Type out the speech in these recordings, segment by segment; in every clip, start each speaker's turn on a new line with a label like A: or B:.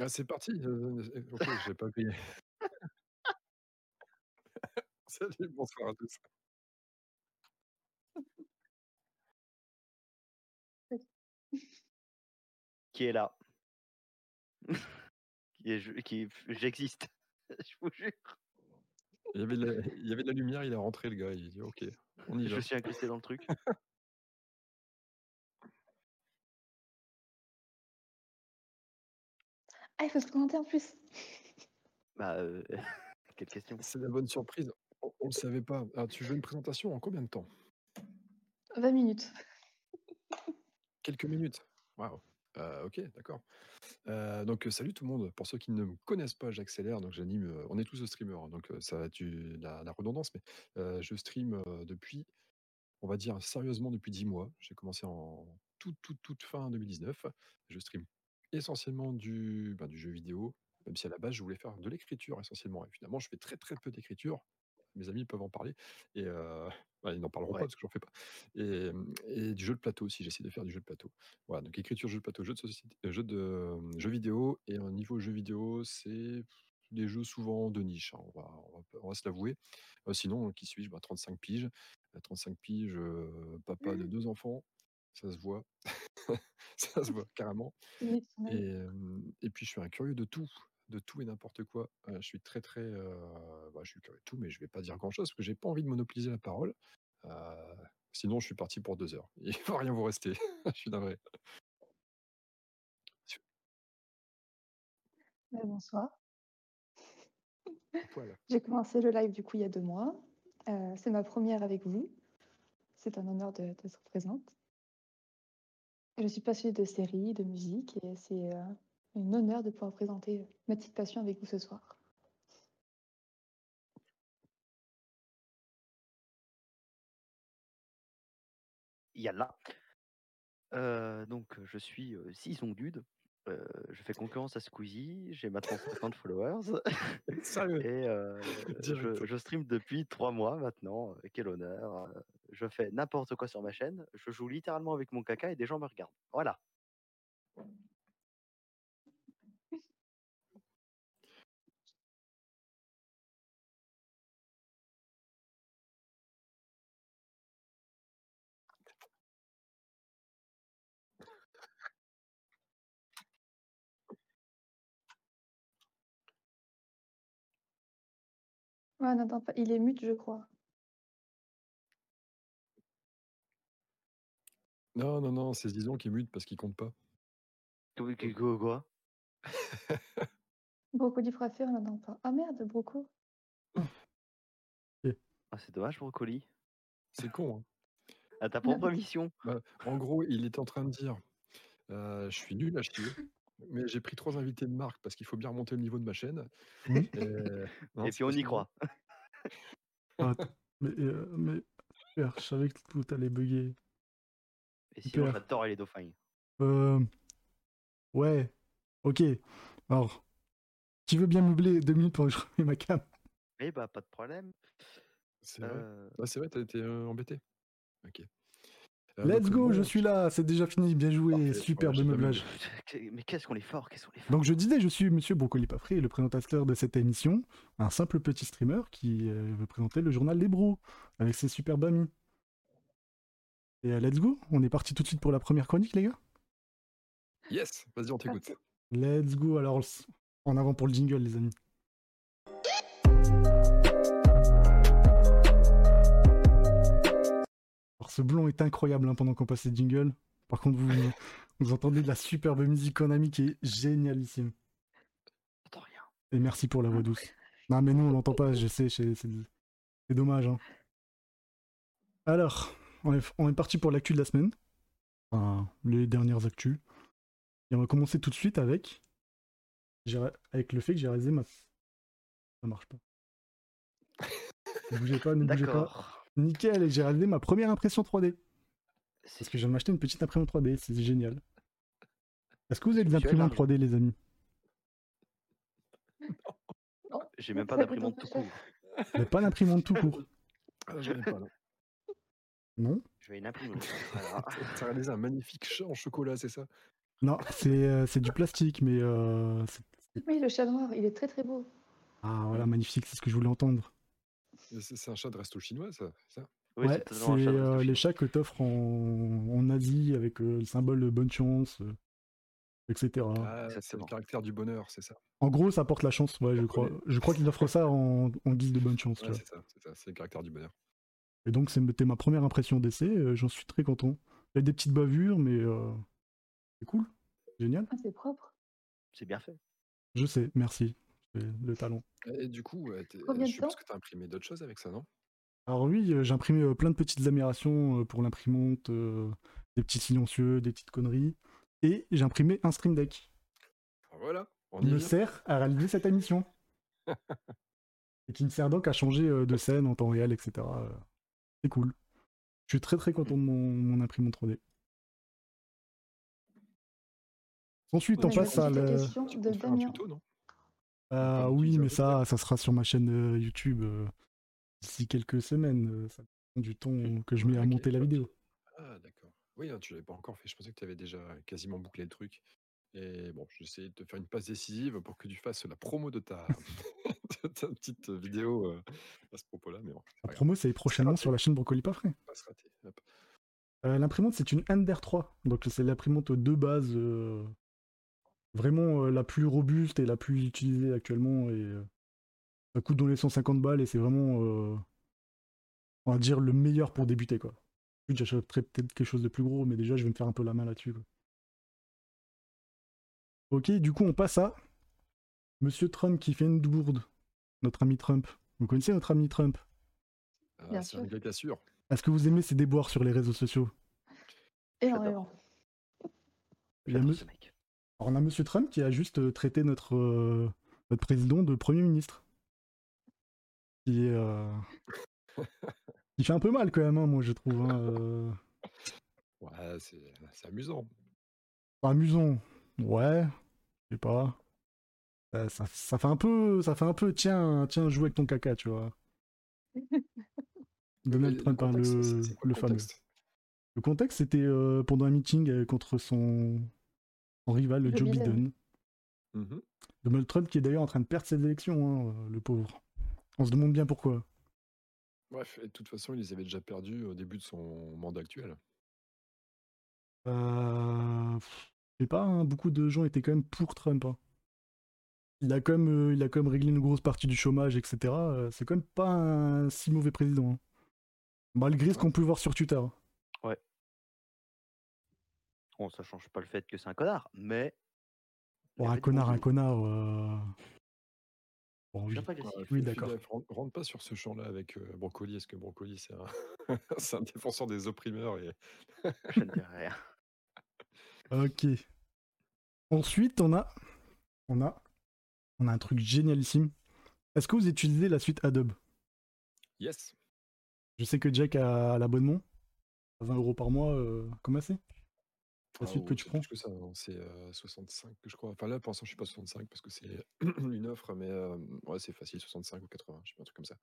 A: Ah, c'est parti, heu, OK, j'ai pas payé. Salut, bonsoir à tous.
B: Qui est là. Qui est je qui j'existe, je vous jure.
A: Il y avait de la il y avait de la lumière, il est rentré le gars, il dit: «OK, on y
B: Je
A: va».
B: suis incrusté dans le truc.
C: Ah, il faut se présenter en plus.
B: Bah,
A: euh,
B: heu, quelle question?
A: C'est la bonne surprise, on on le savait pas. Alors tu veux une présentation en combien de temps?
C: 20 minutes.
A: Quelques minutes? Waouh, heu, OK, d'accord. Heu, donc, heu, salut tout le monde. Pour ceux qui ne me connaissent pas, j'accélère, donc j'anime, heu, on est tous streamers, hein, donc, heu, ça va tu la la redondance, mais, heu, je stream, heu, depuis, on va dire sérieusement depuis 10 mois. J'ai commencé en toute, toute, toute fin 2019. Je stream essentiellement du, ben, du jeu vidéo, même si à la base je voulais faire de l'écriture essentiellement et finalement je fais très, très peu d'écriture. Mes amis peuvent en parler et heu, bah, ils n'en parleront pas
B: Ouais.
A: parce que j'en fais pas et hem et du jeu de plateau aussi, j'essaie de faire du jeu de plateau. Voilà, donc écriture, jeu de plateau, jeu de société, heu, jeu de, hem, jeu vidéo et au niveau jeu vidéo, c'est des jeux souvent de niche, hein, on va on va p on va se l'avouer. Heu, sinon, qui suis-je? Bah, 35 piges. À 35 piges, heu, papa de
C: Mmh.
A: 2 enfants, ça se voit, ça se voit carrément
C: Oui, quand
A: et
C: même.
A: hem et puis je suis un curieux de tout, de tout et n'importe quoi. Heu, je suis très, très, heu, bah, je suis curieux de tout, mais je vais pas dire grand-chose parce que j'ai pas envie de monopoliser la parole. Heu, sinon je suis parti pour 2 heures. Il va rien vous rester, je suis navré. Su
C: Bah, bonsoir.
A: Voilà.
C: J'ai commencé le live du coup il y a 2 mois. Heu, c'est ma 1re avec vous. C'est un honneur de d'être présente. Je suis passionnée de séries, de musique et c'est, heu, un honneur de pouvoir présenter, heu, ma petite passion avec vous ce soir.
B: Yallah. Heu, euh, donc, heu, je suis, heu, Zizondude. Heu, je fais concurrence à Squeezie, j'ai maintenant 50 followers
A: Sérieux?
B: et heu,
A: Direct.
B: je je stream depuis 3 mois maintenant, heu, quel honneur, heu, je fais n'importe quoi sur ma chaîne, je joue littéralement avec mon caca et des gens me regardent. Voilà.
C: Ouais, on n'entend pas, il est mute, je crois.
A: Non, non, non, c'est Zizon qui est mute parce qu'il compte pas.
B: Tou qui co quoi?
C: Brocoli préféré, on l'entend pas. Ah merde, Broco.
A: Et
B: Ah, c'est dommage Brocoli.
A: C'est con, hein.
B: À ta propre mission.
A: Bah, en gros, il était en train de dire, heu: «Je suis nul à chier, mais j'ai pris 3 invités de marque parce qu'il faut bien remonter le niveau de ma chaîne»
D: Mmh.
A: et Euh, non,
B: Et
A: c'est
B: puis
A: pas ce qu'il
B: on y
A: dit.
B: croit.
D: Attends, mais, heu, mais super, je savais que tout allait bugger.
B: Et sinon,
D: Super.
B: j'adorais les dauphins.
D: Hem, euh, ouais, OK. Alors, qui veut bien meubler 2 minutes pendant que je remets ma cam?
B: Eh bah, pas de problème. Euh
A: C'est vrai?
B: Heu
A: Ah, c'est vrai, tu as été, heu, embêté? OK. Heu,
D: Let's
A: Ah, donc, heu,
D: go, je
A: bon
D: suis là, c'est déjà fini, bien joué,
A: Parfait, voilà,
D: super
B: Oh,
A: j'ai
D: beau
A: de la
D: meublage.
A: meublée.
B: Qu mais qu'est-ce qu'on est fort, qu'est-ce qu'on est
D: Donc
B: fort.
D: je disais, je suis monsieur Brocoli Papfré, le présentateur de cette émission, un simple petit streamer qui, heu, veut présenter le journal des bros avec ses superbes amis. Et heu, let's go, on est parti tout de suite pour la 1re chronique les gars?
A: Yes, vas-y, on
C: C'est parti.
A: t'écoute.
D: Let's go, alors s en avant pour le jingle les amis.
A: Ah,
D: Alors ce blond est incroyable, hein, pendant qu'on passe les jingles. Par contre vous vous entendez de la superbe musique Konami qui est génialissime.
B: J'entends rien.
D: Et merci pour la voix douce. Non mais nous on l'entend pas, je sais, c'est c'est c'est dommage, hein. Alors, on est f on est parti pour l'actu de la semaine. Enfin, les dernières actus et on va commencer tout de suite avec j'ai ré avec le fait que j'ai réalisé ma ça marche pas. Ne bougez pas, ne bougez pas.
B: D'accord.
D: Nickel et j'ai réalisé ma 1re impression 3D.
B: C'est
D: Parce que je viens de m'acheter une petite imprimante 3D, c'est génial. Est-ce que vous avez
B: C'est
D: des
B: tu as de
D: imprimantes
B: l'argent.
D: 3D les amis?
C: Non,
B: J'ai même pas
C: ça coûte un
B: d'imprimante
C: peu
B: tout
C: cher.
B: court.
D: Vous avez pas d'imprimante tout court?
A: Ah, j'en ai pas là.
D: Non?
B: Je vais une imprimante, voilà.
A: Tu as tu as réalisé un magnifique chat en chocolat, c'est ça?
D: Non, c'est euh, c'est du plastique, mais euh, c'est-
C: Oui, le chat noir, il est très très beau.
D: ah voilà magnifique, c'est ce que je voulais entendre.
A: Euh, C'est c'est un chat de resto chinois, ça, ça
B: Oui,
D: ouais, c'est
B: totalement un chat de
D: euh,
B: resto
D: les
B: chinois.
D: chats que t'offres en, en Asie avec euh, le symbole de bonne chance, euh, etc.
A: Ah, C'est le
B: exactement.
A: caractère du bonheur, c'est ça.
D: En gros, ça porte la chance, ouais, je crois. Je crois qu'ils offrent ça en, en guise de bonne chance. tu
A: Ouais,
D: vois.
A: c'est ça, c'est ça, c'est le caractère du bonheur.
D: Et donc, c'était ma première impression d'essai. euh, J'en suis très content. Il y a des petites bavures, mais euh, c'est cool. Génial.
C: Ah, c'est propre.
B: C'est bien fait.
D: Je sais, merci. C'est Le talent.
A: Et, et du coup, ouais, t'es-
C: Combien
A: je
C: de
A: suppose
C: temps
A: que tu as imprimé d'autres choses avec ça, non
D: Alors oui, euh, j'ai imprimé euh, plein de petites améliorations euh, pour l'imprimante, euh, des petits silencieux, des petites conneries. Et j'ai imprimé un stream deck
A: Alors Voilà, on
D: qui
A: y
D: me
A: vient.
D: sert à réaliser cette émission. et qui me sert donc à changer euh, de scène en temps réel, etc. euh, C'est cool. Je suis très très content de mon, mon imprimante 3D. Ensuite,
A: Ouais,
D: on
A: je me
D: passe
A: pose
D: à
A: des
D: la...
C: questions
A: Tu
C: de
A: comptes faire un
C: Damien.
A: tuto, non
D: Ah
A: Enfin,
D: oui,
A: tu
D: mais
A: sais à peu
D: ça, ça sera sur ma chaîne euh, YouTube euh, d'ici quelques semaines. euh, ça dépend du temps que je mets à
A: Ok,
D: monter la
A: ok.
D: vidéo.
A: Ah, d'accord. Oui, hein, tu l'avais pas encore fait. Je pensais que tu avais déjà quasiment bouclé le truc. Et bon, j'essayais de te faire une passe décisive pour que tu fasses la promo de ta, de ta petite vidéo euh, à ce propos-là, mais bon, c'est pas
D: La
A: grave,
D: promo, c'est prochainement
A: raté.
D: sur la chaîne Brocoli Pas Frais.
A: on va pas se rater. Hop.
D: Euh, l'imprimante, c'est une Ender 3. Donc, c'est l'imprimante de base, euh, vraiment euh, la plus robuste et la plus utilisée actuellement. Et, euh, ça coûte dans les 150 balles et c'est vraiment, euh, on va dire, le meilleur pour débuter. quoi. Ensuite, j'achèterai peut-être quelque chose de plus gros, mais déjà, je vais me faire un peu la main là-dessus. quoi. Ok, du coup, on passe à Monsieur Trump qui fait une bourde. Notre ami Trump. Vous connaissez notre ami Trump
A: Ah,
C: Bien
A: c'est un
C: sûr.
A: gars qui assure.
D: Est-ce que vous aimez ses déboires sur les réseaux sociaux
C: Énormément.
D: Il y a
B: J'adore
D: Mons-
B: ce mec.
D: Alors, on a Monsieur Trump qui a juste euh, traité notre, euh, notre président de Premier ministre. Qui, est, euh, qui fait un peu mal quand même, hein, moi je trouve. hein, euh,
A: Ouais, c'est c'est amusant.
D: pas amusant. Ouais, je sais pas. Euh, ça, ça fait un peu, ça fait un peu, tiens, tiens, joue avec ton caca, tu vois. Donald
A: Mais
D: Trump, hein,
A: contexte,
D: le,
A: c'est- c'est quoi
D: le fameux.
A: contexte
D: Le contexte, c'était euh, pendant un meeting euh, contre son, son rival, le
C: Joe
D: Joe
C: Biden.
D: Biden.
A: Mhm.
D: Donald Trump qui est d'ailleurs en train de perdre ses élections, hein, euh, le pauvre. On se demande bien pourquoi.
A: Bref, et de toute façon, il les avait déjà perdus au début de son mandat actuel.
D: Euh, pff, Je sais pas, hein, beaucoup de gens étaient quand même pour Trump. hein. Il a quand même, euh, il a quand même réglé une grosse partie du chômage, etc. euh, C'est quand même pas un si mauvais président. hein. Malgré ce qu'on peut voir sur Twitter. Oh,
B: Bon, ça change pas le fait que c'est un connard, mais. il
D: Bon,
B: avait
D: un
B: du
D: connard,
B: bon
D: un
B: goût.
D: connard. euh, bon,
B: Je
D: oui.
B: suis pas agressif.
D: Oui,
A: Fais-
D: d'accord.
A: fais gaffe, Rentre, rentre pas sur ce champ-là avec euh, Brocoli. Est-ce que Brocoli, c'est un... c'est un défenseur des opprimeurs et...
B: Je ne dirai rien.
D: Ok. Ensuite, on a, on a, on a un truc génialissime. Est-ce que vous utilisez la suite Adobe
A: Yes
D: Je sais que Jack a l'abonnement. à 20 euros par mois, euh, comment c'est La
A: Ah,
D: suite
A: oh,
D: que tu
A: c'est
D: prends
A: plus que ça, non, c'est euh, 65 que je crois. Enfin là, pour l'instant, je suis pas 65 parce que c'est une offre, mais euh, ouais, c'est facile, 65 ou 80, je sais pas, un truc comme ça.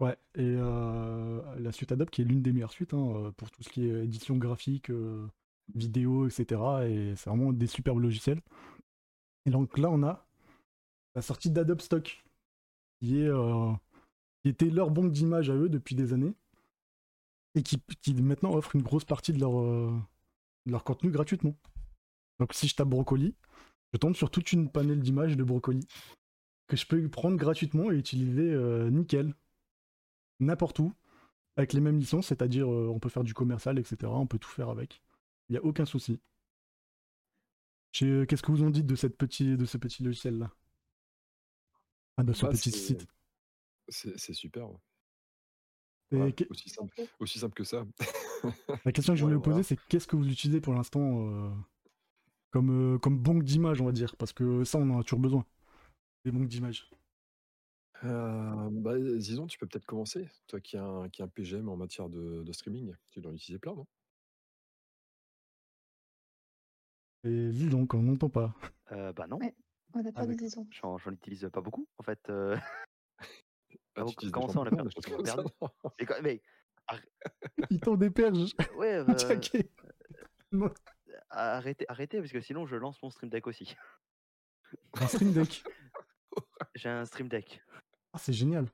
D: Ouais, et euh, la suite Adobe qui est l'une des meilleures suites hein, euh, pour tout ce qui est édition graphique, euh, vidéo, etc. Et c'est vraiment des superbes logiciels. Et donc là, on a la sortie d'Adobe Stock, qui, est, euh, qui était leur banque d'images à eux depuis des années, et qui, qui maintenant offre une grosse partie de leur, euh, de leur contenu gratuitement. Donc si je tape Brocoli, je tombe sur toute une panel d'images de Brocoli que je peux prendre gratuitement et utiliser euh, nickel, n'importe où, avec les mêmes licences, c'est-à-dire euh, on peut faire du commercial, etc. On peut tout faire avec. Il n'y a aucun souci. Je sais- Qu'est-ce que vous en dites de, cette petit, de ce petit logiciel-là Ah, de ce
A: Bah,
D: petit
A: c'est-
D: site.
A: C'est c'est super, ouais.
D: Et
A: Ouais,
D: que-
A: aussi, simple, aussi simple que ça.
D: La question que je voulais
A: Ouais,
D: vous poser,
A: voilà.
D: c'est qu'est-ce que vous utilisez pour l'instant euh, comme, euh, comme banque d'images, on va dire Parce que ça, on en a toujours besoin. Des banques d'images.
A: Euh, bah, disons, tu peux peut-être commencer, toi qui as un, qui as un PGM en matière de, de streaming, tu dois en utiliser plein, non
D: Et dis donc, on n'entend pas.
B: Euh, bah non,
C: Ouais. On n'a pas
D: Ah,
C: de
D: d'accord.
C: liaison.
B: j'en j'en utilise pas beaucoup en fait. euh,
A: Ah,
B: bon,
A: tu utilises
B: comment
A: des
B: ça, on l'a
A: champignons, des
B: perdu
A: choses comme ça,
B: On l'a
A: non
B: mais, quand- mais
D: Il t'en déperge
B: ouais, euh,
D: Jack est-
B: arrêtez, arrêtez, parce que sinon je lance mon stream deck aussi.
D: Un stream deck.
B: J'ai un stream deck.
D: Ah, c'est génial.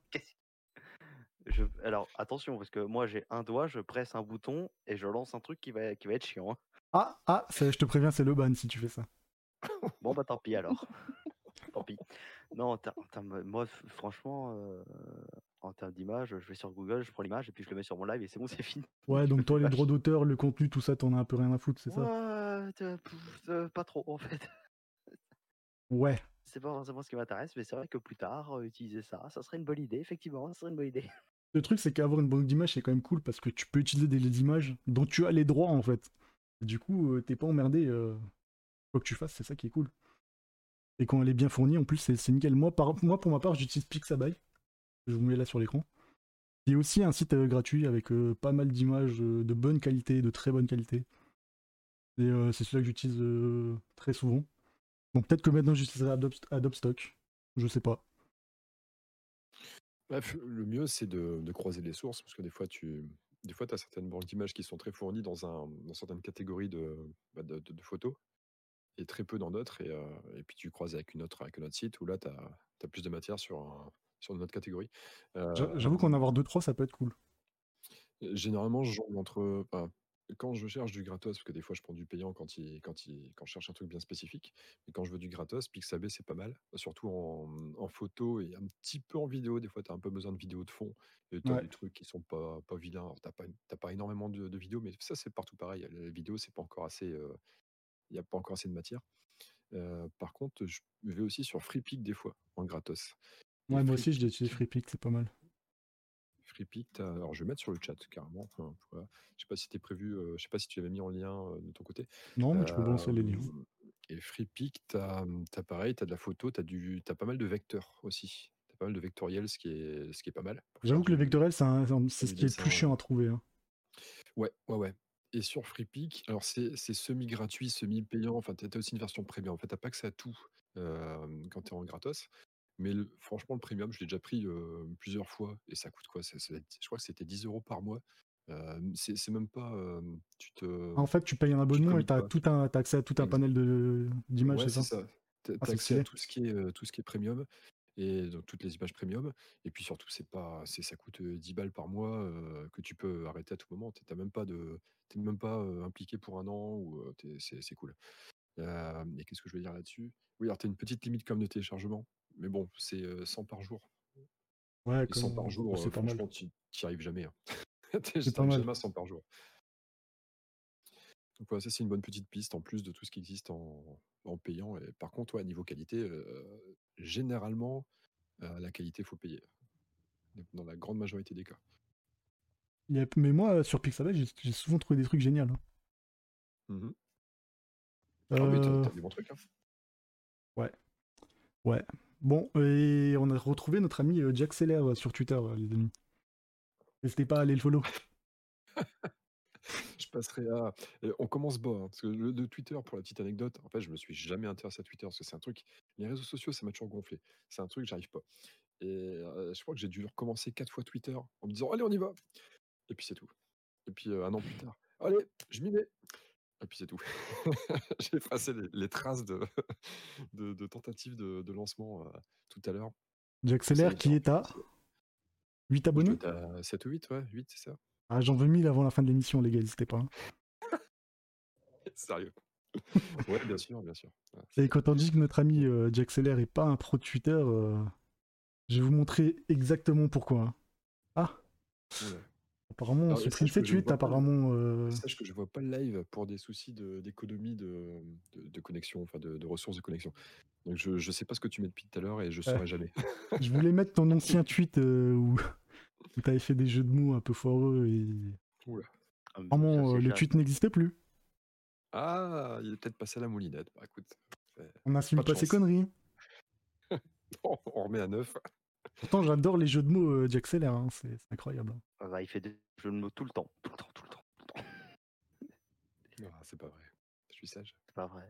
B: Je- Alors attention, parce que moi j'ai un doigt, je presse un bouton et je lance un truc qui va, qui va être chiant. hein.
D: Ah, ah, ça, je te préviens, c'est le ban si tu fais ça.
B: Bon bah tant pis alors. tant pis. Non, en ter- en termes- moi f- franchement, euh, en termes d'image, je vais sur Google, je prends l'image et puis je le mets sur mon live et c'est bon, c'est fini.
D: Ouais, donc toi, les droits d'auteur, le contenu, tout ça, t'en as un peu rien à foutre, c'est ça
B: Ouais, euh, pff, euh, pas trop en fait.
D: Ouais.
B: C'est pas forcément ce qui m'intéresse, mais c'est vrai que plus tard, euh, utiliser ça, ça serait une bonne idée, effectivement, ça serait une bonne idée.
D: Le truc, c'est qu'avoir une banque d'images, c'est quand même cool parce que tu peux utiliser des, les images dont tu as les droits, en fait. Et du coup, euh, t'es pas emmerdé. euh, quoi que tu fasses, c'est ça qui est cool. Et quand elle est bien fournie, en plus, c'est c'est nickel. Moi, par- moi, pour ma part, j'utilise Pixabay. Je vous mets là sur l'écran. Il y a aussi un site euh, gratuit avec euh, pas mal d'images euh, de bonne qualité, de très bonne qualité. Et euh, c'est celui-là que j'utilise euh, très souvent. Bon, peut-être que maintenant, j'utiliserai Adobe, Adobe Stock. Je sais pas.
A: Bref, Bah, le mieux, c'est de, de croiser les sources, parce que des fois, tu des fois, as certaines banques d'images qui sont très fournies dans, un, dans certaines catégories de, bah, de, de- de photos, et très peu dans d'autres, et, euh, et puis tu croises avec, une autre, avec un autre site, où là, tu as, plus de matière sur, un- sur une autre catégorie. Euh,
D: J'a- J'avoue qu'en avoir 2-3, ça peut être cool.
A: Généralement, je jongle entre. enfin, quand je cherche du gratos, parce que des fois je prends du payant quand, il, quand, il, quand je cherche un truc bien spécifique, mais quand je veux du gratos, Pixabay c'est pas mal, surtout en, mmh, en photo et un petit peu en vidéo. Des fois, tu as un peu besoin de vidéos de fond et tu
D: Ouais.
A: des trucs qui sont pas, pas vilains. Alors, t'as pas, t'as pas énormément de, de vidéos, mais ça, c'est partout pareil. La vidéo, c'est pas encore assez. euh, Il n'y a pas encore assez de matière. Euh, par contre, je vais aussi sur FreePic des fois, en gratos. Et
D: Ouais,
A: Free-
D: moi aussi, j'ai utilisé FreePic, c'est pas mal.
A: FreePic, t'as- euh, alors je vais mettre sur le chat carrément. enfin, voilà. Je sais pas si t'es prévu, euh, je sais pas si tu l'avais mis en lien euh, de ton côté.
D: Non, mais tu peux balancer les liens.
A: Euh, Et FreePic, t'as as pareil, t'as de la photo, t'as du, t'as pas mal de vecteurs aussi. T'as pas mal de vectoriels, ce qui est, ce qui est pas mal. pour faire
D: J'avoue que le
A: du-
D: vectorel, c'est un- c'est ce qui est le
A: ça,
D: plus
A: ouais.
D: chiant à trouver. hein.
A: Ouais, ouais, ouais. Et sur FreePic, alors c'est c'est semi-gratuit, semi-payant, enfin t'as t'as aussi une version premium. En fait, t'as pas accès à tout euh, quand t'es en gratos. Mais le- franchement, le premium, je l'ai déjà pris euh, plusieurs fois et ça coûte quoi ça, ça doit être- Je crois que c'était 10 euros par mois. Euh, c'est c'est même pas. euh, tu te.
D: En fait, tu payes un abonnement et
A: commites
D: t'as
A: pas.
D: tout un- t'as accès à tout un
A: Exact.
D: panel de- d'images,
A: Ouais,
D: c'est ça Ah,
A: T'as t'as
D: c'est
A: accès
D: stylé.
A: à tout ce qui est euh, tout ce qui est premium et donc toutes les images premium. Et puis surtout, c'est pas, c'est ça coûte euh, 10 balles par mois euh, que tu peux arrêter à tout moment. T'es t'as même pas de, t'es même pas euh, impliqué pour un an ou euh, t'es- c'est c'est cool. Euh, et qu'est-ce que je veux dire là-dessus Oui, alors t'as une petite limite comme de téléchargement, mais bon, c'est euh, 100 par jour.
D: Ouais,
A: Et 100 par
D: comme-
A: jour,
D: c'est
A: euh,
D: pas mal.
A: franchement, tu n'y arrives jamais. hein. T'es-
D: C'est pas
A: T'arrives
D: mal.
A: jamais à 100 par jour. Donc voilà, ça c'est une bonne petite piste en plus de tout ce qui existe en, en payant. Et par contre, ouais, niveau qualité, euh, généralement, euh, la qualité, faut payer. Dans la grande majorité des cas.
D: Il y a- Mais moi, sur Pixabay, j'ai j'ai souvent trouvé des trucs géniaux. hein.
A: Mhm. Ah oui, t'as-
D: Euh,
A: t'as des bons trucs. hein.
D: Bon, et on a retrouvé notre ami euh, Jack Seller euh, sur Twitter, euh, les amis. N'hésitez pas à aller le follow.
A: Je passerai à. euh, On commence bas. hein, parce que le, le Twitter, pour la petite anecdote, en fait, je me suis jamais intéressé à Twitter parce que c'est un truc. Les réseaux sociaux, ça m'a toujours gonflé. C'est un truc, j'arrive pas. Et euh, je crois que j'ai dû recommencer quatre fois Twitter en me disant Allez, on y va Et puis c'est tout. Et puis euh, un an plus tard, Allez, je m'y mets Et puis c'est tout. j'ai effacé les, les traces de, de, de tentatives de, de lancement euh, tout à l'heure.
D: Jack Seller qui est à 8 abonnés
A: 7 ou 8, ouais, 8, c'est ça
D: Ah, J'en veux 1000 avant la fin de l'émission, les gars, n'hésitez pas. hein.
A: Sérieux Ouais, bien sûr, bien sûr. Ouais, c'est-
D: Et quand on dit que notre ami euh, Jack Seller est pas un pro de Twitter, euh, je vais vous montrer exactement pourquoi. hein. Ah
A: Oula.
D: Apparemment, on
A: Alors, et
D: supprime
A: sache que
D: ses
A: je ne
D: tweets,
A: vois pas le-
D: apparemment. euh,
A: Sache que je vois pas le live pour des soucis de- d'économie de, de, de connexion, enfin de, de ressources de connexion. Donc je, je sais pas ce que tu mets depuis tout à l'heure et je saurai jamais.
D: Je voulais mettre ton ancien tweet euh, où, où t'avais fait des jeux de mots un peu foireux et.
B: Ah, mais ça,
D: Apparemment,
B: c'est
D: euh, le
B: déjà-
D: tweet n'existait plus.
A: Ah, il est peut-être passé à la moulinette. Bah écoute,
D: On n'assume
A: Pas de
D: pas, ces
A: chance.
D: conneries.
A: on, on remet à neuf.
D: Pourtant, j'adore les jeux de mots euh, Jack Seller, hein, c'est c'est incroyable. hein.
B: Ah bah, il fait des jeux de mots tout le temps, tout le temps, tout le temps, tout le temps.
A: Ah, c'est pas vrai. Je suis sage.
B: C'est pas vrai.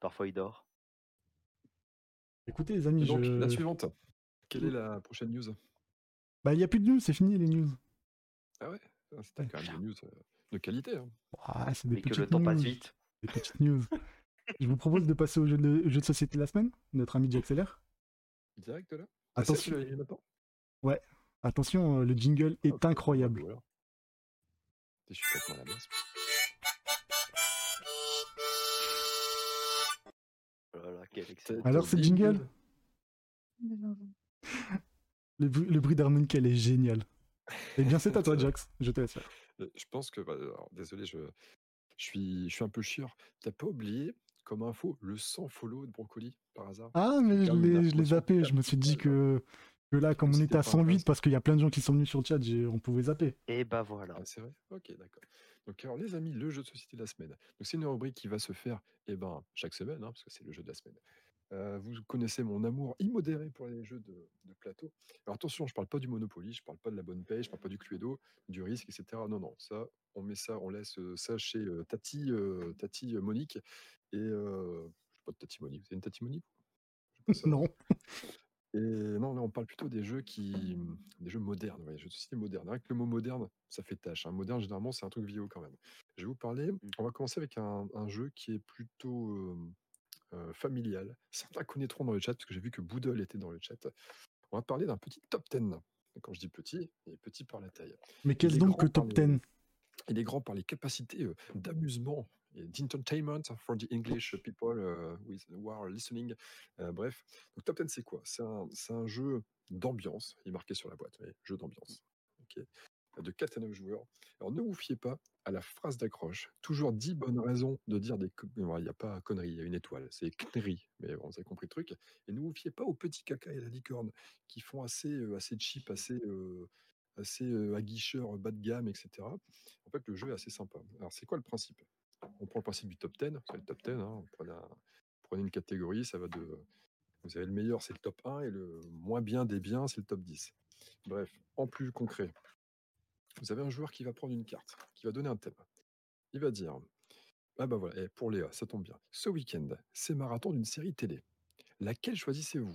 B: Parfois il dort.
D: Écoutez, les
A: Et
D: amis,
A: donc
D: je-
A: la suivante. Quelle est la prochaine news
D: Bah, il n'y a plus de news, c'est fini les news.
A: Ah ouais, Ah, c'était quand même des news euh, de qualité. hein.
D: Ah, c'est des
B: Mais que le
D: petites
B: temps passe
D: news.
B: vite.
D: C'est des petites news. Je vous propose de passer au jeu de, au jeu de société de la semaine, notre ami Jack Seller.
A: Direct là Ah, c'est
D: Attention,
A: celui-là, il y en a pas
D: attention, euh, le jingle est incroyable.
A: Ou alors. Je suis complètement à la masse.
B: Oh là là, quel excellent.
A: T'as-
D: Alors,
A: t'as
D: c'est le
A: dit
D: jingle
A: que-
D: Le, bru- le bruit d'Harmon Kell est génial. Eh bien, c'est à toi, Jax. Je te laisse faire.
A: Euh, Je pense que, bah, alors, désolé, je, je, suis, je suis un peu chieur. T'as pas oublié, comme info, le sans follow de Brocoli, par hasard
D: Ah, mais je
A: Garde une
D: l'ai je l'ai
A: information
D: zappé. Je me suis dit que, que là, comme on
A: C'était
D: était à
A: pas
D: 108,
A: intéressant.
D: parce qu'il y a plein de gens qui sont venus sur le chat, j'ai- on pouvait zapper.
B: Et bah voilà.
A: Ah, c'est vrai Ok, d'accord. Donc, alors, les amis, le jeu de société de la semaine. Donc, c'est une rubrique qui va se faire eh ben, chaque semaine, hein, parce que c'est le jeu de la semaine. Euh, vous connaissez mon amour immodéré pour les jeux de, de plateau. Alors, attention, je parle pas du Monopoly, je parle pas de la bonne paye, je parle pas du Cluedo, du risque, etc. Non, non, ça, on met ça, on laisse euh, ça chez euh, Tati, euh, Tati euh, Monique. Et. euh, je sais pas de Tati Monique. C'est une Tati Monique Je sais pas ça.
D: Non.
A: Et non, là, on parle plutôt des jeux qui, des jeux modernes, ouais, des jeux de société modernes. Avec le mot moderne, ça fait tâche. hein. Moderne, généralement, c'est un truc vieux quand même. Je vais vous parler. On va commencer avec un, un jeu qui est plutôt euh, euh, familial. Certains connaîtront dans le chat, parce que j'ai vu que Boodle était dans le chat. On va parler d'un petit top 10. Et Quand je dis petit, il est petit par la taille.
D: Mais qu'est-ce
A: est
D: donc
A: grand
D: le top
A: par
D: 10
A: Il est grand par les capacités euh, d'amusement et d'entertainment for the English people euh, with- who are listening. Euh, bref, donc Top 10, c'est quoi C'est un, c'est un jeu d'ambiance, il est marqué sur la boîte, mais jeu d'ambiance. ok, de 4 à 9 joueurs. Alors ne vous fiez pas à la phrase d'accroche. Toujours 10 bonnes raisons de dire des. con- Non, Il n'y a pas connerie, il y a une étoile, c'est connerie, mais on a compris le truc. Et ne vous fiez pas aux petits caca et la licorne qui font assez, euh, assez cheap, assez. euh, assez euh, aguicheurs, bas de gamme, etc. En fait, le jeu est assez sympa. Alors, c'est quoi le principe On prend le principe du top 10, c'est le top 10, hein, vous prenez, un- prenez une catégorie, ça va de... Vous avez le meilleur, c'est le top 1, et le moins bien des biens, c'est le top 10. Bref, en plus concret, vous avez un joueur qui va prendre une carte, qui va donner un thème. Il va dire, ah bah voilà, eh, pour Léa, ça tombe bien. Ce week-end, c'est marathon d'une série télé. Laquelle choisissez-vous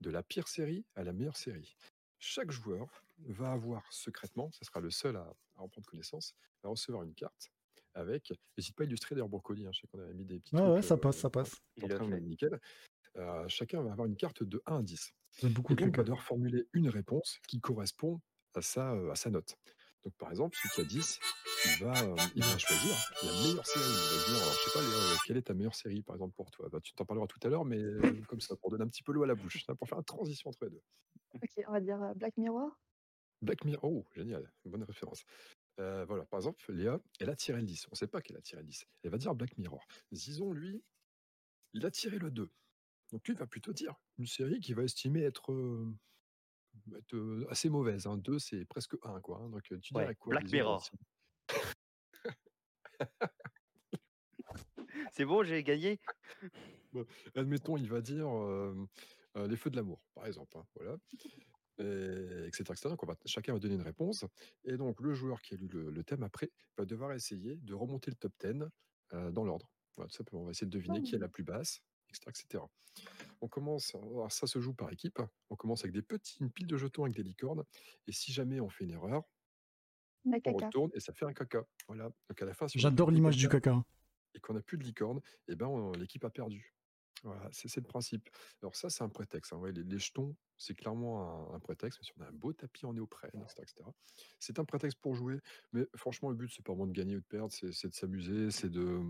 A: De la pire série à la meilleure série. Chaque joueur va avoir secrètement, ce sera le seul à- à en prendre connaissance, à recevoir une carte avec. N'hésite pas à illustrer d'ailleurs brocoli, hein, je sais qu'on avait mis des petits.
D: Ouais,
A: trucs,
D: ouais, ça
A: euh,
D: passe, ça passe.
B: Il l'a
A: en train de-
B: fait.
A: nickel. Euh, chacun va avoir une carte de 1 à 10.
D: J'aime beaucoup
A: Et
D: le
A: donc, va
D: truc.
A: devoir formuler une réponse qui correspond à sa, euh, à sa note. Donc, par exemple, celui qui a 10, il va, euh, il va choisir la meilleure série. Il va dire, alors, je sais pas, Léa, euh, quelle est ta meilleure série, par exemple, pour toi Bah, Tu t'en parleras tout à l'heure, mais euh, comme ça, pour donner un petit peu l'eau à la bouche, hein, pour faire une transition entre les deux.
C: Ok, on va dire euh, Black Mirror.
A: Black Mirror, oh, génial, bonne référence. Euh, voilà, par exemple, Léa, elle a tiré le 10. On ne sait pas qu'elle a tiré le 10. Elle va dire Black Mirror. Zizon, lui, il a tiré le 2. Donc lui, il va plutôt dire une série qui va estimer être, euh, être, euh, assez mauvaise. 2, c'est presque 1, quoi. hein. Donc euh, tu
B: Ouais,
A: dirais quoi
B: Black
A: Zizon,
B: Mirror.
A: c'est-
B: C'est bon, j'ai gagné.
A: admettons, il va dire euh, euh, les feux de l'amour, par exemple, hein, voilà, et, etc. etc. Donc, on va- chacun va donner une réponse. Et donc, le joueur qui a lu le, le thème après va devoir essayer de remonter le top 10 euh, dans l'ordre. Voilà, tout simplement, on va essayer de deviner qui est la plus basse, etc. etc. On commence, alors ça se joue par équipe, on commence avec des petits, une pile de jetons avec des licornes, et si jamais on fait une erreur, on
C: Nakaka.
A: retourne et ça fait un caca. Voilà. Donc à la fin, si on a
D: J'adore
A: plus de
D: l'image du
A: caca,
D: caca. hein.
A: et qu'on n'a plus de licorne, et ben on- l'équipe a perdu. Voilà, c'est c'est le principe. Alors ça, c'est un prétexte. hein, ouais, les, les jetons, c'est clairement un, un prétexte. Si on a un beau tapis en néoprène, etc., etc. C'est un prétexte pour jouer, mais franchement, le but, c'est pas vraiment de gagner ou de perdre, c'est c'est de s'amuser, c'est de,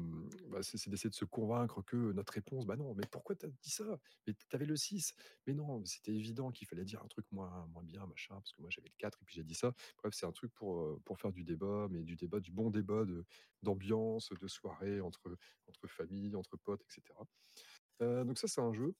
A: bah, c'est c'est d'essayer de se convaincre que notre réponse, bah non, mais pourquoi t'as dit ça Mais t'avais le 6 Mais non, c'était évident qu'il fallait dire un truc moins, moins bien, machin, parce que moi j'avais le 4 et puis j'ai dit ça. Bref, c'est un truc pour, euh, pour faire du débat, mais du débat, du bon débat, de, d'ambiance, de soirée entre, entre familles, entre potes, etc. Euh, donc ça, c'est un jeu.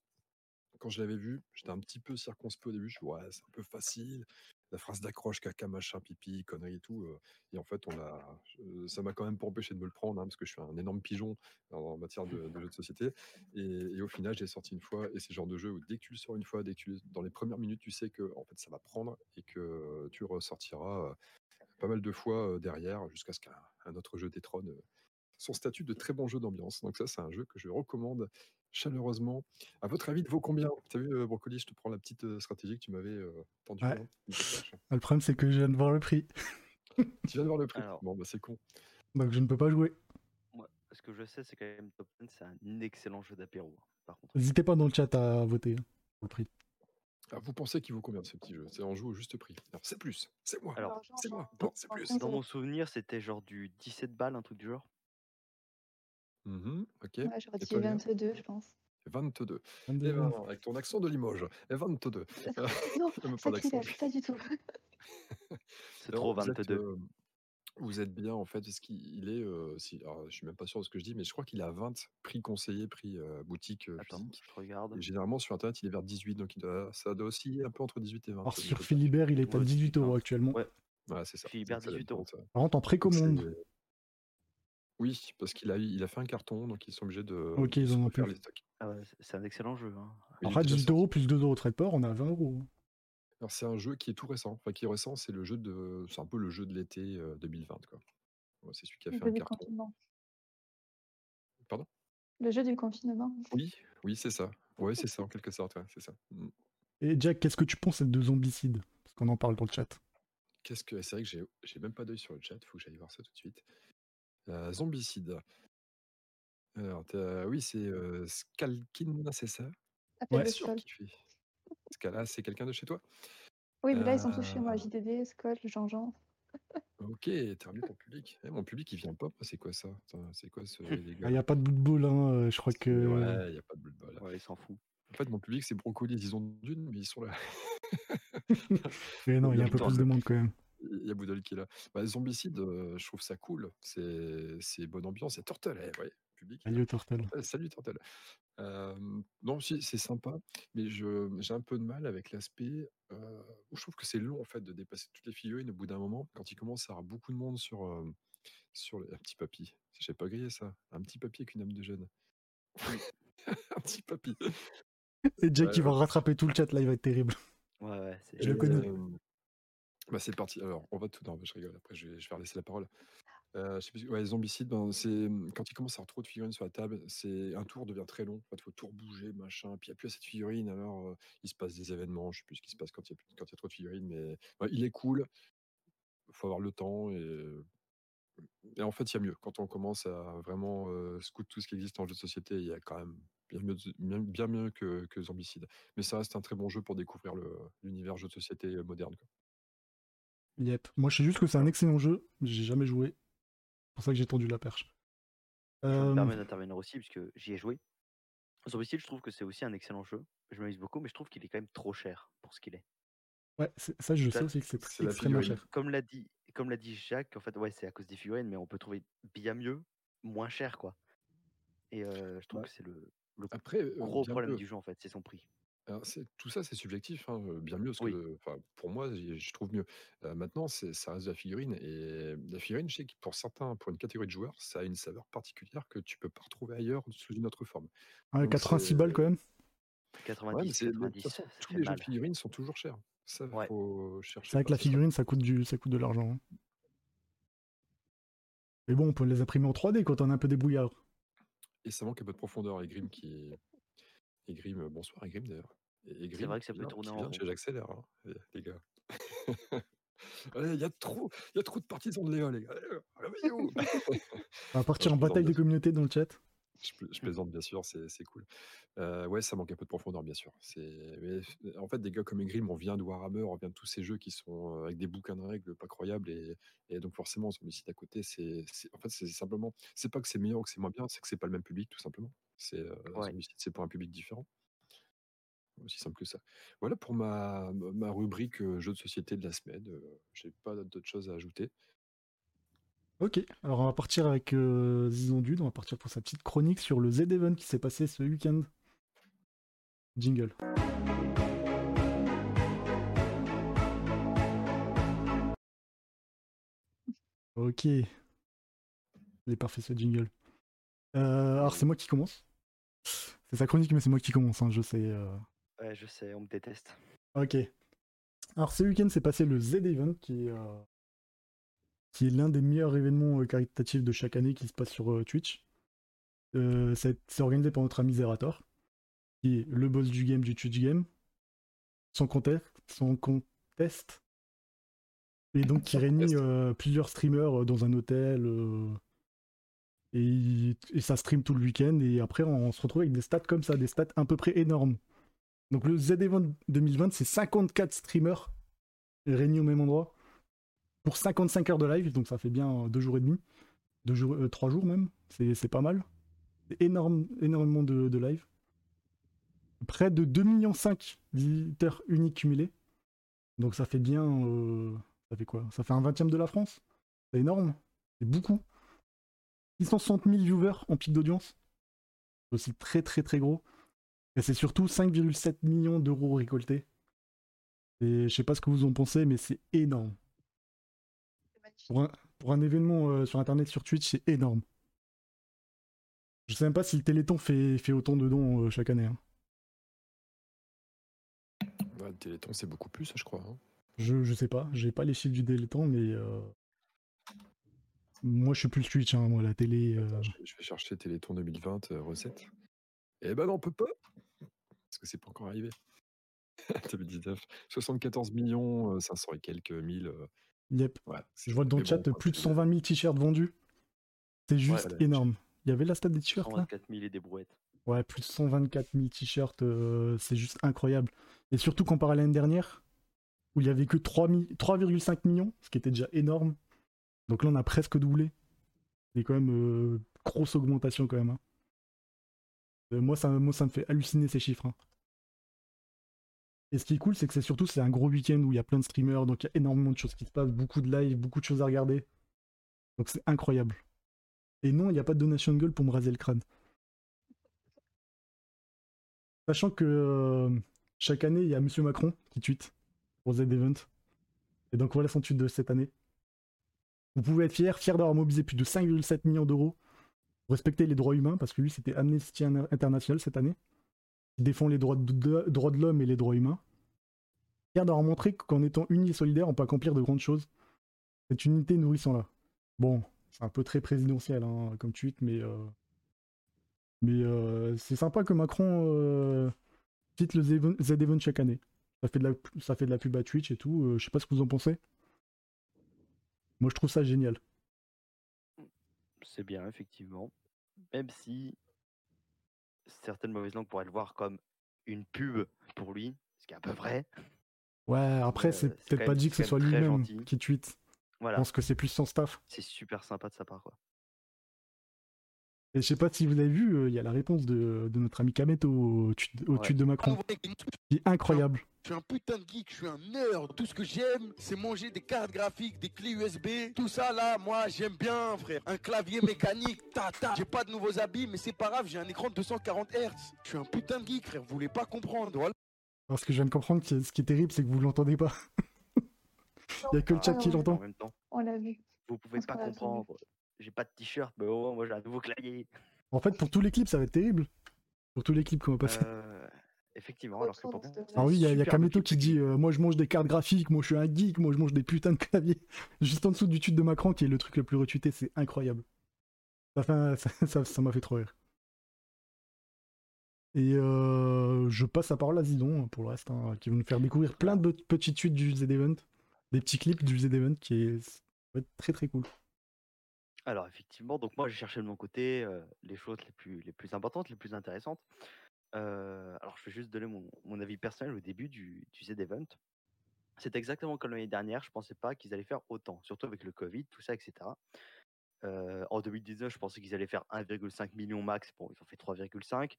A: Quand je l'avais vu, j'étais un petit peu circonspect au début. Je me suis dit, ouais, c'est un peu facile. La phrase d'accroche, caca, machin, pipi, connerie et tout. euh, et en fait, on l'a, euh, ça m'a quand même pas empêché de me le prendre, hein, parce que je suis un énorme pigeon en, en matière de, de jeux de société. Et, et au final, j'ai sorti une fois. Et c'est le genre de jeu où dès que tu le sors une fois, dès que tu le- dans les premières minutes, tu sais que en fait, ça va prendre et que tu le ressortiras euh, pas mal de fois euh, derrière, jusqu'à ce qu'un un autre jeu détrône euh, son statut de très bon jeu d'ambiance. Donc ça, c'est un jeu que je recommande chaleureusement. À votre avis, il vaut combien T'as vu, euh, Brocoli, je te prends la petite euh, stratégie que tu m'avais euh, tendue.
D: Ouais.
A: hein, une petite tâche.
D: Ah, Le problème, c'est que je viens de voir le prix.
C: Ah.
A: tu viens de voir le prix.
B: Alors.
A: Bon, bah c'est con.
D: Donc, je ne peux pas jouer.
B: ce que je sais, c'est quand même Top Gun, c'est un excellent jeu d'apéro. hein, Par contre,
D: N'hésitez pas dans le chat à voter hein, pour le prix.
A: Ah, vous pensez qu'il vaut combien ce petit jeu C'est en joue au juste prix. Alors, c'est plus, c'est moi,
B: Alors,
C: Jean-
A: c'est
C: Jean-
A: moi,
C: Jean-
A: bon, c'est plus.
C: Jean-
B: dans mon souvenir, c'était genre du 17 balles, un truc du genre.
A: Mhm, ok,
C: Ouais, J'aurais
A: c'est
C: dit
A: pas bien.
C: 22, je pense.
A: 22. Eh
D: 22,
A: ben, avec ton accent de Limoges, eh, 22.
C: Non,
A: Je me prends l'accent.
C: sacrilège, pas du tout.
B: C'est
A: Alors,
B: trop
A: vous êtes,
B: 22.
A: euh, vous êtes bien en fait, parce qu'il est, euh, si, alors, je suis même pas sûr de ce que je dis, mais je crois qu'il a 20 prix conseillers, prix euh, boutique euh,
B: Attends,
A: physique.
B: je regarde.
A: Et généralement sur internet, il est vers 18, donc il doit- ça doit osciller un peu entre 18 et 20.
D: Alors
A: je
D: sur
A: sais pas.
D: Philibert, il est à
B: Ouais,
D: 18 euros
B: putain.
D: actuellement.
B: Ouais.
A: Voilà, c'est ça.
B: Philibert,
A: Ça doit
B: 18 euros.
A: être ça.
D: Par contre, en précommande,
A: C'est- Oui, parce qu'il a, eu- il a fait un carton, donc ils sont obligés de
D: Ok, ils en ont
A: refaire
D: plus.
A: euh, les stocks.
B: Ah ouais, c'est- c'est un excellent jeu. hein.
A: Mais
D: après
A: il est déjà
D: 18 euros plus 2 euros de frais de port, on a 20 euros.
A: Alors, c'est un jeu qui est tout récent. Enfin, qui est récent, c'est le jeu de, c'est un peu le jeu de l'été euh, 2020, quoi. Ouais, C'est celui qui a
C: Le
A: fait un
C: jeu du
A: carton.
C: confinement.
A: Pardon
C: Le jeu du confinement.
A: Oui, oui, c'est ça. Oui, c'est ça en quelque sorte. ouais, c'est ça. Mm.
D: Et Jack, qu'est-ce que tu penses de zombicide Parce qu'on en parle dans le chat.
A: Qu'est-ce que c'est vrai que j'ai, j'ai même pas d'œil sur le chat. Faut que j'aille voir ça tout de suite. Euh, zombicide. Alors, t'as- oui, c'est euh, Skalkin, c'est ça
C: Appel
A: Bien
C: de
A: sûr
C: Skoll.
A: qu'il fait. Scala, c'est quelqu'un de chez toi
C: Oui, mais là, ils sont tous chez
A: Euh,
C: moi. JDD, Skoll, Jean-Jean.
A: Ok, t'as remis ton public. Eh, mon public, il vient pas. moi, C'est quoi ça Attends, C'est quoi ce les
D: Ah, Il
C: Ah,
A: gars
D: n'y a pas de bout de boule, hein, euh, je crois que.
A: Ouais, y a pas de boule de bol.
B: Ouais, il s'en fout.
A: En fait, mon public, c'est Brocolis. Ils ont d'une, mais ils sont là.
D: Mais Eh non, il y a un peu
A: Putain,
D: plus de monde quand même.
A: Il y a Boudol qui est là. Bah, Zombicide, euh, je trouve ça cool. C'est c'est bonne ambiance. Et Turtle, eh, ouais, public. il est là.
D: Allez, Turtle.
A: Ouais, Salut Turtle. Euh, non, si, c'est sympa, mais je- j'ai un peu de mal avec l'aspect euh, où je trouve que c'est long en fait de dépasser toutes les figurines au bout d'un moment. Quand il commence à avoir beaucoup de monde sur, euh, sur le- un petit papy, j'ai pas grillé ça, un petit papy avec une âme de jeune. un petit papy.
D: Et Jack, il
A: Ouais.
D: va rattraper tout le chat là, il va être terrible.
B: Ouais, ouais, c'est-
D: Je le connais.
A: Euh, bah, c'est parti. Alors, on va tout. Non, je rigole. Après, je vais, je vais laisser la parole. Euh, je sais plus, ouais, zombicide, ben, c'est quand il commence à avoir trop de figurines sur la table, c'est un tour devient très long. Il faut tout rebouger, machin. Puis il n'y a plus assez de figurines. Alors, euh, il se passe des événements. Je sais plus ce qui se passe quand il y a, plus- quand il y a trop de figurines, mais ouais, il est cool. faut avoir le temps. Et, et en fait, il y a mieux. Quand on commence à vraiment euh, scout tout ce qui existe en jeu de société, il y a quand même bien mieux, bien, bien mieux que, que Zombicide. Mais ça reste un très bon jeu pour découvrir le- l'univers jeu de société moderne. quoi.
D: Yep. Moi, je sais juste que c'est un excellent jeu. J'ai jamais joué. C'est pour ça que j'ai tendu la perche.
B: Je
D: Euh,
B: me permets d'intervenir aussi, puisque j'y ai joué. Zombicide, je trouve que c'est aussi un excellent jeu. Je m'amuse beaucoup, mais je trouve qu'il est quand même trop cher pour ce qu'il est.
D: ouais, c'est- ça, je sais
B: C'est-
D: aussi que c'est
A: c'est la
D: extrêmement
A: figurine.
D: cher.
B: Comme l'a dit, comme l'a dit Jacques, en fait, ouais, c'est à cause des figurines, mais on peut trouver bien mieux, moins cher, quoi. Et euh, je trouve
A: Bah,
B: que c'est le
A: Après, euh,
B: gros
A: bien
B: problème
A: mieux.
B: du jeu, en fait, c'est son prix.
A: Alors, c'est- tout ça, c'est subjectif, hein, euh, bien mieux. parce
B: Oui.
A: que, enfin, pour moi, j'y- je trouve mieux. Euh, maintenant, c'est- ça reste de la figurine. Et la figurine, je sais que pour certains, pour une catégorie de joueurs, ça a une saveur particulière que tu peux pas retrouver ailleurs sous une autre forme.
D: Ah,
A: Donc,
D: 86
A: c'est-
D: balles quand même.
A: Ouais,
B: 90,
A: mais c'est- mais de toute
B: 90,
A: façon,
B: ça
A: tous
B: fait
A: les jeux
B: mal.
A: de figurines sont toujours chers. Ça,
B: Ouais.
A: faut chercher.
D: C'est vrai que la
A: par soi-même.
D: figurine, ça coûte, du... ça coûte de l'argent. hein. Mais bon, on peut les imprimer en 3D quand on est un peu débrouillard.
A: Et ça manque un peu de profondeur. Et Grim qui. Et Grim, euh, bonsoir à Grim d'ailleurs. Et- et Grimm
B: vrai que ça
A: qui
B: peut
A: vient-
B: tourner
A: qui
B: en
A: vient de
B: rond.
A: Chez J'accélère, hein, les- les gars. Allez, Il y, a trop- il y a trop de partisans de Léo, les gars. Allez, réveillez-vous.
D: On va partir en
A: Ouais, je
D: bataille
A: vous en
D: de communauté dans le chat.
A: Je, pla- je plaisante, bien sûr, c'est c'est cool. Euh, ouais, ça manque un peu de profondeur, bien sûr. C'est- mais f- en fait, des gars comme Egrim, on vient de Warhammer, on vient de tous ces jeux qui sont euh, avec des bouquins de règles pas croyables. Et, et donc, forcément, sur le site à côté, c'est c'est- en fait, c'est simplement. C'est pas que c'est meilleur ou que c'est moins bien, c'est que c'est pas le même public, tout simplement. C'est euh,
B: Ouais.
A: Zombicide, c'est pour un public différent. Aussi simple que ça. Voilà pour ma, ma rubrique euh, jeux de société de la semaine. Euh, J'ai pas d'autres choses à ajouter.
D: Ok, alors on va partir avec euh, Zizon Dude, on va partir pour sa petite chronique sur le Z-Event qui s'est passé ce week-end. Jingle. Ok. Il est parfait ce jingle. Euh, alors c'est moi qui commence. C'est sa chronique, mais c'est moi qui commence, hein, je sais. euh,
B: Ouais, je sais, on me déteste.
D: Ok. Alors ce week-end s'est passé le Z-Event qui, est, euh, qui est l'un des meilleurs événements euh, caritatifs de chaque année qui se passe sur euh, Twitch. Euh, c'est c'est organisé par notre ami Zerator, qui est le boss du game du Twitch game, sans conteste, sans conteste. Et donc qui
A: Sans
D: réunit
A: conteste.
D: euh, plusieurs streamers euh, dans un hôtel. euh, Et, il- et ça stream tout le week-end. Et après, on se retrouve avec des stats comme ça, des stats à peu près énormes. Donc le Z-Event 2020, c'est 54 streamers réunis au même endroit pour 55 heures de live. Donc ça fait bien euh, deux jours et demi, deux jours, euh, trois jours même. C'est c'est pas mal. C'est énorme, énormément de, de live. Près de 2,5 millions visiteurs uniques cumulés. Donc ça fait bien. euh, ça fait quoi Ça fait un vingtième de la France C'est énorme. C'est beaucoup. 660 000 viewers en pic d'audience. C'est aussi très très très gros. Et c'est surtout 5,7 millions d'euros récoltés. Et je sais pas ce que vous en pensez, mais c'est énorme.
C: C'est magnifique.
D: Pour un, pour un événement euh, sur internet, sur Twitch, c'est énorme. Je sais même pas si le Téléthon fait, fait autant de dons euh, chaque année. hein.
A: Ouais, le Téléthon, c'est beaucoup plus, je crois. hein.
D: Je, je sais pas, j'ai pas les chiffres du Téléthon, mais. euh, Moi, je suis plus Twitch, hein, moi, la télé. euh,
A: Attends, je, vais- je vais chercher Téléthon 2020 euh, recette. Eh ben non, on peut pas Parce que c'est pas encore arrivé. 2019. 74 millions, euh, 500 et quelques mille. euh,
D: yep.
A: ouais, c'est-
D: Je vois dans le
A: mais
D: chat
A: bon,
D: plus de
A: c'est-
D: 120 000 t-shirts vendus. C'est juste
A: voilà,
D: énorme. Il y avait la stat des t-shirts là
B: 124 000 et des brouettes.
D: Ouais, plus de 124 000 t-shirts, euh, c'est juste incroyable. Et surtout comparé à l'année dernière, où il y avait que 3 mi- 3,5 millions, ce qui était déjà énorme. Donc là, on a presque doublé. C'est quand même euh, grosse augmentation quand même. hein. Euh, moi, ça, moi, ça me fait halluciner ces chiffres. hein. Et ce qui est cool, c'est que c'est surtout c'est un gros week-end où il y a plein de streamers, donc il y a énormément de choses qui se passent, beaucoup de lives, beaucoup de choses à regarder. Donc c'est incroyable. Et non, il n'y a pas de donation gueule pour me raser le crâne. Sachant que euh, chaque année, il y a Monsieur Macron qui tweet pour Z-Event. Et donc voilà son tweet de cette année. Vous pouvez être fier, fier d'avoir mobilisé plus de 5,7 millions d'euros pour respecter les droits humains, parce que lui, c'était Amnesty International cette année. Il défend les droits de, de- droits de l'homme et les droits humains. Fier d'avoir montré qu'en étant unis et solidaires, on peut accomplir de grandes choses. Cette unité nourrissons-la. Bon, c'est un peu très présidentiel hein, comme tweet, mais... euh, mais euh, c'est sympa que Macron euh, cite le Z-Event chaque année. Ça fait, de la, ça fait de la pub à Twitch et tout. euh, je sais pas ce que vous en pensez. Moi, je trouve ça génial.
B: C'est bien, effectivement. Même si certaines mauvaises langues pourraient le voir comme une pub pour lui, ce qui est un peu vrai.
D: Ouais,
B: après,
D: après,
B: Euh, c'est
D: c'est
B: c'est peut-être
D: peut-être
B: quand
D: pas
B: même-
D: dit que ce
B: c'est
D: soit
B: quand même très
D: lui-même
B: gentil.
D: qui tweet. Je
B: Voilà,
D: pense que c'est plus son staff.
B: c'est super sympa de sa part. Quoi.
D: Et je sais pas si vous avez vu, euh, il y a la réponse de, de notre ami Kameto au, tweet- au
B: Ouais.
D: tweet de Macron, qui est incroyable.
E: Je suis un putain de geek, je suis un nerd. Tout ce que j'aime, c'est manger des cartes graphiques, des clés USB. Tout ça là, moi j'aime bien, frère. Un clavier mécanique, tata. J'ai pas de nouveaux habits, mais c'est pas grave, j'ai un écran de 240 Hz. Je suis un putain de geek, frère. Vous voulez pas comprendre, voilà.
D: Alors, ce que je viens de comprendre, c'est- ce qui est terrible, c'est que vous l'entendez pas. Il y a que le chat
C: Ah
D: qui
C: ouais.
B: En
D: l'entend.
B: même temps,
C: On l'a vu.
B: vous pouvez
C: Parce
B: pas
C: qu'on a absolument-
B: comprendre. J'ai pas de t-shirt, mais oh, moi j'ai un nouveau clavier.
D: En fait, pour tous les clips, ça va être terrible. Pour tous les clips qu'on va passer.
B: Euh, effectivement, alors que
C: Retour
B: pourtant,
C: de-
D: Ah oui, il y a, il y a
B: Superbe
D: Kameto qui
B: tweet.
D: dit euh, Moi je mange des cartes graphiques, moi je suis un geek, moi je mange des putains de claviers. Juste en dessous du tweet de Macron qui est le truc le plus retweeté, c'est incroyable. Ça fait un- ça- ça- ça m'a fait trop rire. Et euh, je passe la parole à Zidon pour le reste, hein, qui va nous faire découvrir plein de petits tweets du Z-Event, des petits clips du Z-Event qui est ça va être très très cool.
B: Alors effectivement, donc moi j'ai cherché de mon côté euh, les choses les plus, les plus importantes, les plus intéressantes. Euh, alors je vais juste donner mon, mon avis personnel au début du, du Z-Event. C'est exactement comme l'année dernière, je pensais pas qu'ils allaient faire autant, surtout avec le Covid, tout ça, etc. Euh, en 2019, je pensais qu'ils allaient faire 1,5 million max, bon, ils ont fait 3,5.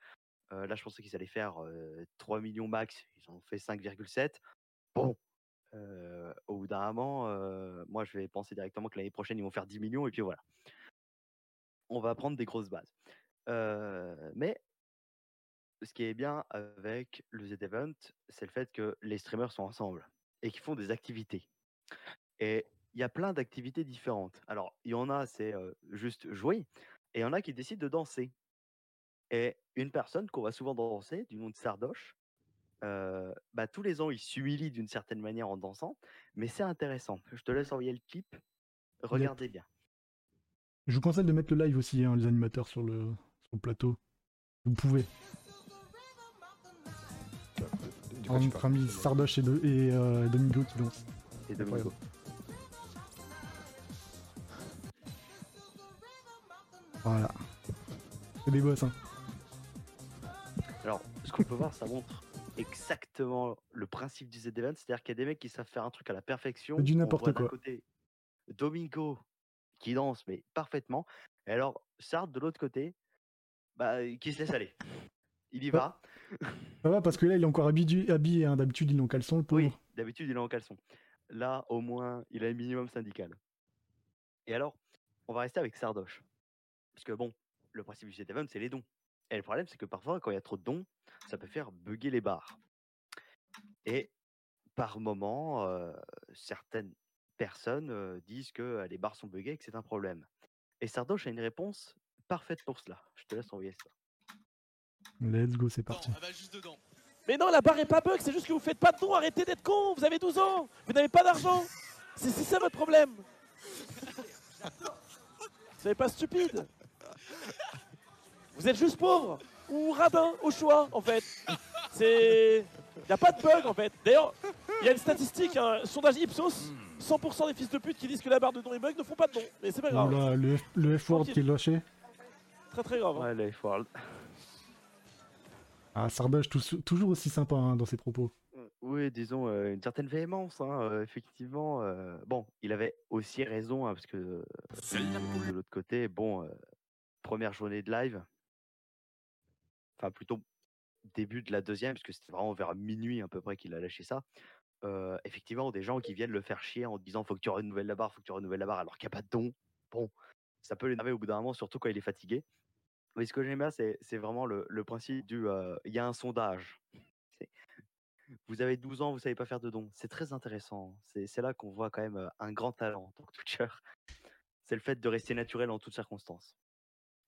B: Euh, là, je pensais qu'ils allaient faire euh, 3 millions max, ils ont fait 5,7. Bon, euh, au bout d'un moment, euh, moi je vais penser directement que l'année prochaine ils vont faire 10 millions et puis voilà. On va prendre des grosses bases. Euh, mais ce qui est bien avec le Z-Event, c'est le fait que les streamers sont ensemble et qu'ils font des activités. Et il y a plein d'activités différentes. Alors, il y en a, c'est euh, juste jouer, et il y en a qui décident de danser. Et une personne qu'on va souvent danser, du nom de Sardoche, euh, bah, tous les ans, il s'humilie d'une certaine manière en dansant, mais c'est intéressant. Je te laisse envoyer le clip. Regardez bien.
D: Je vous conseille de mettre le live aussi, hein, les animateurs sur le, sur le plateau. Vous pouvez.
A: De- de- de quoi tu
D: Notre
A: parles
D: ami Sardoche et, de, et euh, Domingo qui dansent.
B: Et
D: Incroyable.
B: Domingo.
D: Voilà. C'est des boss, hein.
B: Alors, ce qu'on peut voir, ça montre exactement le principe du Z-Event, c'est-à-dire qu'il y a des mecs qui savent faire un truc à la perfection.
D: Du
B: On
D: n'importe
B: voit d'un
D: quoi.
B: côté Domingo qui danse, mais parfaitement. Et alors, Sard, de l'autre côté, bah, qui se laisse aller. Il y
D: Bah,
B: va.
D: Ça va, parce que là, il est encore habillé, habillé hein. d'habitude, il est en caleçon, le pauvre.
B: Oui, d'habitude, il est en caleçon. Là, au moins, il a un minimum syndical. Et alors, on va rester avec Sardoche. Parce que bon, le principe du CTFM, c'est les dons. Et le problème, c'est que parfois, quand il y a trop de dons, ça peut faire bugger les barres. Et par moment, euh, certaines personnes euh, disent que euh, les barres sont buggées et que c'est un problème. Et Sardoche a une réponse parfaite pour cela. Je te laisse envoyer ça.
D: Let's go, c'est parti.
F: elle va juste dedans.
G: Mais non, la barre est pas bug, c'est juste que vous faites pas de dons, arrêtez d'être con, vous avez 12 ans, vous n'avez pas d'argent. C'est c'est ça votre problème. Vous n'êtes pas stupide. Vous êtes juste pauvre ou radin au choix en fait. C'est y a pas de bug en fait. D'ailleurs, il y a une statistique, un sondage Ipsos, 100% des fils de pute qui disent que la barre de dons est bug ne font pas de dons. Mais c'est pas
D: Oh
G: grave,
D: là, le, F- le F-word qui est lâché.
G: très très grave. hein.
B: Ouais, les Forld.
D: Ah, Sardoche, tous- toujours aussi sympa hein, dans ses propos.
B: Euh, Oui, disons euh, une certaine véhémence, hein, euh, effectivement. euh, bon, il avait aussi raison, hein, parce que euh, de l'autre côté, bon, euh, première journée de live, enfin plutôt début de la deuxième, parce que c'était vraiment vers minuit à peu près qu'il a lâché ça. euh, effectivement, des gens qui viennent le faire chier en disant faut que tu renouvelles la barre, faut que tu renouvelles la barre, alors qu'il n'y a pas de don. Bon, ça peut l'énerver au bout d'un moment, surtout quand il est fatigué. Mais ce que j'aime bien, c'est c'est vraiment le, le principe du euh, il y a un sondage vous avez 12 ans, vous savez pas faire de dons. C'est très intéressant. hein. C'est c'est là qu'on voit quand même euh, un grand talent en tant que toucher. C'est le fait de rester naturel en toutes circonstances.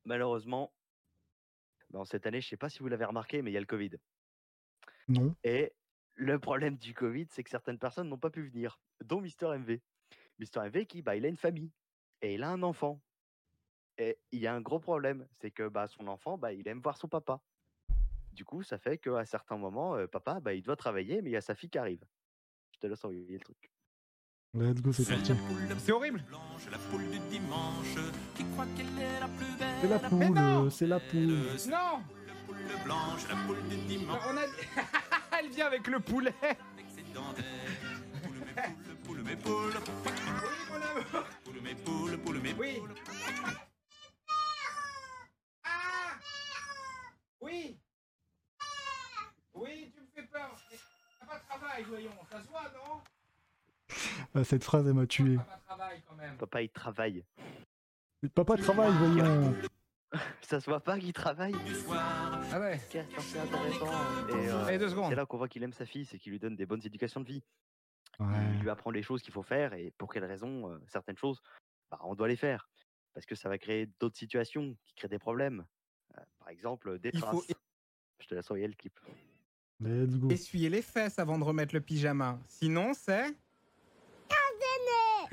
B: Malheureusement, dans cette année, je sais pas si vous l'avez remarqué, mais il y a le Covid.
D: Non.
B: Et le problème du Covid, c'est que certaines personnes n'ont pas pu venir, dont Mister MV. Mister MV qui, bah, il a une famille et il a un enfant. Et il y a un gros problème, c'est que bah, son enfant, bah, il aime voir son papa. Du coup, ça fait qu'à certains moments, euh, papa, bah, il doit travailler, mais il y a sa fille qui arrive. Je te laisse envoyer le truc.
D: Let's go, c'est
F: C'est
D: parti.
F: la poule
H: C'est horrible.
F: blanche, la poule du dimanche, qui croit qu'elle est la plus belle.
D: C'est la
H: Mais
D: poule,
H: non.
D: euh, c'est la poule.
F: C'est la
H: Non
F: poule blanche, la poule du dimanche.
H: On a... Elle vient avec le poulet
F: Avec ses dentelles. Poule, mes poules, poule, mes poules.
H: Oui, mon amour
F: Poule, mes poules, poule, mes
H: Oui.
F: poules.
H: Ah Oui Oui, tu me fais peur Mais T'as pas de travail, voyons Ça se voit, non
D: Ah, cette phrase, elle m'a tué.
H: T'as pas de travail, quand même
B: Papa, il travaille.
D: Mais Papa travaille, voyons.
B: Ça se voit pas qu'il travaille.
H: Ah ouais
B: Ok, attends, C'est intéressant. Et, euh,
H: Allez, deux
B: c'est
H: secondes
B: là qu'on voit qu'il aime sa fille, c'est qu'il lui donne des bonnes éducations de vie. il
D: Ouais.
B: lui apprend les choses qu'il faut faire et pour quelles raisons euh, certaines choses, bah, on doit les faire. Parce que ça va créer d'autres situations qui créent des problèmes. Euh, par exemple, des
H: Il
B: traces.
H: faut
B: Je te laisse envoyer le clip.
D: Let's go.
H: Essuyez les fesses avant de remettre le pyjama. Sinon, c'est.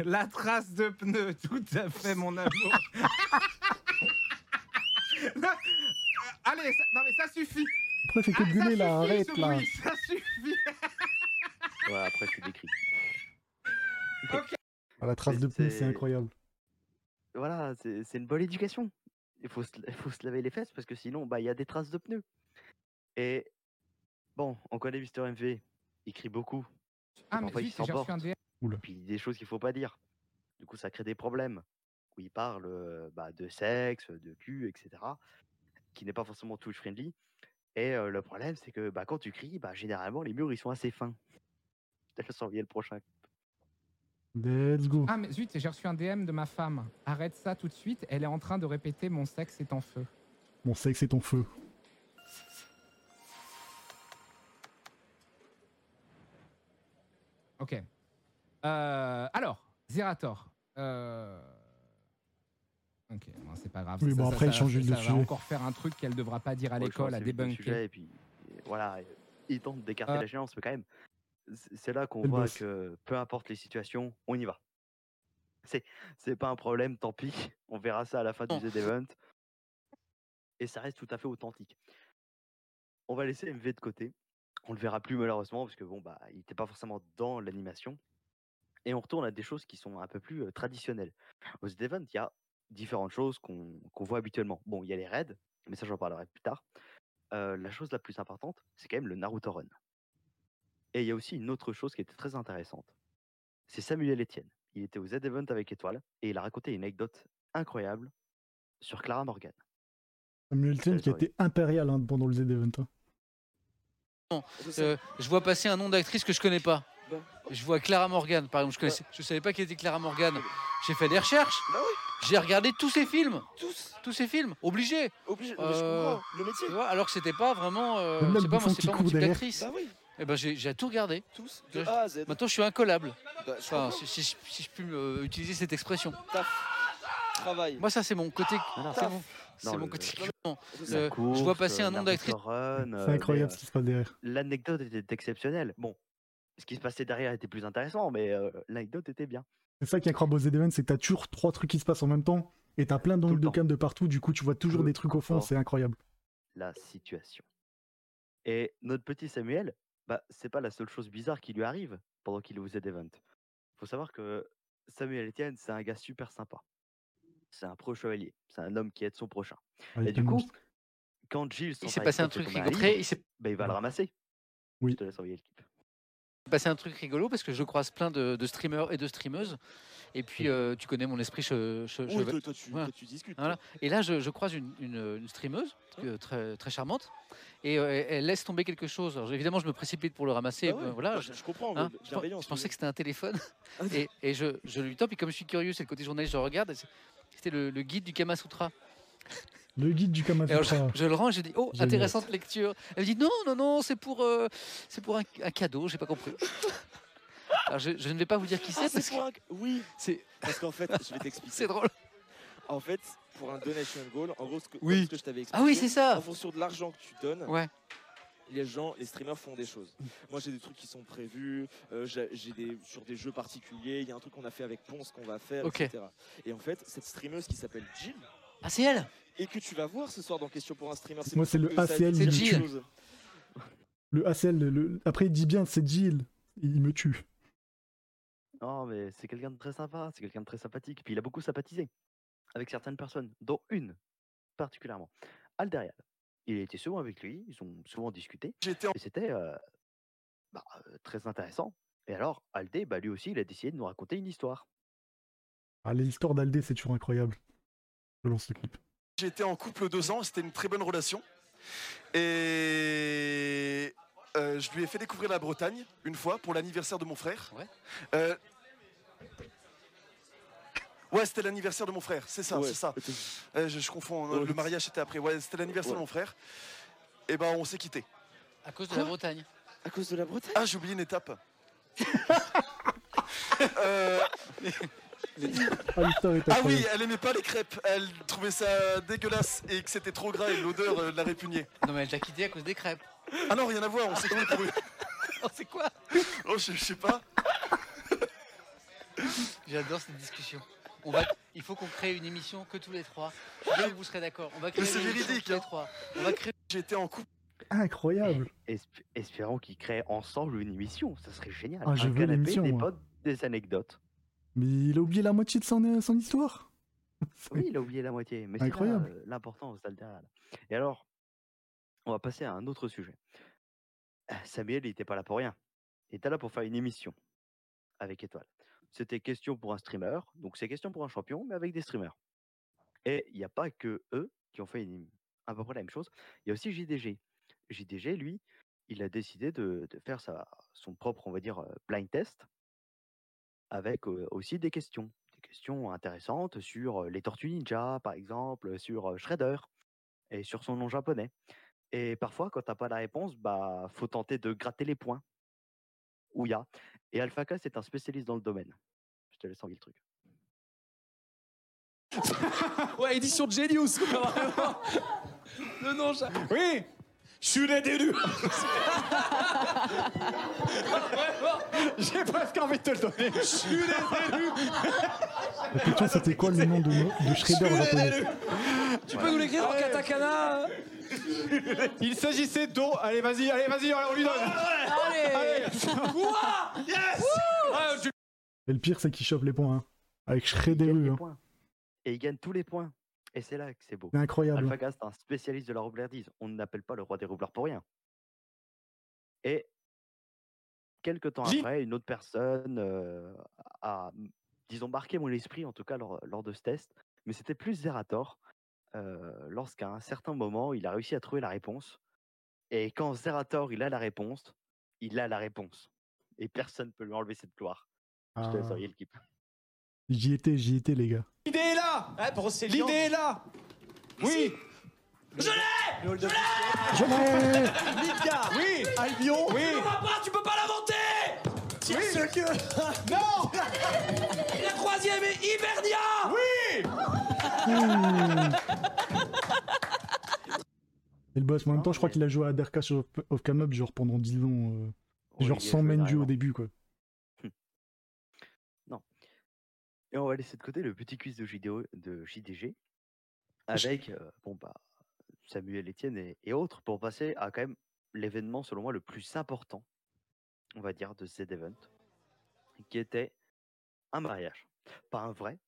H: La trace de pneu, tout à fait, mon amour. Non, euh, Allez, ça- non mais ça suffit.
D: Après, c'est que de
H: Ah, ça
D: gueuler, là,
H: suffit,
D: arrête,
H: ce
D: là.
H: bruit, ça suffit.
B: Voilà, après, je te décris.
D: Ah, la trace de
B: C'est-
D: poule, c'est incroyable.
B: Voilà, c'est c'est une bonne éducation. Il faut se, il faut se laver les fesses parce que sinon, bah, il y a des traces de pneus. Et bon, on connaît Mister MV. Il crie beaucoup.
H: Ah
B: mais
H: mais
B: Parfois, il
H: oui,
B: zut,
H: j'ai
B: j'ai reçu
H: reçu
B: un
H: un
B: s'emporte.
H: DR.
B: puis il dit des choses qu'il faut pas dire. Du coup, ça crée des problèmes où il parle euh, bah, de sexe, de cul, etc., qui n'est pas forcément touch friendly. Et euh, le problème, c'est que bah, quand tu cries, bah, généralement les murs ils sont assez fins. Je te laisse envoyer le prochain.
D: Let's go.
H: Ah mais zut, j'ai reçu un DM de ma femme. Arrête ça tout de suite, elle est en train de répéter mon sexe est en feu.
D: Mon sexe est ton feu.
H: Ok. Euh, alors, Zerator. Euh... Ok, bon, c'est pas grave.
D: Oui,
H: Ça-
D: bon,
H: ça-
D: après,
H: ça-
D: il change
H: ça-
D: juste de
H: Ça va
D: sujet.
H: encore faire un truc qu'elle devra pas dire à
B: Moi, je pense
H: l'école, à
B: que c'est vite le
H: débunker.
B: sujet, Et puis et voilà, il tente d'écarter
H: Ah.
B: la géance, mais quand même, c'est- c'est là qu'on
D: C'est le
B: voit
D: boss.
B: que peu importe les situations, on y va. C'est c'est pas un problème, tant pis. On verra ça à la fin
F: Bon.
B: du Z-Event. Et ça reste tout à fait authentique. On va laisser MV de côté. On le verra plus malheureusement, parce que bon, bah, il n'était pas forcément dans l'animation. Et on retourne à des choses qui sont un peu plus euh, traditionnelles. Aux Z-Event, il y a différentes choses qu'on qu'on voit habituellement. Bon, il y a les raids, mais ça j'en parlerai plus tard. Euh, la chose la plus importante, c'est quand même le Naruto Run. Et il y a aussi une autre chose qui était très intéressante. C'est Samuel Etienne. Il était au Z-Event avec Étoile et il a raconté une anecdote incroyable sur Clara Morgan.
D: Samuel Tian qui
B: Sorry.
D: était impérial hein, pendant le Z-Event. hein.
I: Ah,
J: Euh, je vois passer un nom d'actrice que je connais pas.
I: Bah.
J: Je vois Clara Morgan, par exemple. Je, connaissais, je savais pas qui était Clara Morgan. J'ai fait des recherches.
I: Ah, Bah
J: J'ai regardé tous ses films.
I: Tous
J: Tous ses films. Obligé.
I: obligés. Non, mais je
J: Euh,
I: comprends. Le métier.
J: Tu vois, alors que c'était pas vraiment. euh,
D: Même là,
J: c'est
D: le
J: pas,
D: bouffon
J: moi, c'est
D: qui
J: pas mon
D: court
J: type
D: derrière.
J: d'actrice.
I: Bah oui,
J: Eh ben, j'ai j'ai tout regardé.
I: tous. De A à Z.
J: Maintenant, je suis incollable.
I: Bah, je comprends.
J: Enfin, si, si je- si je puis me- utiliser cette expression.
I: Travail. Ah,
J: Moi, ça, c'est mon côté.
B: Voilà.
J: C'est mon, c'est
B: Dans
J: mon
B: le-
J: côté.
I: C'est
J: le-
I: ça.
J: je vois
D: euh,
J: passer un nom d'actrice.
B: Ah,
D: C'est incroyable
B: euh,
D: ce qui se passe derrière.
B: L'anecdote était exceptionnelle. Bon, ce qui se passait derrière était plus intéressant, mais euh, l'anecdote était bien.
D: C'est ça qui est incroyable au Z-Event, c'est que t'as toujours trois trucs qui se passent en même temps et t'as plein
B: Tout
D: d'angles
B: le
D: de
B: temps.
D: cam de partout. Du coup, tu vois toujours
B: Tout
D: des trucs au fond,
B: temps.
D: c'est incroyable.
B: la situation. Et notre petit Samuel, bah, c'est pas la seule chose bizarre qui lui arrive pendant qu'il est au Z-Event. Faut savoir que Samuel Etienne, c'est un gars super sympa. C'est un pro-chevalier. C'est un homme qui aide son prochain.
D: Ouais,
B: Et du
D: tellement-
B: coup, quand Gilles, son
J: Il s'est
B: père
J: passé un
B: explique
J: truc
B: que Thomas arrive,
J: rigolo. Il s'est
B: bah, il va le ramasser.
D: Oui.
B: Je te laisse envoyer le clip.
J: passé Bah, un truc rigolo parce que je croise plein de, de streamers et de streameuses. Et puis, euh, tu connais mon esprit. che- che-
I: Oui,
J: cheva-
I: toi, toi, tu,
J: Voilà.
I: toi, Ah. tu discutes.
J: Voilà. Et là, je, je croise une, une- une streameuse euh, très, très charmante et euh, elle- elle laisse tomber quelque chose. Alors, évidemment, je me précipite pour le ramasser.
I: Bah
J: euh,
I: ouais,
J: voilà,
I: bah,
J: je,
I: je, je comprends.
J: hein,
I: oui, Ah.
J: je pen-
I: bienveillant,
J: je pensais
I: c'est-
J: que c'était un téléphone et, et je, je lui tape. Et comme je suis curieux, c'est le côté journaliste, je regarde. et c'est- C'était le, le guide du Kama Sutra.
D: Le guide du Kama
J: Et alors,
D: Sutra.
J: Je le range, je dis Oh,
D: Génial.
J: intéressante lecture. Elle me dit Non, non, non, c'est pour, euh, c'est pour un, un cadeau, j'ai pas compris. Alors, je, je ne vais pas vous dire qui
I: Ah,
J: c'est parce
I: c'est
J: que
I: pour un... Oui,
J: c'est
I: parce qu'en fait, je vais t'expliquer.
J: c'est drôle.
I: En fait, pour un donation goal, en gros, ce que,
J: Oui.
I: ce que je t'avais expliqué.
J: Ah oui, c'est ça
I: En fonction de l'argent que tu donnes,
J: Ouais.
I: les gens, les streamers font des choses. Moi, j'ai des trucs qui sont prévus, euh, j'ai j'ai des sur des jeux particuliers. Il y a un truc qu'on a fait avec Ponce qu'on va faire,
J: Ok.
I: etc. Et en fait, cette streameuse qui s'appelle Jill
J: Ah, c'est elle
I: et que tu vas voir ce soir dans Question pour un streamer.
D: Moi,
I: pour
D: c'est
I: ça
D: le
I: que ça
D: ACL
I: dit quelque
J: Jill.
I: chose.
D: Le ACL, le- le- après il dit bien c'est Jill, il me tue.
B: Non, mais c'est quelqu'un de très sympa, c'est quelqu'un de très sympathique. Puis il a beaucoup sympathisé avec certaines personnes, dont une particulièrement, Alderial. Il était souvent avec lui, ils ont souvent discuté.
E: J'étais en
B: Et c'était euh, bah, euh, très intéressant. Et alors, Aldé, bah, lui aussi, il a décidé de nous raconter une histoire.
D: Ah, l'histoire d'Aldé, c'est toujours incroyable. Je lance le clip.
E: J'étais en couple deux ans, c'était une très bonne relation. Et euh, je lui ai fait découvrir la Bretagne une fois pour l'anniversaire de mon frère.
J: Ouais.
E: Euh, ouais, c'était l'anniversaire de mon frère, c'est ça,
I: Ouais.
E: c'est ça.
I: Et t'es-
E: Euh, je, je confonds, euh,
I: Ouais.
E: le mariage était après. Ouais, c'était l'anniversaire de
I: Ouais.
E: mon frère. Et ben on s'est quitté.
J: À cause de
I: Quoi
J: la Bretagne.
I: À cause de la Bretagne.
E: Ah, j'ai oublié une étape. Euh,
D: Ah, l'histoire est
E: ah oui,
D: incroyable.
E: elle aimait pas les crêpes, elle trouvait ça dégueulasse et que c'était trop gras et l'odeur euh, la répugnait.
J: Non, mais elle t'a quitté à cause des crêpes.
E: Ah non, rien à voir, on s'est connu pour
J: Oh, c'est quoi
E: Oh, je, je sais pas.
J: J'adore cette discussion. On va, il faut qu'on crée une émission que tous les trois. Je suis sûr que vous serez d'accord. On va créer
E: Mais c'est
J: une émission
E: véridique,
J: tous les
E: hein.
J: trois. On va créer.
E: J'étais en couple.
D: Incroyable.
B: Esp- espérons qu'ils créent ensemble une émission. Ça serait génial.
D: Ah, je
B: Un
D: veux
B: canapé,
D: l'émission,
B: des
D: moi.
B: potes, des anecdotes.
D: Mais il a oublié la moitié de son, euh, son histoire. C'est-
B: Oui, il a oublié la moitié. Mais c'est là,
D: Incroyable.
B: euh, l'important au Et alors, on va passer à un autre sujet. Euh, Samuel, il n'était pas là pour rien. Il était là pour faire une émission avec Étoile. C'était question pour un streamer, donc c'est question pour un champion, mais avec des streamers. Et il n'y a pas que eux qui ont fait une- à peu près la même chose. Il y a aussi JDG. JDG, lui, il a décidé de, de faire sa, son propre, on va dire, euh, blind test avec euh, aussi des questions. Des questions intéressantes sur euh, les tortues ninja, par exemple, sur euh, Shredder et sur son nom japonais. Et parfois, quand t'as pas la réponse, bah faut tenter de gratter les points. Ouya. Et Alphaka, c'est un spécialiste dans le domaine. Je te laisse envoyer le truc.
F: Ouais, édition de Genius, quoi, vraiment. Le nom, j'a- Oui Je suis né d'élu J'ai presque envie de te le donner. Je suis né d'élu
D: La question c'était quoi le nom de, de Shredder
F: Je suis né
D: japonais
F: d'élu Tu peux nous l'écrire en katakana
K: Il s'agissait d'eau. Allez, vas-y, allez, vas-y, on lui donne.
F: Allez Ouah Yes Ouais, je-
D: Et le pire c'est qu'il chope les points. hein. Avec
B: Il gagne
D: Shredder.
B: des
D: hein.
B: points. et il gagne tous les points. Et c'est là que c'est beau.
D: C'est incroyable.
B: AlphaGast, un spécialiste de la roublardise. On ne l'appelle pas le roi des roublards pour rien. Et quelques temps
F: Gilles.
B: après, une autre personne euh, a, disons, marqué mon esprit, en tout cas lors, lors de ce test. Mais c'était plus Zerator, euh, lorsqu'à un certain moment, il a réussi à trouver la réponse. Et quand Zerator, il a la réponse, il a la réponse. Et personne ne peut lui enlever cette gloire. Je te laisse
D: Ah.
B: envoyer l'équipe.
D: J'y étais, j'y étais, les gars.
F: L'idée est là L'idée est là Oui Je l'ai Je l'ai
D: Je l'ai
F: Lydia Oui Albion Oui Tu l'auras pas, tu peux pas l'inventer Tiens ce lieu Non Et la troisième est Hibernia Oui
D: Hmm. Et le boss, mais en même temps, je crois qu'il a joué à Derka sur of Come Up, genre pendant 10 ans. euh,
B: Oui, il
D: genre
B: a
D: sans
B: joué
D: main
B: énormément.
D: au début, quoi.
B: Et on va laisser de côté le petit quiz de, JDO de JDG avec euh, bon, bah, Samuel Etienne et, et autres pour passer à quand même l'événement selon moi le plus important, on va dire, de cet event, qui était un mariage. Pas un vrai,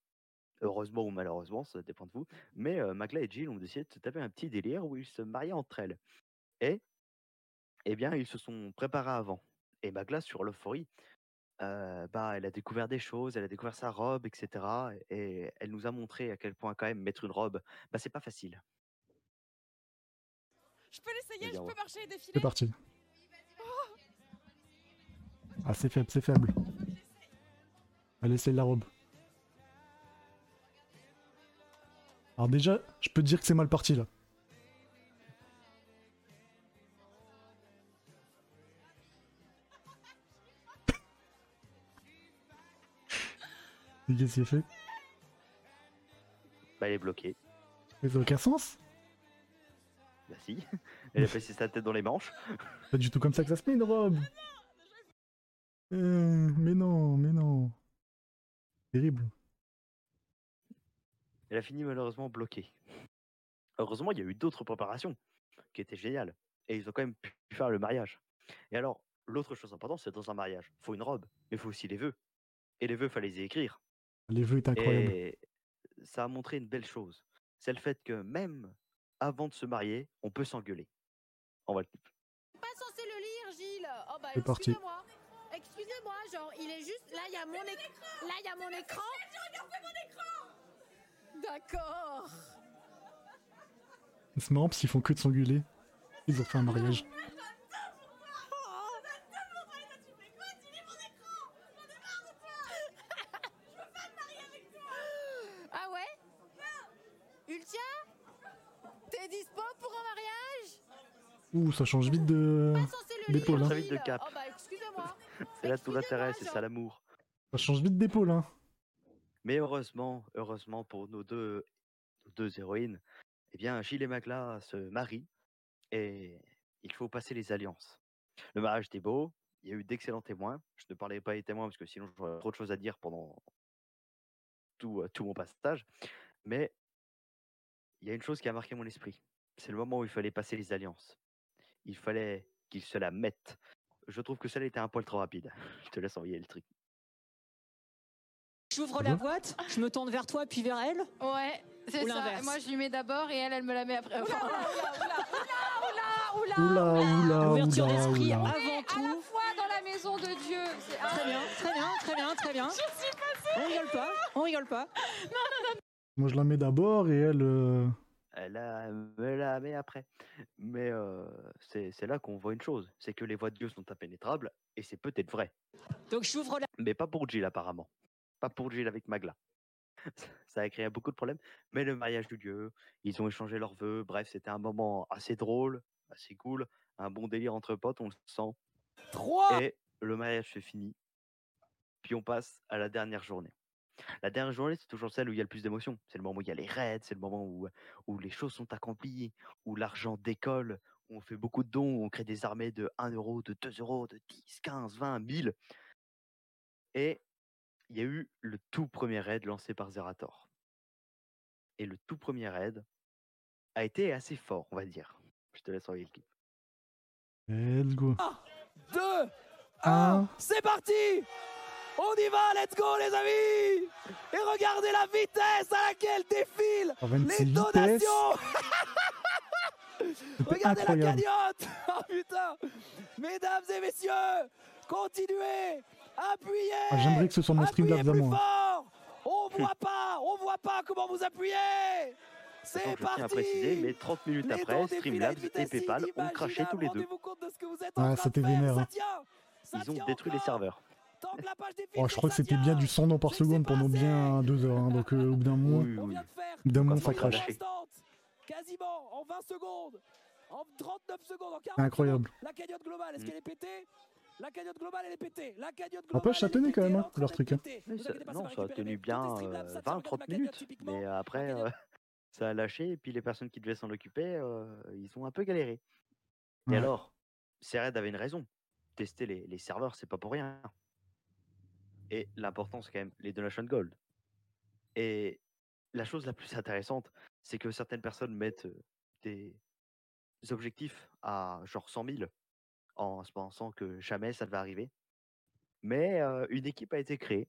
B: heureusement ou malheureusement, ça dépend de vous, mais euh, Magla et Jill ont décidé de se taper un petit délire où ils se mariaient entre elles. Et, eh bien, ils se sont préparés avant. Et Magla, sur l'euphorie, euh, bah, elle a découvert des choses, elle a découvert sa robe, etc. Et elle nous a montré à quel point quand même mettre une robe, bah, c'est pas facile.
L: Je peux l'essayer, je
B: Regarde.
L: peux marcher et défiler.
D: C'est parti. Ah, c'est faible, c'est faible. Allez, c'est la robe. Alors déjà, je peux te dire que c'est mal parti, là. Et Qu'est-ce qu'il a fait
B: Bah, elle est bloquée.
D: Mais ça n'a aucun sens
B: Bah si. Elle a passé sa tête dans les manches.
D: C'est Pas du tout comme ça que ça se met une robe. Euh, mais non, mais non. Terrible.
B: Elle a fini malheureusement bloquée. Heureusement, il y a eu d'autres préparations qui étaient géniales. Et ils ont quand même pu faire le mariage. Et alors, l'autre chose importante, c'est dans un mariage, faut une robe, mais faut aussi les vœux. Et les vœux, fallait les écrire.
D: Les vœux étaient incroyables.
B: Et ça a montré une belle chose. C'est le fait que même avant de se marier, on peut s'engueuler. On va le clip.
L: Pas censé le lire, Gilles. Oh bah
B: C'est parti.
L: excusez-moi. Excusez-moi, genre il est juste là, il y a mon écran. Là, il y a mon écran. D'accord.
D: C'est marrant parce qu'ils font que de s'engueuler. Ils ont fait un mariage.
L: Ah ouais Ultia T'es dispo pour un mariage
D: Ouh, ça change vite de d'épaule. hein.
B: Très vite de cap.
L: Oh bah excusez-moi.
B: C'est là tout l'intérêt, c'est ça l'amour.
D: Ça change vite d'épaule. Hein.
B: Mais heureusement, heureusement pour nos deux, nos deux héroïnes, eh bien, Gilles et Magla se marient et il faut passer les alliances. Le mariage était beau, il y a eu d'excellents témoins. Je ne parlerai pas des témoins parce que sinon j'aurais trop de choses à dire pendant tout, euh, tout mon passage. Mais il y a une chose qui a marqué mon esprit. C'est le moment où il fallait passer les alliances. Il fallait qu'ils se la mettent. Je trouve que celle était un poil trop rapide. Je te laisse envoyer le truc.
M: J'ouvre la boîte, je me tourne vers toi puis vers elle.
L: Ouais, c'est
M: Ou
L: ça.
M: l'inverse.
L: Et Moi, je lui mets d'abord et elle, elle me la met après. Enfin,
D: Oula, oula,
M: Ouverture
D: oula,
M: d'esprit
D: oula.
M: avant
L: à la fois dans la maison de Dieu. C'est- ah.
M: Très bien, très bien, très bien, très bien.
L: Je suis passée.
M: On rigole pas, on rigole pas.
D: Moi je la mets d'abord et elle. euh,
B: Elle a- me la met après. Mais euh, c'est c'est là qu'on voit une chose, c'est que les voix de Dieu sont impénétrables, et c'est peut-être vrai.
M: Donc j'ouvre la.
B: Mais pas pour Jill apparemment. Pas pour Jill avec Magla. Ça a créé beaucoup de problèmes, mais le mariage du lieu, ils ont échangé leurs vœux, bref, c'était un moment assez drôle, assez cool, un bon délire entre potes, on le sent. Et le mariage c'est fini. Puis on passe à la dernière journée. La dernière journée, c'est toujours celle où il y a le plus d'émotions. C'est le moment où il y a les raids, c'est le moment où, où les choses sont accomplies, où l'argent décolle, où on fait beaucoup de dons, où on crée des armées de 1 euro, de 2 euros, de 10, 15, 20, 1000. Et il y a eu le tout premier raid lancé par Zerator. Et le tout premier raid a été assez fort, on va dire. Je te laisse envoyer le clip.
D: Let's go.
F: Deux
D: Ah.
F: C'est parti On y va, let's go les amis Et regardez la vitesse à laquelle défilent
D: Ah, 26
F: les donations
D: C'était
F: Regardez la
D: incroyable.
F: cagnotte Oh putain Mesdames et messieurs, continuez Appuyez
D: Ah, J'aimerais que ce soit mon stream hein. de
F: Appuyez plus
D: l'avant.
F: fort On voit pas On voit pas comment vous appuyez C'est
B: Je tiens à
F: parti
B: préciser, mais 30 minutes
F: Les
B: après,
F: dons défilent à
B: Streamlabs
F: une
B: et
F: vitesse
B: PayPal ont craché tous les deux.
D: Ah, c'était vénère. hein.
B: Ils ont détruit les serveurs.
D: Oh, je crois que c'était bien du 100 dents par seconde pendant bien 2 heures. hein, Donc, euh, au bout d'un moment, au bout d'un moment, ça crache.
F: Quasiment en 20 secondes En 39 secondes, en 40
D: C'est incroyable.
F: secondes. La cagnotte globale,
B: Mm.
F: est-ce qu'elle est pétée La cagnotte globale, elle est pétée La cagnotte globale,
D: Un peu chatonné quand même, hein, leur truc. hein.
F: pétée.
B: Oui,
F: Vous
B: ça-
F: inquiétez pas, ça
B: non,
F: va
B: ça a
F: récupérer.
B: tenu bien euh, 20-30 minutes. Mais après, euh, ça a lâché. Et puis les personnes qui devaient s'en occuper, euh, ils ont un peu galéré. Et
D: Ouais.
B: alors, Sered avait une raison. Tester les, les serveurs, c'est pas pour rien. Et l'important, c'est quand même les donations gold. Et la chose la plus intéressante, c'est que certaines personnes mettent euh, des objectifs à genre 100 000 en se pensant que jamais ça ne va arriver. Mais euh, une équipe a été créée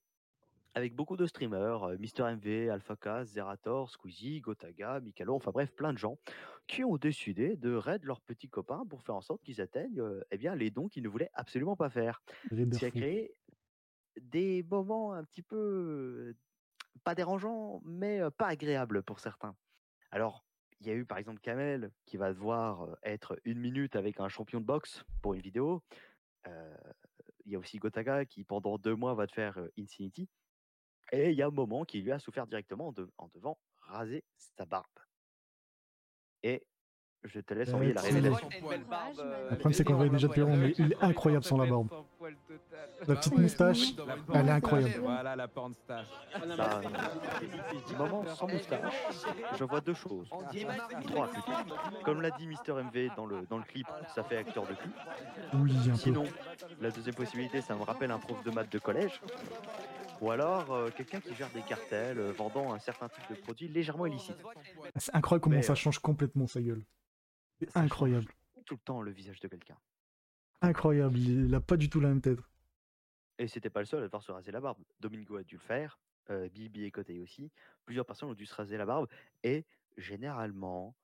B: avec beaucoup de streamers, euh, Mister MV, AlphaCast, Zerator, Squeezie, Gotaga, Mikalo, enfin bref, plein de gens qui ont décidé de raid leurs petits copains pour faire en sorte qu'ils atteignent euh, eh bien, les dons qu'ils ne voulaient absolument pas faire.
D: Raider
B: Ce qui a
D: fou.
B: créé des moments un petit peu euh, pas dérangeants, mais euh, pas agréables pour certains. Alors, il y a eu par exemple Kamel qui va devoir euh, être une minute avec un champion de boxe pour une vidéo. Euh, Il y a aussi Gotaga qui pendant deux mois va te faire euh, Infinity. Et il y a un moment qui lui a souffert directement en, de- en devant raser sa barbe. Et je te laisse
D: Euh,
B: envoyer la
D: c'est-
B: révélation.
D: Le problème, c'est qu'on voyait déjà Perron, mais il est incroyable sans la barbe. La
B: Ah
D: petite moustache, elle est incroyable.
H: Voilà la porn star.
F: Ah,
B: Ça, Maman sans moustache, je vois deux choses. Trois plutôt. Comme l'a dit Mister MV dans le, dans le clip, ça fait acteur de cul.
D: Oui, un peu.
B: Sinon, la deuxième possibilité, ça me rappelle un prof de maths de collège. Ou alors euh, quelqu'un qui gère des cartels euh, vendant un certain type de produit légèrement illicite.
D: C'est incroyable comment
B: Mais,
D: ça
B: euh,
D: change complètement sa gueule. C'est incroyable.
B: Tout le temps le visage de quelqu'un.
D: Incroyable, il a pas du tout la même tête.
B: Et c'était pas le seul à devoir se raser la barbe. Domingo a dû le faire, euh, Bibi et Côté aussi. Plusieurs personnes ont dû se raser la barbe. Et généralement,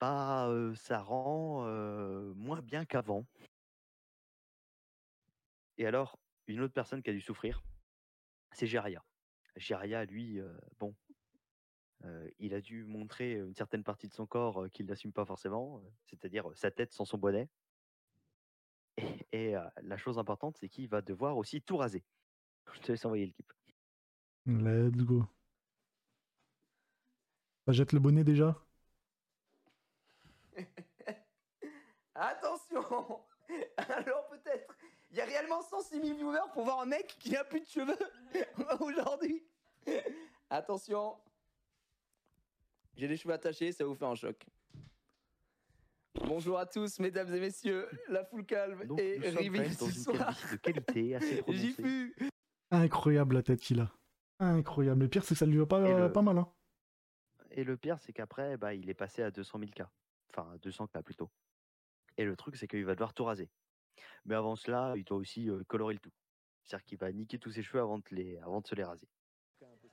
B: bah, euh, ça rend euh, moins bien qu'avant. Et alors, une autre personne qui a dû souffrir, c'est Géria. Géria, lui, euh, bon, euh, il a dû montrer une certaine partie de son corps euh, qu'il n'assume pas forcément, euh, c'est-à-dire euh, sa tête sans son bonnet. Et euh, la chose importante, c'est qu'il va devoir aussi tout raser. Je te laisse envoyer le clip.
D: Let's go. Ça jette le bonnet déjà
N: Attention Alors peut-être, il y a réellement 106 000 viewers pour voir un mec qui n'a plus de cheveux aujourd'hui. Attention J'ai les cheveux attachés, ça vous fait un choc. Bonjour à tous, mesdames et messieurs, la foule calme
B: Donc,
N: et
B: nous sommes quand
N: réveillée
B: même dans
N: ce
B: une
N: soir.
B: calvitie de qualité assez
N: J'y
B: prononcée.
N: fus
D: Incroyable la tête qu'il a. Incroyable. Le pire, c'est que ça lui va pas,
B: Et le-
D: pas mal. Hein.
B: Et le pire, c'est qu'après, bah, il est passé à 200 000 cas. Enfin, à 200 cas plutôt. Et le truc, c'est qu'il va devoir tout raser. Mais avant cela, il doit aussi euh, colorer le tout. C'est-à-dire qu'il va niquer tous ses cheveux avant de, les, avant de se les raser.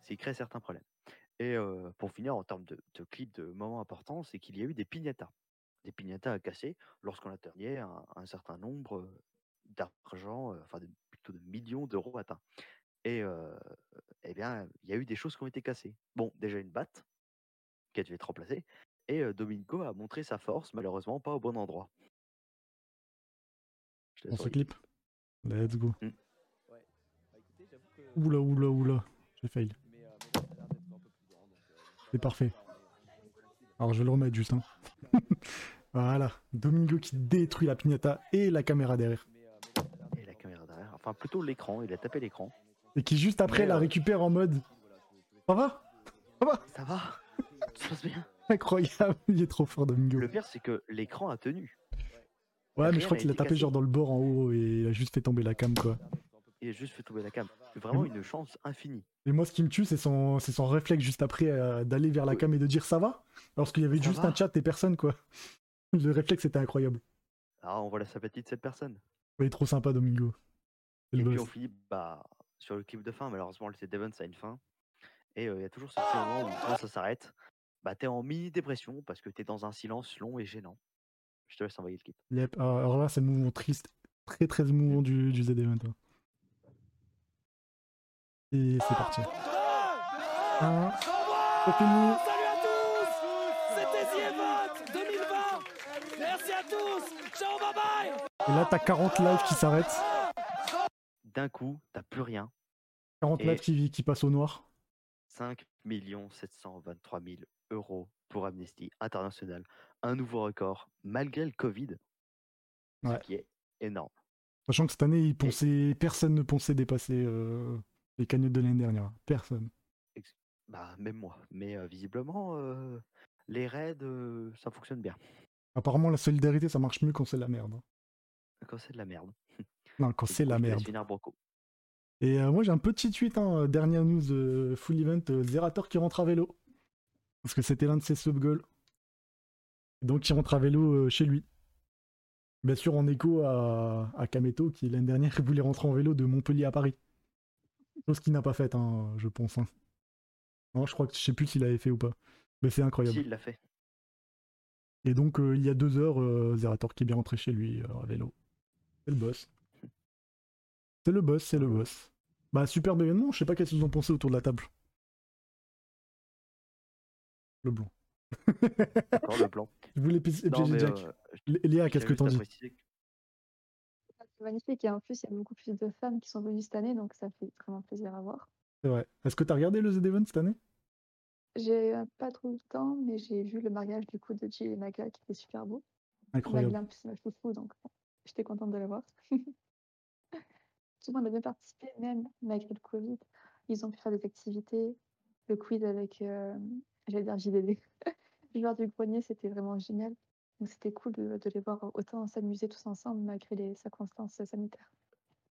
B: Ça crée certains problèmes. Et euh, pour finir, en termes de, de clips de moments importants, c'est qu'il y a eu des piñatas. Des piñatas à casser lorsqu'on atteignait un, un certain nombre euh, d'argent, euh, enfin de- plutôt de millions d'euros atteints. Et euh, eh bien, il y a eu des choses qui ont été cassées. Bon, déjà une batte qui a dû être remplacée. Et euh, Domingo a montré sa force, malheureusement pas au bon endroit. Je te
D: Dans
B: laisse
D: ce
B: envoyer.
D: clip. Let's go.
B: Mm.
F: Bah,
D: Oula, oula, oula. J'ai fail.
F: euh,
D: C'est parfait. Alors, je vais le remettre juste. hein. voilà. Domingo qui détruit la piñata et la caméra derrière.
B: Et la caméra derrière. Enfin, plutôt l'écran, il a tapé l'écran.
D: Et qui, juste après,
B: Mais,
D: la
B: euh,
D: récupère en mode. Ça va Ça va
B: Ça va Ça se passe bien.
D: Incroyable. Il est trop fort, Domingo.
B: Le pire, c'est que l'écran a tenu.
D: Ouais, mais je
B: rien
D: crois
B: n'a
D: qu'il a
B: été
D: tapé
B: cassé.
D: genre dans le bord en haut et il a juste fait tomber la cam, quoi.
B: Il a juste fait tomber la cam. Vraiment
D: Mais-
B: une chance infinie.
D: Et moi, ce qui me tue, c'est son, c'est son réflexe juste après euh, d'aller vers la cam et de dire ça va Alors qu'il y avait
B: Ça
D: juste
B: va
D: un chat et personne, quoi. Le réflexe était incroyable.
B: Ah, on voit la sympathie de cette personne.
D: Il est trop sympa, Domingo. C'est
B: Et
D: le
B: puis
D: boss.
B: on finit bah, sur le clip de fin, malheureusement, le set Event, ça a une fin. Et euh, il y a toujours ce petit moment où quand ça s'arrête, bah, t'es en mini-dépression parce que t'es dans un silence long et gênant. Je te laisse envoyer le clip.
D: Yep, alors- Alors là, c'est le mouvement triste, très très mouvement du, du ZD20. hein. Et c'est parti. Un, Ah. c'est fini.
F: Salut à tous C'était The Event 2020 Merci à tous Ciao, bye bye
D: Et là, t'as 40 lives qui s'arrêtent,
B: D'un coup, t'as plus rien.
D: 40
B: Et-
D: lives qui, qui passent au noir.
B: 5 723 000 euros pour Amnesty International. Un nouveau record, malgré le Covid,
D: Ouais.
B: ce qui est énorme.
D: Sachant que cette année, ils pensaient- personne ne pensait dépasser euh, les cagnottes de l'année dernière. Personne.
B: Bah, même moi. Mais euh, visiblement, euh, les raids, euh, ça fonctionne bien.
D: Apparemment, la solidarité, ça marche mieux quand c'est la merde. hein.
B: Quand c'est de la merde.
D: Non, quand c'est la
B: Je te laisse
D: merde.
B: finir, Broco.
D: Et euh, moi, j'ai un petit tweet, hein, dernière news, euh, full event, euh, Zerator qui rentre à vélo. Parce que c'était l'un de ses sub goals. Donc, il rentre à vélo euh, chez lui. Bien sûr, en écho à, à Kameto, qui l'année dernière voulait rentrer en vélo de Montpellier à Paris. Chose qu'il n'a pas faite, hein, je pense. hein. Non, je crois que je sais plus s'il l'avait fait ou pas. Mais c'est incroyable.
B: Si, il l'a fait.
D: Et donc, euh, il y a deux heures, euh, Zerator qui est bien rentré chez lui euh, à vélo. C'est le boss. C'est le boss, c'est le boss. Bah, superbe événement, je sais pas qu'est-ce que vous en pensez autour de la table. Le blanc.
B: Encore le plan.
D: Je voulais pis-
B: Non,
D: piéger
B: mais,
D: Jack.
B: euh,
D: L- Léa, qu'est-ce que t'en dis
C: C'est magnifique. Et en plus, il y a beaucoup plus de femmes qui sont venues cette année, donc ça fait vraiment plaisir à voir.
D: C'est vrai. Est-ce que t'as regardé le Z-Event cette année
C: J'ai euh, pas trop eu le temps, mais j'ai vu le mariage du coup de Jill et Maga qui était super beau.
D: Incroyable.
C: Magla, en plus, c'est ma chouchou, donc bon, j'étais contente de la voir. Tout le monde a bien participé, même malgré le Covid. Ils ont pu faire des activités, le quiz avec, euh, j'allais dire JDD, le joueur du grenier, c'était vraiment génial. Donc c'était cool de, de les voir autant s'amuser tous ensemble malgré les circonstances sanitaires.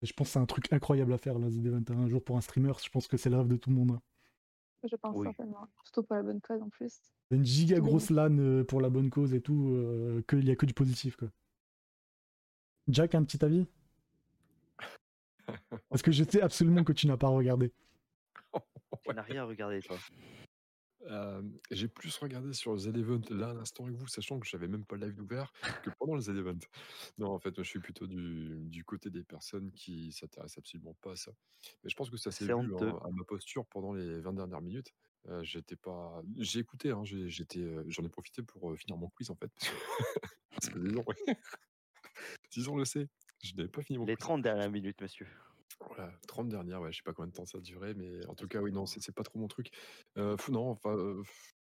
D: Je pense que c'est un truc incroyable à faire, le Z-Event. hein. Un jour pour un streamer, je pense que c'est le rêve de tout le monde. hein.
C: Je pense
D: Oui.
C: certainement, surtout pour la bonne cause en plus.
D: C'est Une giga
C: Oui.
D: grosse LAN euh, pour la bonne cause et tout, euh, que- il y a que du positif, quoi. Jack, un petit avis Parce que je sais absolument que tu n'as pas regardé.
B: Tu n'as rien regardé, toi.
A: Euh, j'ai plus regardé sur le Z-Event là à l'instant avec vous, sachant que j'avais même pas le live ouvert que pendant le Z-Event. Non, en fait, moi, je suis plutôt du, du côté des personnes qui s'intéressent absolument pas à ça. Mais je pense que ça s'est
B: C'est
A: vu
B: honteux.
A: hein, à ma posture pendant les 20 dernières minutes. Euh, j'étais pas, j'ai écouté, hein, j'ai- j'étais, euh, j'en ai profité pour euh, finir mon quiz en fait. parce que- parce que disons, disons le sait, je n'avais pas fini mon
B: Les
A: quiz.
B: 30 dernières minutes, monsieur.
A: Voilà, 30 dernières, ouais, je sais pas combien de temps ça a duré, mais en tout cas, oui, non, c'est c'est pas trop mon truc. Euh, fou, non, enfin, euh, f-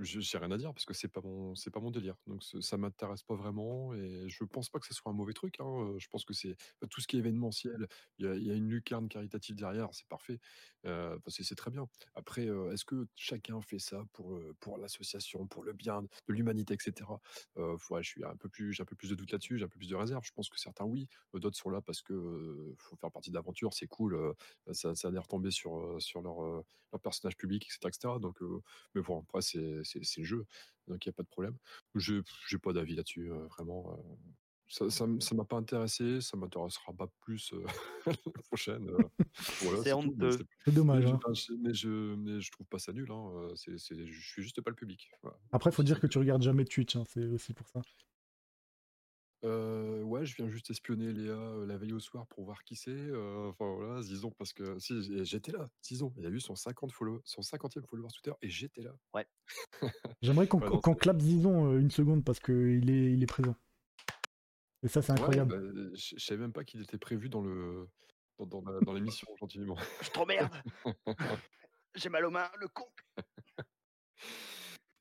A: je j'ai rien à dire parce que c'est pas mon, c'est pas mon délire. Donc ce- ça m'intéresse pas vraiment et je pense pas que ce soit un mauvais truc. hein, euh, Je pense que c'est enfin, tout ce qui est événementiel. Il y, a- il y a une lucarne caritative derrière, c'est parfait. Euh, enfin, c'est c'est très bien. Après, euh, est-ce que chacun fait ça pour euh, pour l'association, pour le bien de l'humanité, etc. Euh, ouais, je suis un peu plus, j'ai un peu plus de doute là-dessus, j'ai un peu plus de réserve. Je pense que certains oui, euh, d'autres sont là parce que euh, faut faire partie de l'aventure, c'est cool. euh, ça, ça a l'air tombé sur euh, sur leur euh, leur personnage public, etc., etc. Donc, euh, mais bon, après c'est c'est c'est le jeu, donc il y a pas de problème. Je j'ai pas d'avis là-dessus euh, vraiment. euh, ça, ça, m- ça m'a pas intéressé, ça m'intéressera pas plus euh, la prochaine. euh, voilà,
B: C'est
A: tout, mais
B: honteux.
D: C'est dommage,
A: Mais,
D: hein.
A: je, mais, je, mais je trouve pas ça nul. Hein. euh, c'est- c'est- je suis juste pas le public. voilà.
D: Après, faut dire que tu regardes jamais Twitch, hein, c'est aussi pour ça.
A: Euh, ouais, je viens juste espionner Léa euh, la veille au soir pour voir qui c'est. euh, Enfin voilà, Zizon, parce que si j'- j'étais là, Zizon, il a eu son 50 follow, son 50e follower Twitter et j'étais là.
B: Ouais.
D: J'aimerais qu'on
A: Ouais, non,
D: qu'on clappe Zizon euh, une seconde parce qu'il est, il est présent. Et ça, c'est
A: Ouais,
D: incroyable.
A: bah, euh, je je savais même pas qu'il était prévu dans le dans, dans la- dans l'émission gentiment.
B: Je t'emmerde J'ai mal aux mains, le con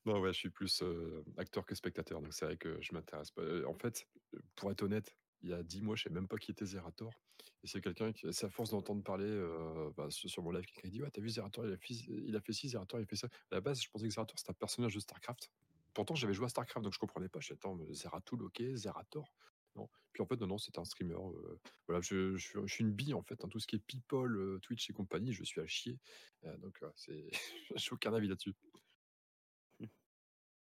A: Non, ouais, je suis plus euh, acteur que spectateur, donc c'est vrai que je m'intéresse pas. Euh, En fait, euh, pour être honnête, il y a 10 mois, je ne savais même pas qui était Zerator. Et c'est quelqu'un qui, c'est à force d'entendre parler euh, bah, sur sur mon live, quelqu'un qui dit Ouais, t'as vu Zerator, il a, fi- il a fait ci, Zerator, il a fait ça. À la base, je pensais que Zerator, c'était un personnage de StarCraft. Pourtant, j'avais joué à StarCraft, donc je comprenais pas. Je disais, Attends, mais Zeratul, ok, Zerator. Non. Puis en fait, non, non, c'est un streamer. euh, voilà, je, je suis- je suis une bille en fait. hein, tout ce qui est people, euh, Twitch et compagnie, je suis à chier. Euh, donc, ouais, c'est... j'ai aucun avis là-dessus. bah.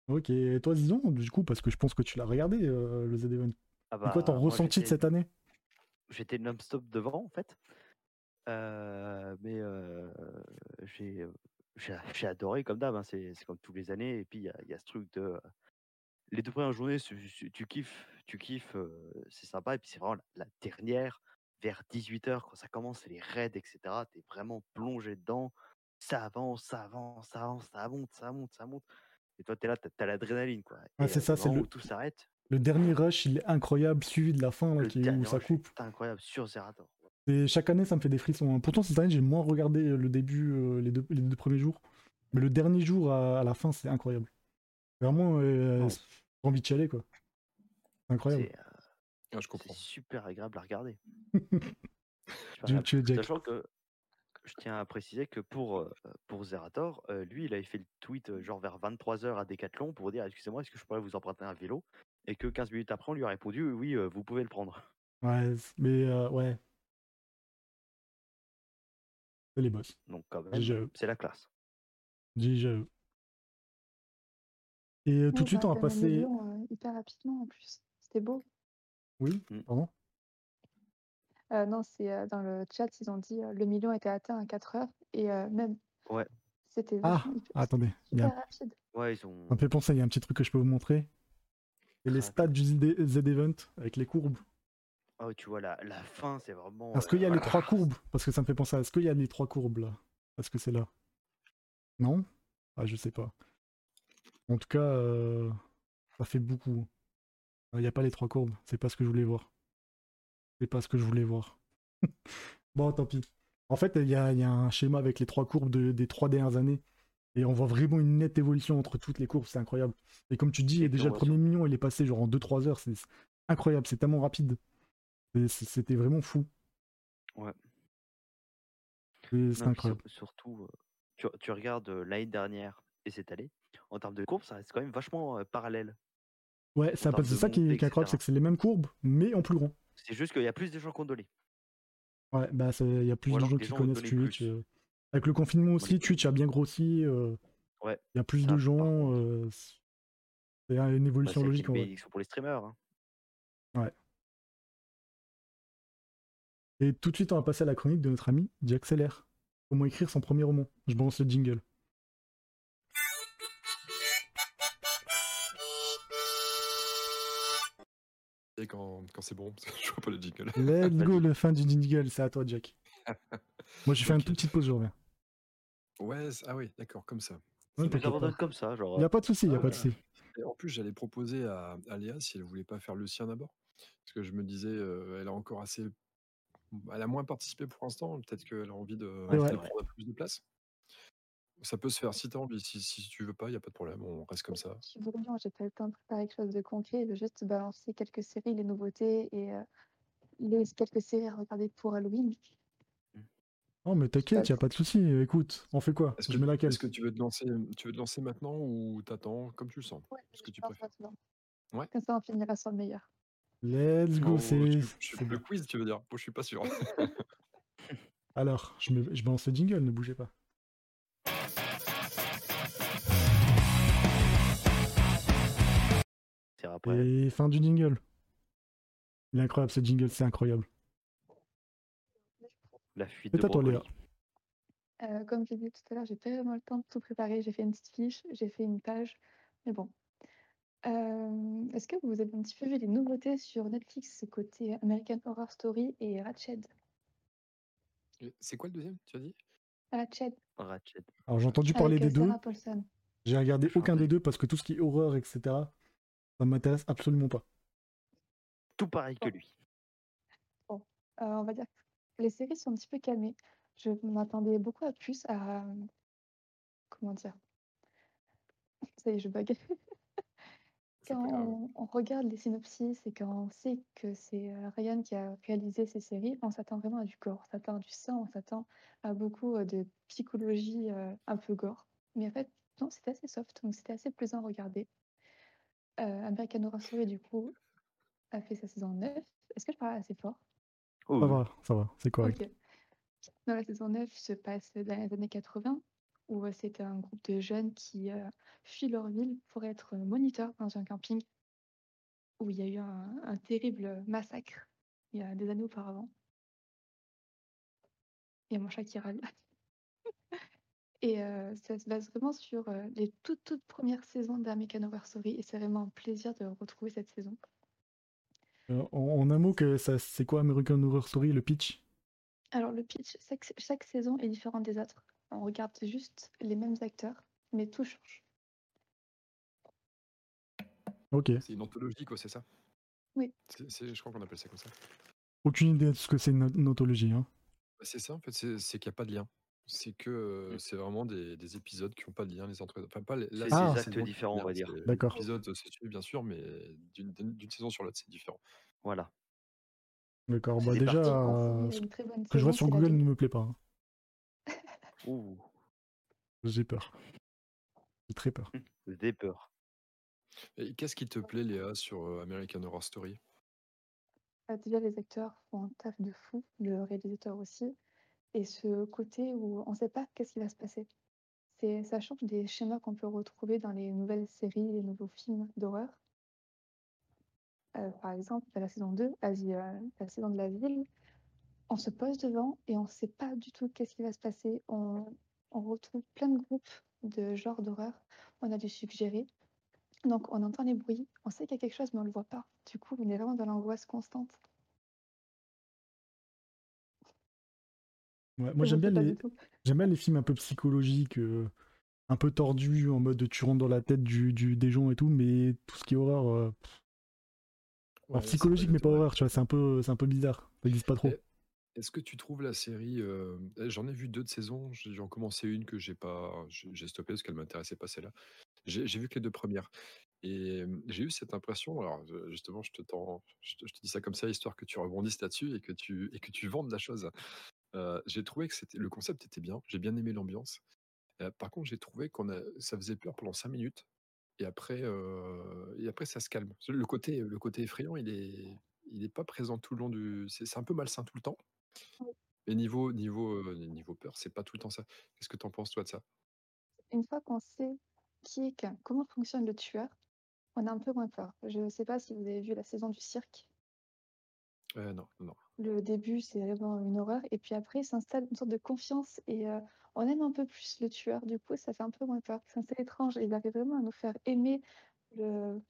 D: Ok, et toi, Zizon, du coup, parce que je pense que tu l'as regardé, euh, le Z-Event.
B: Ah
D: Et quoi
B: bah,
D: ton
B: moi,
D: ressenti de
B: j'étais-
D: cette année
B: J'étais non-stop devant, en fait. Euh, mais euh, j'ai j'ai- j'ai adoré comme d'hab, hein, c'est c'est comme tous les années. Et puis il y a- il y, a ce truc de. euh, Les deux premières journées, c'est- c'est- tu kiffes, tu kiffes, euh, c'est sympa. Et puis c'est vraiment la, la dernière, vers 18h, quand ça commence, c'est les raids, etc. T'es vraiment plongé dedans. Ça avance, ça avance, ça avance, ça monte, ça monte, ça monte. Et toi, t'es là, t'as t'as l'adrénaline, quoi.
D: Ah,
B: Et,
D: c'est
B: euh,
D: ça,
B: le
D: c'est
B: moment
D: le-
B: où tout s'arrête.
D: Le dernier
B: Ah.
D: rush, il est incroyable, suivi de la fin là, qui- où ça coupe.
B: C'est incroyable, sur Zerator.
D: Et chaque année, ça me fait des frissons. hein. Pourtant, cette année, j'ai moins regardé euh, le début, euh, les, deux, les deux premiers jours. Mais le dernier jour à, à la fin, c'est incroyable. Vraiment, euh, j'ai envie de chialer, quoi. C'est Incroyable.
B: euh,
A: je comprends.
B: super agréable à regarder. Super
D: Tu-
B: agréable.
D: tu es Jack.
B: Sachant que je tiens à préciser que pour, euh, pour Zerator, euh, lui, il avait fait le tweet euh, genre vers 23h à Decathlon pour dire Excusez-moi, est-ce que je pourrais vous emprunter un vélo Et que 15 minutes après, on lui a répondu Oui, euh, vous pouvez le prendre.
D: Ouais, c- mais euh, ouais. C'est les boss.
B: Donc, quand même,
D: Je-
B: c'est la classe.
D: JJE. Et euh, tout de
C: Oui,
D: suite,
C: bah,
D: on va
C: t'as mené
D: passer.
C: Lyon, euh, hyper rapidement en plus. C'était beau.
D: Oui,
B: Mm.
D: pardon.
C: Euh, non, c'est euh, dans le chat, ils ont dit euh, le million était atteint à 4 heures et euh, même
B: Ouais.
C: c'était
D: Ah,
C: vachement hyper-
D: attendez. Il y
C: hyper
D: a...
C: rapide.
B: Ouais, ils ont.
D: Ça me fait penser, il y a un petit truc que je peux vous montrer. C'est les stats du Z-Event avec les courbes.
B: Oh, tu vois, la, la fin, c'est vraiment.
D: Est-ce
B: euh,
D: qu'il y a les
B: voilà.
D: trois courbes Parce que ça me fait penser à est-ce qu'il y a les trois courbes là Est-ce que c'est là Non Ah, je sais pas. En tout cas, euh, ça fait beaucoup. Ah, Il n'y a pas les trois courbes, c'est pas ce que je voulais voir. C'est pas ce que je voulais voir. bon, tant pis. En fait, il y a, il y a un schéma avec les trois courbes de- des trois dernières années. Et on voit vraiment une nette évolution entre toutes les courbes, c'est incroyable. Et comme tu dis, déjà le premier million, il est passé genre en 2-3 heures, c'est c'est incroyable, c'est tellement rapide. C'est- c'est- C'était vraiment fou.
B: Ouais.
D: C'est
B: Non,
D: c'est
B: puis
D: incroyable.
B: sur- surtout, euh, tu, tu regardes euh, l'année dernière et cette année, en termes de courbes, ça reste quand même vachement euh, parallèle.
D: Ouais, ça-
B: en termes
D: c'est
B: de
D: ça qui,
B: montée,
D: est- qui est incroyable, c'est
B: etc..
D: que c'est les mêmes courbes, mais en plus grand.
B: C'est juste qu'il y a plus de gens condolés.
D: Ouais, bah c'est- il y a plus
B: Ou
D: de
B: alors
D: gens
B: des
D: qui
B: gens
D: connaissent
B: donnent les
D: Twitch. euh. Avec le confinement aussi, Twitch a bien grossi. euh,
B: Il ouais,
D: y a plus de gens. euh, c'est- c'est une
B: bah, c'est
D: évolution
B: la
D: logique. en vrai.
B: bénédiction pour les streamers. hein.
D: Ouais. Et tout de suite, on va passer à la chronique de notre ami Jack Seller. Comment écrire son premier roman Je balance le jingle.
A: Et quand, quand c'est bon, parce que je vois pas le jingle.
D: Let's go, le fin du jingle, c'est à toi, Jack. Moi, j'ai fait une
A: Ok.
D: toute petite pause, je reviens.
A: Ouais, c'est- ah oui, d'accord, comme ça.
D: Ouais, t'inquiète
B: abandonne
D: pas.
B: comme ça, genre. euh,
D: Y a pas de souci, y a
A: Ah,
D: pas de
A: voilà.
D: souci.
A: Et En plus, j'allais proposer à, à Léa si elle voulait pas faire le sien d'abord. Parce que je me disais, euh, elle a encore assez. Elle a moins participé pour l'instant. Peut-être qu'elle a envie de,
D: C'est vrai.
A: de prendre un peu plus de place. Ça peut se faire si t'as envie. Si, si tu veux pas, il n'y a pas de problème. On reste comme ça.
C: Je suis vraiment, j'ai pas eu le temps de préparer quelque chose de concret. Je vais juste balancer quelques séries, les nouveautés et euh, les quelques séries à regarder pour Halloween.
D: Non, mais t'inquiète, y a pas de souci. Écoute, on fait quoi
A: Est-ce
D: Je
A: que,
D: mets laquelle
A: est-ce que tu veux te lancer, tu veux te lancer maintenant ou t'attends comme tu le sens Ce que tu
C: Lance
A: préfères.
C: maintenant.
A: Ouais.
C: Comme ça, on finira sur le meilleur.
D: Let's go,
A: Oh,
D: c'est.
A: je- je- le quiz, tu veux dire Moi, Je suis pas sûr.
D: Alors, je, me, je balance le jingle, ne bougez pas. Et fin du jingle. Il est incroyable ce jingle, c'est incroyable.
B: La fuite
D: C'est
B: de
D: à toi,
B: brocoli.
D: Léa.
C: Euh, comme j'ai dit tout à l'heure, j'ai pas vraiment le temps de tout préparer. J'ai fait une petite fiche, j'ai fait une page, mais bon. Euh, Est-ce que vous avez un petit peu vu les nouveautés sur Netflix côté American Horror Story et Ratched
A: Et C'est quoi le deuxième Tu as dit
C: Ratched.
B: Ratchet.
D: Alors, j'ai entendu parler
C: Ah, avec,
D: des
C: euh,
D: deux.
C: Sarah Paulson.
D: J'ai regardé aucun des deux parce que tout ce qui est horreur, etc., ça m'intéresse absolument pas.
B: Tout pareil
D: Oh,
B: que lui.
C: Bon, euh, on va dire que les séries sont un petit peu calmées. Je m'attendais beaucoup à plus à. euh, Comment dire Ça y est, je bug. quand on, on regarde les synopsis et quand on sait que c'est euh, Ryan qui a réalisé ces séries, on s'attend vraiment à du gore, on s'attend à du sang, on s'attend à beaucoup euh, de psychologie euh, un peu gore. Mais en fait, non, c'était assez soft, donc c'était assez plaisant à regarder. Euh, American Horror Story, du coup, a fait sa saison 9. Est-ce que je parle assez fort
D: ça va, ça va, c'est correct.
C: Ok. Dans la saison 9 se passe dans les années 80, où euh, c'est un groupe de jeunes qui euh, fuient leur ville pour être euh, moniteurs dans un camping où il y a eu un, un terrible massacre il y a des années auparavant. Il y a mon chat qui râle. et euh, ça se base vraiment sur euh, les toutes, toutes premières saisons d'Armecano War Story. Et c'est vraiment un plaisir de retrouver cette saison.
D: Euh, en, en un mot, que ça, c'est quoi American Horror Story, le pitch
C: Alors, le pitch, chaque, chaque saison est différente des autres. On regarde juste les mêmes acteurs, mais tout change.
D: Ok.
A: C'est une anthologie, quoi, c'est ça
C: Oui.
A: C'est- c'est- je crois qu'on appelle ça comme ça.
D: Aucune idée de ce que c'est une, une anthologie. Hein.
A: Bah, C'est ça, en fait, c'est c'est qu'il n'y a pas de lien. C'est que euh, c'est vraiment des, des épisodes qui n'ont pas de lien les entre eux. Enfin, pas les,
B: C'est
D: Ah. des
A: c'est
D: actes
A: vraiment
B: différents,
A: linéaire,
B: on va dire.
A: c'est-
D: D'accord.
A: L'épisode se suit, euh, bien sûr, mais d'une- d'une d'une saison sur l'autre, c'est différent.
B: Voilà.
D: D'accord, bah
A: C'est
D: déjà,
A: parti.
D: euh,
C: Il y a
D: ce
C: une très bonne
D: que je
C: saison,
D: vois sur
C: c'est la
D: Google
C: deux.
D: ne me plaît pas. hein.
B: Ouh,
D: J'ai peur. J'ai très peur.
B: des peurs.
A: Et qu'est-ce qui te plaît, Léa, sur euh, American Horror Story
C: Euh, Déjà, les acteurs font un taf de fou, le réalisateur aussi. Et ce côté où on ne sait pas qu'est-ce qui va se passer. C'est, ça change des schémas qu'on peut retrouver dans les nouvelles séries, les nouveaux films d'horreur. Euh, par exemple, à la saison 2, la, vie- euh, la saison de la ville, on se pose devant et on ne sait pas du tout qu'est-ce qui va se passer. On, on retrouve plein de groupes de genres d'horreur. On a dû suggérer. Donc, on entend les bruits, on sait qu'il y a quelque chose, mais on ne le voit pas. Du coup, on est vraiment dans l'angoisse constante.
D: Ouais, moi,
C: Je
D: j'aime
C: sais
D: bien,
C: pas
D: les...
C: du tout.
D: j'aime bien les films un peu psychologiques, euh, un peu tordus, en mode tu rentres dans la tête du, du- des gens et tout, mais tout ce qui est horreur. euh, pff.
A: Ouais,
D: Alors,
A: c'est
D: psychologique,
A: pas
D: mais pas
A: du tout, Euh,
D: horreur, tu vois, c'est un, peu, c'est un peu bizarre. Ça existe pas trop.
A: Est-ce que tu trouves la série euh, eh, J'en ai vu deux de saisons. j'ai- J'en commençais une que j'ai pas, j'ai j'ai stoppé parce qu'elle m'intéressait pas celle-là. J'ai j'ai vu que les deux premières et euh, j'ai eu cette impression. Alors euh, justement, je te, t'en- je te je te dis ça comme ça histoire que tu rebondisses là-dessus et que tu et que tu vendes la chose. Euh, j'ai trouvé que c'était le concept était bien. J'ai bien aimé l'ambiance. Euh, par contre, j'ai trouvé qu'on a, ça faisait peur pendant cinq minutes et après euh, et après ça se calme. Le côté le côté effrayant, il est il n'est pas présent tout le long du. C'est c'est un peu malsain tout le temps. Mais niveau, niveau, euh, niveau peur, c'est pas tout le temps ça. Qu'est-ce que t'en penses, toi, de ça
C: Une fois qu'on sait qui est, qu'un- comment fonctionne le tueur, on a un peu moins peur. Je ne sais pas si vous avez vu la saison du cirque.
A: Euh, Non, non.
C: Le début, c'est vraiment une horreur. Et puis après, s'installe une sorte de confiance et euh, on aime un peu plus le tueur. Du coup, ça fait un peu moins peur. C'est assez étrange. et Il arrive vraiment à nous faire aimer le,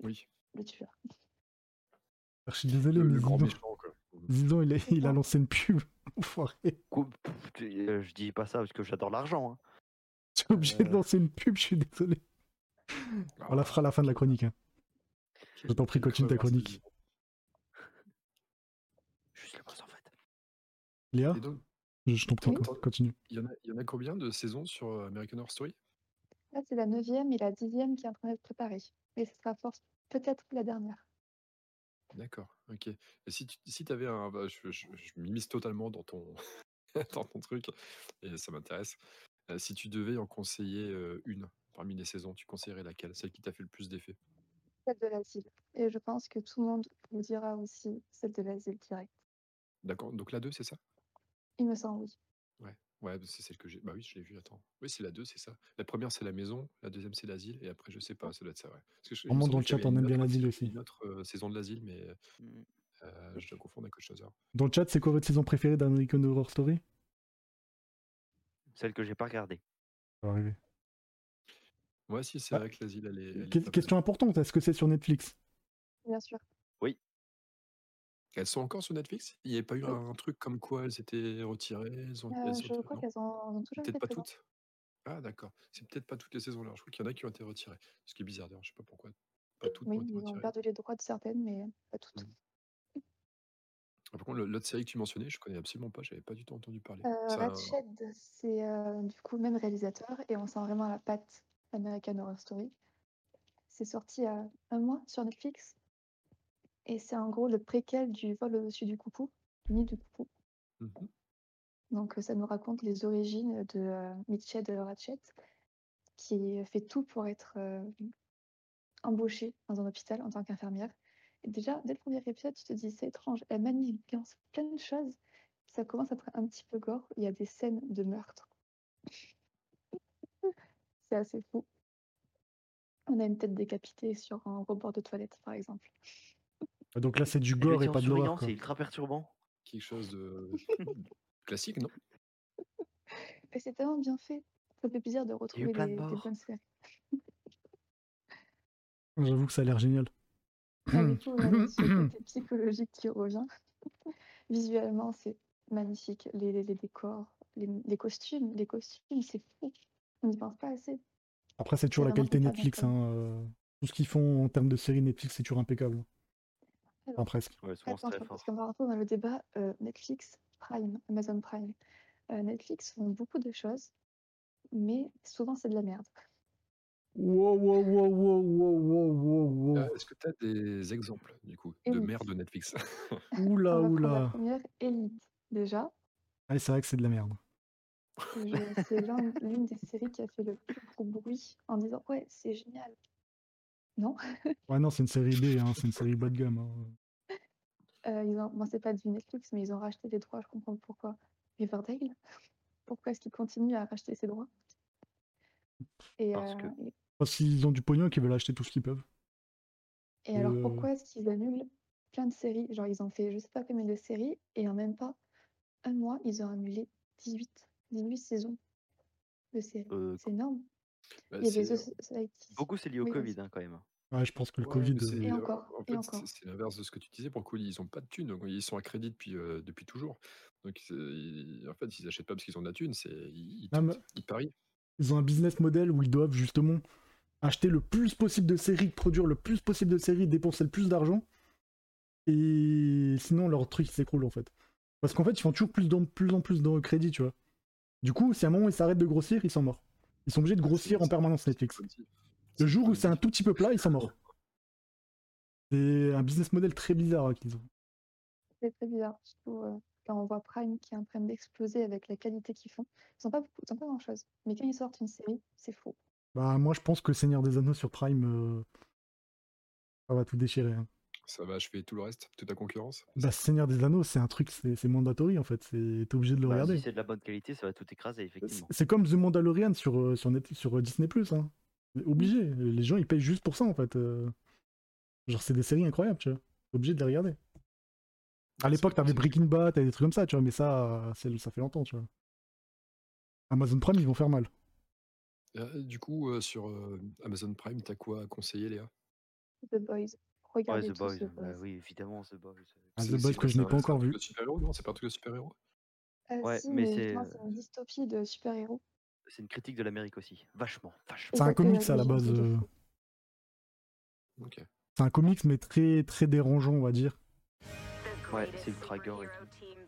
A: Oui.
C: le tueur.
D: Je suis désolé, mais Zidane, Zidane, il, a, il a lancé une pub. Enfoiré.
B: Euh, Je dis pas ça parce que j'adore l'argent. hein.
D: J'ai obligé
A: euh,
D: de lancer une pub, je suis désolé.
A: ah.
D: On la fera à la fin de la chronique. hein. Je t'en prie, continue ta chronique.
B: Juste le boss, en fait.
D: Léa
A: Et donc-
D: Je je t'en prie,
A: Oui.
D: co- continue.
A: Il y, en a, il y en a combien de saisons sur euh, American Horror Story
C: Là, c'est la neuvième et la dixième qui est en train d'être préparée. Mais ce sera force peut-être la dernière.
A: D'accord, ok. Et si tu si avais un. bah, je je, je m'immisce totalement dans ton, dans ton truc, et ça m'intéresse. Euh, si tu devais en conseiller euh, une parmi les saisons, tu conseillerais laquelle Celle qui t'a fait le plus d'effet
C: Celle de l'asile. Et je pense que tout le monde vous dira aussi celle de l'asile direct.
A: D'accord, donc la 2, c'est ça
C: Il me semble, oui.
A: Ouais, ouais bah, c'est celle que j'ai. Bah oui, je l'ai vue, attends. Oui, c'est la 2, c'est ça. La première, c'est la maison. La deuxième, c'est l'asile. Et après, je sais pas, ça doit être ça, ouais. Parce que je- il me
D: Vraiment,
A: semble
D: dans le
A: qu'il y
D: chat,
A: avait
D: on
A: une
D: aime
A: autre-
D: bien l'asile aussi. Mmh.
A: une autre euh, saison de l'asile, mais euh, je dois confondre avec autre chose. alors.
D: Dans le chat, c'est quoi votre saison préférée d'American Horror Story
B: Celle que j'ai pas regardée.
D: Ça va arriver.
A: Ouais, si, c'est vrai que l'asile, elle est. elle est
D: Que-
A: pas mal.
D: Question importante, est-ce que c'est sur Netflix
C: Bien sûr.
A: Elles sont encore sur Netflix Il n'y avait pas eu un truc comme quoi elles étaient retirées elles ont-
C: Euh,
A: elles sont-
C: je crois
A: non
C: qu'elles ont, elles ont toujours été
A: Peut-être pas
C: présentes.
A: toutes. Ah, d'accord. C'est peut-être pas toutes les saisons là. Je crois qu'il y en a qui ont été retirées. Ce qui est bizarre d'ailleurs, je sais pas pourquoi. Pas toutes
C: Oui,
A: ont été
C: ils ont
A: retirées.
C: perdu les droits de certaines, mais pas toutes.
A: Par contre, le- l'autre série que tu mentionnais, je connais absolument pas. J'avais pas du tout entendu parler.
C: Euh,
A: C'est un-
C: Ratched, c'est euh, du coup même réalisateur et on sent vraiment la patte American Horror Story. C'est sorti il y a un mois sur Netflix et c'est en gros le préquel du vol au-dessus du coucou, du nid du coucou.
A: Mhm.
C: Donc euh, ça nous raconte les origines de euh, Mitchell Ratchet qui fait tout pour être euh, embauchée dans un hôpital en tant qu'infirmière. Et déjà, dès le premier épisode, tu te dis, c'est étrange, elle manie lance plein de choses. Ça commence à être un petit peu gore. Il y a des scènes de meurtre. c'est assez fou. On a une tête décapitée sur un rebord de toilette, par exemple.
D: Donc là, c'est du
B: Elle le
D: gore
B: dit
D: et
B: en
D: pas de l'horreur.
B: souriant,
D: quoi.
B: C'est ultra perturbant.
A: Quelque chose de classique, non
C: Et c'est tellement bien fait. Ça fait plaisir de retrouver
B: plein de
C: les, des
B: morts.
C: bonnes séries.
D: J'avoue que ça a l'air génial. Mmh.
C: Avec Ah tout le- ce côté psychologique qui revient. Visuellement, c'est magnifique. Les, les- les décors, les, les costumes, les costumes, c'est fou. On n'y pense pas assez.
D: Après, c'est toujours
C: C'est
D: la
C: vraiment
D: qualité
C: hyper
D: Netflix.
C: bien
D: hein, euh, Tout ce qu'ils font en termes de séries Netflix, c'est toujours impeccable. Enfin, presque.
C: Attends, je- parce qu'on va rentrer dans le débat euh, Netflix, Prime, Amazon Prime. Euh, Netflix font beaucoup de choses, mais souvent c'est de la merde.
D: Wow, wow, wow, wow, wow, wow, wow, wow.
A: Euh, Est-ce que tu as des exemples, du coup, de
C: Élite.
A: merde de Netflix
C: On va
D: Oula,
C: prendre La
D: oula.
C: première, Elite, déjà.
D: Ah, c'est vrai que c'est de la merde.
C: Et, euh, c'est l'un- l'une des séries qui a fait le plus gros bruit en disant Ouais, c'est génial. Non
D: Ouais, non, c'est une série B, hein, c'est une série bas de gamme. hein.
C: Euh, ils ont... Bon, c'est pas du Netflix, mais ils ont racheté des droits, je comprends pourquoi. Riverdale Pourquoi est-ce qu'ils continuent à racheter ces droits et,
D: Parce
C: euh,
D: que-
C: et-
D: Enfin, S'ils ont du pognon, qu'ils veulent acheter tout ce qu'ils peuvent.
C: et alors,
D: Euh.
C: pourquoi est-ce qu'ils annulent plein de séries Genre, ils ont fait je sais pas combien de séries, et en même pas un mois, ils ont annulé 18, 18 saisons de séries.
B: Euh,
C: c'est énorme.
A: Bah,
C: Il y avait
A: c'est-
C: The Society.
B: Beaucoup c'est lié au
C: Oui,
B: Covid hein, quand même.
D: Ouais, je pense que le
A: Ouais,
D: Covid.
A: mais c'est-
C: Et
A: euh,
C: encore,
A: En
C: et
A: fait,
C: encore.
A: c'est- c'est l'inverse de ce que tu disais. Brocoli, ils ont pas de thunes. donc ils sont à crédit depuis, euh, depuis toujours. Donc, c'est- ils- en fait, ils achètent pas parce qu'ils ont de la thune. c'est- Ils, ils,
D: Non, mais-
A: tentent, ils parient.
D: Ils ont un business model où ils doivent justement acheter le plus possible de séries, produire le plus possible de séries, dépenser le plus d'argent. Et sinon, leur truc s'écroule en fait. Parce qu'en fait, ils font toujours plus, de plus en plus de crédits, tu vois. Du coup, si à un moment ils s'arrêtent de grossir, ils sont morts. Ils sont obligés de grossir en permanence Netflix. Le jour où c'est un tout petit peu plat, ils sont morts. C'est un business model très bizarre hein, qu'ils ont.
C: C'est très bizarre, surtout euh, quand on voit Prime qui est en train d'exploser avec la qualité qu'ils font. Ils n'ont pas beaucoup, ils ont pas grand-chose. Mais quand ils sortent une série, c'est faux.
D: Bah, moi, je pense que Seigneur des Anneaux sur Prime, euh, ça va tout déchirer. hein.
A: Ça va achever tout le reste, toute la concurrence.
D: Bah, Seigneur des Anneaux, c'est un truc, c'est c'est mandatory en fait. C'est t'es obligé de le
B: Bah,
D: regarder.
B: si c'est de la bonne qualité, ça va tout écraser, effectivement.
D: C'est comme The Mandalorian sur, euh, sur, Net- sur euh, Disney Plus. Hein. C'est Obligé. Les gens ils payent juste pour ça en fait. euh. Genre c'est des séries incroyables, tu vois. T'es obligé de les regarder. À l'époque t'avais Breaking Bad, t'avais des trucs comme ça, tu vois. Mais ça, euh, c'est- ça fait longtemps, tu vois. Amazon Prime ils vont faire mal.
A: Euh, du coup, euh, sur euh, Amazon Prime, t'as quoi à conseiller, Léa
C: The Boys. Regardez
B: ouais,
C: tous
B: The Boys.
C: The
B: bah
C: Boys.
B: oui, évidemment, The Boys. euh,
D: Ah,
A: C'est-
D: The
A: c'est
D: Boys
A: quoi,
D: que je
A: c'est
D: n'ai
A: un-
D: pas
A: c'est un
D: encore
A: truc
D: vu.
A: de super-héros, non C'est pas un truc de super-héros
C: Euh,
B: Ouais,
C: si,
B: mais
C: mais
B: c'est-
C: justement, c'est une dystopie de super-héros.
B: C'est une critique de l'Amérique aussi. Vachement, vachement.
D: C'est un comics à la base. euh, C'est un comics mais très très dérangeant on va dire.
B: Ouais, c'est ultra gore et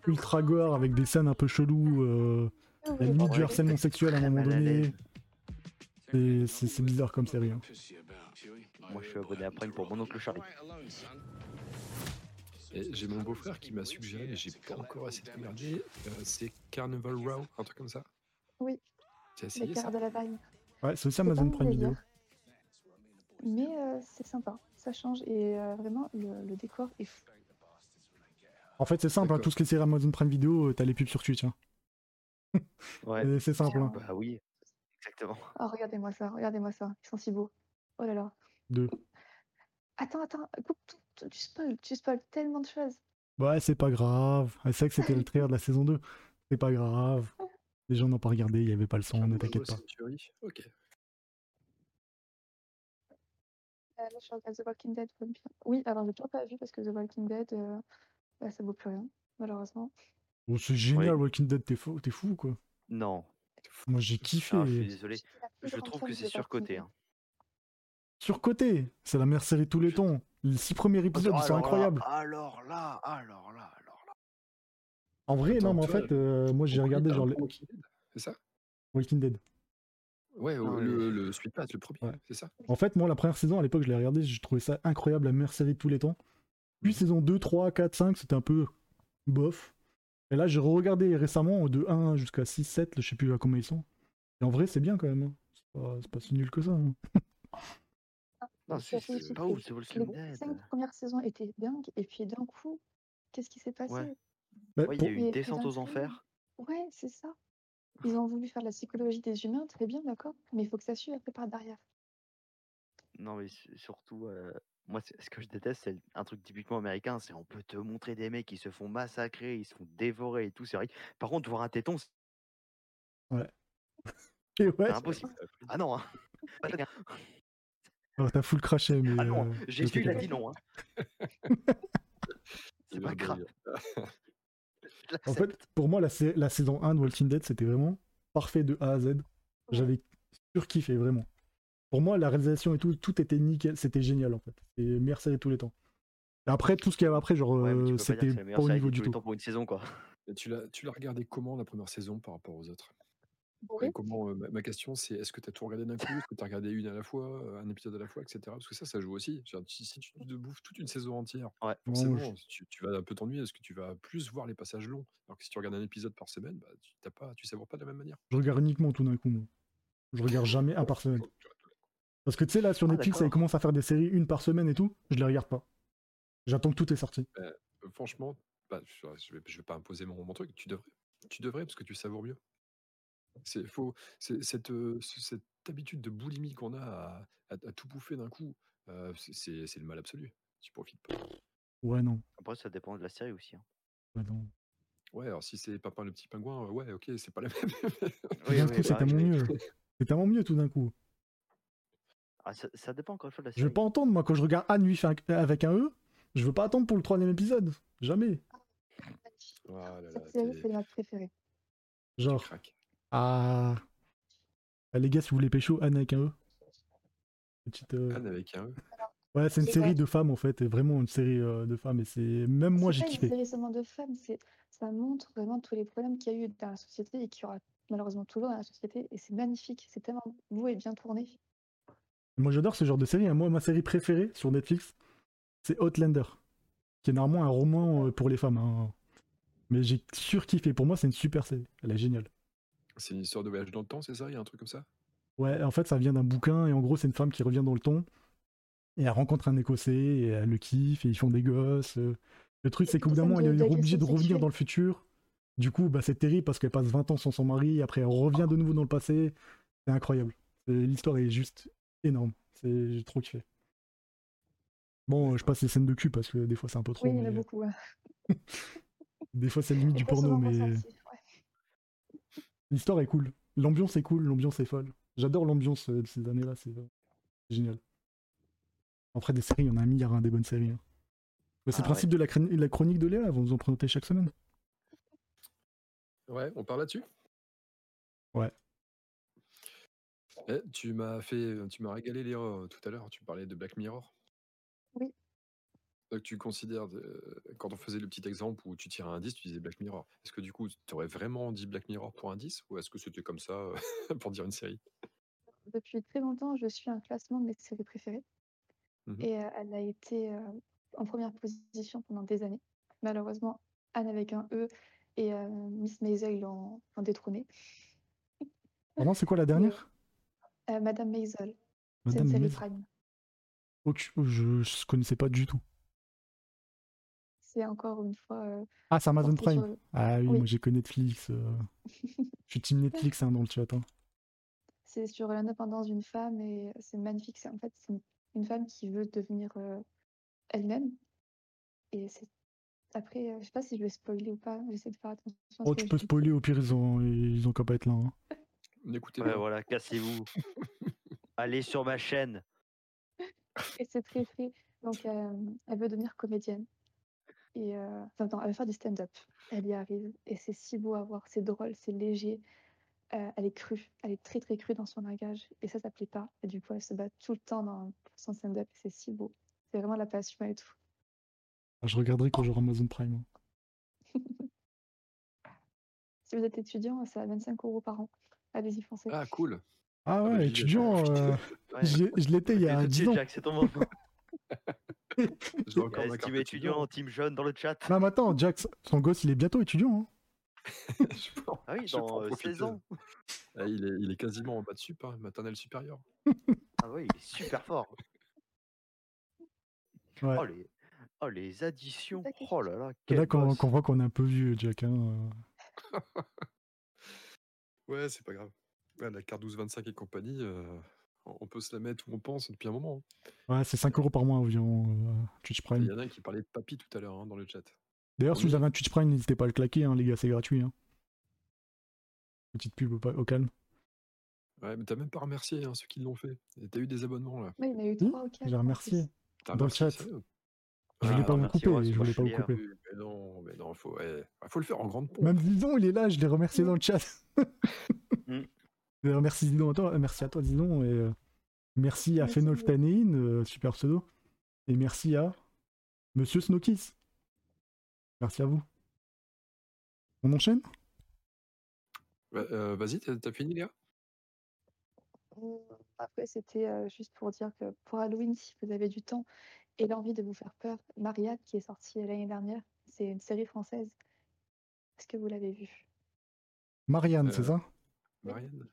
B: tout.
D: ultra gore avec des scènes un peu cheloues, euh, la limite du harcèlement sexuel à un moment donné. C'est- C'est c'est bizarre comme série. hein.
B: Moi, je suis abonné à Prime pour mon oncle Charlie.
A: Et Eh, J'ai mon beau-frère qui m'a suggéré, mais j'ai pas encore assez de regarder. euh, c'est Carnival Row, un truc comme ça.
C: Oui,
A: T'as
C: les
A: essayé ça
C: quarts de la Vine.
D: Ouais, c'est aussi
C: pas
D: Amazon
C: mon
D: Prime Video.
C: délire. Mais euh, c'est sympa, ça change. Et euh, vraiment, le, le décor est fou.
D: En fait, c'est simple, hein, tout ce qui est série Amazon Prime Video, euh, t'as les pubs sur Twitch. hein.
B: Ouais.
D: C'est simple. hein.
B: Bah oui, exactement.
C: Oh, regardez-moi ça, regardez-moi ça. Ils sont si beaux. Oh là là.
D: Deux.
C: Attends, attends, coupe tout, tout- tu spoil, tu spoil tellement de choses.
D: Bah, Ouais, c'est pas grave. Ah, C'est vrai que c'était le trailer de la saison 2. C'est pas grave. Les gens n'ont pas regardé, il y avait pas le son, ne t'inquiète pas.
A: Century Ok.
C: Euh, là, je regarde The Walking Dead. Vampire. Oui, alors j'ai toujours pas vu parce que The Walking Dead, euh, bah, ça vaut plus rien, malheureusement.
D: Bon, Oh, c'est génial, Walking Dead, t'es fou, t'es fou ou quoi
B: Non.
D: Moi j'ai kiffé.
B: Ah, je suis désolé.
C: plus
B: Je
C: grande
B: trouve
C: fan
B: que
C: de
B: c'est surcoté. hein.
D: Surcoté, c'est la meilleure série de tous les temps. Les six premiers épisodes, ils sont
B: Alors Oh là,
D: incroyables.
B: Alors là, alors là, alors là.
D: En vrai,
A: Attends,
D: non, mais en
A: toi,
D: fait, euh, moi j'ai
A: Pourquoi
D: regardé
A: t'as
D: genre
A: un
D: les-
A: bon Walking Dead, C'est ça
D: Walking Dead.
B: Ah,
A: Ouais, euh, le, le Sweet Pass, le premier, c'est ça
D: En fait, moi, la première saison, à l'époque, je l'ai regardée, j'ai trouvé ça incroyable, la meilleure série de tous les temps. Puis saison 2, 3, 4, 5, c'était un peu bof. Et là, j'ai regardé récemment, de 1 jusqu'à 6, 7, je sais plus à combien ils sont. Et en vrai, c'est bien quand même. hein. C'est pas, c'est pas si nul que ça. hein.
B: Non,
C: Ça
B: c'est
C: fait
B: c'est
C: surcoté.
B: pas ouf, The Walking
C: Les
B: Dead.
C: cinq premières saisons étaient dingues, et puis d'un coup, qu'est-ce qui s'est passé
B: Ouais.
D: Bah,
B: Ouais, il y
D: pour-
B: a eu
C: Et
B: une
C: puis
B: descente
C: d'un
B: aux
C: coup,
B: enfers.
C: Ouais, c'est ça. Ils ont voulu faire la psychologie des humains, très bien, d'accord, mais il faut que ça suive après par derrière.
B: Non, mais su- surtout, euh, moi, c'est- ce que je déteste, c'est un truc typiquement américain, c'est on peut te montrer des mecs qui se font massacrer, ils se font dévorer et tout, c'est vrai. Par contre, voir un téton, c'est-
D: Ouais. Et ouais.
B: C'est impossible. Ah non. hein. Pas de rien.
D: Alors, oh, t'as full craché, mais.
B: Ah non,
D: euh,
B: Jésus, il a
D: t'inquiète
B: dit
D: pas.
B: non. hein. C'est pas grave. Je
D: En
B: l'accepte.
D: fait, pour moi, la, sa- la saison 1 de Walking Dead, c'était vraiment parfait de A à Z. J'avais surkiffé, vraiment. Pour moi, la réalisation et tout, tout était nickel. C'était génial, en fait. C'est la meilleure série de tous les temps. Et après, tout ce qu'il y avait après, genre,
B: Tu
D: euh,
B: peux pas dire que
D: c'était pas
B: c'est la meilleure
D: au
B: série de
D: niveau
B: tous
D: du
B: les
D: tout.
B: temps pour une saison, quoi.
A: Et tu l'as tu l'as regardé comment la première saison par rapport aux autres Et comment, euh, ma, ma question, c'est est-ce que tu as tout regardé d'un coup Est-ce que tu as regardé une à la fois, euh, un épisode à la fois, etc. Parce que ça, ça joue aussi. C'est-à-dire, Si, si tu te bouffes toute une saison entière,
B: Ouais.
A: forcément,
B: Ouais,
A: tu, tu vas un peu t'ennuyer parce que tu vas plus voir les passages longs. Alors que si tu regardes un épisode par semaine, bah, tu t'as pas, tu savoures pas de la même manière.
D: Je regarde uniquement tout d'un coup, moi. Je regarde jamais un par semaine. Parce que tu sais, là, sur
A: Ah,
D: Netflix,
A: d'accord.
D: ils commencent à faire des séries une par semaine et tout. Je les regarde pas. J'attends que tout est sorti.
A: Euh, franchement, bah, je je vais, je vais pas imposer mon, mon truc. Tu devrais. Tu devrais parce que tu savoures mieux. C'est faux. c'est- Cette, euh, ce- cette habitude de boulimie qu'on a à, à- à tout bouffer d'un coup, euh, c'est- c'est c'est le mal absolu. Tu profites pas.
D: Ouais, non.
B: Après, ça dépend de la série aussi. hein.
D: Ouais, non.
A: Ouais, alors si c'est Papin le petit pingouin, euh, ouais, ok, c'est pas la même.
B: Oui,
D: d'un
B: oui,
D: coup, c'est
B: bah oui,
D: tellement
B: oui.
D: mieux. C'est tellement mieux, tout d'un coup.
B: Ah, ça, ça dépend encore une fois de la
D: Je veux
B: série.
D: pas entendre, moi, quand je regarde Anne Nuit avec- avec un E, je veux pas attendre pour le troisième épisode. Jamais.
A: Ah là là,
C: Cette série, c'est ma préférée.
D: Genre. Ah. Ah, Les gars, si vous voulez pécho, Anne avec un E. Petite, euh,
A: Anne avec un E.
D: Ouais, c'est une
C: Les
D: série
C: gars.
D: de femmes en fait, et vraiment une série euh, de femmes. Et c'est même moi,
C: C'est
D: j'ai
C: pas
D: kiffé.
C: une série seulement de femmes, c'est ça montre vraiment tous les problèmes qu'il y a eu dans la société et qu'il y aura malheureusement toujours dans la société. Et c'est magnifique, c'est tellement beau et bien tourné.
D: Moi, j'adore ce genre de série. hein. Moi, ma série préférée sur Netflix, c'est Outlander, qui est normalement un roman euh, pour les femmes. hein. Mais j'ai surkiffé. Pour moi, c'est une super série. Elle est géniale.
A: C'est une histoire de voyage dans le temps, c'est ça Il y a un truc comme ça
D: Ouais, en fait, ça vient d'un bouquin, et en gros, c'est une femme qui revient dans le temps, et elle rencontre un Écossais, et elle le kiffe, et ils font des gosses. euh. Le truc, c'est qu'au bout d'un
K: Ça me
D: moment, elle
K: donne
D: est
K: des
D: obligée de
K: questions
D: revenir
K: sexuelles.
D: dans le futur. Du coup, bah, c'est terrible parce qu'elle passe 20 ans sans son mari, et après, elle revient de nouveau dans le passé. C'est incroyable. C'est- L'histoire est juste énorme. C'est- J'ai trop kiffé. Bon, euh, je passe les scènes de cul parce que des fois, c'est un peu trop.
C: oui, il y en a
D: mais
C: beaucoup. hein.
D: Des fois, c'est limite euh, du
C: pas
D: porno,
C: souvent
D: mais.
C: consenti,
D: L'histoire est cool. L'ambiance est cool, l'ambiance est folle. J'adore l'ambiance euh, de ces années-là, c'est euh, génial. Après, des séries, il y en a un milliard, hein, des bonnes séries. hein. Mais c'est
A: Ah
D: le principe de la, chroni- la chronique de Léa, elles vont nous en présenter chaque semaine.
A: Ouais, on parle là-dessus
D: Ouais.
A: Eh, Tu m'as fait, tu m'as régalé les euh, tout à l'heure. Tu parlais de Black Mirror.
C: Oui.
A: Donc, tu considères, euh, quand on faisait le petit exemple où tu tirais un 10, tu disais Black Mirror. Est-ce que du coup, tu aurais vraiment dit Black Mirror pour un 10 ou est-ce que c'était comme ça euh, pour dire une série
C: Depuis très longtemps, je suis un classement de mes séries préférées.
D: Mmh
A: Mhm.
C: Et euh, elle a été euh, en première position pendant des années. Malheureusement, Anne avec un E et euh, Miss Maisel l'ont l'ont détrônée.
D: Pardon, Ah c'est quoi la dernière
C: Euh, Madame Maisel, c'est
D: Madame
C: une série
D: Maisel.
C: Prime.
D: Ok, oh, Je, je connaissais pas du tout.
C: C'est encore une fois. euh,
D: Ah, c'est Amazon
C: porté sur
D: Prime.
C: le-
D: Ah oui,
C: Oui.
D: moi j'ai que Netflix. euh. Je suis team Netflix hein, dans le chat. hein.
C: C'est sur l'indépendance d'une femme et c'est magnifique. C'est en fait c'est une- une femme qui veut devenir euh, elle-même. Et c'est après, euh, je sais pas si je vais spoiler ou pas. J'essaie de faire attention. à ce
D: Oh,
C: que
D: tu
C: je
D: peux
C: dis.
D: spoiler, au pire, ils ont, ils ont qu'à pas être là. hein.
A: N'écoutez
B: Ouais, voilà, cassez-vous. Allez sur ma chaîne.
C: Et c'est très très. Donc, euh, elle veut devenir comédienne. Et euh, enfin, non, elle veut faire du stand-up. Elle y arrive. Et c'est si beau à voir. C'est drôle, c'est léger. Euh, elle est crue. Elle est très très crue dans son langage. Et ça, ça plaît pas. Et du coup, elle se bat tout le temps dans pour son stand-up. Et c'est si beau. C'est vraiment la passion et tout.
D: Ah, Je regarderai quand j'aurai Amazon Prime. hein.
C: Si vous êtes étudiant, c'est à 25 euros par an. Allez-y, foncez.
A: Ah, cool.
D: Ah ouais, étudiant, euh,
B: Ouais.
D: je l'ai- je l'étais il y a
B: Tout de
D: 10
B: suite,
D: ans.
B: Jacques, c'est ton moment.
A: J'ai encore
B: Eh,
A: ma
B: Team étudiant, team jeune dans le chat.
D: Non, mais attends, Jack, son gosse, il est bientôt étudiant. hein.
B: Ah oui,
A: Je peux en
B: dans euh,
A: profiter.
B: 16 ans.
A: Ah, il, est, il est quasiment en bas de sup, hein, maternelle supérieure.
B: Ah oui, il est super fort.
D: hein. Ouais.
B: Oh, les... oh, les additions. Oh là là,
D: C'est
B: quel
D: là qu'on
B: boss.
D: qu'on voit qu'on est un peu vieux, Jack. hein, euh.
A: Ouais, c'est pas grave. Ouais, la carte 1225 et compagnie, euh, on on peut se la mettre où on pense depuis un moment. hein.
D: Ouais, c'est 5 euros par mois environ, euh, Twitch
A: Il
D: Prime.
A: y en a qui parlait de papy tout à l'heure hein, dans le chat.
D: D'ailleurs, si vous avez un Twitch Prime, n'hésitez pas à le claquer, hein, les gars, c'est gratuit. hein. Petite pub au, pa- au calme.
A: Ouais, mais t'as même pas remercié hein, ceux qui l'ont fait. Et T'as eu des abonnements là.
C: Ouais, il y en a eu trois ou quatre.
D: J'ai remercié
A: T'as
D: dans le
A: remercié, c'est
D: chat. Je voulais
A: Ah,
D: pas vous
A: remercier,
D: couper,
A: ouais,
D: je
A: c'est
D: voulais pas vous
A: cher.
D: couper.
A: Mais non, mais non, faut, ouais. Ah, faut le faire en grande pompe.
D: Même Didon, il est là, je l'ai remercié dans le chat.
A: Mm.
D: Euh, merci Didon à toi, euh, merci à toi Didon, et euh, merci à Phénolphtanéine, euh, super pseudo, et merci à Monsieur Snokis. Merci à vous. On enchaîne
A: Bah, euh, Vas-y, t'as t'as fini Léa
C: Mm, Après, c'était euh, juste pour dire que pour Halloween, si vous avez du temps et l'envie de vous faire peur, Marianne, qui est sortie euh, l'année dernière, c'est une série française. Est-ce que vous l'avez vue
D: Marianne, c'est
A: Euh,
D: ça
A: Marianne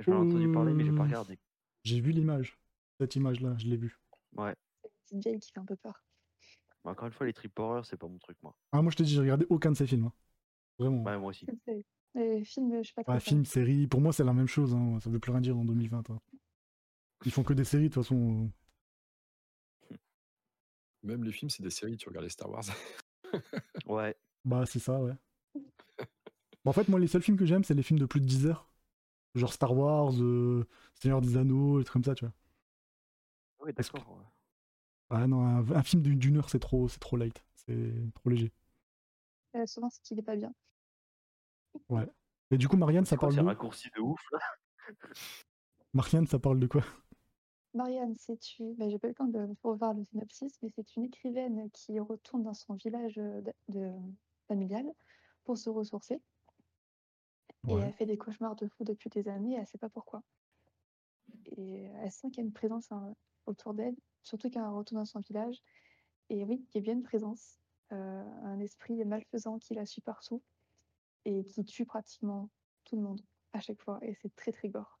B: J'en ai entendu parler, mais j'ai pas
D: Hum,
B: regardé.
D: J'ai vu l'image, cette image-là, je l'ai vue.
B: Ouais.
C: C'est une vieille qui fait un peu peur.
B: Mais encore une fois, les trip horreurs, c'est pas mon truc, moi.
D: Ah, moi je t'ai dit, j'ai regardé aucun de ces films. hein. Vraiment.
B: Ouais, moi aussi.
C: C'est- Les films, je sais pas trop.
D: Ouais, film, série, pour moi c'est la même chose, hein, ça veut plus rien dire en 2020. hein. Ils font que des séries de toute façon. euh.
A: Même les films, c'est des séries. Tu regardes les Star Wars.
B: ouais.
D: Bah, c'est ça, ouais. Bon, en fait, moi, les seuls films que j'aime, c'est les films de plus de 10 heures. Genre Star Wars, euh, Seigneur des Anneaux, et trucs comme ça, tu vois.
B: Ouais, d'accord. ouais.
D: Ah non, un, un film d'une- d'une heure, c'est trop, c'est trop light. C'est trop léger.
C: Euh, souvent, c'est qu'il est pas bien.
D: Ouais. Et du coup, Marianne, ça parle
B: C'est
D: de.
B: raccourci de ouf, là.
D: Marianne, ça parle de quoi
C: Marianne, c'est une... ben, j'ai pas eu le temps de revoir le synopsis, mais c'est une écrivaine qui retourne dans son village euh, de... de- familial pour se ressourcer. Et elle fait des cauchemars de fou depuis des années, elle sait pas pourquoi. Et elle sent qu'il y a une présence hein, autour d'elle, surtout quand elle retourne dans son village. Et oui, il y a bien une présence, euh, un esprit malfaisant qui la suit partout et qui tue pratiquement tout le monde à chaque fois. Et c'est très très gore.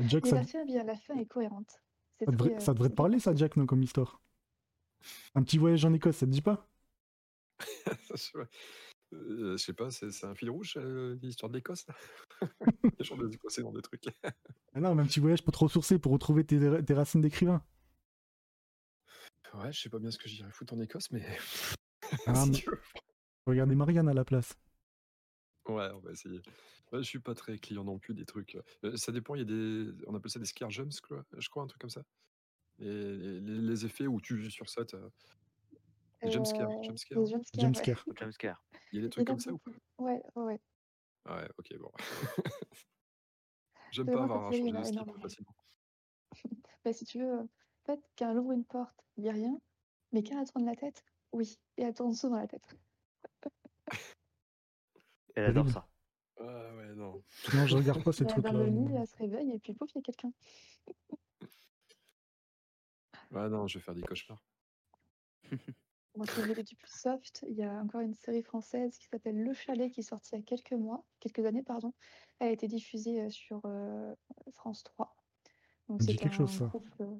D: Jack,
C: Mais
D: ça,
C: la fin, bien, la fin est cohérente. Eh ben, C'est
D: ça devrait,
C: très, euh,
D: ça devrait te parler, ça, Jack, non, comme histoire. Un petit voyage en Écosse, ça te dit pas
A: Je sais pas. Euh, je sais pas, c'est c'est un fil rouge, euh, l'histoire de l'Écosse. là Les gens des Écossais dans des trucs.
D: Ah non, mais un petit voyage pour te ressourcer, pour retrouver tes, tes racines d'écrivain.
A: Ouais, je sais pas bien ce que j'irais foutre en Écosse, mais.
D: Ah,
A: si
D: mais-
A: tu veux.
D: Regardez Marianne à la place.
A: Ouais, on va essayer. Ouais, je suis pas très client non plus des trucs. Euh, ça dépend, il y a des. On appelle ça des scare jumps, quoi, je crois, un truc comme ça. Et les, les effets où tu sur ça, t'as. Des jumpscares,
C: Euh,
A: jumpscares.
C: des jumpscares, ouais. Jumpscares.
B: Jumpscare.
A: Il y a des
C: Et
A: trucs comme
C: donc,
A: ça ou pas
C: Ouais, ouais, ouais.
A: Ouais, ok, bon. J'aime
C: Devant
A: pas
C: cette
A: avoir à
C: série, il y en
A: changer de
C: a
A: style
C: énormément.
A: facilement.
C: Bah, si tu veux, euh, en fait, quand elle ouvre une porte, il n'y a rien, mais quand elle tourne la tête, oui, et elle tourne souvent la tête.
B: Elle adore ça.
A: Ah ouais, non.
D: Non, je regarde pas Oh, ces
C: Elle est Dans
D: trucs-là.
C: le
D: moi.
C: lit, elle se réveille, et puis pouf, il y a quelqu'un.
A: Ouais, non, je vais faire des cauchemars.
C: Bon, si vous voulez du plus soft, il y a encore une série française qui s'appelle Le Chalet, qui est sortie il y a quelques mois, quelques années, pardon. Elle a été diffusée euh, sur euh, France 3. Donc
D: Ça me
C: c'est
D: dit quelque chose,
C: un
D: ça.
C: groupe, euh,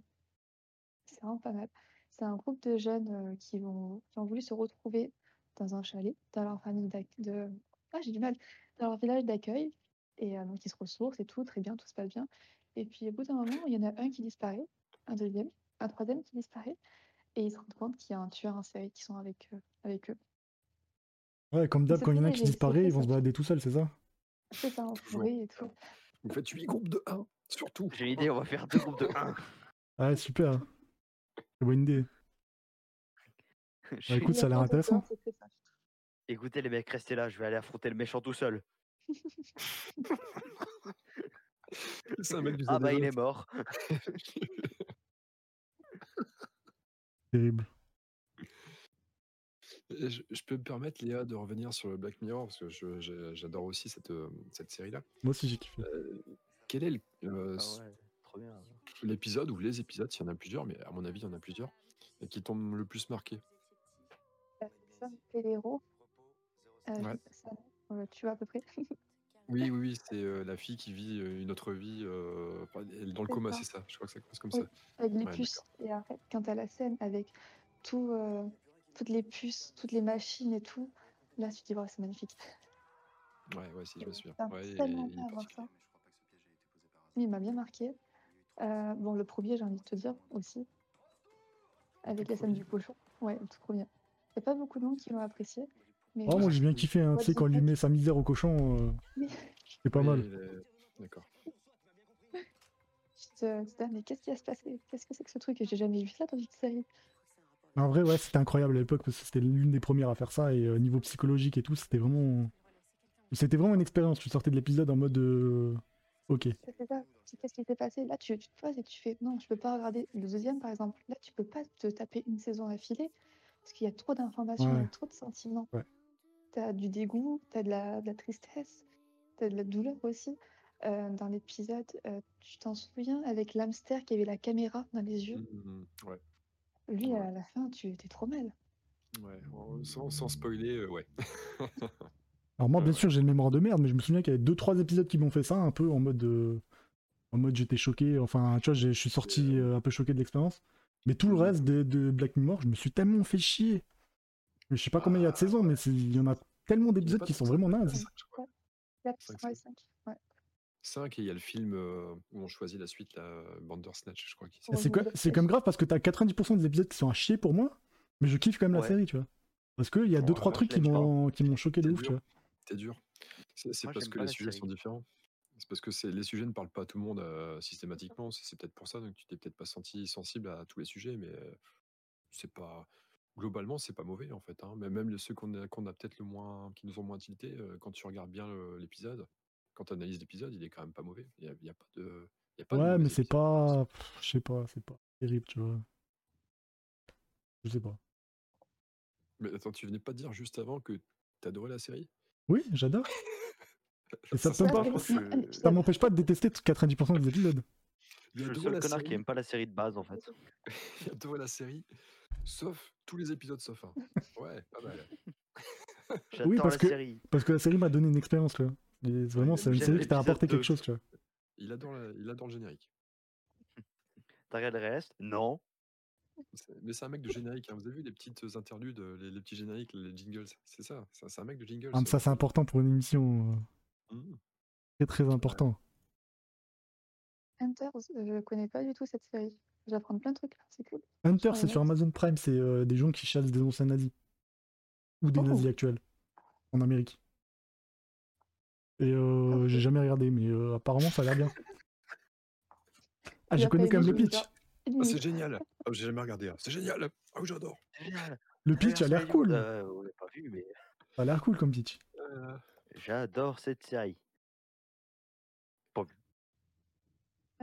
C: c'est vraiment pas mal. C'est un groupe de jeunes euh, qui, vont, qui ont voulu se retrouver dans un chalet, dans leur famille d'ac- de... Ah, j'ai du mal. Dans leur village d'accueil. Et euh, donc ils se ressourcent et tout, très bien, tout se passe bien. Et puis au bout d'un moment, il y en a un qui disparaît, un deuxième, un troisième qui disparaît. Et ils se rendent compte qu'il y a un tueur en série qui sont avec, eux- avec eux.
D: Ouais, comme d'hab,
C: C'est
D: quand il y en a
C: vrai,
D: qui
C: j'ai- c'est
D: disparaît,
C: vrai,
D: ils vont
C: ça.
D: se balader tout seuls, c'est ça
C: C'est ça, entouré et tout.
A: Vous faites 8 groupes de 1, surtout.
B: J'ai une idée, on va faire deux groupes de
D: Ah
B: 1.
D: Ouais, super. C'est bonne idée. Bah, écoute, ça a l'air intéressant.
B: Écoutez, les mecs, restez là, je vais aller affronter le méchant tout seul.
A: C'est un mec du
B: ah bah, il
A: Zelda.
B: est mort.
D: Terrible.
A: Et Euh, Je, je peux me permettre, Léa, de revenir sur le Black Mirror, parce que je- je- j'adore aussi cette, euh, cette série-là.
D: Moi aussi, j'ai kiffé.
A: Euh, quel est le- euh,
D: Ah
A: s-
B: Ah Trop bien.
A: l'épisode ou les épisodes, s'il y en a plusieurs, mais à mon avis, il y en a plusieurs, et qui tombe le plus marqué
C: Sam Pelleiro, euh,
A: Ouais.
C: Sam, euh, tu vois à peu près.
A: Oui, oui, oui, c'est euh, la fille qui vit euh, une autre vie euh, enfin, elle est dans le
C: C'est
A: coma,
C: ça.
A: c'est ça. Je crois que ça commence comme
C: Oui,
A: ça.
C: avec les
A: Ouais,
C: puces. Et en fait, quand à la scène avec tout, euh, toutes les puces, toutes les machines et tout, là, tu te dis, Ouais, c'est magnifique.
A: Ouais, ouais, si, je me souviens.
C: Putain,
A: Ouais, il-
C: tellement
A: il est
C: pas avoir
A: parti.
C: ça. Il m'a bien marqué. Euh, bon, le premier, j'ai envie de te dire aussi. Avec la scène du cochon. Ouais, le tout premier. Il n'y a pas beaucoup de monde qui l'ont apprécié. Mais
D: Oh, moi j'ai bien kiffé, hein.
C: What
D: tu sais,
C: the
D: quand il
C: fuck
D: lui met sa misère au cochon, euh,
C: Oui.
D: c'est pas
A: Oui,
D: mal.
A: il est- D'accord.
C: juste, euh, putain, mais qu'est-ce qui va se passer Qu'est-ce que c'est que ce truc J'ai jamais vu ça dans une série.
D: Mais En vrai, ouais, c'était incroyable à l'époque parce que c'était l'une des premières à faire ça et euh, niveau psychologique et tout, c'était vraiment. C'était vraiment une expérience. Tu sortais de l'épisode en mode. euh, Ok.
C: C'était ça. C'est Qu'est-ce qui s'est passé Là, tu, tu te poses et tu fais non, je peux pas regarder le deuxième par exemple. Là, tu peux pas te taper une saison affilée parce qu'il y a trop d'informations, il y
D: Ouais.
C: a trop de sentiments.
D: Ouais.
C: T'as du dégoût, t'as de la, de la tristesse, t'as de la douleur aussi. Euh, dans l'épisode, euh, tu t'en souviens avec l'hamster qui avait la caméra dans les yeux.
A: Mmh, Ouais.
D: Mm.
C: Lui, à la fin, tu étais trop mal.
A: Ouais, en- sans, sans spoiler, euh, ouais.
D: Alors
A: Ah
D: moi, bien sûr, j'ai une mémoire de merde, mais je me souviens qu'il y avait deux trois épisodes qui m'ont fait ça, un peu en mode, euh, en mode j'étais choqué. Enfin, tu vois, j'ai- je suis sorti euh, un peu choqué de l'expérience. Mais tout le reste de, de Black Mirror, je me suis tellement fait chier. Mais Je sais pas combien il y a de
A: Ah.
D: saisons, mais c'est- il y en a tellement d'épisodes qui sont vraiment nazes.
C: Ouais. La ouais, cinq. Ouais.
A: 5 et il y a le film euh, où on choisit la suite, la Bandersnatch, je crois. qu'il
D: Et
A: s'appelle.
D: C'est quoi- c'est comme grave parce que t'as 90% des épisodes qui sont à chier pour moi, mais je kiffe quand même la
A: Ouais.
D: série, tu vois. Parce qu'il y a deux trois trucs qui m'ont qui m'ont choqué de ouf, tu vois.
A: C'est dur. C'est c'est
D: Moi,
A: parce
D: j'aime
A: que
D: pas
A: les
D: la
A: sujets
D: série.
A: sont différents. C'est parce que c'est- les sujets ne parlent pas à tout le monde euh, systématiquement. C'est c'est peut-être pour ça. Donc tu t'es peut-être pas senti sensible à tous les sujets, mais euh, c'est pas. Globalement, c'est pas mauvais en fait. hein. Mais même les- ceux qu'on a, qu'on a peut-être le moins, qui nous ont moins tilté, euh, quand tu regardes bien le- l'épisode, quand tu analyses l'épisode, il est quand même pas mauvais. Il y a, il y a pas de. il y a pas de
D: Ouais,
A: mauvais
D: mais c'est pas, pff, je sais pas, c'est pas terrible, tu vois. Je sais pas.
A: Mais attends, tu venais pas de dire juste avant que t'adorais la série
D: Oui, j'adore. Et ça
A: Ça,
D: peut pas-
A: je pense que-
D: ça m'empêche pas de détester 90% des épisodes.
A: Il y a
B: Je suis
A: devant
B: le
A: la
B: seul connard
A: série.
B: qui aime pas la série de base en fait.
A: Il y a devant la série, sauf tous les épisodes sauf un. Ouais, pas mal.
D: Oui, parce que, parce que la série m'a donné une expérience, tu vois. Et c'est Vraiment, c'est une
A: j'aime
D: série qui t'a
A: l'épisode
D: apporté quelque
A: deux.
D: chose, tu vois.
A: Il adore, la- il adore le générique.
B: T'as regardé le reste Non.
A: C'est- Mais c'est un mec de générique. hein. Vous avez vu les petites interludes, euh, les, les petits génériques, les jingles C'est ça, c'est c'est un mec de jingles.
D: Ah, mais ça, c'est important pour une émission. euh,
A: Mhm.
D: C'est très important.
C: Hunter, euh, je connais pas du tout cette série. Je vais apprendre plein de trucs là, c'est cool.
D: Hunter, c'est
C: Ouais.
D: sur Amazon Prime, c'est euh, des gens qui chassent des anciens nazis. Ou des nazis actuels. En Amérique. Et euh, j'ai jamais regardé, mais euh, apparemment, ça a l'air bien. Ah, j'ai connu quand même le pitch.
A: Ah, c'est génial. Ah, J'ai jamais regardé. hein. C'est génial. Ah oui, j'adore.
D: Le pitch a l'air cool.
B: Euh, on l'a pas vu, mais
D: Ça a l'air cool comme pitch.
A: Euh.
B: j'adore cette série.
C: Ah,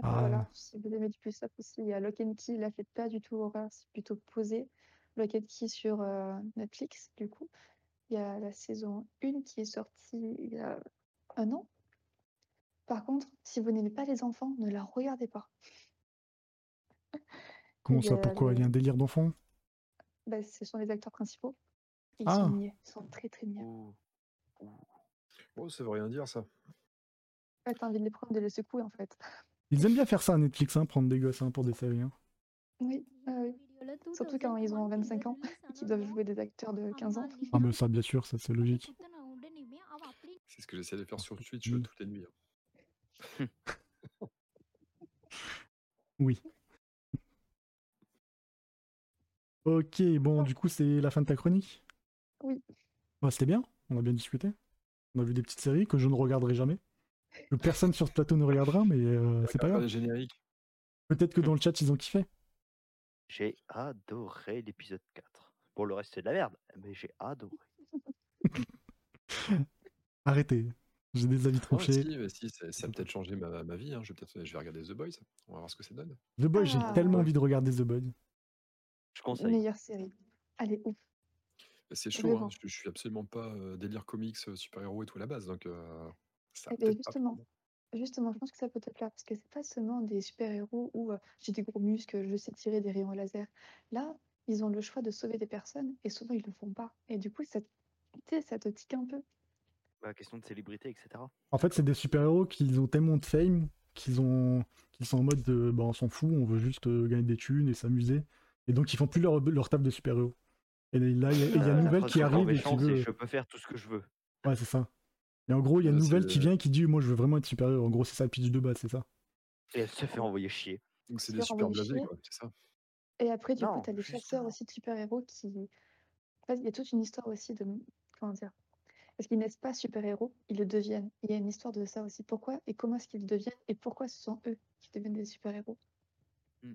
D: Ah.
C: Voilà, si vous aimez du plus ça aussi, il y a Lock and Key, là, fait pas du tout horreur, c'est plutôt posé. Lock and Key sur euh, Netflix, du coup. Il y a la saison 1 qui est sortie il y a un an. Par contre, si vous n'aimez pas les enfants, ne la regardez pas.
D: Comment ça
C: Euh,
D: Pourquoi Il y a un délire d'enfant
C: Bah, ce sont les acteurs principaux. Et Ils
D: Ah.
C: sont mignons, ils sont très très mignons.
A: Bon, Oh, ça veut rien dire ça.
C: Ouais, T'as envie de les prendre, de les secouer en fait.
D: Ils aiment bien faire ça à Netflix, hein, prendre des gosses hein, pour des séries. hein.
C: Oui, ah oui. surtout quand ils ont 25 ans et qu'ils doivent jouer des acteurs de 15 ans.
D: Ah, mais ça, bien sûr, ça c'est logique.
A: C'est ce que j'essaie de faire sur Twitch euh, toutes les nuits. hein.
D: Oui. Ok, bon, du coup, c'est la fin de ta chronique
C: Oui.
D: Bah, c'était bien, on a bien discuté. On a vu des petites séries que je ne regarderai jamais. Que personne sur ce plateau ne regardera, mais euh, c'est pas
A: Regarde
D: grave.
A: les génériques.
D: Peut-être que dans le chat, ils ont kiffé.
B: J'ai adoré l'épisode 4. Bon, le reste c'est de la merde, mais j'ai adoré.
D: Arrêtez, j'ai des avis
A: Non,
D: tranchés.
A: Ah si, mais si, ça, ça a peut-être changé ma, ma vie. hein. Je vais peut-être, je vais regarder The Boys. On va voir ce que ça donne.
D: The Boys, j'ai
C: Ah.
D: tellement envie de regarder The Boys.
B: Je
C: Meilleure série. Allez, ouf.
A: C'est chaud. hein.
C: Vraiment.
A: Je, je suis absolument pas euh, délire comics, euh, super-héros et tout à la base. Donc euh, ça.
C: Eh
A: va
C: ben,
A: peut-être pas
C: justement, justement, je pense que ça peut te plaire parce que c'est pas seulement des super-héros où euh, j'ai des gros muscles, je sais tirer des rayons laser. Là, ils ont le choix de sauver des personnes et souvent ils le font pas. Et du coup, ça, te- tu sais, ça te tique un peu.
B: Bah, question de célébrité, etc.
D: En fait, c'est des super-héros qui ont tellement de fame qu'ils ont qu'ils sont en mode de, bah, on s'en fout, on veut juste euh, gagner des thunes et s'amuser. Et donc, ils font plus leur, leur table de super-héros. Et là, Ah, il y a, et il y a
B: Euh, la
D: Nouvelle
B: phrase
D: qui
B: de Jean
D: arrive et qui
B: Méchant, c'est
D: veut.
B: Je peux faire tout ce que je veux.
D: Ouais, c'est ça. Et en gros, il y a une
B: Euh, c'est
D: Nouvelle qui
B: le-
D: vient et qui dit Moi, je veux vraiment être super-héros. En gros, c'est ça le pitch de base, c'est ça.
B: Et elle se fait envoyer chier.
A: Donc c'est
C: des Faire envoyer super blasés, chier. quoi,
A: c'est ça.
C: Et après, du
B: Non,
C: coup, tu as les chasseurs aussi de super-héros qui. En fait, il y a toute une histoire aussi de. Comment dire Parce qu'ils naissent pas super-héros, ils le deviennent. Il y a une histoire de ça aussi. Pourquoi et comment est-ce qu'ils le deviennent et pourquoi ce sont eux qui deviennent des super-héros
B: Hmm.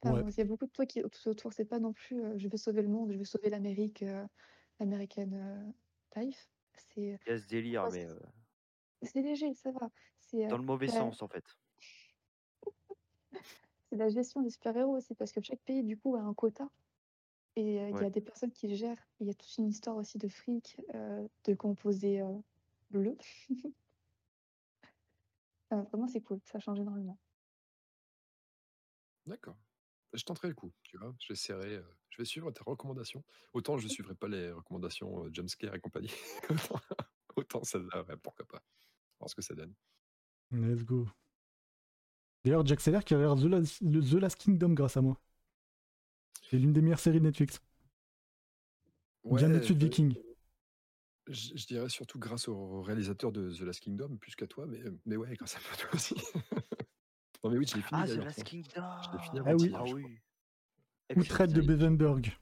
C: Enfin,
D: Ouais.
C: bon, Il y a beaucoup de toi qui tout autour, c'est pas non plus euh, je veux sauver le monde, je veux sauver l'Amérique, euh, l'American euh, life. C'est
B: Il y a ce délire,
C: Ouais,
B: mais
C: c'est-
B: euh,
C: c'est léger, ça va. C'est, euh,
B: dans le mauvais
C: la-
B: sens en fait.
C: C'est la gestion des super-héros aussi, parce que chaque pays, du coup, a un quota. Et euh, il y
B: Ouais.
C: a des personnes qui le gèrent. Il y a toute une histoire aussi de fric, euh, de composés euh, bleus. Euh, vraiment, c'est cool. Ça change énormément.
A: D'accord. Bah, Je tenterai le coup, tu vois. J'essaierai. euh, je vais suivre tes recommandations. Autant je ne suivrai pas les recommandations euh, jumpscare et compagnie. autant, autant celle-là, ouais, pourquoi pas. Voir ce que ça donne.
D: Let's go. D'ailleurs, Jack Seller qui regarde The Last, le The Last Kingdom grâce à moi. C'est l'une des meilleures séries de Netflix. Bien
A: Ouais,
B: euh,
D: au-dessus de
A: je-
D: Viking.
A: Je, je dirais surtout grâce au réalisateur de The Last Kingdom, plus qu'à toi, mais, euh, mais ouais, grâce à toi aussi. non, mais oui, je l'ai fini.
B: Ah, The
A: d'ailleurs,
B: Last
A: je crois.
B: Kingdom
A: Je l'ai fini
D: Ah oui.
A: avant-hier,
B: Ah
A: je
B: oui.
D: Outred de Bevenberg,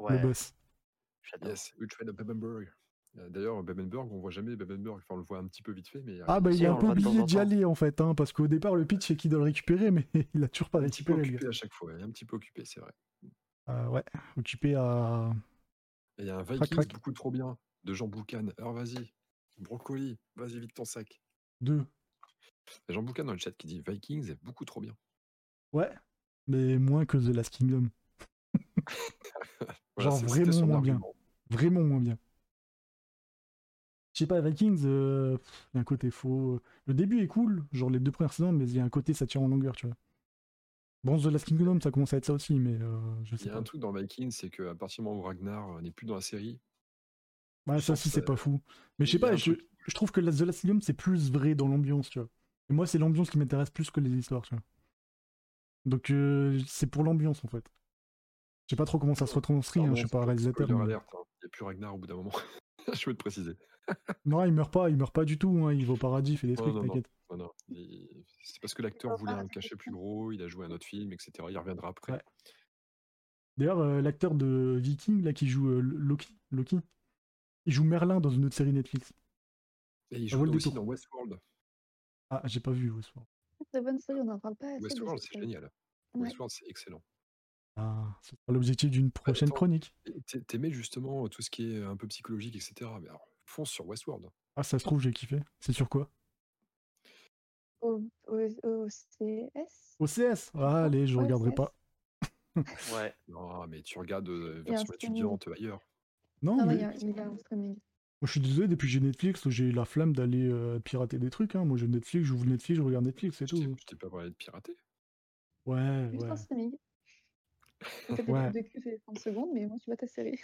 B: Ouais.
D: le boss.
A: Yes, We Train of Bebenberg. Euh, D'ailleurs, Bebenberg, on voit jamais Bebenberg. Enfin, on le voit un petit peu vite fait, mais. euh,
D: Ah bah il a un peu obligé d'y
A: temps.
D: aller en fait, hein, parce qu'au départ le pitch c'est qu'il doit le récupérer, mais il a toujours pas
A: Un petit peu
D: récupéré le
A: occupé
D: gars.
A: à chaque fois, ouais, un petit peu occupé, c'est vrai.
D: Euh, ouais, occupé à...
A: Et il y a un
D: Crac,
A: Vikings
D: crac.
A: beaucoup trop bien, de Jean Boucan. Alors vas-y, Brocoli, vas-y vite ton sac.
D: Deux.
A: Il y a Jean Boucan dans le chat qui dit Vikings est beaucoup trop bien.
D: Ouais, mais moins que The Last Kingdom.
A: Voilà,
D: Genre
A: c'est- c'était
D: vraiment
A: son
D: moins bien.
A: argument.
D: Vraiment moins bien. Je sais pas, Vikings, euh, pff, il y a un côté faux. Le début est cool, genre les deux premières saisons, mais il y a un côté ça tire en longueur, tu vois. Bon, The Last Kingdom, ça commence à être ça aussi, mais euh, je
A: Il y
D: sais
A: a
D: pas.
A: un truc dans Vikings, c'est qu'à partir du moment où Ragnar euh, n'est plus dans la série,
D: Ouais,
A: je
D: ça
A: pense,
D: aussi, c'est
A: euh,
D: pas fou. Mais je sais
A: il y a
D: pas,
A: un
D: je,
A: truc-
D: je trouve que The Last Kingdom, c'est plus vrai dans l'ambiance, tu vois. Et moi, c'est l'ambiance qui m'intéresse plus que les histoires, tu vois. Donc, euh, c'est pour l'ambiance, en fait. Je sais pas trop comment ça se retranscrit, hein,
A: Pardon,
D: je suis
A: c'est
D: pas réalisateur.
A: spoiler
D: mais-
A: alerte, hein. il n'y a plus Ragnar au bout d'un moment. je veux te préciser.
D: Non, il meurt pas, il meurt pas du tout, hein, il va au paradis, il fait des
A: Non,
D: trucs,
A: non, non.
D: t'inquiète.
A: Non, non. Il- C'est parce que
C: Ah,
A: l'acteur voulait un cachet plus gros, il a joué à un autre film, etc. Il reviendra après.
D: D'ailleurs, euh, l'acteur de Viking, là, qui joue euh, Loki, Loki, il joue Merlin dans une autre série Netflix.
A: Et il
D: Ça
A: joue
D: vaut le
A: aussi
D: détour.
A: dans Westworld.
D: Ah, j'ai pas vu Westworld.
C: Très bonne série, on n'en parle pas assez. de
A: Westworld,
C: cette
A: c'est
C: série.
A: génial.
C: Ouais.
A: Westworld, Oh, c'est excellent.
D: Ah, ce sera l'objectif d'une prochaine
A: attends.
D: chronique.
A: Et t'a- T'aimais justement tout ce qui est un peu psychologique, etc. Mais alors, fonce sur Westworld.
D: Ah, ça se trouve, j'ai kiffé. C'est sur quoi
C: O- O- OCS
D: OCS Ah, allez, je
C: Ouais,
D: regarderai
C: OCS.
D: pas.
B: Ouais.
A: Non, mais tu regardes euh,
C: Il y a un
A: version
C: streaming.
A: étudiante ailleurs.
D: Non,
C: Non,
D: mais
C: mais il Ah y a- il y a un streaming.
D: moi, je suis désolé, depuis que j'ai Netflix, j'ai eu la flamme d'aller euh, pirater des trucs. Hein. Moi, j'ai Netflix, j'ouvre Netflix, je regarde Netflix, c'est tout.
A: Je t'ai pas parlé de pirater.
D: Ouais,
C: Juste
D: ouais.
C: un streaming. Donc, t'as des
D: Ouais.
C: trucs de cul, c'est 30 secondes, mais moi, tu vas ta série.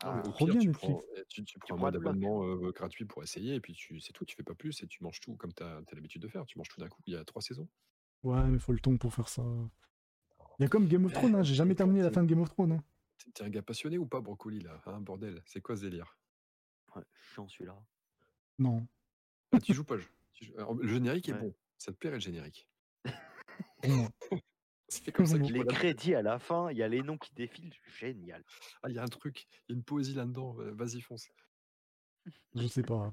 A: Non, mais au
D: Ah, trop
A: pire,
D: bien,
A: tu prends,
D: Netflix.
A: eh, tu, tu prends un mois
B: prends un bloc.
A: d'abonnement euh, gratuit pour essayer, et puis tu, c'est tout, tu fais pas plus, et tu manges tout comme tu as, l'habitude de faire. Tu manges tout d'un coup, il y a trois saisons.
D: Ouais, mais faut le temps pour faire ça. Il y a comme Game of Thrones, hein. j'ai jamais terminé la fin de Game of Thrones. hein.
A: T'es- T'es un gars passionné ou pas, Brocoli, là hein, Bordel, c'est quoi ce délire
B: Ouais, chiant celui-là.
D: Non.
A: Ah, Tu joues pas. je- tu joues- alors, le générique est
B: Ouais.
A: bon, ça te plairait le générique.
D: Bon.
A: C'est comme ça que je
B: Les
A: vois la-
B: crédits à la fin, il y a les noms qui défilent, génial.
A: Ah, il y a un truc, il y a une poésie là-dedans, euh, vas-y, fonce.
D: Je sais pas.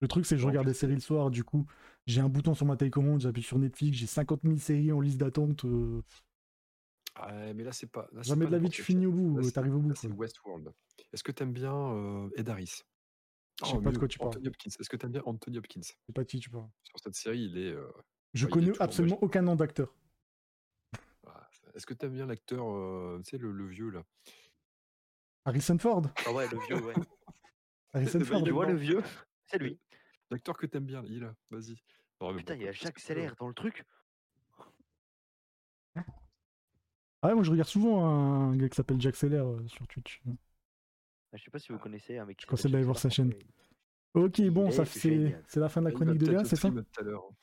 D: Le truc, c'est que je
A: En
D: regarde
A: plus,
D: des séries le soir, du coup, j'ai un bouton sur ma télécommande, j'appuie sur Netflix, j'ai 50 000 séries en liste d'attente. euh,
A: Ouais, mais là, c'est pas. là, c'est
D: jamais
A: pas
D: de la vie,
A: n'importe
D: tu
A: quel
D: finis au bout,
A: Là,
D: euh,
A: c'est-
D: t'arrives au bout.
A: là, c'est
D: quoi.
A: Westworld. Est-ce que t'aimes bien euh, Ed Harris
D: Je sais
A: Oh,
D: pas de
A: mieux,
D: quoi tu parles.
A: Anthony Hopkins. Est-ce que t'aimes bien Anthony Hopkins
D: Je sais pas de qui tu parles.
A: Sur cette série, il est. euh,
D: Je
A: bah, il est
D: connais
A: toujours
D: absolument
A: magique.
D: aucun nom d'acteur.
A: Voilà. ah, Est-ce que t'aimes bien l'acteur, euh, tu sais, le, le vieux, là
D: Harrison Ford
B: Ah ouais, le vieux, ouais.
D: Harrison
A: Eh ben,
D: Ford
A: il
B: Tu
A: est
B: vois
A: mort.
B: le vieux C'est lui.
A: L'acteur que t'aimes bien, il est là, vas-y. Non, mais
B: Putain,
A: bon,
B: il y a
A: qu'est-ce que
B: Jacques
A: tu veux
B: Seller dans le truc.
D: Ah ouais, moi je regarde souvent un gars qui s'appelle Jack Seller euh, sur Twitch.
B: Ah, Je sais pas si vous connaissez un mec qui
D: Je conseille
B: s'appelle
D: d'aller
B: Jacques
D: voir sa chaîne.
B: Seller, franchement, il-
D: Ok, bon,
B: est
D: ça c'est
B: génial.
D: c'est la fin de la
A: Il va
D: chronique de
A: peut-être
D: Léa,
A: le
D: c'est ça
A: stream tout à l'heure, hein.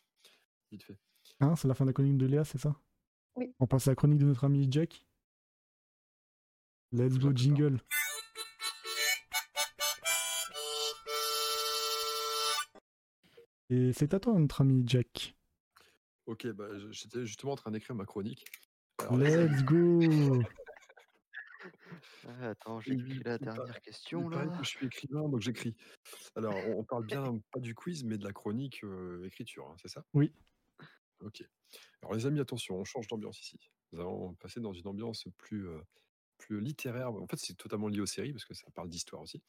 A: Vite fait.
D: Hein, c'est la fin de la chronique de Léa, c'est ça
C: Oui.
D: On passe à la chronique de notre ami Jack. Let's go jingle. Et c'est à toi notre ami Jack.
A: Ok, bah, je- j'étais justement en train d'écrire ma chronique. Alors,
D: Let's go.
B: Ah, Attends, j'ai écrit la dernière question
A: Il paraît
B: là.
A: que je suis écrivain, donc j'écris. Alors, on, on parle bien pas du quiz, mais de la chronique euh, écriture, hein, c'est ça
D: Oui.
A: Ok. Alors, les amis, attention, on change d'ambiance ici. Nous allons passer dans une ambiance plus, euh, plus littéraire. En fait, c'est totalement lié aux séries, parce que ça parle d'histoire aussi.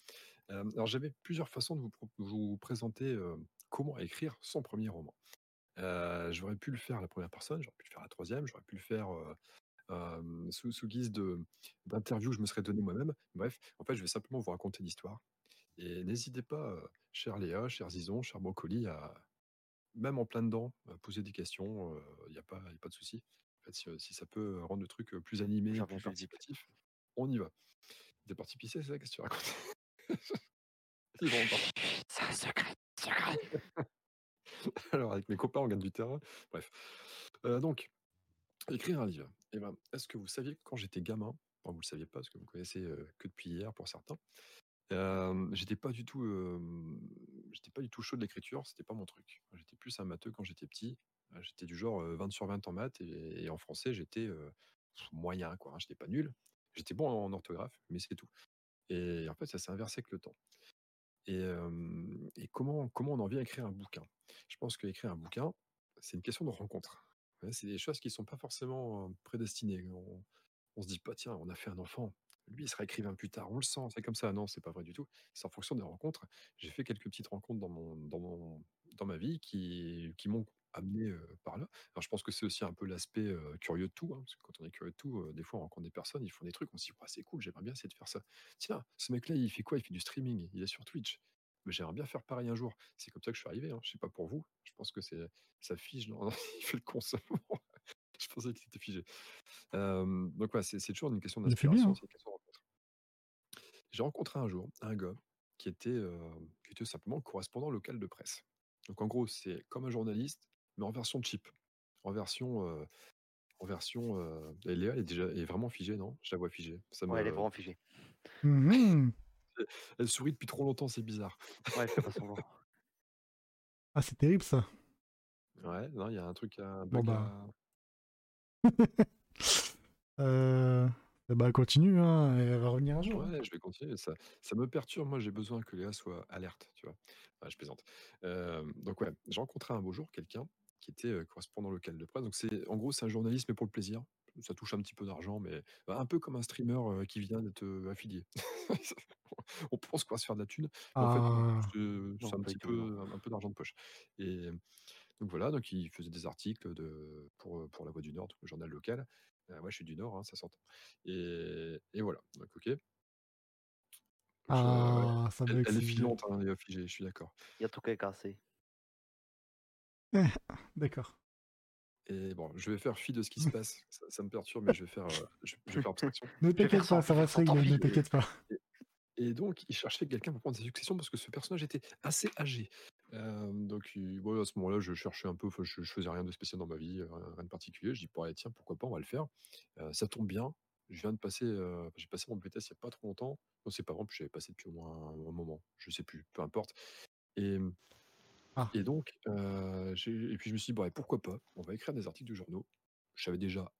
A: Euh, alors, j'avais plusieurs façons de vous, pro- vous présenter euh, comment écrire son premier roman. Euh, j'aurais pu le faire à la première personne, j'aurais pu le faire à la troisième, j'aurais pu le faire euh, euh, sous, sous guise de- d'interview que je me serais donné moi-même. Bref, en fait, je vais simplement vous raconter l'histoire. Et n'hésitez pas, euh, cher Léa, cher Zizon, cher Brocoli, à, même en plein dedans, à poser des questions. Il n'y a, pas- y a pas de souci. En fait, si, euh, si ça peut rendre le truc euh, plus animé, plus participatif, on y va. T'es parti pisser, c'est ça Qu'est-ce que tu racontes Ils vont encore. Alors, avec mes copains, on gagne du terrain. Bref. Euh, donc, écrire un livre. Eh ben, est-ce que vous saviez que quand j'étais gamin, enfin, vous ne le saviez pas parce que vous me connaissez euh, que depuis hier pour certains, euh, j'étais pas du tout, euh, j'étais pas du tout chaud de l'écriture, c'était pas mon truc. J'étais plus un matheux quand j'étais petit. Euh, J'étais du genre euh, 20 sur 20 en maths et, et en français, j'étais euh, moyen, quoi. hein, J'étais pas nul. J'étais bon en orthographe, mais c'est tout. Et en fait, ça s'est inversé avec le temps. Et, euh, et comment, comment on en vient à écrire un bouquin Je pense qu'écrire un bouquin, c'est une question de rencontre. Ouais, C'est des choses qui ne sont pas forcément euh, prédestinées. On, on se dit pas, tiens, on a fait un enfant, lui, il sera écrivain plus tard, on le sent, c'est comme ça. Non, c'est pas vrai du tout. C'est en fonction des rencontres. J'ai fait quelques petites rencontres dans, mon, dans, mon, dans ma vie qui, qui m'ont amené euh, par là. Alors, je pense que c'est aussi un peu l'aspect euh, curieux de tout, hein, parce que quand on est curieux de tout, euh, des fois, on rencontre des personnes, ils font des trucs, on se dit, Ouah, c'est cool, j'aimerais bien essayer de faire ça. Tiens, ce mec-là, il fait quoi Il fait du streaming, il est sur Twitch mais j'aimerais bien faire pareil un jour. C'est comme ça que je suis arrivé. Hein. Je sais pas pour vous. Je pense que c'est ça fige. Non, il fait le con seulement. je pensais que c'était figé. Euh, donc voilà, c'est c'est toujours une question
D: Il le fait bien,
A: d'inspiration.
D: hein.
A: c'est une question de rencontre. J'ai rencontré un jour un gars qui était, euh, qui était simplement correspondant local de presse. Donc en gros, c'est comme un journaliste, mais en version cheap, en version. euh, en version euh, et Léa elle est déjà elle est vraiment figée non je la vois figée ça
B: Ouais, elle est
A: me-
B: vraiment figée.
D: Mhm.
A: elle sourit depuis trop longtemps c'est bizarre
B: ouais elle fait pas semblant
D: Ah, c'est terrible ça.
A: Ouais, non, il y a un truc à. un
D: Bon,
A: bug
D: bah.
A: à-
D: Euh, Bah, continue, hein, elle va revenir un jour.
A: Ouais, je vais continuer. Ça, ça me perturbe. Moi, j'ai besoin que Léa soit alerte, tu vois. Ah, je plaisante. Euh, donc, ouais, j'ai rencontré un beau jour quelqu'un qui était euh, correspondant local de presse. Donc, c'est, en gros, c'est un journaliste, mais pour le plaisir. Ça touche un petit peu d'argent, mais bah, un peu comme un streamer euh, qui vient d'être euh, affilié. on pense qu'on va se faire de la thune. mais en fait,
D: Ah.
A: c'est- c'est
B: pas
A: un
B: du
A: petit
B: tout,
A: peu, un, un peu d'argent de poche. Et donc, voilà, donc il faisait des articles de, pour, euh, pour La Voix du Nord, donc le journal local. Euh, ouais, je suis du Nord, hein, ça s'entend. Et, et voilà, donc, ok. Je-
D: Ah,
A: ouais.
D: ça
A: Euh, elle,
D: veut
A: elle est filante, hein, elle est figée, je suis d'accord.
B: Il y a un truc à casser.
D: D'accord.
A: Et bon, je vais faire fi de ce qui se passe. Ça, ça me perturbe, mais je vais faire, euh, je, je vais faire abstraction.
D: Ne
A: Je vais faire
D: t'inquiète pas,
A: sans-
D: ça va se
A: sans
D: régler, ne
A: envie.
D: t'inquiète pas.
A: Et donc, il cherchait quelqu'un pour prendre sa succession parce que ce personnage était assez âgé. Euh, donc, il- ouais, à ce moment-là, je cherchais un peu, enfin, je, je faisais rien de spécial dans ma vie, euh, rien, rien de particulier. Je dis, bah, tiens, pourquoi pas, on va le faire. Euh, ça tombe bien. Je viens de passer, euh, j'ai passé mon BTS il n'y a pas trop longtemps. Non, c'est pas vrai, j'avais passé depuis au moins un, un moment. Je sais plus, peu importe. Et, et donc, euh, j'ai- et puis je me suis dit, bah, pourquoi pas, on va écrire des articles de journaux. Je savais déjà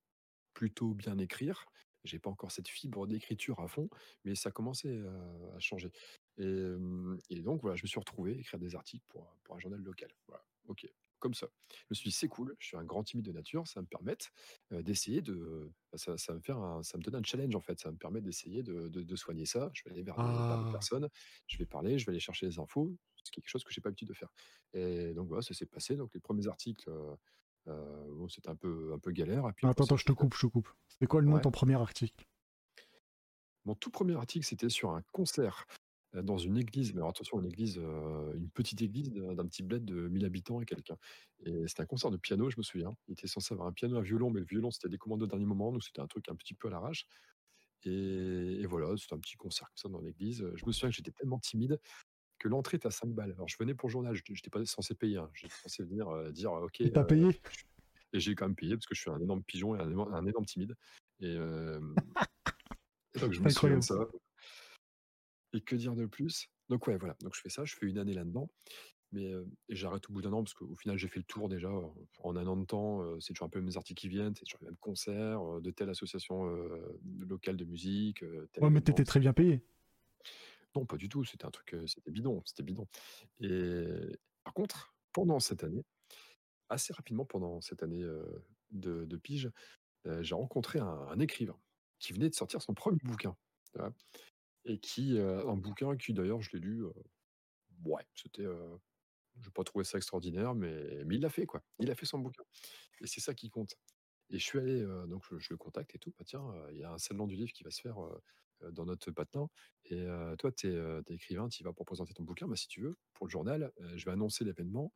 A: plutôt bien écrire. J'ai pas encore cette fibre d'écriture à fond, mais ça commençait euh, à changer. Et, euh, et donc voilà, je me suis retrouvé à écrire des articles pour, un- pour un journal local. Voilà, ok, comme ça. Je me suis dit c'est cool. Je suis un grand timide de nature, ça va me permettre euh, d'essayer de, bah, ça, ça va me faire, un- ça me donne un challenge en fait. Ça va me permettre d'essayer de, de- de soigner ça. Je vais aller vers des, vers des
D: Ah.
A: personnes, je vais parler, je vais aller chercher les infos. C'est quelque chose que j'ai pas l'habitude de faire. Et donc voilà, ça s'est passé. Donc les premiers articles, euh, euh, bon, c'était un peu, un peu galère. Et Ah, puis
D: attends, attends, je te coupe, je te coupe. C'est quoi le nom de
A: Ouais.
D: ton premier article
A: Mon tout premier article, c'était sur un concert euh, dans une église, mais alors attention, une église, euh, une petite église d'un d'un petit bled de 1000 habitants et quelqu'un. Et c'était un concert de piano, je me souviens. Il était censé avoir un piano, un violon, mais le violon, c'était des commandes au dernier moment, donc c'était un truc un petit peu à l'arrache. Et, et voilà, c'était un petit concert comme ça dans l'église. Je me souviens que j'étais tellement timide que l'entrée était à 5 balles. Alors je venais pour le journal, je n'étais pas censé payer, hein. j'étais censé venir euh, dire euh, OK.
D: Et t'as
A: euh,
D: payé
A: et j'ai quand même payé parce que je suis un énorme pigeon et un énorme, un énorme timide. Et, euh, et donc je me souviens de
D: Incroyable.
A: ça. Et que dire de plus Donc ouais, voilà. Donc je fais ça, je fais une année là-dedans. Mais euh, et j'arrête au bout d'un an parce qu'au final, j'ai fait le tour déjà. euh, En un an de temps, euh, c'est toujours un peu les mêmes articles qui viennent, c'est toujours les mêmes concerts euh, de telle association euh, locale de musique. euh, tel
D: Ouais, mais
A: événement,
D: t'étais très bien payé.
A: non, pas du tout. C'était un truc, euh, c'était bidon, c'était bidon. Et par contre, pendant cette année, assez rapidement pendant cette année euh, de, de pige, euh, j'ai rencontré un, un écrivain qui venait de sortir son premier bouquin, tu vois, et qui euh, un bouquin qui d'ailleurs je l'ai lu. euh, ouais, c'était. euh, je n'ai pas trouvé ça extraordinaire, mais, mais il l'a fait, quoi. Il a fait son bouquin. Et c'est ça qui compte. Et je suis allé, euh, donc je, je le contacte et tout. Bah, tiens, euh, il y a un salon du livre qui va se faire euh, euh, dans notre patelin. Et euh, toi, tu es, écrivain, tu vas pour présenter ton bouquin. Bah, si tu veux, pour le journal, euh, je vais annoncer l'événement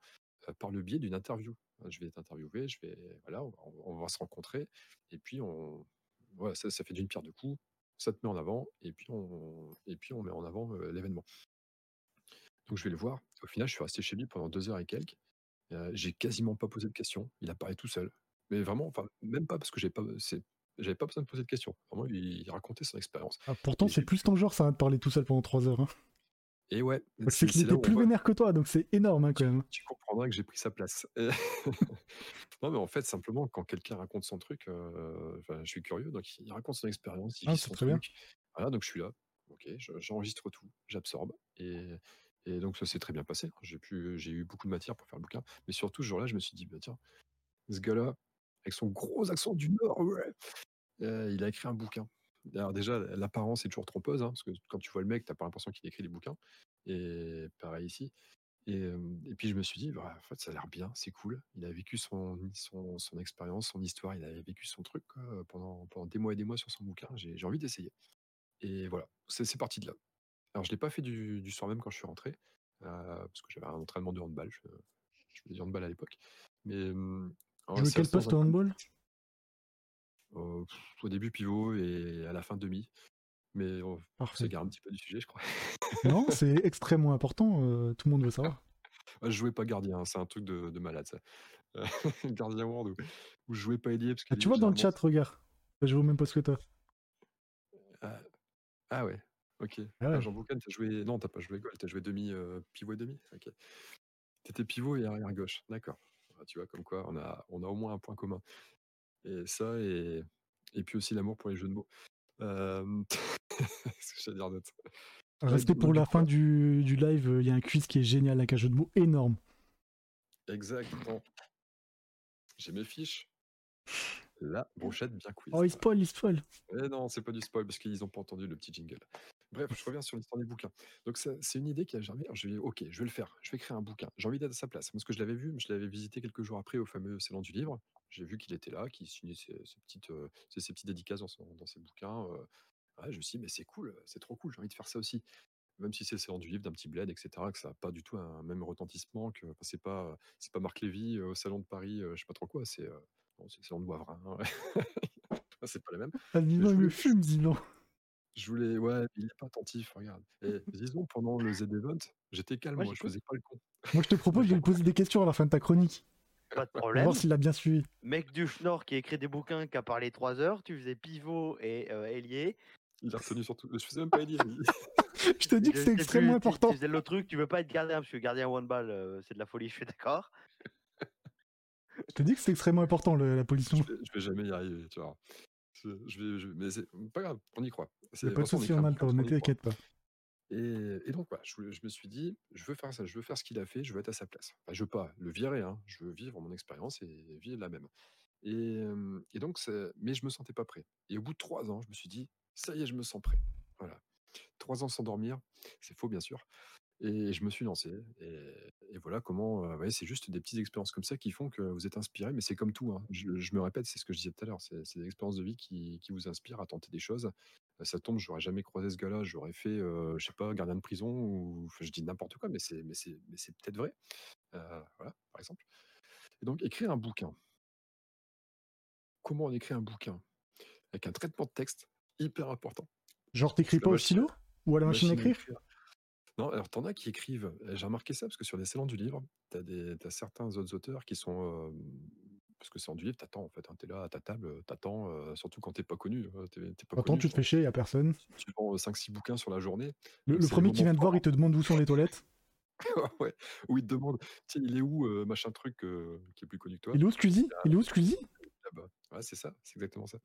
A: euh, par le biais d'une interview. Euh, Je vais t'interviewer, je vais, voilà, on, va- on va se rencontrer. Et puis, on, voilà, ça, ça fait d'une pierre deux coups. Ça te met en avant. Et puis, on, et puis on met en avant euh, l'événement. Donc je vais le voir. Au final, je suis resté chez lui pendant deux heures et quelques. Euh, j'ai quasiment pas posé de questions. Il a parlé tout seul. Mais vraiment, enfin, même pas parce que j'ai pas, c'est- j'avais pas besoin de poser de questions. Vraiment, il, il racontait son expérience.
D: Ah, pourtant, c'est plus ton genre, ça, hein, de parler tout seul pendant 3 heures. hein.
A: Et ouais,
D: Parce
A: c'est c'est
D: qu'il
A: là
D: était
A: où on
D: plus
A: voit-
D: vénère que toi, donc c'est énorme hein, quand même.
A: tu comprendras que j'ai pris sa place. Euh, non, mais en fait, simplement, quand quelqu'un raconte son truc, euh, enfin, je suis curieux, donc il raconte son expérience, il
D: Ah,
A: vit
D: c'est
A: son
D: très bien.
A: truc. Voilà, donc je suis là, ok, je- j'enregistre tout, j'absorbe, et, et donc ça s'est très bien passé. hein. J'ai pu, j'ai eu beaucoup de matière pour faire le bouquin, mais surtout ce jour-là, je me suis dit, bah, tiens, ce gars-là, avec son gros accent du Nord, ouais, euh, il a écrit un bouquin. Alors déjà, l'apparence est toujours trompeuse, hein, parce que quand tu vois le mec, t'as pas l'impression qu'il écrit des bouquins. Et pareil ici. Et, euh, et puis je me suis dit, bah, en fait, ça a l'air bien, c'est cool. Il a vécu son, son, son expérience, son histoire, il a vécu son truc quoi, pendant, pendant des mois et des mois sur son bouquin. J'ai j'ai envie d'essayer. Et voilà, c'est c'est parti de là. Alors je l'ai pas fait du, du soir même quand je suis rentré, euh, parce que j'avais un entraînement de handball. Je, je faisais du handball à l'époque. Mais euh, en
D: Jouer quel
A: séance dans
D: poste
A: un-
D: au handball
A: euh, pff, au début pivot et à la fin demi. Mais on, on
D: Parfait.
A: s'égare un petit peu du sujet, je crois.
D: Non, c'est extrêmement important, euh, tout le monde veut savoir.
A: Ah, je jouais pas gardien, hein, c'est un truc de, de malade ça. Euh, gardien World où, où je jouais pas ailier parce que
D: Ah, tu vois dans le chat, regarde, je vois même pas ce que toi.
A: Ah, ah ouais, ok.
D: Ah ouais.
A: Ah, Jean Boucan, t'as joué. Non, t'as pas joué goal, t'as joué demi, euh, pivot et demi. Ok. T'étais pivot et arrière gauche, d'accord. Ah, tu vois, comme quoi, on a, on a au moins un point commun. Et ça, et, et puis aussi l'amour pour les jeux de mots. Euh, Qu'est-ce que j'allais dire d'autre Ouais,
D: Restez
A: donc,
D: pour
A: du
D: la fin du, du live, euh, il y a un quiz qui est génial avec un jeu de mots énorme.
A: Exactement. J'ai mes fiches. La brochette bien quiz.
D: Oh, il spoil, il spoil.
A: Eh non, c'est pas du spoil parce qu'ils n'ont pas entendu le petit jingle. Bref, je reviens sur l'histoire des bouquins. Donc ça, c'est une idée qui a germé. Alors, Je vais, ok, je vais le faire. Je vais créer un bouquin. J'ai envie d'être à sa place. Parce que je l'avais vu, je l'avais visité quelques jours après au fameux salon du livre. J'ai vu qu'il était là, qu'il signait ses, ses petites, euh, ses, ses petites dédicaces dans, son- dans ses bouquins. euh. Ouais, je me suis dit, mais c'est cool, euh, c'est trop cool. J'ai envie de faire ça aussi. Même si c'est le salon du livre d'un petit bled, etc., que ça n'a pas du tout un même retentissement que enfin, c'est pas, c'est pas Marc Lévy euh, au salon de Paris, euh, je sais pas trop quoi. C'est euh, bon, c'est le salon de Boivrin. hein. c'est pas la même.
D: Ah, dis
A: Mais
D: donc,
A: je
D: il me
A: voulais-
D: fume, dis donc.
A: je voulais, ouais, il est pas attentif, regarde. Et disons, pendant le Z-Event, j'étais calme, moi, je faisais pas le con.
D: Moi, je te propose de lui poser des questions à la fin de ta chronique.
B: Pas de
D: On va
B: problème.
D: voir s'il a bien suivi.
B: Mec du Schnorr qui a écrit des bouquins, qui a parlé 3 heures, tu faisais pivot et euh, ailier.
A: Il a retenu surtout. Je faisais même pas ailier.
D: Je te dis que c'est extrêmement important.
B: Tu faisais le truc, tu veux pas être gardien, parce que gardien one ball, euh, c'est de la folie, je suis d'accord.
D: Je te dis que c'est extrêmement important, le- la pollution.
A: Je vais- je vais jamais y arriver, tu vois. Je, je vais, je- mais c'est pas grave, on y croit.
D: Y a
A: C'est-
D: pas de
A: façon,
D: souci,
A: écrit un
D: on a le
A: bouquin,
D: temps, ne
A: on y croit.
D: t'inquiète pas.
A: Et, et donc, voilà, je, voulais- je me suis dit, je veux faire ça, je veux faire ce qu'il a fait, je veux être à sa place. Enfin, je veux pas le virer, hein, je veux vivre mon expérience et vivre la même. Et, euh, et donc, c'est- mais je me sentais pas prêt. Et au bout de trois ans, je me suis dit, ça y est, je me sens prêt. Voilà. Trois ans sans dormir, c'est faux, bien sûr. Et je me suis lancé. Et, et voilà comment. euh, ouais, c'est juste des petites expériences comme ça qui font que vous êtes inspiré. Mais c'est comme tout. hein. Je, je me répète, c'est ce que je disais tout à l'heure. C'est c'est des expériences de vie qui, qui vous inspirent à tenter des choses. Euh, Ça tombe, j'aurais jamais croisé ce gars-là. J'aurais fait, euh, je sais pas, gardien de prison ou enfin, je dis n'importe quoi, mais c'est mais c'est- mais c'est peut-être vrai. Euh, voilà, par exemple. Et donc, écrire un bouquin. Comment on écrit un bouquin Avec un traitement de texte hyper important.
D: Genre, t'écris
A: La
D: pas au
A: machine-
D: stylo Ou à la machine à
A: machine à
D: écrire
A: Bah, non, alors t'en as qui écrivent. euh, J'ai remarqué ça parce que sur les salons du livre, t'as des, t'as certains autres auteurs qui sont euh, parce que c'est en du livre, t'attends en fait. hein, t'es là à ta table, euh, t'attends. euh, surtout quand t'es pas connu. euh, T'es, t'es pas
D: Attends,
A: connu.
D: tu te fais chier, y a personne.
A: Tu vends 5-6 bouquins sur la journée. donc
D: Le, le
A: c'est les
D: premier qui
A: moments
D: vient te voir, il te demande où sont les toilettes.
A: ouais. Où il te demande, tiens, il est où, euh, machin truc euh, qui est plus connu que toi
D: Il est où Squeezie Il est où Squeezie
A: Là-bas. Ah bah, Ouais, c'est ça, c'est exactement ça.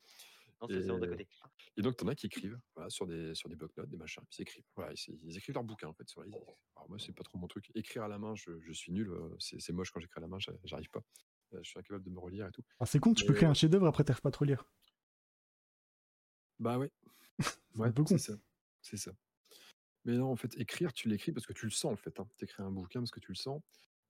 B: Non, c'est le salon d'à côté.
A: et donc, t'en as qui écrivent voilà, sur des, sur des bloc-notes, des machins. Ils écrivent. Voilà, ils, ils écrivent leur bouquin, en fait. sur- ils- Alors, moi, c'est pas trop mon truc. Écrire à la main, je, je suis nul. euh, C'est c'est moche quand j'écris à la main, j'a- j'arrive pas. Euh, Je suis incapable de me relire et tout.
D: Ah, c'est con, tu peux
A: Mais-
D: créer un chef-d'œuvre après t'arrives pas à trop lire.
A: Bah ouais. ouais, c'est ça. C'est ça. Mais non, en fait, écrire, tu l'écris parce que tu le sens, en fait. Hein. Tu écris un bouquin parce que tu le sens.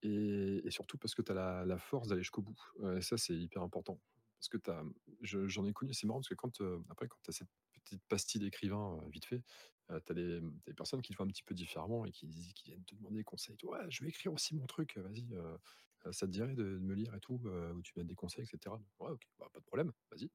A: Et, et surtout parce que tu as la, la force d'aller jusqu'au bout. Euh, et ça, c'est hyper important. Parce que t'as- je- j'en ai connu, c'est marrant parce que quand, euh, après, quand tu as cette petite pastille d'écrivain, euh, vite fait, tu as des, des personnes qui le font un petit peu différemment et qui, disent- qui viennent te demander des conseils. Ouais, je vais écrire aussi mon truc, euh, vas-y, euh, euh, ça te dirait de, de me lire et tout, euh, ou tu me donnes des conseils, etc. Ouais, ok, bah, pas de problème, vas-y.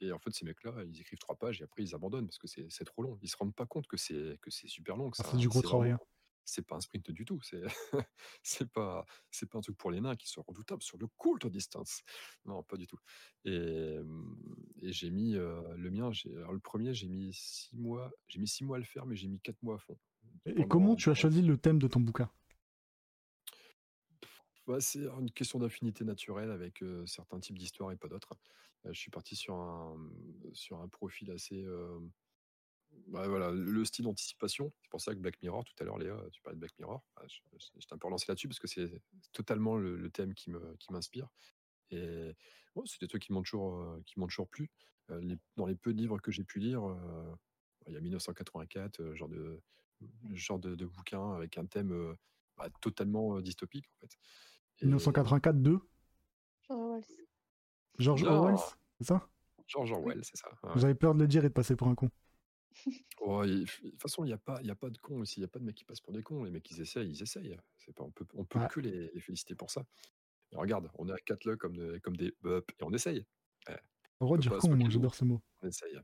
A: Et en fait, ces mecs-là, ils écrivent trois pages et après ils abandonnent parce que c'est c'est trop long. Ils se rendent pas compte que c'est que c'est super long. que
D: Ah, c'est du gros travail,
A: vraiment- C'est pas un sprint du tout. C'est c'est pas c'est pas un truc pour les nains qui sont redoutables sur le court distance. Non, pas du tout. Et, hum, et j'ai mis euh, le mien. j'ai- Alors le premier, j'ai mis six mois. J'ai mis six mois à le faire, mais j'ai mis quatre mois à fond.
D: Et comment tu as choisi le thème de ton bouquin
A: Bah, c'est une question d'affinité naturelle avec euh, certains types d'histoires et pas d'autres. Euh, je suis parti sur un, mmh, sur un profil assez. euh, bah, voilà, le style anticipation. C'est pour ça que Black Mirror, tout à l'heure, Léa, tu parlais de Black Mirror. Ah, je, je- je t'ai un peu relancé là-dessus parce que c'est totalement le, le thème qui me- qui m'inspire. Et bon, c'est des trucs qui m'ont toujours, euh, qui m'ont toujours plu. Euh, les- dans les peu de livres que j'ai pu lire, euh, il y a 1984, euh, genre de mmh, genre de, de bouquin avec un thème euh, bah, totalement euh, dystopique en fait.
D: 1984 2
C: George Orwell.
A: Hmm.
D: George
A: Non.
D: Orwell C'est ça
A: George Orwell, c'est ça. ouais.
D: J'avais peur de le dire et de passer pour un con.
A: Ouais, et- de toute façon, il n'y a, pas- il y a pas de cons ici, il n'y a pas de mecs qui passent pour des cons. Les mecs, ils essayent, ils essayent. C'est Pas, on peut, on peut
D: Ouais.
A: que les, les féliciter pour ça. Et regarde, on est à 4 le comme, de- comme des bup et on essaye. Ouais,
D: Au
A: on
D: droit de
A: peut
D: dire
A: pas se moquer
D: con, moi
A: de nous,
D: j'adore ce mot.
A: On essaye.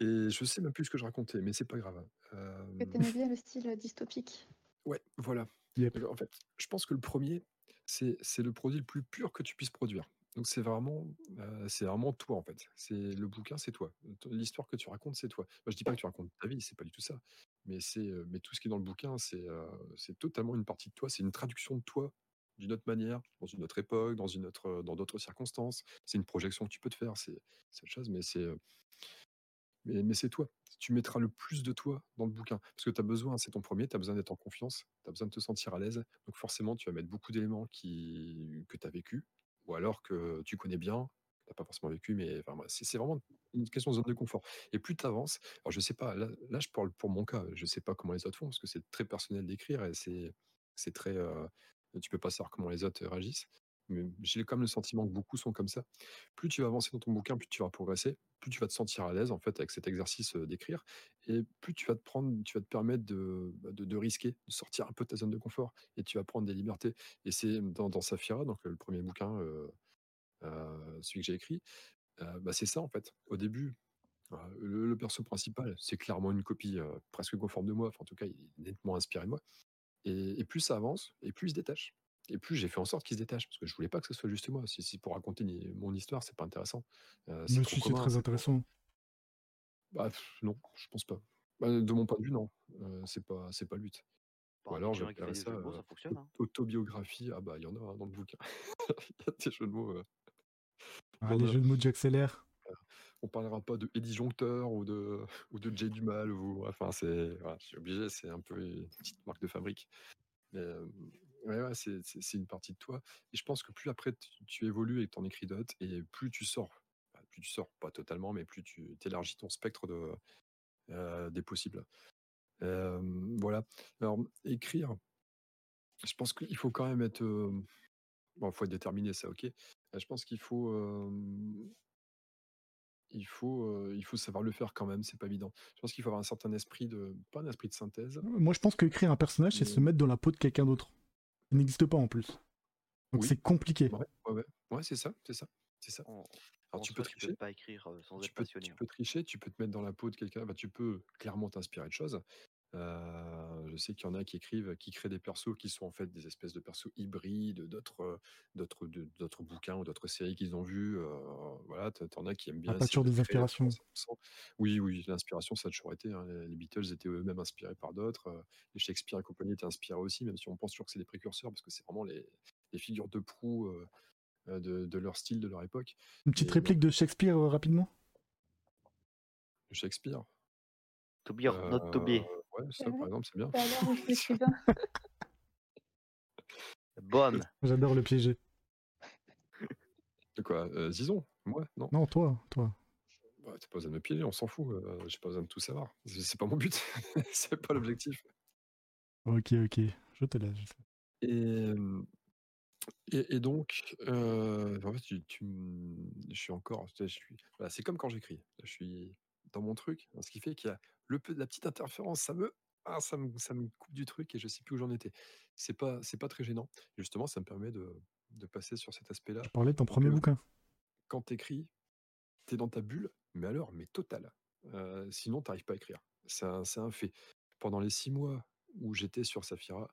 A: Et je sais même plus ce que je racontais, mais c'est pas grave. Euh,
C: Que t'aimes bien le style dystopique.
A: Ouais, voilà. Donc, En fait, je pense que le premier, c'est c'est le produit le plus pur que tu puisses produire. Donc c'est vraiment, euh, c'est vraiment toi en fait. C'est le bouquin, c'est toi. Ton- L'histoire que tu racontes, c'est toi. Moi, je dis pas que tu racontes ta vie, c'est pas du tout ça. Mais c'est, euh, mais tout ce qui est dans le bouquin, c'est, euh, c'est totalement une partie de toi. C'est une traduction de toi d'une autre manière, dans une autre époque, dans une autre, dans d'autres circonstances. C'est une projection que tu peux te faire. C'est cette chose, mais c'est, euh, mais, mais c'est toi. Tu mettras le plus de toi dans le bouquin. Parce que tu as besoin, c'est ton premier, tu as besoin d'être en confiance, tu as besoin de te sentir à l'aise. Donc forcément, tu vas mettre beaucoup d'éléments qui, que tu as vécu, ou alors que tu connais bien, tu n'as pas forcément vécu, mais enfin, bref, c'est c'est vraiment une question de zone de confort. Et plus tu avances, alors je sais pas, là, là, je parle pour mon cas, je sais pas comment les autres font, parce que c'est très personnel d'écrire et c'est c'est très... euh, tu peux pas savoir comment les autres réagissent. Mais j'ai quand même le sentiment que beaucoup sont comme ça plus tu vas avancer dans ton bouquin, plus tu vas progresser, plus tu vas te sentir à l'aise en fait avec cet exercice euh, d'écrire, et plus tu vas te prendre, tu vas te permettre de, bah, de, de risquer, de sortir un peu de ta zone de confort, et tu vas prendre des libertés. Et c'est dans, dans Saphira, donc le premier bouquin, euh, euh, celui que j'ai écrit, euh, bah, c'est ça en fait. Au début, euh, le, le perso principal, c'est clairement une copie euh, presque conforme de moi, enfin, en tout cas, il est nettement inspiré de moi. Et, et plus ça avance, et plus il se détache. Et plus j'ai fait en sorte qu'il se détache, parce que je voulais pas que ce soit juste moi. Si, si pour raconter ni- mon histoire, c'est pas intéressant. Euh,
D: Mais
A: trop
D: si, c'est
A: commun,
D: très
A: c'est-
D: intéressant.
A: Bah, pff, non, je pense pas. Bah, de mon point de vue, non. Euh, c'est pas, c'est pas le but. Ou alors,
B: Bah, quelqu'un qui fait
A: j'appellerais
B: des
A: ça,
B: jeux de mots, ça
A: euh,
B: fonctionne,
A: aut-
B: hein.
A: autobiographie. Ah bah, il y en a hein, dans le bouquin. Il y a des jeux de mots. euh,
D: Ah,
A: Bon,
D: les
A: bah.
D: jeux de mots, j'accélère.
A: on parlera pas de Eddie Joncteur ou de ou de Jay du Mal ou enfin c'est voilà, je suis obligé c'est un peu une petite marque de fabrique mais euh, ouais, ouais, c'est- c'est c'est une partie de toi et je pense que plus après tu, tu évolues et que t'en écris d'autres et plus tu sors bah, plus tu sors pas totalement mais plus tu élargis ton spectre de euh, des possibles Euh, voilà alors écrire je pense qu'il faut quand même être euh, bon faut être déterminé ça ok Euh, je pense qu'il faut euh, il faut, euh, il faut savoir le faire quand même, c'est pas évident. Je pense qu'il faut avoir un certain esprit de. pas un esprit de synthèse.
D: Moi, je pense que créer un personnage, c'est se mettre dans la peau de quelqu'un d'autre. Il n'existe pas en plus. Donc c'est compliqué.
A: Ouais, ouais. Ouais, c'est ça, c'est ça. C'est ça.
B: Alors,
A: tu peux tricher.
B: pas écrire euh, sans
A: tu
B: être
A: peux,
B: passionné.
A: tu peux tricher, tu peux te mettre dans la peau de quelqu'un, bah, tu peux clairement t'inspirer de choses. Euh, je sais qu'il y en a qui écrivent, qui créent des persos qui sont en fait des espèces de persos hybrides d'autres, euh, d'autres, de- d'autres bouquins ou d'autres séries qu'ils ont vues. euh, voilà, t'en t'en as qui aiment bien.
D: partir
A: essayer de
D: des
A: créer à
D: inspirations.
A: 300%. Oui, oui, l'inspiration, ça a toujours été. hein. Les les Beatles étaient eux-mêmes inspirés par d'autres. euh, Les Shakespeare et compagnie étaient inspirés aussi, même si on pense toujours que c'est des précurseurs parce que c'est vraiment les, les figures de proue euh, euh, de, de leur style, de leur époque.
D: Une petite réplique de Shakespeare euh, rapidement
A: Shakespeare. Euh,
B: To be or not to be.
A: Ouais, ça par exemple, c'est bien.
C: Tout à l'heure, je me suis bien.
B: Bonne.
D: J'adore le piéger.
A: De quoi euh, Zizon Moi Non.
D: Non, toi, toi.
A: Bah, T'as pas besoin de me piéger, on s'en fout. euh, J'ai pas besoin de tout savoir. C'est c'est pas mon but. c'est pas l'objectif.
D: Ok, ok, je te laisse.
A: Et, euh, et, et donc, euh, en fait, tu, tu m- je suis encore. je suis- voilà, c'est comme quand j'écris. Là, Je suis dans mon truc, ce qui fait qu'il y a le, peu- la petite interférence, ça me, ah, ça me, ça me coupe du truc et je sais plus où j'en étais. C'est pas, c'est pas très gênant. Justement, ça me permet de, de passer sur cet aspect-là.
D: Je parlais de ton premier bouquin.
A: Quand t'écris, t'es dans ta bulle, mais alors, mais totale. Euh, sinon, t'arrives pas à écrire. C'est un, c'est un fait. Pendant les six mois où j'étais sur Safira,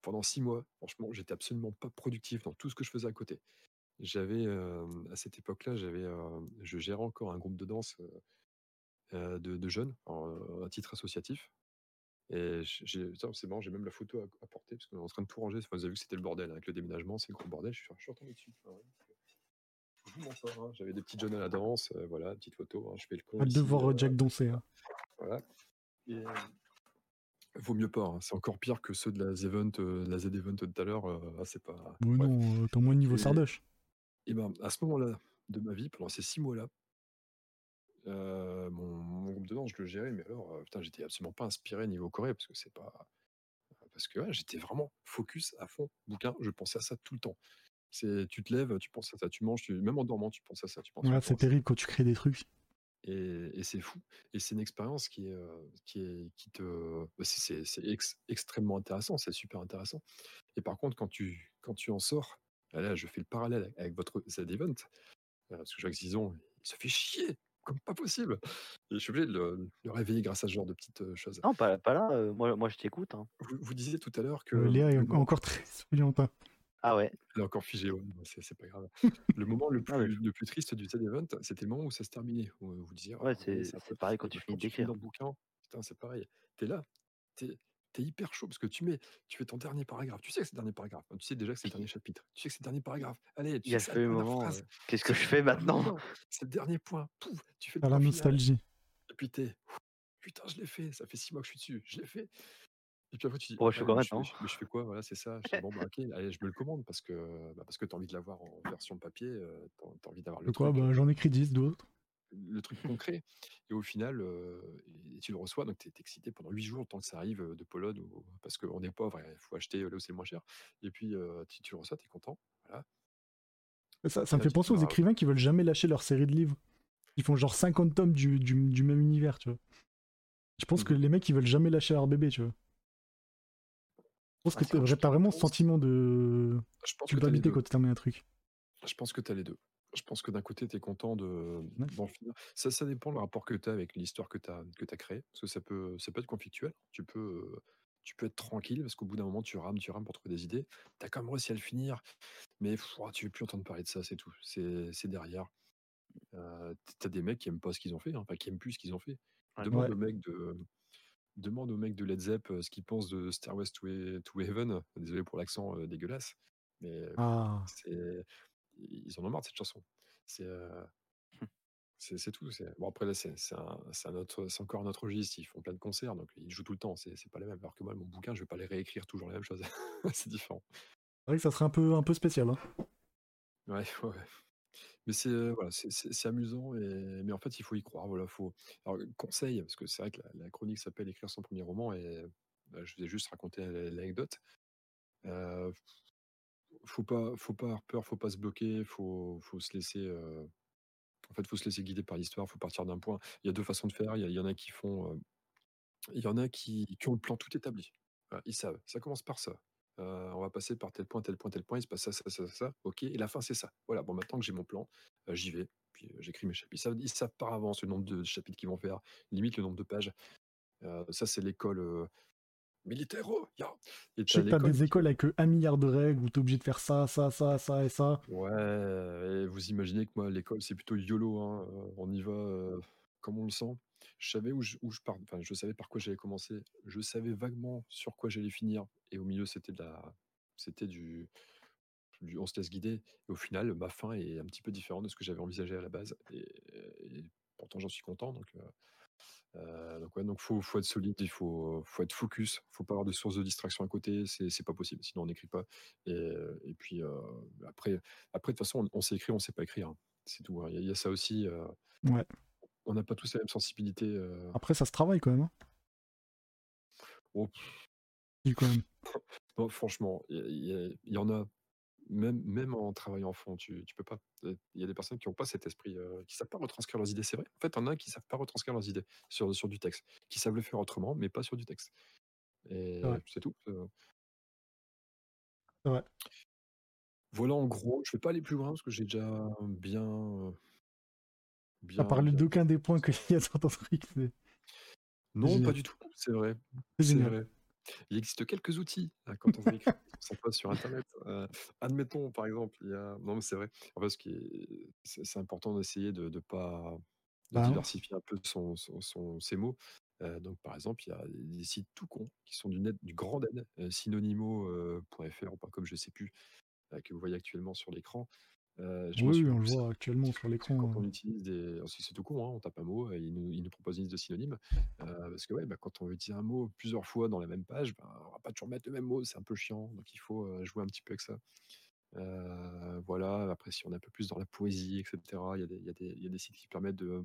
A: pendant six mois, franchement, j'étais absolument pas productif dans tout ce que je faisais à côté. J'avais, euh, à cette époque-là, j'avais, euh, je gérais encore un groupe de danse euh, euh, de, de jeunes en- euh, à titre associatif. Et j- j'ai, putain, c'est marrant, j'ai même la photo à, à porter parce qu'on est en train de tout ranger. Enfin, vous avez vu que c'était le bordel hein, avec le déménagement, c'est le gros bordel. Je suis, je suis retombé dessus. Ah ouais. Je vous mens pas, hein, J'avais des petits jeunes à la danse, euh, voilà, petite photo. hein, je fais le con.
D: Hâte de
A: ici,
D: voir
A: euh,
D: euh, Jack danser. hein.
A: voilà. Et, euh, Vaut mieux pas, hein, c'est encore pire que ceux de la Z-Event, euh, de la Z-Event de tout à l'heure. euh, ah, c'est pas.
D: Bon, non, euh, t'es au moins niveau
A: Et-
D: Sardoche.
A: Et ben, à ce moment-là de ma vie, pendant ces six mois-là, euh, mon, mon groupe de danse, je le gérais, mais alors, euh, putain, j'étais absolument pas inspiré niveau Corée, parce que c'est pas. Parce que ouais, j'étais vraiment focus à fond, bouquin, je pensais à ça tout le temps. C'est, tu te lèves, tu penses à ça, tu manges, tu- même en dormant, tu penses à ça, tu penses à
D: Ouais,
A: ça.
D: Ah, c'est terrible quand tu crées des trucs.
A: Et, et c'est fou. Et c'est une expérience qui est, euh, qui est- qui te, bah, c'est, c'est- c'est ex- extrêmement intéressant, c'est super intéressant. Et par contre, quand tu, quand tu en sors, ah là, je fais le parallèle avec votre Z event, euh, parce que Jacques Zizon, il se fait chier comme pas possible. Et je suis obligé de le, de le réveiller grâce à ce genre de petites euh, choses.
B: Non, pas, pas là, euh, moi, moi je t'écoute. hein.
A: Vous, vous disiez tout à l'heure que
D: Euh, Léa est en- encore très souriante. hein.
B: Ah ouais. Ah
A: Elle est encore figée, ouais, mais c'est, c'est pas grave. le moment le plus, le plus triste du Z-Event, c'était le moment où ça se terminait. Où euh, vous disiez, «Ah,
B: Ouais, c'est-
A: ça
B: c'est pareil quand tu finis d'écrire.
A: dans le bouquin, putain, c'est pareil. T'es là, t'es, t'es hyper chaud parce que tu mets, tu fais ton dernier paragraphe. Tu sais que c'est le dernier paragraphe. Tu sais déjà que c'est le dernier chapitre. Tu sais que c'est le dernier paragraphe. Allez, tu
B: Il y a
A: sais
B: ce
A: c'est la dernière
B: moment.
A: phrase.
B: euh, Qu'est-ce que je fais maintenant
A: C'est le dernier point. Pouf, tu fais le
D: T'as la
A: point final.
D: nostalgie.
A: Et puis t'es, putain, je l'ai fait. Ça fait six mois que je suis dessus. Je l'ai fait. Et puis après, tu dis,
B: Bon, je fais
A: ouais,
B: quoi
A: mais, je
B: maintenant
A: fais, mais je fais quoi Voilà, c'est ça. Je dis, bon, bah, ok, allez, je me le commande parce que, bah, parce que t'as envie de l'avoir en version papier. euh, t'as, t'as envie d'avoir le
D: De quoi
A: truc
D: bah, J'en écris 10, d'autres.
A: le truc concret. Et au final, euh, et- et tu le reçois, donc tu es excité pendant 8 jours, tant que ça arrive euh, de Pologne, ou- parce qu'on est pauvre, il faut acheter euh, là où c'est le moins cher. Et puis, euh, tu, tu le reçois, tu es content. Voilà.
D: Ça, ça me
A: Là,
D: fait
A: tu
D: penser aux
A: pars-
D: écrivains qui veulent jamais lâcher leur série de livres. Ils font genre 50 tomes du, du, du même univers, tu vois. Je pense
A: Mhm.
D: que les mecs, ils veulent jamais lâcher leur bébé, tu vois. Je pense que t'as t'as vraiment ce sentiment de
A: Je pense que t'as les
D: culpabilité
A: deux.
D: quand tu termines un truc.
A: Je pense que tu as les deux. Je pense que d'un côté, tu es content de, d'en finir. Ça, ça dépend le rapport que tu as avec l'histoire que tu as, que t'as créée. Parce que ça peut, ça peut être conflictuel. Tu peux, euh, tu peux être tranquille parce qu'au bout d'un moment, tu rames, tu rames pour trouver des idées. Tu as quand même réussi à le finir. Mais pff, ouah, tu veux plus entendre parler de ça, c'est tout. C'est, c'est derrière. Euh, tu as des mecs qui aiment pas ce qu'ils ont fait, hein. enfin, qui aiment plus ce qu'ils ont fait.
B: Ouais.
A: Demande
B: Ouais.
A: aux mecs de. Demande aux mecs de Led Zepp euh, ce qu'ils pensent de Star West to, He- to Heaven. Désolé pour l'accent euh, dégueulasse. Mais pff,
D: Ah.
A: c'est- ils en ont marre de cette chanson. C'est euh, c'est c'est tout. c'est- Bon, après, là, c'est c'est un- c'est un autre- c'est encore un autre registre. Ils font plein de concerts, donc ils jouent tout le temps. C'est c'est pas les mêmes. Alors que moi, mon bouquin, je vais pas les réécrire toujours la même chose. c'est différent.
D: C'est vrai que ça serait un peu, un peu spécial. hein.
A: Ouais, ouais, ouais. Mais c'est euh, voilà, c'est- c'est c'est amusant, et... mais en fait, il faut y croire. Voilà, faut... Alors, euh, conseil, parce que c'est vrai que la, la chronique s'appelle Écrire son premier roman, et euh, je vous ai juste raconté l- l'anecdote. Euh, faut pas, faut pas avoir peur, faut pas se bloquer, faut, faut se laisser. euh, En fait, faut se laisser guider par l'histoire, faut partir d'un point. Il y a deux façons de faire. Il y, a- il y en a qui font, euh, il y en a qui, qui ont le plan tout établi. Voilà, ils savent. Ça commence par ça. Euh, on va passer par tel point, tel point, tel point. Il se passe ça, ça, ça, ça. Ok. Et la fin, c'est ça. Voilà. Bon, maintenant que j'ai mon plan, euh, j'y vais. Puis euh, j'écris mes chapitres. Ils savent, ils savent par avance le nombre de chapitres qu'ils vont faire, limite le nombre de pages. Euh, ça, c'est l'école euh, militaire. oh, ya. Et
D: Je
A: t'as
D: sais que t'as
A: l'école
D: des écoles avec euh, un milliard de règles où t'es obligé de faire ça, ça, ça, ça et ça.
A: Ouais, et vous imaginez que moi, l'école, c'est plutôt YOLO. hein, euh, On y va euh, comme on le sent. Je savais où je, où je par- enfin, je savais par quoi j'allais commencer. Je savais vaguement sur quoi j'allais finir. Et au milieu, c'était de la, c'était du, du- on se laisse guider. Et au final, ma fin est un petit peu différente de ce que j'avais envisagé à la base. Et, et pourtant, j'en suis content. Donc, euh, euh, donc ouais, donc faut, faut être solide, il faut, faut être focus, faut pas avoir de sources de distraction à côté, c'est c'est pas possible, sinon on n'écrit pas. Et, euh, et puis euh, après, après de toute façon, on, on sait écrire, on sait pas écrire, hein. c'est tout. hein. Il y, a- il y a ça aussi. euh,
D: Ouais.
A: on n'a pas tous la même sensibilité. euh.
D: Après, ça se travaille quand même. hein.
A: Oh, pff,
D: Si, quand même.
A: non, franchement, il y, a- il y a- il y en a. Même, même en travaillant en fond, tu, tu peux pas. euh, Il y a des personnes qui n'ont pas cet esprit, euh, qui savent pas retranscrire leurs idées. C'est vrai. En fait, on a qui savent pas retranscrire leurs idées sur, sur du texte, qui savent le faire autrement, mais pas sur du texte. Et
D: Ouais.
A: c'est tout. euh.
D: Ouais.
A: Voilà en gros, je vais pas aller plus loin parce que j'ai déjà bien. euh,
D: T'as
A: bien
D: parlé
A: bien-
D: d'aucun des points qu'il y a sur ton truc. c'est-
A: Non, pas
D: génial.
A: du tout, c'est vrai.
D: C'est
A: C'est
D: génial.
A: vrai. Il existe quelques outils hein, quand on veut écrire ça passe sur Internet. Euh, admettons, par exemple, il y a. Non, mais c'est vrai. En fait, ce qui est- c'est c'est important d'essayer de ne pas. de
D: Bah,
A: diversifier un peu son, son- son- ses mots. Euh, donc, par exemple, il y a des sites tout cons qui sont du, net, du grand aide, euh, synonymo.fr ou pas, comme je sais plus, euh, que vous voyez actuellement sur l'écran. Euh, je me
D: Oui,
A: suis-
D: oui, on le voit actuellement sur l'écran.
A: on
D: euh.
A: utilise des. alors, C'est c'est tout con, hein, on tape un mot et il nous, il nous propose une liste de synonymes. Euh, parce que ouais, bah, quand on veut utiliser un mot plusieurs fois dans la même page, bah, on va pas toujours mettre le même mot, c'est un peu chiant. Donc il faut euh, jouer un petit peu avec ça. Euh, voilà, après, si on est un peu plus dans la poésie, etc., il y, a des- il y a des- il y a des sites qui permettent de,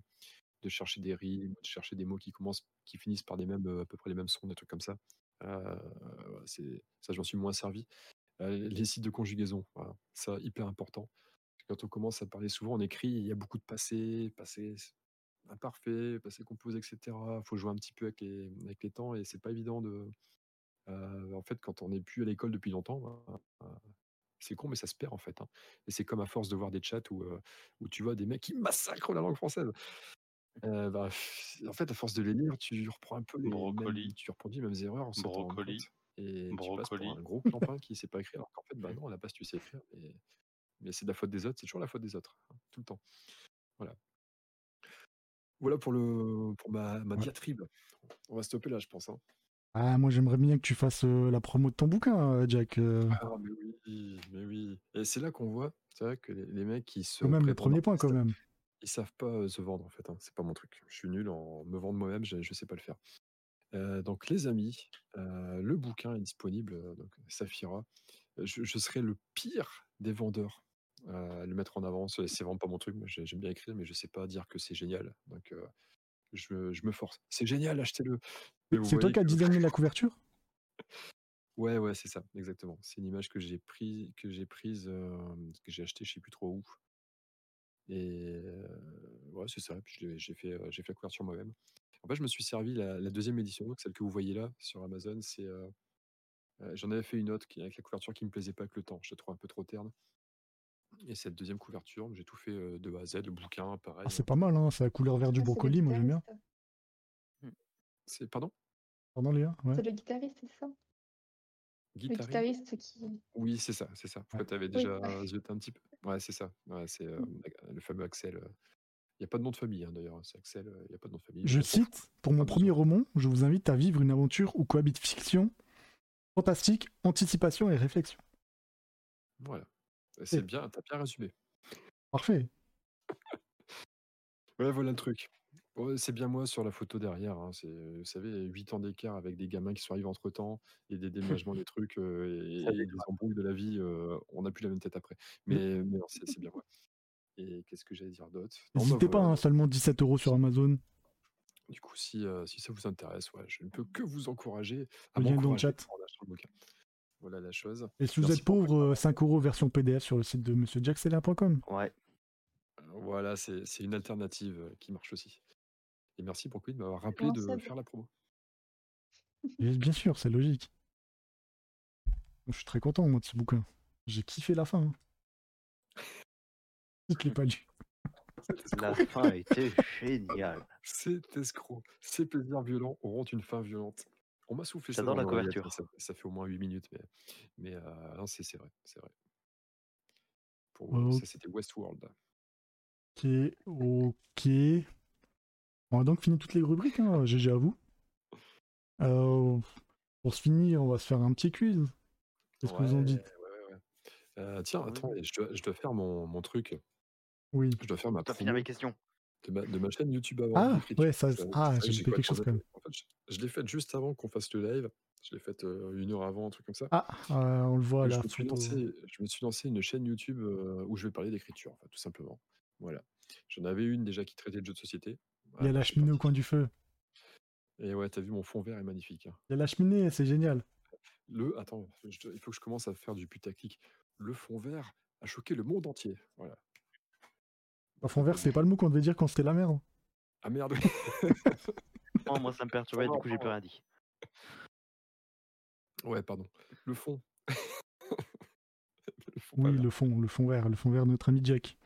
A: de chercher des rimes, de chercher des mots qui, commencent, qui finissent par des mêmes, euh, à peu près les mêmes sons, des trucs comme ça. Euh, voilà, c'est- ça, j'en suis moins servi. Euh, les sites de conjugaison, voilà, ça, hyper important. Quand on commence à parler souvent en écrit, il y a beaucoup de passé, passé imparfait, passé composé, etc. Il faut jouer un petit peu avec les, avec les temps et c'est pas évident de. euh, en fait, quand on n'est plus à l'école depuis longtemps, ben, euh, c'est con, mais ça se perd en fait. hein. Et c'est comme à force de voir des chats où, euh, où tu vois des mecs qui massacrent la langue française. Euh, bah, pff, en fait, à force de les lire, tu reprends un peu les mêmes, tu reprends les mêmes erreurs. sans t'en rendre
O: Brocoli.
A: compte. Et tu passes
O: Brocoli.
A: pour un gros clampin qui sait pas écrire, alors qu'en fait, bah non, à la base, tu sais écrire. Mais, mais c'est de la faute des autres, c'est toujours la faute des autres, hein, tout le temps. Voilà. Voilà pour, le, pour ma, ma diatribe. On va stopper là, je pense. hein.
D: Ah, moi j'aimerais bien que tu fasses euh, la promo de ton bouquin, euh, Jack. euh,
A: Ah, mais oui, mais oui. Et c'est là qu'on voit, c'est vrai que les, les mecs qui se.
D: quand même, le
A: prétendent
D: premier point, quand même.
A: ils savent pas euh, se vendre en fait. hein. C'est pas mon truc. Je suis nul en me vendre moi-même. Je, je sais pas le faire. Euh, donc les amis, euh, le bouquin est disponible. euh, Donc Safira, Euh, je, je serai le pire des vendeurs. euh, à le mettre en avant, c'est c'est vraiment pas mon truc. Moi, j'ai- j'aime bien écrire, mais je sais pas dire que c'est génial. Donc euh, je, je me force. C'est génial, achetez-le. Mais vous
D: C'est toi
A: voyez
D: qui as
A: que-
D: designé la couverture
A: Ouais, ouais, c'est ça, exactement. C'est une image que j'ai prise, que j'ai prise, euh, que j'ai achetée, je sais plus trop où. Et euh, ouais, c'est ça. Puis je l'ai- j'ai fait, euh, j'ai fait la couverture moi-même. En fait, je me suis servi la, la deuxième édition, donc celle que vous voyez là sur Amazon. C'est, euh, euh, j'en avais fait une autre qui, avec la couverture qui me plaisait pas avec le temps. Je la trouve un peu trop terne. Et cette deuxième couverture, j'ai tout fait euh, de A à Z, le bouquin, pareil.
D: Ah, C'est pas mal, hein, c'est la couleur
A: Ah,
D: vert du brocoli, moi j'aime bien.
A: C'est pardon,
D: Pardon, Léa ouais.
C: C'est le guitariste, c'est ça Le
A: guitariste.
C: guitariste qui.
A: Oui, c'est ça, c'est ça. Pourquoi tu avais
C: Oui.
A: déjà zioté un petit peu Ouais, c'est ça. Ouais, c'est euh, le fameux Axel. euh, Il n'y a pas de nom de famille, hein, d'ailleurs. C'est Axel, il n'y a pas de nom de famille.
D: Je
A: on s'en fout.
D: cite Pour mon premier roman, je vous invite à vivre une aventure où cohabitent fiction, fantastique, anticipation et réflexion.
A: Voilà. Bah, C'est bien, t'as bien résumé.
D: Parfait.
A: Ouais, voilà le truc. Ouais, c'est bien moi sur la photo derrière. hein, c'est, vous savez, 8 ans d'écart avec des gamins qui sont arrivés entre temps et des déménagements, des trucs euh, et,
O: Ça
A: et des embrouilles de la vie. euh, on n'a plus la même tête après. Mais, mais non, c'est, c'est bien moi. Et qu'est-ce que j'allais dire d'autre Non, bah
D: N'hésitez pas,
A: voilà,
D: hein, seulement 17 euros sur Amazon.
A: Du coup, si, euh, si ça vous intéresse, ouais, je ne peux que vous encourager à
D: Le lien est dans le
A: m'encourager
D: chat.
A: en achetant le bouquin. Voilà la chose.
D: Et si vous
A: Merci
D: êtes pauvre, euh, 5 euros version PDF sur le site de monsieurjackseller.com.
A: Ouais. Voilà, c'est c'est une alternative euh, qui marche aussi. Et merci pour Queen de m'avoir rappelé
D: Non,
A: de
D: c'est
A: faire la promo.
D: Et Bien sûr, c'est logique. Je suis très content, moi, de ce bouquin. J'ai kiffé la fin. hein. Si tu l'as pas lu.
B: La fin a été géniale.
A: C'est escroc. Ces plaisirs violents auront une fin violente. On m'a soufflé ça.
B: J'adore
A: dans
B: la
A: l'oreillette,
B: couverture.
A: Ça, ça fait au moins 8 minutes, mais, mais euh, non, c'est c'est vrai, c'est vrai. Pour-
D: Oh.
A: Ça, c'était Westworld.
D: Ok, ok. On a donc fini toutes les rubriques, hein. GG à vous. Euh, pour se finir, on va se faire un petit quiz. Qu'est-ce que vous en
A: Ouais,
D: dites
A: ouais, ouais. Euh, tiens, attends, je dois, je dois faire mon, mon truc.
D: Oui.
A: Je dois faire ma
B: finir
A: promo
B: mes questions.
A: De ma, de ma chaîne YouTube avant.
D: Ah,
A: J'ai fait- euh,
D: ouais, ça-
A: c'est vrai
D: ah,
A: que
D: j'ai loupé
A: pas
D: quelque chose
A: demandé.
D: quand même.
A: En fait, je- je l'ai faite juste avant qu'on fasse le live. Je l'ai faite euh, une heure avant, un truc comme ça.
D: Ah, euh, on le voit
A: Donc,
D: là.
A: Je me, suis
D: photo.
A: lancé, je me suis lancé une chaîne YouTube euh, où je vais parler d'écriture, en fait, tout simplement. Voilà. J'en avais une déjà qui traitait de jeux de société.
D: Il y a la cheminée au coin du feu.
A: Et ouais, t'as vu, mon fond vert est magnifique. hein.
D: Il y a la cheminée, c'est génial.
A: Le, attends, je dois- il faut que je commence à faire du putaclic. Le fond vert a choqué le monde entier. Voilà.
D: Un fond vert, c'est pas le mot qu'on devait dire quand c'était la hein. merde.
A: Ah merde.
B: Non, Oh, moi, ça me perturbait, du coup, j'ai plus rien dit.
A: Ouais, pardon. Le fond.
D: Oui, le fond, le fond vert, le fond vert de notre ami Jack.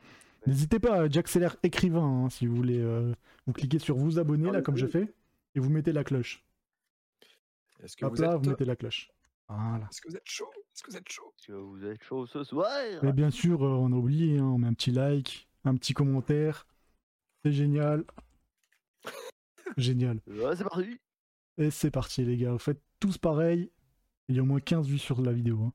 D: N'hésitez pas, Jack Seller écrivain, hein, si vous voulez. euh, vous cliquez sur vous
A: Ah
D: abonner, là, comme je fais, et vous mettez la cloche.
A: Est-ce que,
D: Hop
A: vous
D: là,
A: êtes...
D: vous mettez la cloche. Voilà.
A: Est-ce que vous êtes chaud Est-ce que vous êtes chaud
B: Est-ce que vous êtes chaud ce soir
D: Mais bien sûr, euh, on a oublié, hein, on met un petit like, un petit commentaire. C'est génial. Génial.
B: Ouais, C'est parti
D: Et c'est parti, les gars. Vous faites tous pareil. Il y a au moins 15 vues sur la vidéo. hein.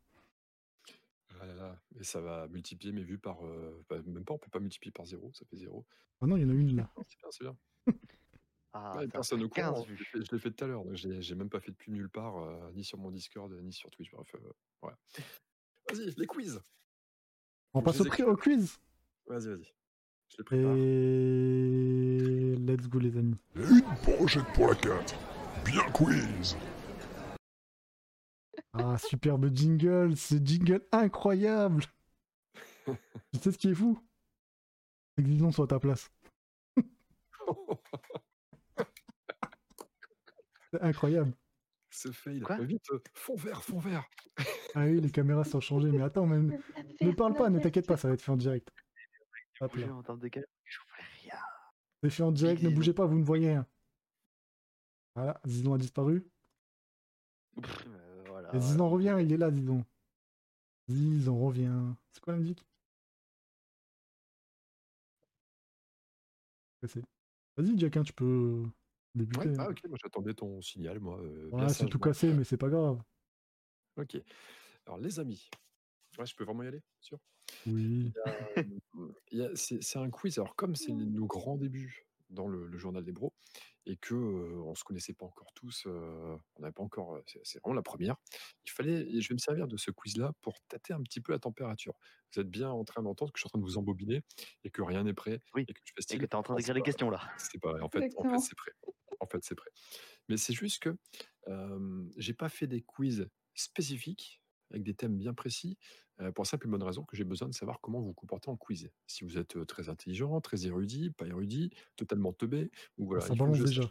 A: Ah là là. Et ça va multiplier mes vues par. euh, bah, même pas, on peut pas multiplier par zéro, ça fait zéro.
D: Ah non, il y en a une là.
A: Non, C'est bien, c'est bien.
B: Ah,
A: Ouais,
B: ça
A: personne
B: fait
A: au courant.
B: 15
A: Je l'ai fait- je l'ai fait tout à l'heure, donc j'ai j'ai même pas fait de pub nulle part, euh, ni sur mon Discord, ni sur Twitch. Bref, euh, ouais. Vas-y, les quiz.
D: On
A: Donc,
D: passe
A: je
D: au,
A: les
D: cri-
A: écris.
D: au quiz.
A: Vas-y, vas-y. Je les prépare.
D: Et let's go, les amis.
O: Brochette pour la carte. Bien quiz.
D: Ah, superbe jingle, ce jingle incroyable. tu sais ce qui est fou C'est que Didon soit à ta place. C'est incroyable.
A: Ce fail. Vite, euh, fond vert, fond vert.
D: Ah oui, les caméras sont changées, mais attends, mais ne- ne parle pas, ne t'inquiète pas, ça va être fait en direct. Hop là.
B: En termes de calme, je voulais rien.
D: C'est fait en direct, ne bougez pas, vous ne voyez rien. Voilà, Zidon a disparu.
B: Pff, euh,
A: Bah
B: voilà.
D: Et Zidon revient, il est là, Zidon. Zidon revient. C'est quoi la musique Qu'est-ce que c'est Vas-y, Jacquin, tu peux débuter.
A: Ouais,
D: hein.
A: ah, ok, moi j'attendais ton signal, moi. euh, bien
D: Ouais, c'est tout
A: sagement.
D: cassé, mais c'est pas grave.
A: Ok. Alors, les amis. Ouais, je peux vraiment y aller, sûr
B: Mmh.
D: Oui.
A: Il y a- c'est c'est un quiz. Alors, comme c'est nos grands débuts dans le, le journal des bros et que euh, on se connaissait pas encore tous, euh, on n'avait pas encore. C'est c'est vraiment la première. Il fallait. et je vais me servir de ce quiz-là pour tâter un petit peu la température. Vous êtes bien en train d'entendre que je suis en train de vous embobiner et que rien n'est prêt et que je fais Ah,
B: Et que t'es en train d'écrire les questions là.
A: C'est pas vrai. En fait, en fait,
B: Exactement.
A: c'est prêt. En fait, c'est prêt. Mais c'est juste que euh, j'ai pas fait des quiz spécifiques avec des thèmes bien précis euh, pour la simple et bonne raison que j'ai besoin de savoir comment vous vous comportez en quiz. Si vous êtes euh, très intelligent, très érudit, pas érudit, totalement teubé, ou voilà.
D: Ah, ça
A: il faut que
D: balance
A: je
D: déjà.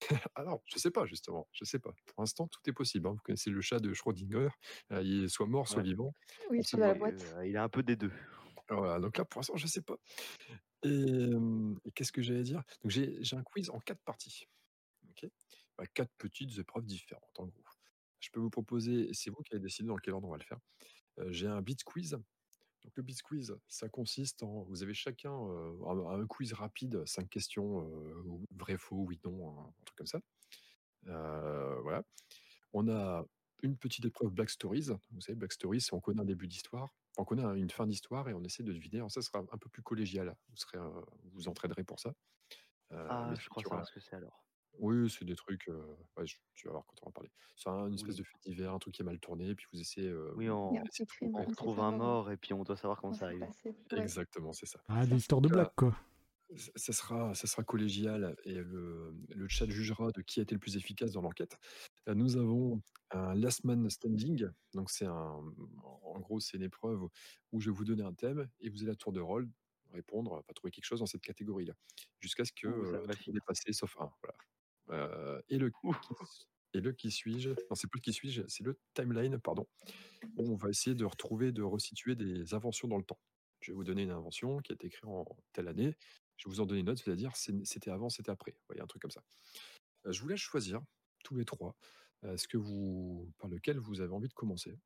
A: sache. Alors, je sais pas justement, je sais pas. Pour l'instant, tout est possible. hein. Vous connaissez le chat de Schrödinger, euh, il est soit mort, soit
B: Ouais.
A: vivant.
C: Oui,
A: On
C: c'est
A: sait
C: dans la
A: pas.
C: boîte.
B: euh, Il a un peu des deux.
A: Voilà, donc là, pour l'instant, je sais pas. Et, euh, et qu'est-ce que j'allais dire Donc j'ai j'ai un quiz en quatre parties. Ok Bah, quatre petites épreuves différentes, en gros. Je peux vous proposer, et c'est vous qui allez décider dans quel ordre on va le faire. Euh, j'ai un beat quiz. Donc le beat quiz, ça consiste en, vous avez chacun euh, un, un quiz rapide, cinq questions, euh, ou- vrai, faux, oui, non, un, un truc comme ça. Euh, voilà. On a une petite épreuve Black Stories. Vous savez, Black Stories, c'est on connaît un début d'histoire, on connaît un- une fin d'histoire et on essaie de deviner. Alors ça sera un peu plus collégial. Vous serez, euh, vous vous entraînerez pour ça. Euh,
B: Ah,
A: mais
B: je crois
A: tu
B: savoir
A: auras-
B: ce que c'est alors.
A: Oui, c'est des trucs. euh, ouais, je- tu vas voir quand on va en parler. C'est un- une espèce de fait divers, un truc qui est mal tourné, puis vous essayez. euh,
B: Oui, on,
A: vous essayez de
B: on
A: trouver-
B: retrouve un mort et puis on doit savoir comment ça arrive.
A: Exactement, c'est ça.
D: Ah, des histoires de blagues, quoi.
A: ça- ça sera, ça sera collégial et le, le chat jugera de qui a été le plus efficace dans l'enquête. Euh, Nous avons un last man standing, donc c'est un, en gros c'est une épreuve où je vais vous donner un thème et vous allez à tour de rôle répondre, enfin, trouver quelque chose dans cette catégorie-là, jusqu'à ce que
B: Ouh, ça
A: euh, tout soit dépassé sauf un. Voilà. Euh, et le et le qui suis-je Non, c'est pas le qui suis-je, c'est le timeline, pardon. Où on va essayer de retrouver, de resituer des inventions dans le temps. Je vais vous donner une invention qui a été créée en telle année. Je vais vous en donner une note, c'est-à-dire c'est- c'était avant, c'était après. Vous voyez, un truc comme ça. Euh, je vous laisse choisir, tous les trois, euh, ce que vous, par lequel vous avez envie de commencer.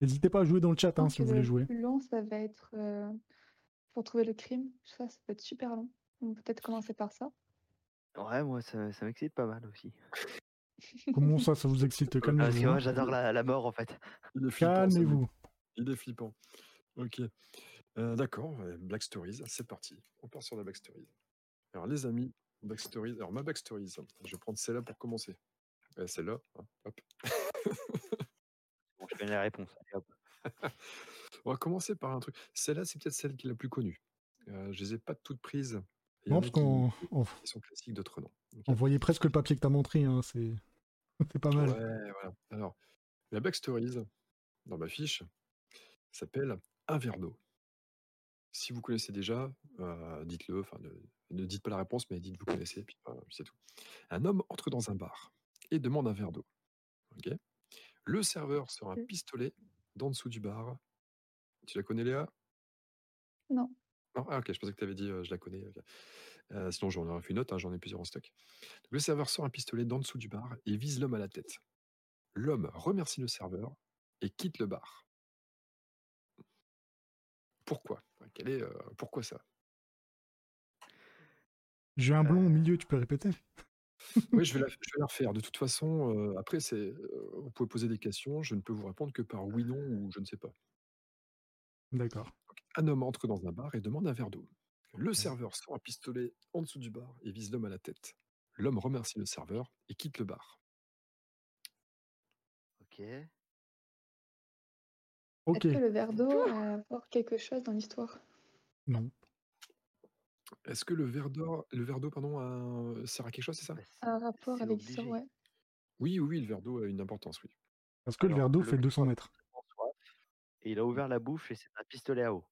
D: N'hésitez pas à jouer dans le chat hein, si vous voulez jouer.
C: Le plus long, ça va être euh, pour trouver le crime. Je sais pas, ça peut être super long. On peut peut-être commencer par ça.
B: Ouais, moi, ça, ça m'excite pas mal aussi.
D: Comment ça, ça vous excite
B: Ah, parce que
D: Calmez-vous. hein.
B: moi, j'adore la, la mort, en fait.
D: Calmez-vous.
A: Il est flippant. Ok. Euh, D'accord, euh, Black Stories, c'est parti. On part sur la Black Stories. Alors, les amis, Black Stories. Alors, ma Black Stories, je vais prendre celle-là pour commencer. Euh, celle-là, hein, hop.
B: Bon, je connais la réponse. Allez, hop.
A: On va commencer par un truc. Celle-là, c'est peut-être celle qui est la plus connue. Euh, je les ai pas toutes prises. Il y en
D: Non,
A: a
D: parce
A: qui-
D: qu'on on-
A: qui sont classiques, d'autres non.
D: on voyait presque le papier que t'as montré. hein, C'est c'est pas mal.
A: Ouais, voilà. Alors, la Black Stories, dans ma fiche, s'appelle Un verre d'eau. Si vous connaissez déjà, euh, dites-le. Enfin, ne, ne dites pas la réponse, mais dites vous connaissez, puis euh, c'est tout. Un homme entre dans un bar et demande un verre d'eau. Ok. Le serveur sort un pistolet d'en dessous du bar. Tu la connais, Léa
C: Non.
A: non Ah, ok, je pensais que tu avais dit euh, je la connais. ok. Euh, sinon, j'en aurais fait une note, hein, j'en ai plusieurs en stock. Donc, le serveur sort un pistolet d'en dessous du bar et vise l'homme à la tête. L'homme remercie le serveur et quitte le bar. Pourquoi Quel est, euh, Pourquoi ça
D: J'ai un
A: Euh,
D: blond au milieu, tu peux répéter
A: Oui, je vais, la, je vais la refaire. De toute façon, euh, après, c'est, euh, vous pouvez poser des questions. Je ne peux vous répondre que par oui, non ou je ne sais pas.
D: D'accord.
A: Un homme entre dans un bar et demande un verre d'eau. Le serveur sort un pistolet en dessous du bar et vise l'homme à la tête. L'homme remercie le serveur et quitte le bar.
B: Ok.
D: Ok.
C: Est-ce que le verre d'eau a à voir quelque chose dans l'histoire
D: Non.
A: Est-ce que le verre d'or, le verre d'eau, pardon, a un- euh, sert à quelque chose, c'est ça
C: Un rapport avec l'histoire, ouais.
A: Oui, oui, oui, le verre d'eau a une importance, oui.
D: Parce que le verre d'eau
B: le
D: fait 200 mètres.
B: Et il a ouvert la bouche et c'est un pistolet à eau.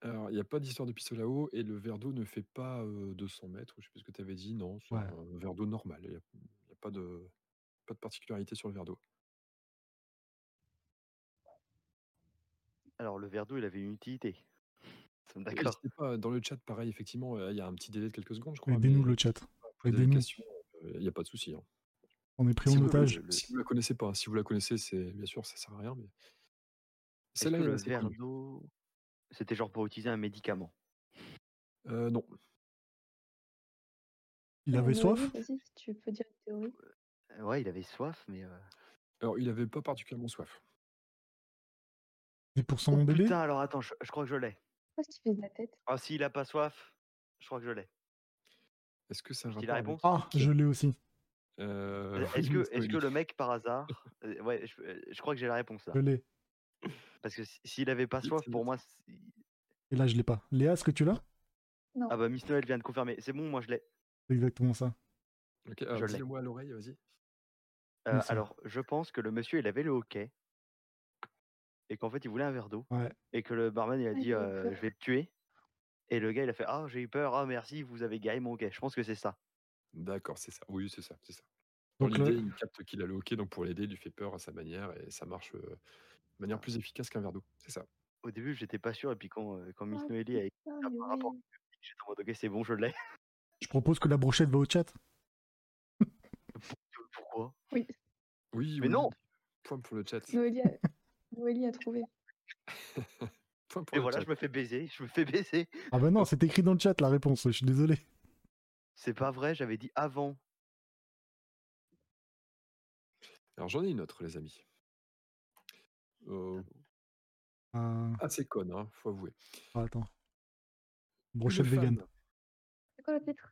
A: Alors, il n'y a pas d'histoire de pistolet à eau et le verre d'eau ne fait pas euh, 200 mètres, je sais pas ce que tu avais dit, non, c'est
D: Ouais.
A: un verre d'eau normal, il n'y a, y a pas, de, pas de particularité sur le verre d'eau.
B: Alors, le verre d'eau, il avait une utilité. Nous sommes
A: Et
B: D'accord.
A: n'hésitez Bah, pas, dans le chat, pareil, effectivement, euh, il y a un petit délai de quelques secondes, je crois. mais
D: Aidez-nous le chat.
A: vous avez des
D: Aidez-nous.
A: questions, Il n'y a pas de souci. hein.
D: On est pris
A: Si
D: en
A: vous-
D: otage.
A: Si vous la connaissez pas, si vous la connaissez, c'est bien sûr, ça sert à rien. Mais...
B: Est-ce que
A: Celle-là, elle est
B: le
A: assez
B: verre
A: connue.
B: d'eau, c'était genre pour utiliser un médicament
A: Euh, non.
D: Il
C: Euh,
D: avait
C: Noémie,
D: soif
C: Vas-y, si tu peux dire une théorie.
B: Euh, Ouais, il avait soif, mais. euh,
A: Alors, il n'avait pas particulièrement soif.
D: Et pour son bébé
B: Putain, alors attends, je, je crois que je l'ai.
C: Pourquoi est-ce que tu fais de la tête
B: Ah, s'il a pas soif, je crois que je l'ai.
A: Est-ce que ça
B: Je dis la réponse
D: Ah, je l'ai aussi.
A: Euh,
B: Est-ce que,
A: oui,
B: est que le mec, par hasard. euh, ouais, je, euh, je crois que j'ai la réponse là.
D: Je l'ai.
B: Parce que si- s'il avait pas soif, pour moi. c'est-
D: Et là, je l'ai pas. Léa, est-ce que tu l'as
B: Ah bah, Miss Noël vient de confirmer. C'est bon, moi je l'ai.
D: C'est exactement ça.
A: Ok, alors,
B: Je l'ai.
A: dis-le-moi à l'oreille, vas-y.
B: Euh,
D: Merci.
B: alors, je pense que le monsieur, il avait le hockey. Et qu'en fait, il voulait un verre d'eau.
D: Ouais.
B: Et que le barman, il a
D: Ah,
B: dit
D: il a eu
B: euh,
D: peur.
B: Je vais le tuer. Et le gars, il a fait Ah, j'ai eu peur. Ah, merci, vous avez gagné mon hockey. Je pense que c'est ça.
A: D'accord, c'est ça. Oui, c'est ça, c'est ça. Dans
D: Donc euh, le-
A: l'idée, il capte qu'il a le hockey, donc pour l'aider, il lui fait peur à sa manière et ça marche euh, de manière plus efficace qu'un verre d'eau. C'est ça.
B: Au début, j'étais pas sûr. Et puis, quand, euh, quand Miss
C: Ah,
B: Noël a écrit
C: putain,
B: ça
C: mais
B: par rapport au public, j'étais en mode Ok, c'est bon, je l'ai.
D: Je propose que la brochette va au chat.
B: Pourquoi
C: Oui,
A: Oui,
B: Mais
A: oui,
B: non
A: oui. Point pour le chat.
C: Noélie a... Noélie a trouvé.
A: Point pour
B: Et
A: le
B: voilà,
A: chat.
B: je me fais baiser. Je me fais baiser.
D: Ah bah
A: Euh,
D: non, c'est écrit dans le chat la réponse, je suis désolé.
B: C'est pas vrai, j'avais dit avant.
A: Alors j'en ai une autre, les amis. Euh,
B: Ah.
A: Assez conne, hein, faut avouer.
D: Ah, attends. Brochette
A: Une
D: vegan.
A: femme
C: C'est quoi le titre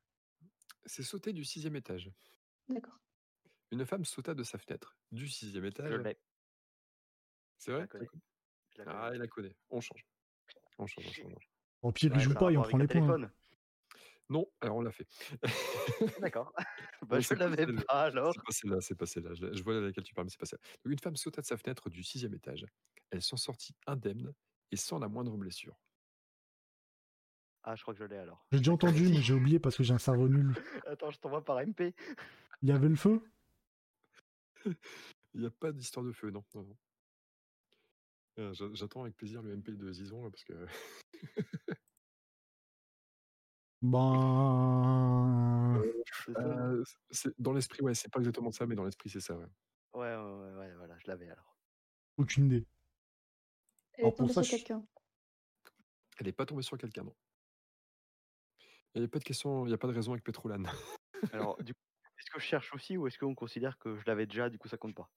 A: s'est sautée du sixième étage.
C: D'accord.
A: Une femme sauta de sa fenêtre du sixième étage.
B: Je l'ai.
A: C'est vrai
B: la connais. Je la connais.
A: Ah, il la connaît. On change. On change, on change. on change.
D: Oh, puis il lui
A: Ouais,
D: joue
A: ça a
D: pas, il en
A: rapport
D: prend les
A: avec un
D: points.
A: téléphone. Non, alors on l'a fait.
B: D'accord.
A: Non,
B: bah, je
A: c'est pas
B: l'avais
A: celle-là.
B: pas alors.
A: C'est pas celle-là, c'est pas celle-là. Je, je vois laquelle tu parles, mais c'est pas celle Une femme sauta de sa fenêtre du sixième étage. Elle s'en sortit indemne et sans la moindre blessure.
B: Ah, je crois que je l'ai alors.
D: J'ai déjà entendu, mais j'ai oublié parce que j'ai un cerveau nul.
B: Attends, je t'envoie par MP.
D: Il y avait le feu
A: Il n'y a pas d'histoire de feu, non. non, non. Euh, j'a- J'attends avec plaisir le MP de Zizon, là, parce que
D: Ben.
A: Euh, c'est- dans l'esprit, ouais, c'est pas exactement ça, mais dans l'esprit, c'est ça. ouais.
B: Ouais, ouais, ouais, ouais, voilà, je l'avais alors.
D: Aucune idée.
C: Elle est
A: Alors, pour
C: tombée
A: ça,
C: sur
A: je-
C: quelqu'un.
A: Elle n'est pas tombée sur quelqu'un, non. Il n'y a pas de question, il n'y a pas de raison avec Petrolan.
B: Alors, du coup, est-ce que je cherche aussi ou est-ce qu'on considère que je l'avais déjà, du coup ça compte pas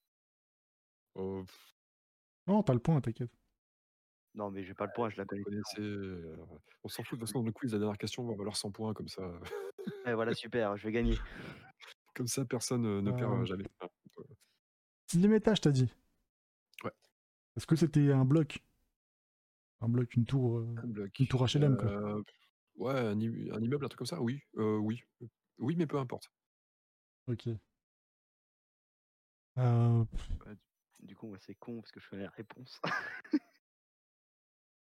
A: Euh,
D: Non, t'as le point, t'inquiète.
B: Non, mais j'ai pas le point, je la connais.
A: connaissez, euh, on s'en fout de toute façon dans le quiz, la dernière question va valoir 100 points, comme ça,
B: Et Eh, voilà, super, je vais gagner.
A: comme ça personne euh, ne perd
D: Euh.
A: euh, jamais.
D: Sixième étage, t'as dit
A: Ouais.
D: Est-ce que c'était un bloc Un bloc, une tour. euh, Une tour HLM, quoi.
A: Euh, ouais, un, im- un immeuble, un truc comme ça, oui. euh, oui. Oui, mais peu importe.
D: Ok. Euh,
A: Bah,
B: Du coup, moi c'est con parce que je connais la réponse.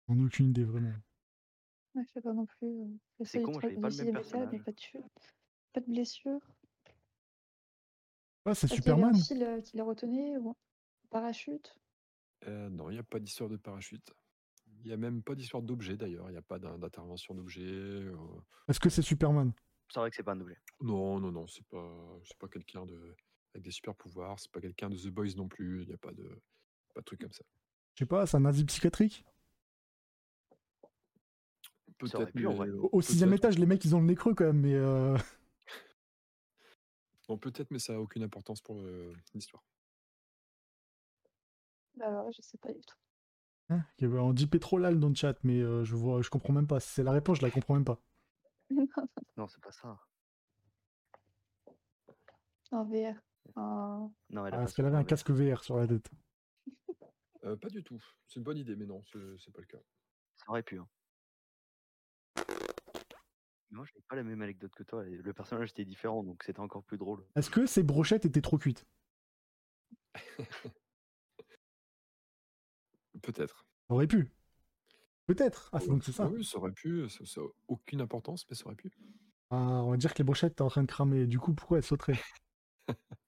D: j'en ai aucune idée, vraiment.
C: Ouais, je sais pas non plus. euh, le
B: C'est
C: seuil
B: con,
C: de
B: j'avais
C: tra-
B: pas
C: du
B: le même
C: sixième étage, il y a
B: personnage.
C: pas de chute, pas de blessure.
D: Ah, c'est
C: Est-ce qu'il y avait un
D: Superman
C: fil, euh, qui les retenait ou un parachute
A: Euh, non, il n'y a pas d'histoire de parachute. Il n'y a même pas d'histoire d'objet d'ailleurs. Il n'y a pas d'in- d'intervention d'objet. euh.
D: Est-ce que c'est Superman
B: C'est vrai que c'est pas un objet.
A: Non, non, non, c'est pas, c'est pas quelqu'un de avec des super pouvoirs. C'est pas quelqu'un de The Boys non plus. Il n'y a pas de, pas de truc comme ça.
D: Je sais pas, c'est un nazi psychiatrique
A: Peut-être. mais-
D: Au au sixième
A: peut-être.
D: étage, les mecs, ils ont le nez creux quand même, mais. euh,
A: Non, peut-être, mais ça n'a aucune importance pour le- l'histoire.
C: Bah alors, je sais pas du tout.
D: hein, il y avait- on dit pétrolal dans le chat, mais euh, je vois, je comprends même pas. Si c'est la réponse, je la comprends même pas.
B: Non, c'est pas ça.
C: En VR. un-
B: Non, elle a
D: Ah,
B: pas
D: Est-ce qu'elle avait un casque VR sur la tête
A: Euh, pas du tout. C'est une bonne idée, mais non, c'est c'est pas le cas.
B: Ça aurait pu. Hein. Moi, j'avais pas la même anecdote que toi. et Le personnage était différent, donc c'était encore plus drôle.
D: Est-ce que ces brochettes étaient trop cuites
A: Peut-être.
D: Ça Aurait pu. Peut-être. Ah, c'est- donc c'est ça.
A: Oui, ça aurait pu. Ça, ça a aucune importance, mais ça aurait pu.
D: Ah, on va dire que les brochettes étaient en train de cramer. Du coup, pourquoi elles sauteraient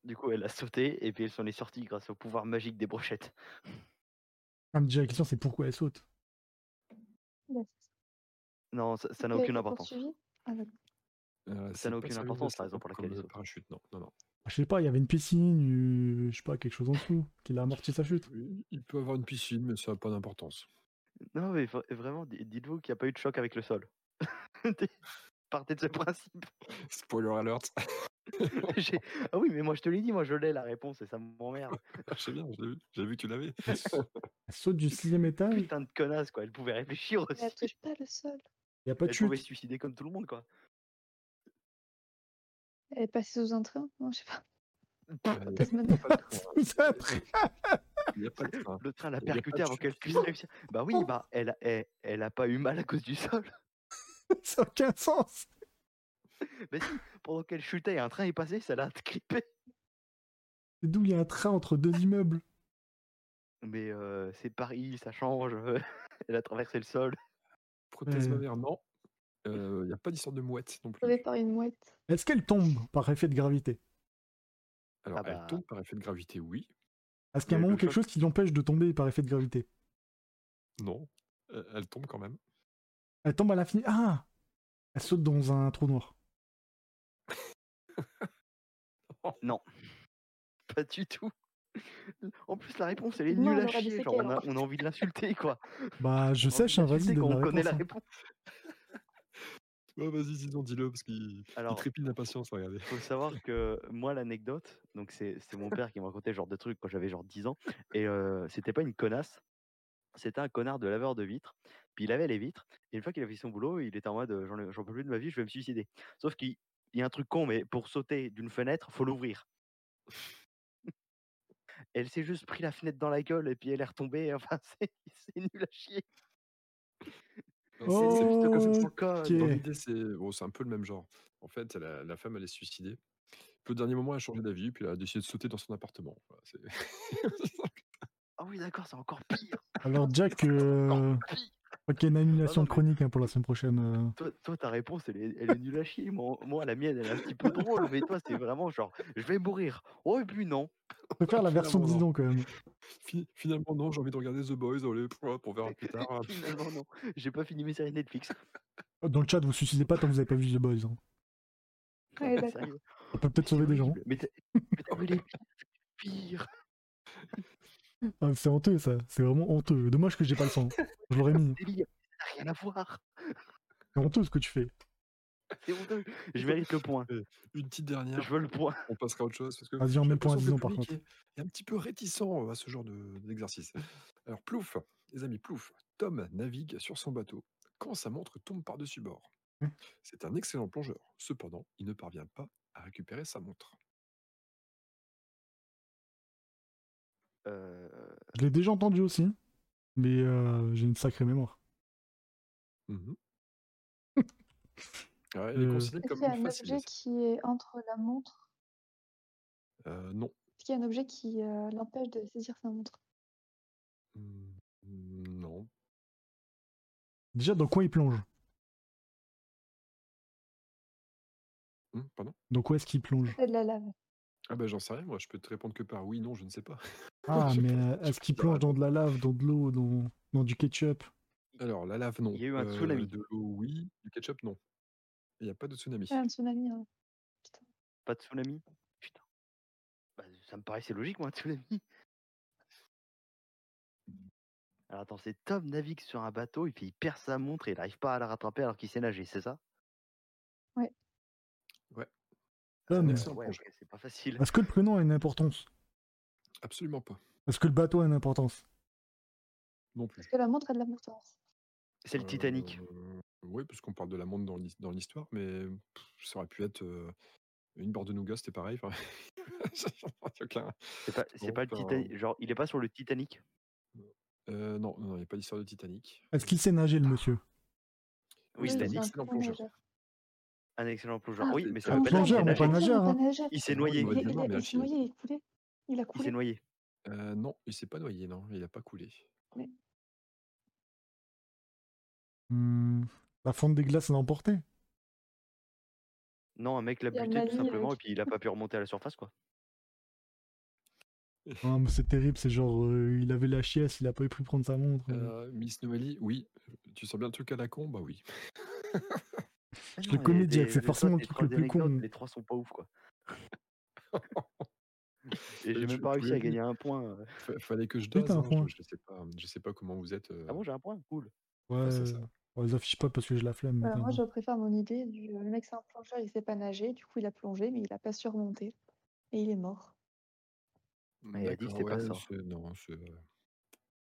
B: Du coup, elle a sauté et puis elle s'en est sortie grâce au pouvoir magique des brochettes.
D: Ah, mais déjà, la question, c'est pourquoi elles sautent
B: Non, ça ça n'a
C: Elle a
B: aucune
C: été
B: importance.
C: poursuivie Ah, d'accord.
A: Euh,
B: Ça
A: c'est
B: n'a
A: pas
B: aucune
A: sérieux,
B: importance,
A: c'est
B: la raison
A: pas
B: pour
A: comme
B: laquelle ils
A: le
B: sautent.
A: parachute, non, non, non.
D: Ah, Je sais pas, il y avait une piscine, euh, je sais pas, quelque chose en dessous qui l'a amorti sa chute.
A: Il- Il peut avoir une piscine, mais ça n'a pas d'importance.
B: Non, mais vra- vraiment, di- dites-vous qu'il n'y a pas eu de choc avec le sol. Partez de ce principe.
A: Spoiler alert.
B: J'ai- ah oui, mais moi je te l'ai dit, moi je l'ai la réponse et ça m'emmerde.
A: Je sais bien, j'ai vu, j'ai vu que tu l'avais.
D: Elle saute du sixième
A: Ah
D: étage, il
B: Putain de connasse quoi, elle pouvait réfléchir aussi.
C: Mais Elle touche pas le sol.
D: n'y a pas de
B: elle pouvait
D: chute.
B: se suicider comme tout le monde quoi.
C: Elle est passée sous un train Non, je sais pas.
A: Il
C: Tasman.
A: n'y a pas de train. Il y a pas de train.
B: Le train l'a
A: Il y a pas de
B: percutée avant
A: chute.
B: qu'elle puisse réussir. Bah oui, bah elle a, elle, elle a pas eu mal à cause du sol.
D: Ça n'a aucun sens.
B: Mais si, pendant qu'elle chutait et un train est passé, ça l'a grippé.
D: C'est D'où il y a un train entre deux immeubles.
B: Mais euh, c'est Paris, ça change. elle a traversé le sol.
A: Prothèse
D: Euh.
A: mammaire, non. Euh, Il n'y a pas d'histoire de mouette non plus.
C: Sauvée par une mouette.
D: Est-ce qu'elle tombe par effet de gravité
A: Alors,
B: Ah bah.
A: elle tombe par effet de gravité, oui.
D: Est-ce qu'il y a un
B: Mais
D: moment
B: le
D: quelque
B: choc-
D: chose qui l'empêche de tomber par effet de gravité
A: Non. Euh, Elle tombe quand même.
D: Elle tombe à l'infini. Ah Elle saute dans un trou noir.
B: Non. Pas du tout. En plus, la réponse, elle est
C: Non,
B: nulle
C: elle
B: à
C: aura des
B: chier. Genre, on, a,
C: séquelles.
B: on a envie de l'insulter, quoi.
D: Bah, je
B: On a envie
D: sèche, hein,
B: de
D: vas-y,
B: l'insulter quand
D: donne
B: on
D: la
B: connaît
D: réponse.
B: la
D: hein.
B: réponse.
A: Ouais, vas-y, dis-donc, dis-le, parce qu'il il
B: Alors-
A: trépine d'impatience, regardez.
B: Faut savoir que moi, l'anecdote, donc c'est c'est mon père qui me racontait ce genre de truc quand j'avais genre 10 ans. Et euh, c'était pas une connasse. C'était un connard de laveur de vitres. Puis il avait les vitres. Et une fois qu'il avait fait son boulot, il était en mode euh, j'en ai- j'en peux plus de ma vie, je vais me suicider. Sauf qu'il il y a un truc con, mais pour sauter d'une fenêtre, faut l'ouvrir. elle s'est juste pris la fenêtre dans la gueule et puis elle est retombée. Enfin, c'est c'est nul à chier.
A: Ah, C'est- c'est plutôt comme ça.
B: Encore,
D: Oh, Ok.
A: Dans l'idée, c'est bon, c'est un peu le même genre. En fait, la, la femme, elle est suicidée. Puis au dernier moment, elle a changé d'avis, puis elle a décidé de sauter dans son appartement. Voilà, c'est-
B: Ah oui, d'accord, c'est encore pire.
D: Alors, Jack, euh, crois qu'il y a une annulation de chronique hein, pour la semaine prochaine. euh.
B: Toi, toi, ta réponse, elle est, elle est nulle à chier. Moi, moi, la mienne, elle est un petit peu drôle, mais toi, c'est vraiment genre, je vais mourir. Oh, et puis non.
D: Je préfère la version dis donc quand même.
A: Fi- Finalement, non, j'ai envie de regarder The Boys, allez, pour pour verra plus tard.
B: Finalement, non. J'ai pas fini mes séries Netflix.
D: Dans le chat, vous suicidez pas tant que vous avez pas vu The Boys. hein.
B: Sérieux.
D: On peut peut-être sauver des gens.
B: Mais t'as- mais t'as vu les pires.
D: Ah, c'est honteux ça, c'est vraiment honteux. Dommage que j'ai pas le son. Je l'aurais mis.
B: délire. Ça n'a rien à voir.
D: C'est honteux ce que tu fais.
B: C'est honteux. Je mérite le point.
A: Euh, Une petite dernière.
B: Je veux le point.
A: On passera à autre chose. parce que
D: Vas-y, on
A: j'ai
D: met le point à
A: l'impression que
D: Dijon, par
A: public
D: contre.
A: Est est un petit peu réticent euh, à ce genre de- d'exercice. Alors, plouf, les amis, plouf. Tom navigue sur son bateau quand sa montre tombe par-dessus bord.
D: Mmh.
A: C'est un excellent plongeur. Cependant, il ne parvient pas à récupérer sa montre.
B: Euh,
D: Je l'ai déjà entendu aussi, mais euh, j'ai une sacrée mémoire. Ah,
A: Ouais, il est
D: Euh,
A: considéré
C: Est-ce
A: comme
C: qu'il y a
A: une
C: un
A: facile.
C: objet qui est entre la montre
A: Euh, non.
C: Est-ce qu'il y a un objet qui euh, l'empêche de saisir sa montre
A: Mmh, Non.
D: Déjà, dans quoi il plonge
A: Hum, pardon
D: Dans quoi est-ce qu'il plonge
C: C'est de la lave.
A: Ah ben j'en sais rien, moi je peux te répondre que par oui, non, Oh, je ne sais pas.
D: Ah, mais euh, est-ce qu'il plonge dans de la lave, dans de l'eau, dans, dans du ketchup
A: Alors la lave, non.
B: Il y a eu un
A: Euh,
B: tsunami.
A: de l'eau, oui. Du ketchup, non. Il n'y a pas de tsunami.
C: Ah, un tsunami. hein.
B: Pas de tsunami Putain. Bah, ça me paraissait logique, moi, un tsunami. Alors attends, c'est Tom navigue sur un bateau, et puis il perd sa montre et il n'arrive pas à la rattraper alors qu'il sait nager, c'est ça
A: Ouais.
D: Ah, mais-
B: Ouais, ok, c'est pas facile.
D: Est-ce que le prénom a une importance
A: Absolument pas.
D: Est-ce que le bateau a une importance
A: Non
C: Est-ce
A: plus.
C: que la montre a de l'importance
B: C'est le Titanic.
A: Oui, parce qu'on parle de la montre dans l'his- dans l'histoire, mais pff, ça aurait pu être euh, une barre de nougat, c'était pareil. enfin, y a aucun-
B: C'est pas, c'est
A: Bon,
B: pas le
A: ben,
B: Titanic. Genre, il est pas sur le Titanic.
A: euh, non, non, il n'y a pas d'histoire de Titanic.
D: Est-ce qu'il sait nager, le monsieur
B: Oui,
A: c'est
B: il a
A: un
B: dit que
A: excellent plongeur.
B: un excellent plongeur.
A: Ah,
B: oui,
A: c'est-
B: mais
A: c'est
B: ça
A: un
B: veut pas dire qu'il
D: plongeur,
B: sait
D: mais pas
B: nager.
D: un nageur, hein.
B: Il s'est noyé.
A: Il,
C: Il,
A: aurait
C: il-
A: dû
C: il
A: voir, mais
C: a- il
A: un
C: s'est
A: film.
C: noyé, il est coulé. Il a
B: Il
C: coulé.
B: s'est noyé.
A: Euh, non, il s'est pas noyé, non, il n'a pas coulé.
D: Hmm, La fonte des glaces l'a emporté
B: Non, un mec l'a
C: Il y a
B: buté tout
C: Mali
B: simplement, et
C: avec-
B: puis il a pas pu remonter à la surface, quoi.
D: Ah, mais c'est terrible, c'est genre euh, il avait la chiasse, il a pas eu pris prendre sa montre.
A: Euh, Miss Noëli, oui. Tu sens bien le truc à la con Bah oui.
B: Ah
D: Je l'ai connu, Jack, c'est forcément le truc le plus con.
B: Les trois sont pas ouf, quoi.
A: Je-
B: Et j'ai même
A: je
B: pas réussi à
A: voulais-
B: gagner un point. euh.
A: Fa- Fallait que je
D: Oui,
A: donne. hein,
D: t'as un point.
A: Je, je sais pas, je sais pas comment vous êtes. euh,
B: Ah bon, j'ai un point, cool.
D: Ouais,
A: c'est ça.
D: on les affiche pas parce que je la flemme.
C: Voilà,
D: putain.
C: Euh, Bah, moi, je préfère mon idée du euh, le mec, c'est un plongeur, il sait pas nager, du coup, il a plongé, mais il a pas surmonté. Et il est mort.
B: Mais il a dit que
A: Mmh, d'accord,
B: c'était pas
A: ouais,
B: ça.
A: c'est- Non, c'est. euh,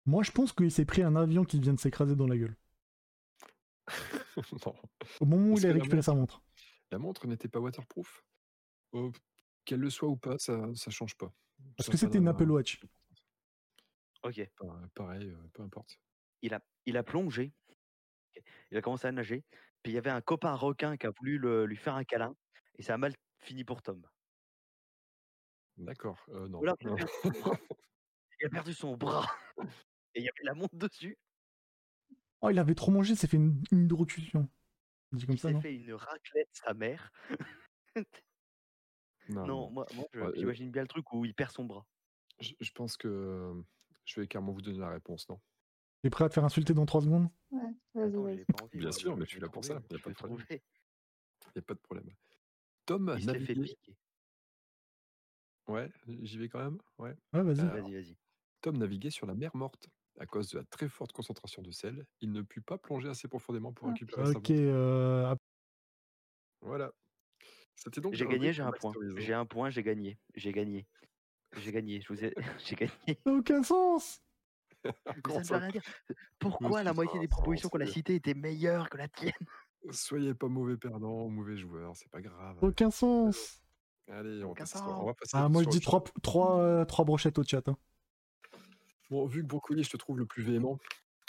D: Moi, je pense qu'il s'est pris un avion qui vient de s'écraser dans la gueule.
A: non.
D: Au moment où
A: Parce
D: il a
A: que la
D: récupéré sa montre.
A: La montre n'était pas waterproof. Oh, Qu'elle le soit ou pas, ça, ça change pas.
D: Parce
A: Ça,
D: que
A: ça
D: c'était une
A: n'a-
D: Apple Watch.
B: Ok.
A: pa- Pareil, euh, peu importe.
B: Il a, il a plongé. Ok. Il a commencé à nager. Puis il y avait un copain requin qui a voulu le- lui faire un câlin. Et ça a mal fini pour Tom.
A: D'accord. euh, non.
B: Oula,
A: non.
B: il a perdu son bras. Il a perdu son bras. Et il y avait la montre dessus.
D: Oh, il avait trop mangé, il s'est fait une, une hydrocution. On dit comme
B: Il
D: ça,
B: s'est
D: non
B: fait une raclette, sa mère.
A: Non,
B: Non,
A: non.
B: moi, moi, je-
A: Ouais, euh,
B: j'imagine bien le truc où il perd son bras.
A: Je, je pense que euh, je vais carrément vous donner la réponse, non
D: T'es prêt à te faire insulter dans 3 secondes
C: Ouais, vas-y, vas-y.
A: Bien sûr, mais je suis là pour ça. Il n'y a, pas de problème. Y a pas de problème. Tom
B: Il s'est fait
A: naviguait.
B: piquer.
A: Ouais, j'y vais quand même. Ouais.
D: Ouais, vas-y.
A: Alors,
B: Vas-y, vas-y.
A: Tom naviguait sur la mer morte. À cause de la très forte concentration de sel, il ne put pas plonger assez profondément pour récupérer sa
D: Ah, Ok,
A: montre.
D: euh,
A: Voilà. C'était donc
B: J'ai
A: la
B: gagné,
A: rubrique
B: j'ai un
A: Max
B: point.
A: Stories, hein.
B: J'ai un point, j'ai gagné. J'ai gagné. J'ai gagné. Je vous ai... J'ai gagné.
D: ça n'a aucun sens
B: Mais ça
A: Comment
B: ne veut
A: ça
B: rien dire.
A: Comment
B: Pourquoi
A: ça
B: la
A: n'a
B: moitié
A: aucun
B: des propositions qu'on a
A: sens
B: citées étaient meilleures que la tienne
A: Soyez pas mauvais perdant ou mauvais joueur, c'est pas grave.
D: Aucun sens
A: Allez, on, passe-
B: sens.
A: on va passer.
D: Ah, moi, je
A: sur
D: dis
A: autre
D: 3, brochettes au chat. hein.
A: chose. Bon, vu que Brocoli, je te trouve le plus véhément,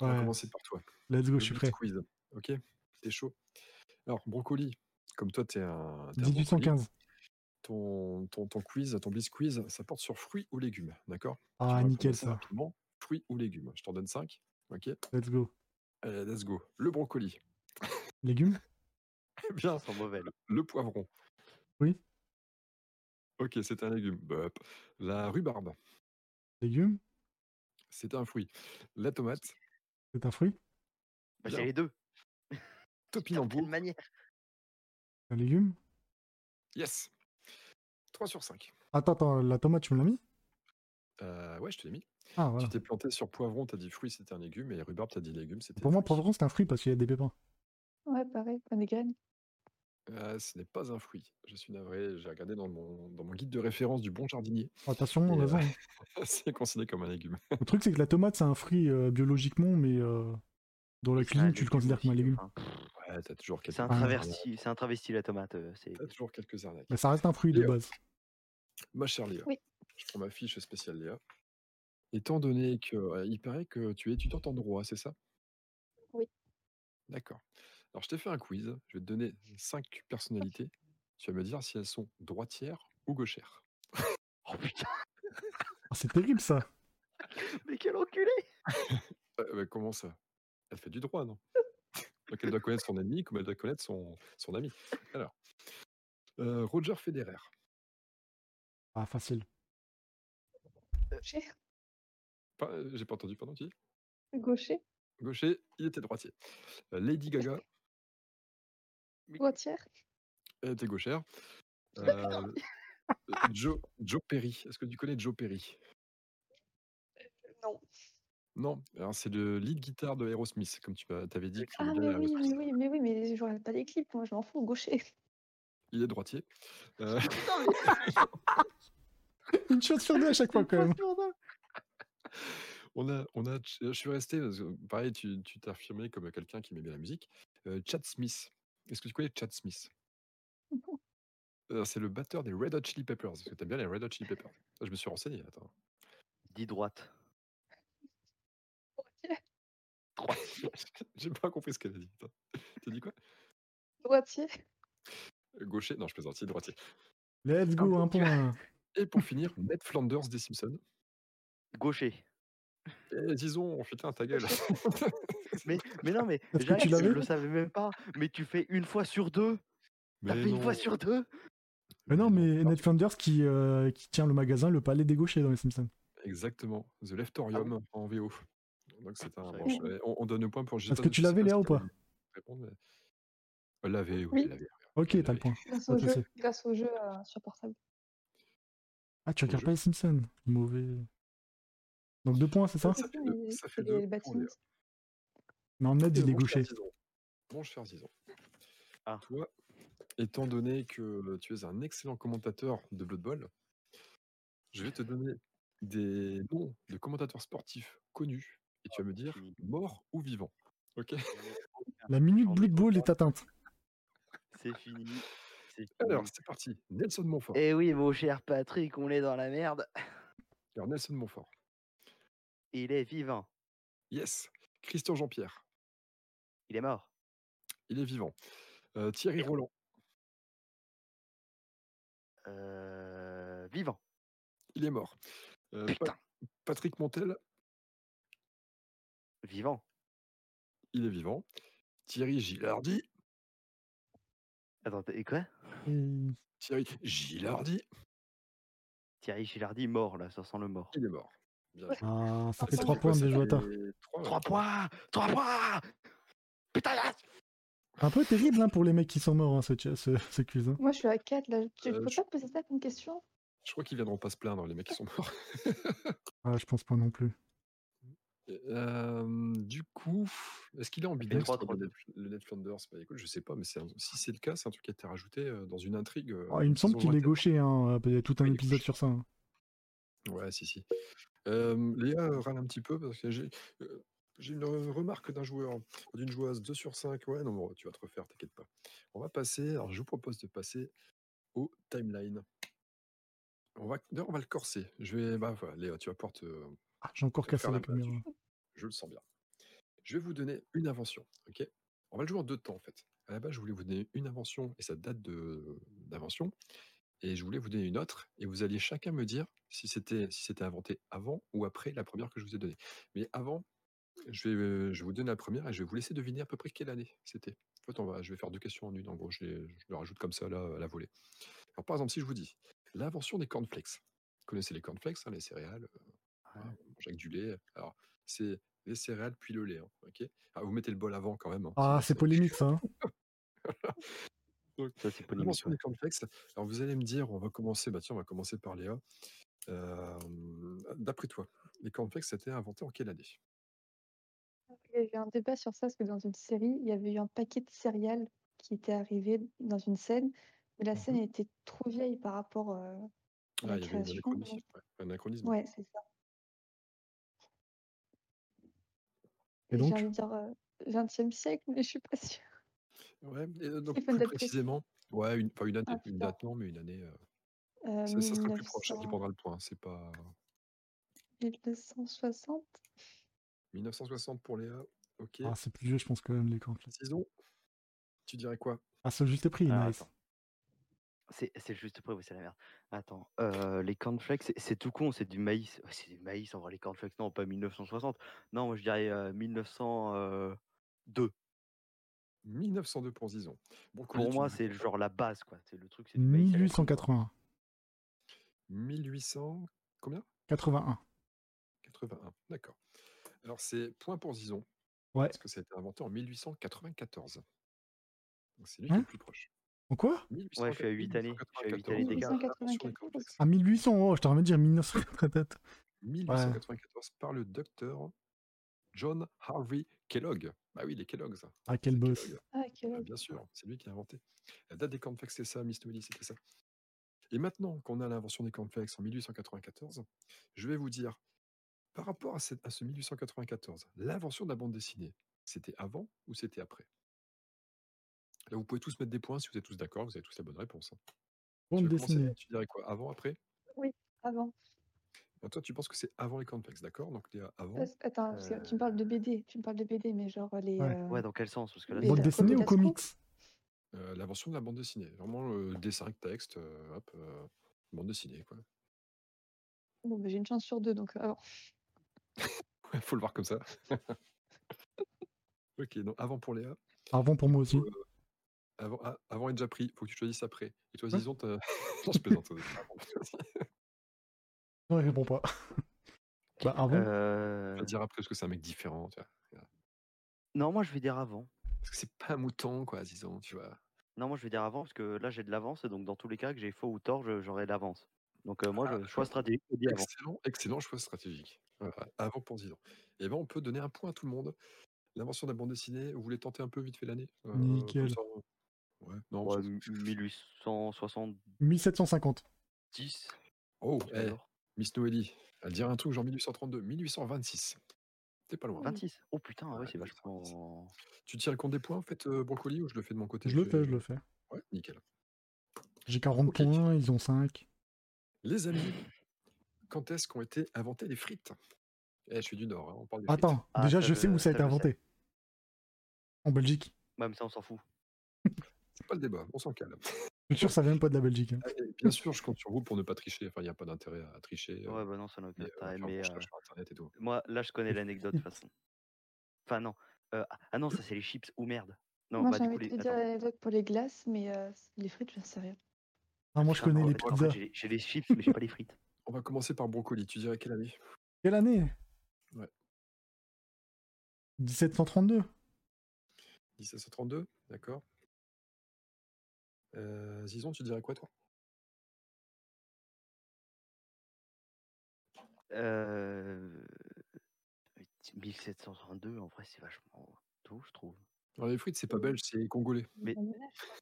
A: on va
D: Ouais.
A: commencer par toi.
D: Let's go,
A: Le
D: je suis
A: Blitz
D: prêt.
A: Quiz. Ok T'es chaud. Alors, Brocoli, comme toi, t'es un. t'es un
D: 1815.
A: brocoli, Ton, ton, ton quiz, ton Blitz Quiz, ça porte sur fruits ou légumes, d'accord
D: Ah,
A: Tu vas
D: nickel,
A: commencer
D: ça.
A: Rapidement, fruits ou légumes. Je t'en donne 5. Ok
D: Let's go.
A: Allez, let's go. Le brocoli. Eh
D: Légumes
A: Bien. Ils sont mauvais. Le poivron.
D: Oui.
A: Ok, c'est un légume. Bop. La rhubarbe.
D: Légumes
A: C'est un fruit. La tomate.
D: C'est un fruit
B: Bah, c'est les deux.
A: Topinambour.
B: manière.
D: Un légume
A: Yes. 3 sur 5.
D: Attends, attends, la tomate, tu me l'as mis
A: ouais, je te l'ai mis.
D: Ah, voilà.
A: Tu t'es planté sur poivron, t'as dit fruit, c'était un légume, et rhubarbe, t'as dit légume, c'était.
D: Pour moi, poivron, c'est un fruit parce qu'il y a des pépins.
C: Ouais, pareil, pas des graines.
A: Ah, ce n'est pas un fruit. Je suis navré, j'ai regardé dans mon, dans mon guide de référence du bon jardinier.
B: Oh,
D: Attention,
A: Et,
D: raison.
A: euh,
B: hein.
A: c'est considéré comme un légume.
D: Le truc, c'est que la tomate, c'est un fruit euh, biologiquement, mais euh, dans la cuisine, tu le considères comme un légume.
A: Ouais, t'as toujours quelques.
B: C'est un
D: Ah.
B: travesti, c'est un travesti la tomate. euh, C'est
A: T'as toujours quelques arnaques.
D: Mais Bah, ça reste un fruit de base.
A: Ma chère Léa,
C: Oui.
A: je prends ma fiche spéciale Léa. Étant donné que euh, il paraît que tu es étudiante en droit, c'est ça
C: Oui.
A: D'accord. Alors je t'ai fait un quiz. Je vais te donner cinq personnalités. Tu vas me dire si elles sont droitières ou gauchères.
B: oh putain
D: Ah, c'est terrible, ça.
B: Mais quel enculé
A: Euh, mais comment ça Elle fait du droit, non Donc elle doit connaître son ennemi comme elle doit connaître son, son ami. Alors, euh, Roger Federer.
D: Ah, facile.
B: Euh,
C: Gaucher
A: Pas- euh, J'ai pas entendu, pardon, tu dis
C: Gaucher
A: Gaucher, il était droitier. Euh, Lady Gaga,
C: Droitière
A: elle était gauchère.
C: Putain.
A: Euh, Joe, Joe Perry. Est-ce que tu connais Joe Perry
C: Non.
A: Non, alors c'est le lead guitare de Aerosmith, comme tu m'as- t'avais dit. que
C: Ah,
A: le
C: mais
A: gars,
C: oui, mais oui, mais oui, mais je regarde pas les clips, moi je m'en fous, gaucher.
A: Il est droitier. Euh,
D: Une chose sur deux à chaque fois, quand même.
A: on a, on a, je suis resté, parce que, pareil, tu tu t'es affirmé comme quelqu'un qui aimait bien la musique. Euh, Chad Smith. Est-ce que tu connais Chad Smith
C: Non.
A: Euh, C'est le batteur des Red Hot Chili Peppers. Est-ce que t'aimes bien les Red Hot Chili Peppers Ah, Je me suis renseigné, attends.
B: Dis droite.
A: Droitier. J'ai pas compris ce qu'elle a dit. attends. T'as dit quoi
C: Droitier
A: Gaucher Non, je plaisante, il est droitier.
D: Let's go, un point.
A: Et pour finir, Ned Flanders des Simpsons.
B: Gaucher.
A: Eh, disons, putain, ta gueule.
B: mais, mais non, mais
A: Est-ce que
B: Jacques,
A: tu l'avais
B: je le savais même pas, mais tu fais une fois sur deux. T'as
A: Mais
B: fait une
A: non.
B: fois sur deux
D: Mais non, mais Ned Flanders qui, euh, qui tient le magasin, le palais des gauchers dans les Simpsons.
A: Exactement.
B: Ah
A: The Leftorium en VO. Donc c'est un. bon,
D: Ouais.
A: je- on, on donne le point pour
D: Est-ce
A: Jason,
D: que
A: je
D: tu
A: sais
D: l'avais,
A: pas si
D: Léa, ou
A: t'as
D: pas
A: envie de répondre, mais- Euh, L'avait, oui.
C: Oui.
A: l'avait.
D: Ok, t'as le point.
C: Grâce
D: Pas
C: au
D: de
C: jeu,
D: souci.
C: grâce au jeu euh, sur portable.
D: Ah, tu regardes pas les Simpsons Mauvais. Donc deux points, c'est ça
C: C'est bien, mais c'est les bâtiments.
D: Non, Ned,
A: Et
D: il est
A: bon, cher
D: gaucher.
A: Dizon, Mon cher Dizon.
B: Ah.
A: Toi, étant donné que tu es un excellent commentateur de Blood Bowl, je vais te donner des noms de commentateurs sportifs connus et
B: Oh,
A: tu vas me dire mort ou vivant. Ok
D: La minute Blood Bowl est atteinte.
B: C'est fini.
A: Alors, c'est parti. Nelson Montfort.
B: Eh oui, mon cher Patrick, on est dans la merde.
A: Alors, Nelson Montfort.
B: Il est vivant.
A: Yes. Christian Jean-Pierre.
B: Il est mort.
A: Il est vivant. Euh, Thierry Roland.
B: Euh, vivant.
A: Il est mort. Euh, Pa- Patrick Montel.
B: Vivant.
A: Il est vivant. Thierry Gilardi.
B: Attends, et quoi
A: Thierry Gilardi.
B: Thierry Gilardi, mort, là, ça sent le mort.
A: Il est mort.
D: Ah, ça
A: Ah, ça,
D: fait trois
A: c'est quoi,
D: points,
A: ça
D: bien joué à toi.
A: fait trois,
B: Trois points Trois points Putain, yes
D: Un peu terrible hein, pour les mecs qui sont morts, hein, ce, ch- ce, ce quiz. hein.
C: Moi je suis à 4 là, tu
A: Euh,
C: peux pas te poser ça comme question
A: Je crois qu'ils viendront pas se plaindre, les mecs qui sont morts.
D: Ah, je pense pas non plus.
A: Euh, du coup, est-ce qu'il est en
B: trois,
A: bidestre
B: trois,
A: le Ned- le Ned Flanders bah, écoute, Je sais pas, mais c'est un- si c'est le cas, c'est un truc qui a été rajouté euh, dans une intrigue. euh,
D: Ah, il me semble
A: saison
D: qu'il est gaucher, hein. il y a tout un épisode sur ça. hein.
A: Ouais, si, si. Euh, Léa euh, râle un petit peu parce que j'ai euh, j'ai une re- remarque d'un joueur, d'une joueuse 2 sur 5. Ouais, non, bon, tu vas te refaire, t'inquiète pas. On va passer, alors je vous propose de passer au timeline. On va, d'ailleurs, on va le corser. Je vais, bah voilà, Léa, tu vas pouvoir te.
D: Ah, J'ai encore
A: te
D: cassé
A: faire
D: la
A: la place.
D: caméra.
A: Je le sens bien. Je vais vous donner une invention, ok On va le jouer en deux temps, en fait. À la base, je voulais vous donner une invention et sa date de- d'invention, et je voulais vous donner une autre, et vous alliez chacun me dire si c'était si c'était inventé avant ou après la première que je vous ai donnée. Mais avant, Je vais, euh, je vous donne la première et je vais vous laisser deviner à peu près quelle année c'était. En fait, on va, je vais faire deux questions en une. En gros, je, les- je le rajoute comme ça là, à la volée. Alors, par exemple, si je vous dis l'invention des cornflakes. Vous connaissez les cornflakes, hein, les céréales. euh, voilà, on mange avec du lait. Alors, c'est les céréales puis le lait. hein, ok Ah, vous mettez le bol avant quand même. hein.
D: Ah, c'est polémique ça. hein.
A: Donc, L'invention des cornflakes. Alors, vous allez me dire, on va commencer. Bah, tiens, on va commencer par Léa. Euh, D'après toi, les cornflakes, c'était inventé en quelle année
C: Il y a eu un débat sur ça, parce que dans une série, il y avait eu un paquet de céréales qui était arrivé dans une scène, mais
D: Mmh
C: la scène était trop vieille par rapport. euh, à la
A: Ah, il y avait un
C: création,
A: anachronisme.
C: donc-
A: ouais, un anachronisme.
C: euh, Ouais, c'est ça.
A: Et
C: J'ai
A: donc
C: envie de dire euh, 20e siècle, mais je suis pas sûre.
A: Ouais, et, euh, donc
C: Il faut
A: plus
C: une date précise.
A: précisément, ouais, une, enfin, une année,
C: Ah,
A: une
C: putain.
A: date non, mais une année. euh,
C: Euh,
A: ça, ça sera le plus proche, ça
C: 1900,
A: qui prendra le point. C'est pas
C: 1960
A: 1960 pour Léa. Ok.
D: Ah, c'est plus vieux, je pense quand même les camps.
A: Disons, tu dirais quoi
D: Ah, c'est juste prix,
B: Ah,
D: nice.
B: attends. C'est c'est juste près, oui, c'est la merde. Attends, euh, les cornflakes, c'est- c'est tout con, c'est du maïs. Ouais, C'est du maïs, en vrai, les cornflakes, non, pas 1960. Non, moi je dirais euh, 1902.
A: 1902 pour Zizon. Bon,
B: Pour
A: Colline, tu
B: moi,
A: me dis
B: c'est genre la base, quoi. C'est le truc, c'est du maïs.
D: 1880.
A: 1800 combien
D: 81.
A: 81. D'accord. Alors c'est point pour Zizon.
D: Ouais.
A: Parce que ça a été inventé en 1894. Donc c'est lui qui
D: Hein
A: est le plus proche.
D: En quoi
B: Ouais, je suis à 8 années. Je suis à 8 années d'écart.
C: 1994
D: Ah, 1800, oh, je t'aurais envie de dire 1900. peut-être.
A: 1894 par le docteur John Harvey Kellogg. Bah oui, les Kellogg, ça.
D: Ah, quel boss.
C: Ah,
A: Ah, bien sûr, c'est lui qui a inventé. La date des cornflakes, c'est ça, Miss Noélie, c'était ça. Et maintenant qu'on a l'invention des cornflakes en 1894, je vais vous dire, par rapport à, cette- à ce 1894, l'invention de la bande dessinée, c'était avant ou c'était après Là, vous pouvez tous mettre des points si vous êtes tous d'accord, vous avez tous la bonne réponse. hein.
D: Bande
A: tu veux commencer,
D: dessinée.
A: Tu dirais quoi Avant, après
C: Oui, avant.
A: Alors, Toi, tu penses que c'est avant les cornflakes, d'accord Donc, Léa, avant. euh,
C: Parce- Attends, parce que tu me parles de BD, tu me parles de BD, mais genre les. euh,
B: Ouais, dans quel sens Parce que là,
C: les, euh, Comitascope.
A: Euh, L'invention de la bande dessinée. Vraiment le dessin avec texte, euh, hop, euh, bande dessinée. quoi.
C: Bon, bah, j'ai une chance sur deux, donc avant.
A: Il faut le voir comme ça. ok, donc avant pour Léa.
D: Avant Ah, pour moi aussi.
A: Avant, ah, avant est déjà pris, faut que tu choisisses après. Et toi,
D: Hein?
A: disons, t'as- non, je plaisante.
D: Non, il répond pas. bah, avant.
A: On va dire après parce que c'est un mec différent. Tu vois.
B: Non, moi je vais dire avant.
A: Parce que c'est pas un mouton, quoi, disons, tu vois.
B: Non, moi je vais dire avant, parce que là j'ai de l'avance, et donc dans tous les cas que j'ai faux ou tort, je- j'aurai de l'avance. Donc euh, moi, je, choix stratégique, je dis avant.
A: Ah, Excellent, excellent choix stratégique. Voilà, avant pour disons. Et ben, on peut donner un point à tout le monde. L'invention de la bande dessinée, vous voulez tenter un peu vite fait l'année Euh, comme
D: Nickel.
A: ça, Ouais, non,
B: Ouais, 1870.
D: 1750.
A: Oh, eh, Miss Noélie, elle dirait un truc genre 1832, 1826. T'es pas loin.
B: 26. Oh putain, ouais, c'est vachement.
A: Tu tiens le compte des points, en fait, euh, Brocoli, ou je le fais de mon côté
D: Je le
A: vais-
D: fais, je le fais.
A: Ouais, nickel.
D: J'ai 40 points, ils ont 5.
A: Les amis, quand est-ce qu'ont été inventées les frites Eh, je suis du Nord, hein, on parle des frites.
D: Attends,
B: Ah,
D: déjà je sais où ça a été inventé. En Belgique.
B: Ouais, mais ça, on s'en fout.
A: C'est pas le débat, on s'en calme.
D: Je suis sûr que ça vient même pas de la Belgique. hein.
A: Allez, bien sûr, je compte sur vous pour ne pas tricher. Enfin, il n'y a pas d'intérêt à tricher. euh,
B: Ouais, bah non, ça n'a aucun intérêt,
A: faire un
B: mais,
A: bon
B: euh,
A: cherche sur Internet et tout.
B: Moi, là, je connais l'anecdote de toute façon. Enfin, non. Euh, ah non, ça, c'est les chips ou merde. Non,
C: Moi,
B: bah,
C: j'ai
B: du coup,
C: envie de
B: les...
C: te dire
B: attends.
C: l'anecdote pour les glaces, mais euh, les frites, j'en sais rien.
D: Ah, moi je
B: Putain,
D: connais les
B: en fait,
D: pizzas.
B: j'ai- J'ai les chips, mais j'ai pas les frites.
A: On va commencer par Brocoli. Tu dirais quelle année
D: Quelle année
A: Ouais.
D: 1732.
A: 1732, d'accord. Euh, Zizon, tu dirais quoi, toi
B: Euh... 1732, en vrai, c'est vachement tôt, je trouve.
A: Alors, les frites, c'est
B: Euh,
A: pas belge, c'est congolais.
B: Mais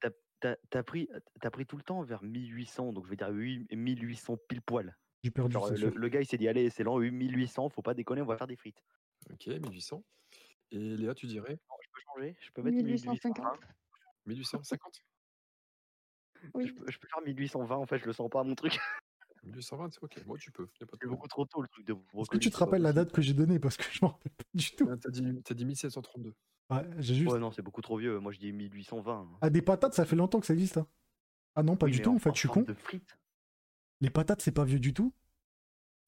B: t'as- t'as t'as pris, t'as pris tout le temps vers 1800, donc je vais dire huit- 1800 pile poil.
D: J'ai perdu,
B: Genre, euh,
D: c'est
B: le,
D: sûr.
B: le gars, il s'est dit, allez, c'est l'an 1800, faut pas déconner, on va faire des frites.
A: Ok, 1800. Et Léa, tu dirais
B: Je peux changer, je peux mettre
C: 1850.
A: 1850
B: Je, peux, je peux faire 1820, en fait, je le sens pas, mon truc.
A: 1820, c'est ok. Moi, tu peux. y a pas de
B: C'est beaucoup trop tôt, le truc de
D: Est-ce que tu te rappelles la date que j'ai donnée Parce que je m'en rappelle pas du tout.
A: T'as dit, t'as dit 1732.
D: Ouais, j'ai juste.
B: Ouais, non, c'est beaucoup trop vieux. Moi, je dis 1820.
D: Ah, des patates, ça fait longtemps que ça existe. hein. Ah non, pas
B: Oui,
D: du
B: mais
D: tout, en,
B: en-
D: fait,
B: en
D: je suis
B: forme
D: con.
B: de frites.
D: Les patates, c'est pas vieux du tout.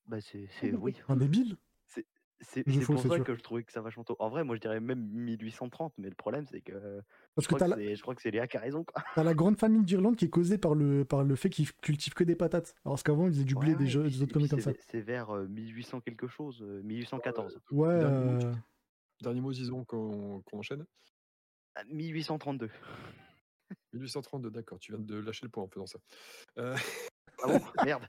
D: Ah
B: Bah, c'est. c'est- Oui.
D: Un débile.
B: C'est- C'est
D: Je
B: c'est
D: fous,
B: pour
D: c'est
B: ça
D: sûr.
B: que je trouvais que ça vachement tôt. En vrai, moi je dirais même 1830, mais le problème c'est que.
D: Parce que
B: je, crois
D: t'as
B: que
D: la-
B: c'est- je crois que c'est Léa qui a raison. quoi.
D: T'as la grande famine d'Irlande qui est causée par le, par le fait qu'ils cultivent que des patates. Alors qu'avant, ils faisaient du blé, des, jeux- des autres communes comme ça.
B: C'est- C'est vers euh, 1800 quelque chose, euh, 1814.
D: Ouais,
A: Dernier
D: euh,
A: mot, Dernier mot, disons qu'on qu'on enchaîne.
B: Ah, 1832.
A: 1832, d'accord, tu viens de lâcher le point en faisant ça. Euh,
B: Ah bon Merde.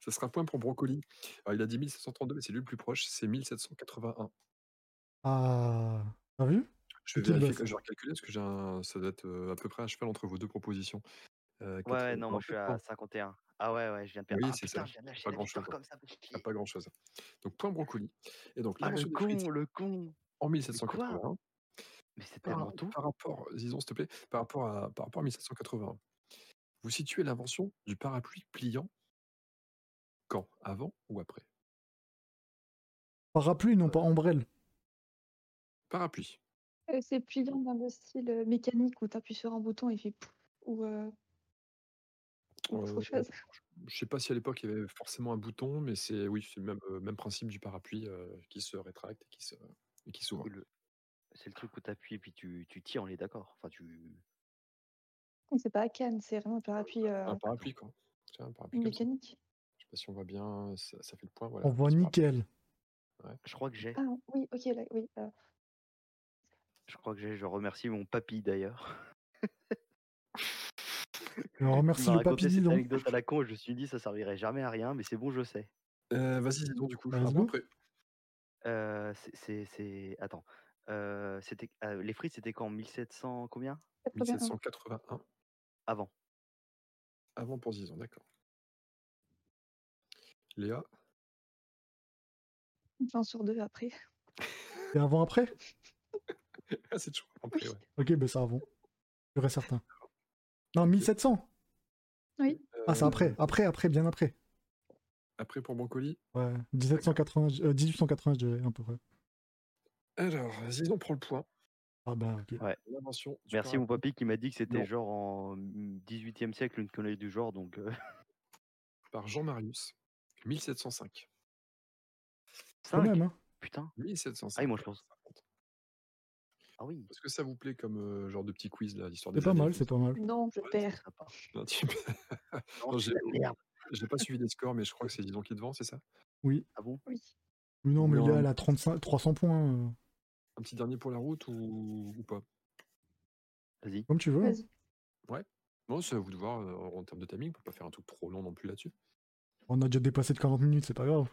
A: ça sera un point pour Brocoli. Alors, il a dit 1732, mais c'est lui le plus proche, c'est 1781.
D: Ah. T'as vu bah,
A: Je vais,
D: Petite
A: vérifier,
D: baffe.
A: je vais recalculer parce que j'ai un- ça doit être euh, à peu près à cheval entre vos deux propositions. Euh,
B: Ouais,
A: 80,
B: ouais, non, moi je suis à 51. Ah ouais, ouais, je viens de perdre.
A: Oui,
B: Ah,
A: c'est
B: putain,
A: ça.
B: je viens de lâcher
A: Pas
B: la
A: grand
B: victoire
A: chose.
B: comme ça. parce que-
A: Pas grand chose. Donc, point brocoli. Et donc,
B: Ah, le
A: l'invention des
B: con,
A: frites
B: le con.
A: en 1781.
B: Mais c'est
A: par,
B: tellement
A: par rapport, disons, s'il te plaît, par rapport à, par rapport à 1781. Vous situez l'invention du parapluie pliant quand Avant ou après
D: Parapluie, non pas ombrelle.
A: Euh, Parapluie.
C: Euh, c'est pliant dans le style euh, mécanique où t'appuies sur un bouton et il fait pouf, ou euh,
A: Euh,
C: autre chose.
A: je sais pas si à l'époque il y avait forcément un bouton, mais c'est oui, c'est le même, euh, même principe du parapluie euh, qui se rétracte et qui se et qui s'ouvre.
B: C'est le truc où t'appuies et puis tu, tu tires, on est d'accord. Enfin, tu.
C: Mais C'est pas à Cannes, c'est vraiment un parapluie
B: Ah,
C: euh,
A: Un parapluie quoi. C'est un
B: Mmh.
A: parapluie comme ça.
C: mécanique.
A: Je sais pas si on voit bien, ça, ça fait le point. Voilà.
D: On voit nickel.
B: Je crois que j'ai.
C: Ah oui, ok, là, oui. euh,
B: Je crois que j'ai. Je remercie mon papy d'ailleurs.
D: Alors, remercie
B: Il m'a
D: le papy
B: raconté cette
D: Didon.
B: anecdote à la con. Je me suis dit, ça servirait jamais à rien, mais c'est bon, je sais.
A: Euh, Vas-y, dis donc du coup.
D: Bah, let's
A: avant,
D: go.
A: après.
B: Euh, c'est- c'est. c'est- Attends. Euh, c'était euh, les frites, c'était quand 1700 combien
A: 1781.
B: Avant.
A: Avant pour 10 ans, d'accord. Léa,
C: Enfin, sur deux après.
D: Et avant après
A: Ah, c'est toujours après, ouais.
D: Ok, bah ça avant. Je serais certain. Non, 1700 Ah, c'est
A: Euh,
D: après. Après, après, bien après.
A: Après pour Brocoli.
D: Ouais, 1780, euh, 1880, je dirais, à peu près.
A: Alors, vas-y, on prend le point.
D: Ah bah, ok.
B: Ouais.
A: L'invention du
B: Merci mon papy qui m'a dit que
A: Non.
B: c'était genre en 18e siècle une connerie du genre, donc euh,
A: Par Jean Marius, 1705.
D: Quand même, hein.
B: putain.
A: 1705.
B: Ah oui, moi je pense.
A: Ah
B: oui.
A: Est-ce que ça vous plaît comme euh, genre de petit quiz là, l'histoire
D: C'est
A: des
D: pas
A: années
D: mal,
A: et tout
D: c'est pas mal.
C: Non, je perds.
A: Non, Bah, tu- Non, j'ai j'ai pas suivi les scores, mais je crois que c'est Didon qui est devant, c'est ça
D: Oui.
B: Ah bon
C: Oui.
D: Mais non, mais
A: Non.
D: il est à la 35, 300 points, euh,
A: Un petit dernier pour la route ou, ou pas
B: Vas-y.
D: comme tu veux.
C: Vas-y.
A: Ouais. Non, c'est à vous de voir euh, en termes de timing pour pas faire un truc trop long non plus là-dessus.
D: On a déjà dépassé de 40 minutes, c'est pas grave.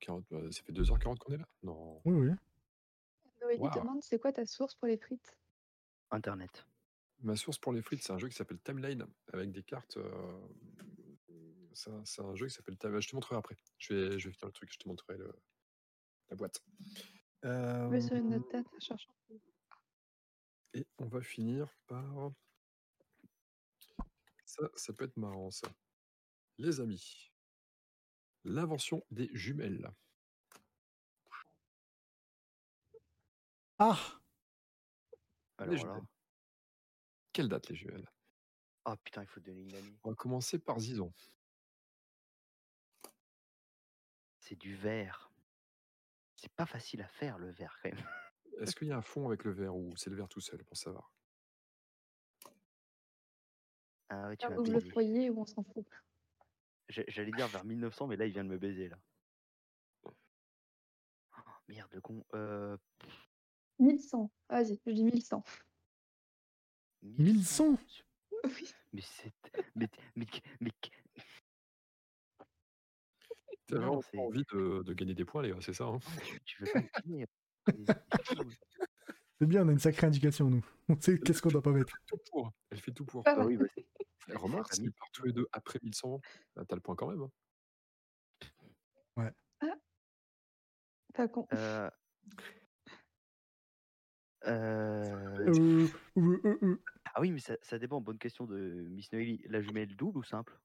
A: 40, euh, ça fait 2h40 qu'on est là Non.
D: Oui, oui.
C: Noélie
A: Waouh.
C: demande c'est quoi ta source pour les frites
B: Internet.
A: Ma source pour les frites, c'est un jeu qui s'appelle Timeline avec des cartes. euh, C'est un, c'est un jeu qui s'appelle Timeline. Je te montrerai après. Je vais, je vais finir le truc, je te montrerai le- la boîte.
C: Je
A: Euh,
C: vais sur une autre tête en cherchant.
A: Et on va finir par. Ça, ça peut être marrant, ça. Les amis, l'invention des jumelles.
D: Ah
A: les
B: Alors
A: jumelles.
B: là.
A: Quelle date, les jumelles
B: Ah putain, il faut donner une année.
A: On va commencer par Zizon.
B: C'est du verre. C'est pas facile à faire le verre quand même.
A: Est-ce qu'il y a un fond avec le verre ou c'est le verre tout seul pour savoir
B: Ah ouais, tu
C: Ah,
B: m'as
C: Ouvre le
B: baisé.
C: foyer ou on s'en fout.
B: J'ai- J'allais dire vers 1900, mais là il vient de me baiser là. Oh, merde, le con. Euh,
C: 1100. Ah, Vas-y, je dis 1100.
D: 1100
B: mais c'est. Mais, mais, mais,
A: T'as
B: Non,
A: vraiment
B: c'est- Ah,
A: envie de, de gagner des points, les gars, c'est ça hein
B: tu, tu veux pas me finir.
D: C'est bien, on a une sacrée indication, nous. On sait qu'est-ce qu'on doit pas mettre.
A: Tout pour. Elle fait tout pour.
C: Ah oui,
B: bah,
A: Eh, Remarque, si par tous les deux après 1100, bah, t'as le point quand même. hein.
C: Pas con.
B: Euh... Euh,
D: Euh, euh, euh, euh.
B: Ah oui, mais ça, ça dépend. Bonne question de Miss Noélie. La jumelle double ou simple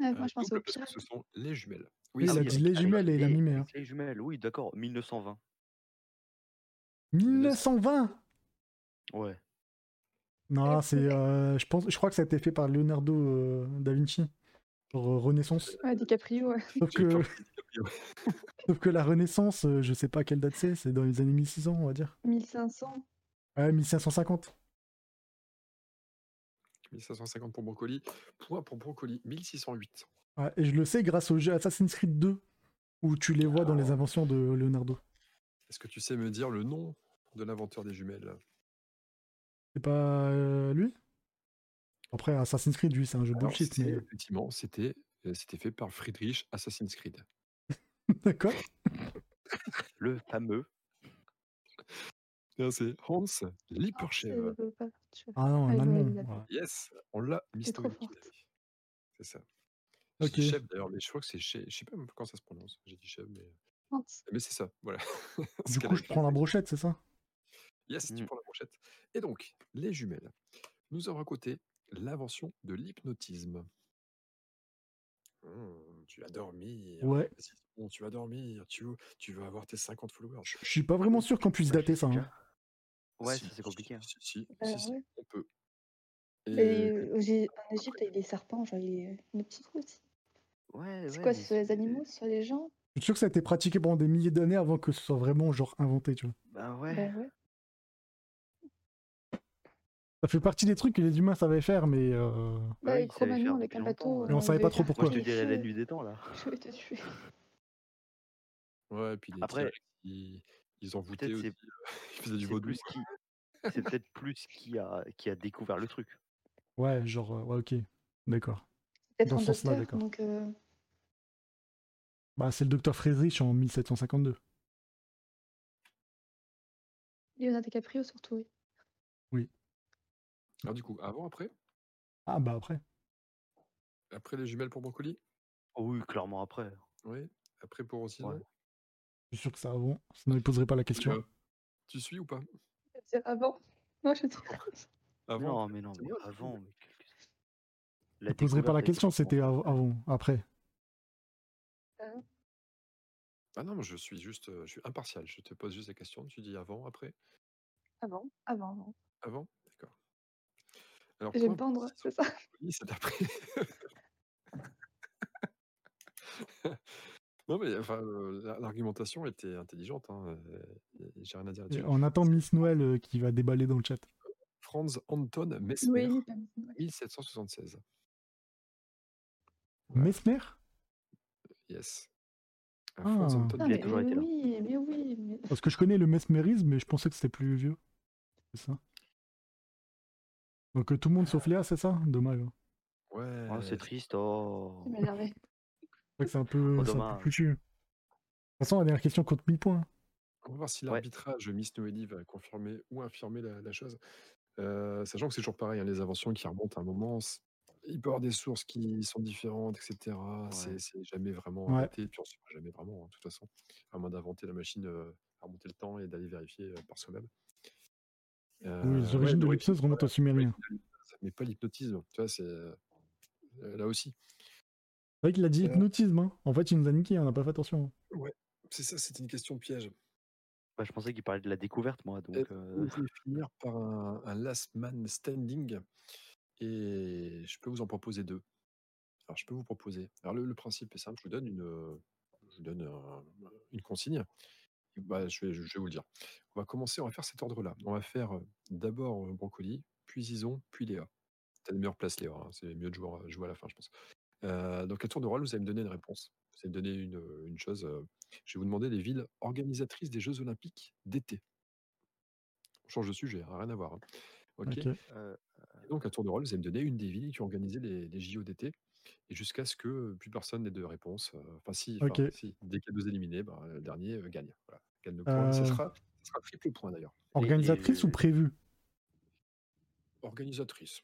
C: Ouais, moi,
A: Euh,
C: je pense au
A: double, parce
C: pire.
A: que ce sont les jumelles.
B: Ah
D: Oui, il a dit les jumelles et il a mimé. hein.
B: Les jumelles, oui, d'accord. 1920.
D: 1920
B: Ouais.
D: Non, c'est. euh, je, pense, je crois que ça a été fait par Leonardo euh, da Vinci. Pour euh, Renaissance.
C: Ouais, DiCaprio, ouais.
D: Sauf que. Sauf que la Renaissance, euh, je sais pas quelle date c'est, c'est dans les années 1600, on va dire.
C: 1500.
D: Ouais, 1550.
A: 1550 pour Brocoli. Point pour Brocoli, 1608.
D: Ouais, et je le sais grâce au jeu Assassin's Creed 2, où tu les vois dans les inventions de Leonardo.
A: Est-ce que tu sais me dire le nom de l'inventeur des jumelles
D: C'est pas euh, lui Après, Assassin's Creed, lui, c'est un jeu de
A: Alors,
D: bullshit,
A: c'est-
D: mais.
A: Effectivement, c'était euh, c'était fait par Friedrich Assassin's Creed.
D: D'accord.
B: Le fameux.
A: Non, C'est Hans Lippershey.
C: Je veux Ah, pas, je veux-
D: Ah non,
C: Ah,
D: un
C: je
D: allemand.
C: vois, il a-
D: ouais.
A: Yes, on l'a
C: C'est trop
A: Mystery
C: fort.
A: Kid. C'est ça.
D: Ok.
A: J'ai dit chef d'ailleurs, mais je crois que c'est chef. Je sais pas même quand ça se prononce. J'ai dit chef, mais.
C: Hans.
A: Mais c'est ça, voilà.
D: Du coup, je prends la brochette, c'est ça
A: Yes,
B: Mmh.
A: tu prends la brochette. Et donc, les jumelles. Nous avons à côté l'invention de l'hypnotisme. Hmm, tu vas dormir.
D: Ouais.
A: Vas-y, bon, tu vas dormir. Tu, tu vas avoir tes 50 followers. Je-
D: Je suis pas vraiment sûr qu'on puisse dater ça. hein.
B: Ouais, ça, c'est compliqué. hein.
A: Si,
C: Euh,
A: si, si,
C: ouais.
A: on peut.
C: Et
A: Et
C: euh, au G- en Égypte, avec des serpents, genre les, les petits trous aussi.
B: Ouais,
C: C'est quoi, ce les animaux, ce soit les gens
D: Je suis sûr que ça a été pratiqué pendant des milliers d'années avant que ce soit vraiment genre inventé, tu vois.
B: Bah ouais.
C: Ben ouais.
D: Ça fait partie des trucs que les humains savaient faire, mais euh,
C: Bah, les
B: oui, ils savaient
C: Cro-Magnons,
B: faire
C: avec
B: depuis
C: un bateau,
B: longtemps,
D: Mais on
C: euh,
D: savait
C: ils
D: pas
C: devaient
D: trop
C: faire
D: pourquoi.
B: Moi, je te
C: des
B: dirais la
C: feux.
B: nuit des temps, là.
C: Je vais te tuer.
A: ouais, et puis les
B: Après-
A: T-Rex, ils, ils euh. envoûtaient
B: Peut-être
A: aussi.
B: c'est-
A: Ils faisaient du
B: c'est
A: vaudou.
B: plus qui. C'est peut-être plus qui a, qui a découvert le truc.
D: ouais, genre, euh, ouais, ok, d'accord.
C: Peut-être
D: Dans
C: un
D: ce sens-là,
C: docteur,
D: d'accord.
C: donc euh,
D: Bah, c'est le docteur Friedrich en 1752.
C: Leonardo DiCaprio surtout, oui.
A: Alors, du coup, avant, après
D: Ah, bah après.
A: Après les jumelles pour Brocoli
B: Oh oui, clairement après.
A: Oui. Après pour aussi.
B: Ouais.
A: non
D: Je suis sûr que ça avant, sinon il poserait pas la question.
A: Euh, Tu suis ou pas
C: Je vais dire avant. Non, je vais dire
A: Avant
B: non, mais non, mais avant. Mais... qu'est-ce que c'est La
D: Il poserait pas la
B: découverte des
D: question,
B: serpents.
D: c'était av- avant, après.
C: avant.
A: Ah non, mais je suis juste, euh, je suis impartial. Je te pose juste la question. Tu dis avant, après,
C: Avant, avant, avant.
A: avant, d'accord. Alors,
C: Je vais
A: point
C: me
A: pour
C: pendre,
A: Six
C: c'est ça
A: Symphonies, c'est après. non mais enfin, euh, la- l'argumentation était intelligente. hein, euh, J'ai rien à dire.
D: Et
A: là-dessus.
D: on attend Miss Noël euh, qui va déballer dans le chat.
A: Franz Anton Mesmer,
C: Noémie, pas Miss Noël.
A: 1776.
D: Messner
A: Yes. Ah, Franz
D: Ah.
A: Anton
C: Non,
B: Il a
C: mais,
B: toujours
C: mais
B: été là.
C: oui, mais oui. mais-
D: Parce que je connais le mesmérisme, mais je pensais que c'était plus vieux. C'est ça Donc euh, tout le monde sauf Léa, c'est ça Dommage. hein.
A: Ouais.
B: Oh, c'est triste. Oh.
C: Tu m'énervais.
D: C'est vrai que c'est un peu,
B: Oh,
D: c'est un peu
B: dommage.
D: foutu. De toute façon, la dernière question compte 1000 points. hein.
A: On va voir si l'arbitrage Miss Noélie va confirmer ou infirmer la, la chose. Euh, sachant que c'est toujours pareil, hein, les inventions qui remontent à un moment, c- il peut y avoir des sources qui sont différentes, etc. C'est- C'est jamais vraiment
D: Ouais.
A: arrêté, puis on ne saura jamais vraiment, hein, de toute façon, à moins d'inventer la machine, euh, à remonter le temps et d'aller vérifier euh, par soi-même. Euh,
D: Oui, les
A: ouais,
D: origines de
A: Noélie,
D: l'hypnose remontent aux Sumériens.
A: mais pas l'hypnotisme, tu vois, c'est euh, là aussi.
D: C'est vrai qu'il a dit
A: Euh.
D: hypnotisme. hein. En fait, il nous a niqué, on n'a pas fait attention.
A: Ouais, c'est ça, c'était une question piège.
B: Bah, je pensais qu'il parlait de la découverte, moi.
A: Euh, Je
B: Donc, euh,
A: vais finir par un, un last man standing et je peux vous en proposer deux. Alors, je peux vous proposer. Alors, le, le principe est simple je vous donne une, euh, je vous donne un- une consigne. Et bah, je, vais, je vais vous le dire. On va commencer, on va faire cet ordre-là. On va faire euh, d'abord euh, Brocoli, puis Ison, puis Léa. T'as les meilleures places, Léa. hein. C'est mieux de jouer, à- jouer à la fin, je pense. Euh, donc, à tour de rôle, vous allez me donner une réponse. Vous allez me donner une, une chose. euh, je vais vous demander les villes organisatrices des Jeux Olympiques d'été. On change de sujet, hein, rien à voir. hein. Ok.
D: Ok.
B: euh,
A: Et donc, à tour de rôle, vous allez me donner une des villes qui ont organisé les, les JO d'été. Et jusqu'à ce que euh, plus personne n'ait de réponse. euh, Enfin, si, enfin,
D: Ok.
A: si, dès qu'il y a deux éliminés, ben, le dernier euh, gagne. Voilà, gagne le point. Ce
D: Euh.
A: sera, ce sera triple point d'ailleurs.
D: Organisatrice ou prévue
A: Organisatrice.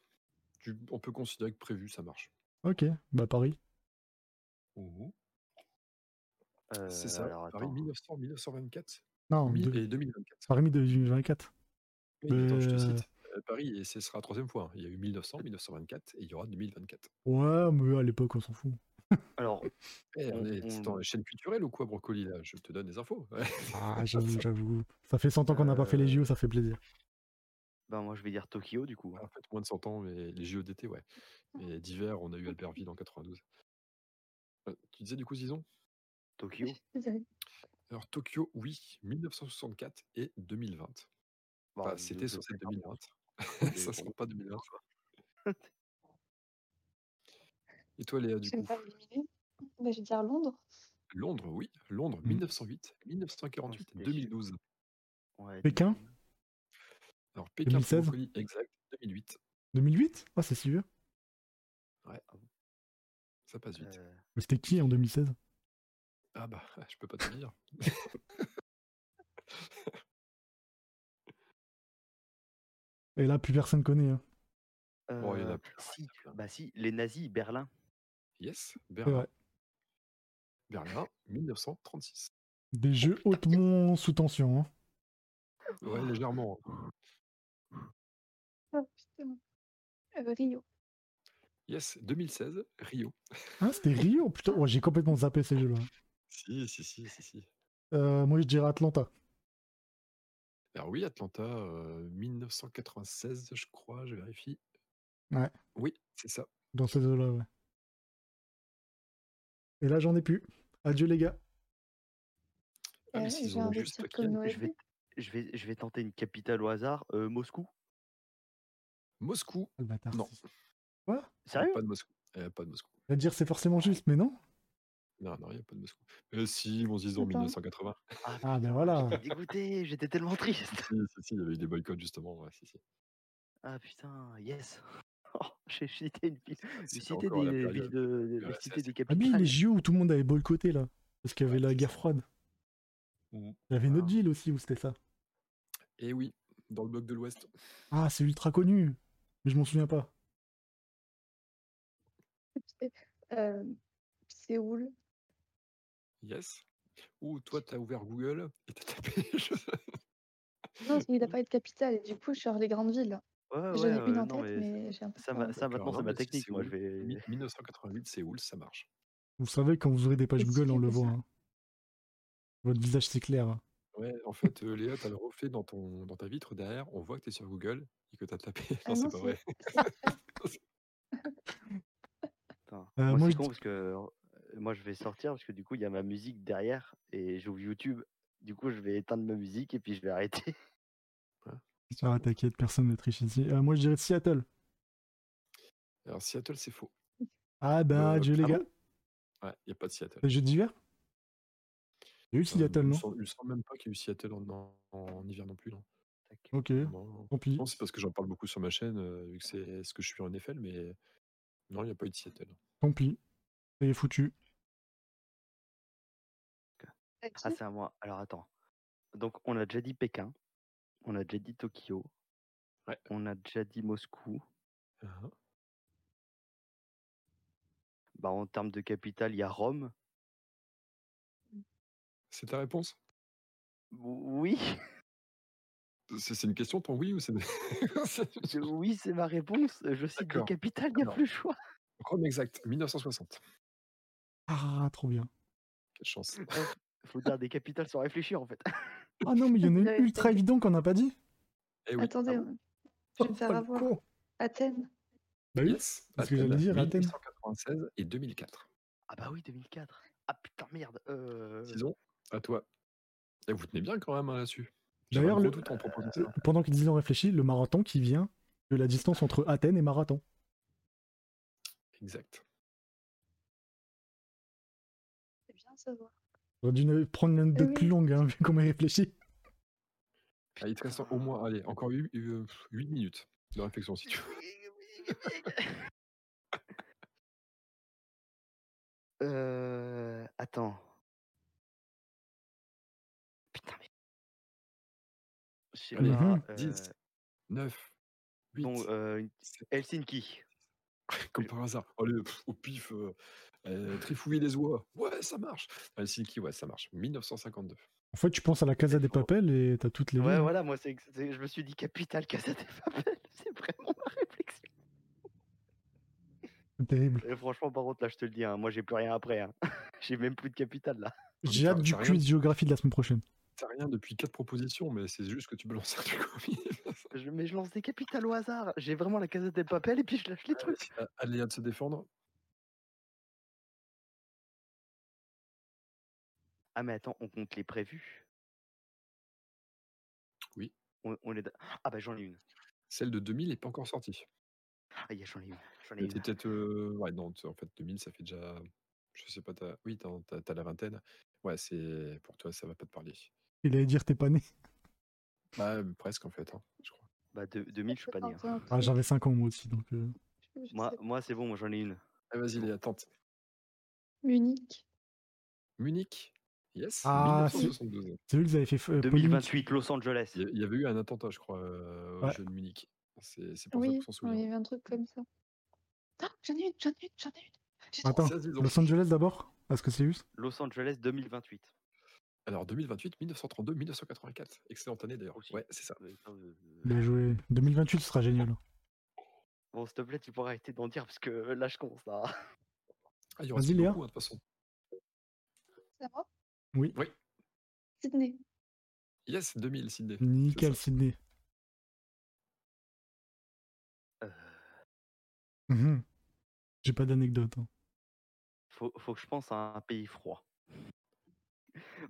A: Tu- on peut considérer que prévu, ça marche.
D: Ok, bah Paris.
B: euh,
A: Mmh C'est ça.
B: alors,
A: Paris
B: attends.
A: 1900, 1924
D: Non,
A: mi-
D: de-
A: et 2024.
D: Paris 2024.
A: Oui, attends, je te
D: Euh,
A: cite. Euh, Paris, et ce sera la troisième fois. hein. Il y a eu 1900, 1924 et il y aura 2024.
D: Ouais, mais à l'époque, on s'en fout.
B: Alors,
A: Eh, on
B: On-
A: est
B: on-
A: c'est en chaîne culturelle ou quoi, Brocoli là Je te donne des infos. Ouais.
D: Ah, j'avoue, j'avoue. Ça fait 100 ans qu'on n'a pas fait les
A: Euh.
D: JO, ça fait plaisir.
B: bah, moi, je vais dire Tokyo, du coup. hein.
A: Ah,
B: Ah.
A: En fait, moins de 100 ans, mais les JO d'été, ouais. Et d'hiver, on a eu Albertville en 92. Euh, Tu disais du coup, Zizon
B: Tokyo.
A: Alors, Tokyo, oui, 1964 et 2020.
B: Bon,
A: Enfin,
B: nous-
A: C'était
B: nous-
A: censé être
B: nous-
A: 2020. Ça sera pas 2020. Et toi, Léa, du
C: Je vais
A: coup
C: pas éliminer. Bah, je vais dire Londres.
A: Londres, oui. Londres, 1908, 1948, 2012.
D: Pékin
A: Alors, Pékin,
D: 2016.
A: Francophonie, exact, 2008.
D: 2008 Ah, c'est si vieux.
A: Ouais. Ça passe vite.
D: Mais C'était qui en 2016
A: Ah bah, je peux pas te dire.
D: Et là, plus personne connaît. hein.
A: Bon, Oh, il y en a
B: Euh, si, bah si, les nazis, Berlin.
A: Yes,
D: C'est
A: Berlin.
D: vrai.
A: Berlin, 1936.
D: Des jeux hautement sous tension. hein.
A: Ouais, légèrement.
C: Oh, putain. Euh, Rio.
A: Yes, 2016, Rio.
D: Ah, c'était Rio Putain, ouais, j'ai complètement zappé ces jeux-là.
A: Si, si, si, si, si.
D: Euh, moi, je dirais Atlanta.
A: Alors oui, Atlanta, euh, 1996, je crois, je vérifie.
D: Ouais,
A: Oui, c'est ça.
D: dans ces eaux-là, ouais. Et là, j'en ai plus. Adieu, les gars.
C: Ah, mais Euh, s'ils j'ai ont envie de juste dire Tokyo, comme Noël.
B: je vais, je, vais, je vais tenter une capitale au hasard. euh, Moscou
A: Moscou.
D: Non.
B: Ah, Sérieux
A: Pas de Moscou. Il n'y a pas de Moscou.
D: À dire, c'est forcément juste, mais non
A: Non, non, il n'y a pas de Moscou. Euh, si, mon zizon,
D: Attends.
A: 1980.
D: Ah, ben voilà.
B: Dégoûté, j'étais tellement triste.
A: Si, si, si, il y avait eu des boycotts, justement. Ouais, si, si.
B: Ah putain, yes. Oh, J'ai cité une ville. J'ai cité
A: encore la
B: des
A: période
B: villes de. de-
A: de
B: J'ai
A: la
B: cité des
D: Ah, mais
B: capitales.
D: les JO où tout le monde avait boycotté, là. Parce qu'il y avait
A: Ah,
D: la guerre froide.
A: Mhm.
B: Mmh.
D: Il y avait une autre ville aussi où c'était ça.
A: Et oui, dans le bloc de l'Ouest.
D: Ah, c'est ultra connu. Mais je m'en souviens pas.
C: Euh, Séoul.
A: Yes. Ou toi, t'as ouvert Google et t'as tapé. je-
C: Non, il n'a pas eu de capitale. Et du coup, je suis hors les grandes villes.
B: Ouais, ouais,
C: J'en ai
B: euh,
C: une en
B: non,
C: tête,
B: mais
C: mais j'ai un peu.
B: Ça, ma- ça maintenant,
A: D'accord,
B: c'est
A: non, mais
B: ma
A: c'est
B: technique. Moi, je
A: Séoul.
B: vais.
A: Mi- 1988, Séoul, ça marche.
D: Vous savez, quand vous ouvrez des pages Google, on le voit. hein. Votre visage s'éclaire. hein.
A: Ouais, en fait, euh, Léa, t'as le reflet dans, ton, dans ta vitre derrière, on voit que t'es sur Google et que t'as tapé. Non,
C: Ah
A: c'est
C: non,
A: pas
C: c'est-
A: vrai.
B: Attends,
D: Euh,
B: moi,
D: moi,
B: c'est
D: je
B: con
D: dis-
B: parce que euh, moi, je vais sortir parce que du coup, il y a ma musique derrière et j'ouvre YouTube. Du coup, je vais éteindre ma musique et puis je vais arrêter.
D: Ah, t'inquiète, personne ne triche ici. Euh, moi, je dirais Seattle.
A: Alors, Seattle, c'est faux.
D: Ah, ben,
A: Euh,
D: adieu, les
A: ah
D: gars.
A: bon Ouais, il n'y a pas de Seattle. Euh,
D: Les jeux d'hiver Il y a eu Seattle,
A: il me
D: non
A: semble- Il me semble même pas qu'il y ait eu Seattle en, en- en hiver non plus. Non.
D: Ok.
A: Non,
D: Tant pis.
A: Non, c'est parce que j'en parle beaucoup sur ma chaîne, euh, vu que c'est ce que je suis en NFL, mais non, il n'y a pas eu de Seattle.
D: Tant pis. Ça y est foutu.
B: Ah, c'est à moi. Alors, attends. Donc, on a déjà dit Pékin. On a déjà dit Tokyo. On a déjà dit Moscou.
A: Ah,
B: Bah, en termes de capitale, il y a Rome.
A: C'est ta réponse
B: Oui.
A: C'est c'est une question, ton oui ou c'est.
B: Je- oui, c'est ma réponse. Je cite des
A: D'accord.
B: capitales, il n'y a
A: Alors.
B: plus le choix.
A: Rome exact, 1960.
D: Ah, trop bien.
A: Quelle chance.
B: Faut dire des capitales sans réfléchir, en fait.
D: Ah non, mais il y en a une ultra évident qu'on n'a pas dit.
B: Ah,
C: Attendez, je vais me faire
D: Oh, le
C: avoir.
D: con.
C: Athènes.
D: Bah oui,
A: Yes,
D: c'est ce que
A: Athènes,
D: j'allais dire, Athènes.
A: 1996 et 2004.
B: Ah bah oui, 2004. Ah putain, merde. Euh...
A: Disons, à toi. Et vous tenez bien quand même hein, là-dessus. J'avais
D: D'ailleurs,
A: un
D: le-
A: gros doute en
B: euh,
A: proposant ça.
D: pendant que Disneyland réfléchit, le marathon qui vient de la distance entre Athènes et Marathon.
A: Exact.
C: C'est bien à savoir.
D: On aurait dû ne- prendre l'un de plus longue, hein, vu qu'on m'a réfléchi.
A: Ah, il te reste au moins, allez, encore 8, minutes de réflexion si tu veux.
B: Euh... Attends. Putain, mais...
A: Allez,
B: Je sais pas,
A: 10,
B: euh,
A: 9, 8.
B: Bon, euh, une- Helsinki.
A: Comme par hasard. Allez, pff, au pif, euh, euh, Trifouille des oies. Ouais, ça marche. Helsinki, ouais, ça marche. 1952.
D: En fait, tu penses à la Casa des Papel et t'as toutes les.
B: Ouais,
D: villes.
B: voilà, moi, c'est, c'est- je me suis dit capitale Casa des Papel. C'est vraiment ma réflexion.
D: C'est terrible.
B: Et franchement, par contre, là, je te le dis, hein, moi, j'ai plus rien après. hein. j'ai même plus de capitale, là.
D: J'ai hâte du
A: t'as rien
D: quiz
A: dit.
D: géographie de la semaine prochaine.
A: T'as rien depuis 4 propositions, mais c'est juste que tu peux lancer un truc au milieu.
B: Je- mais je lance des capitales au hasard. J'ai vraiment la Casa des Papel et puis je lâche les trucs.
A: Ah, Allez, à de se défendre.
B: Ah, mais attends, on compte les prévus
A: Oui.
B: On, on est... d'a- Ah, bah j'en ai une.
A: Celle de 2000 n'est pas encore sortie.
B: Ah, yeah, j'en ai une. J'en ai
A: Mais
B: une.
A: t'es peut-être. euh, Ouais, non, t- en fait, 2000, ça fait déjà. Je sais pas, t'as... oui, t'as, t'as- t'as la vingtaine. Ouais, c'est. Pour toi, ça va pas te parler.
D: Il allait dire t'es pas né.
A: Bah, euh, presque, en fait, hein, je crois.
B: Bah, de- 2000, je suis pas né. hein.
D: Ah, J'avais 5 ans moi aussi, donc. euh,
B: Moi, moi c'est bon, moi j'en ai une.
A: Ah, vas-y, Léa, tente.
C: Munich.
A: Munich Yes.
D: Ah, c'est
A: 1972.
D: c'est eux qu'ils avaient fait. euh, Pauline.
B: 2028, Los Angeles.
A: Il y a- il y avait eu un attentat, je crois, euh, au
D: Ouais.
A: jeu de Munich. C'est, c'est pour ça
C: Oui,
A: qu'on s'en
C: oui,
A: souvient.
C: il y avait un truc comme ça. Ah, j'en ai une, j'en ai une, j'en ai une. J'ai
D: Attends,
C: trouvé.
D: Los Angeles d'abord Parce que c'est juste
B: Los Angeles 2028.
A: Alors, 2028, 1932, 1984. Excellente année, d'ailleurs. Ouais, c'est ça.
B: euh,
D: Bien joué. 2028, ce sera génial.
B: Bon, s'il te plaît, tu pourras arrêter d'en dire parce que euh, là, je commence à.
A: Ah, il y en
D: Vas-y,
A: reste
D: Léa.
A: beaucoup, hein, de toute façon.
C: Ça va
D: Oui.
A: Oui.
C: Sydney.
A: Yes, 2000, Sydney.
D: Nickel Sydney.
B: Euh.
D: Mhm. J'ai pas d'anecdote. hein.
B: Faut, faut que je pense à un pays froid.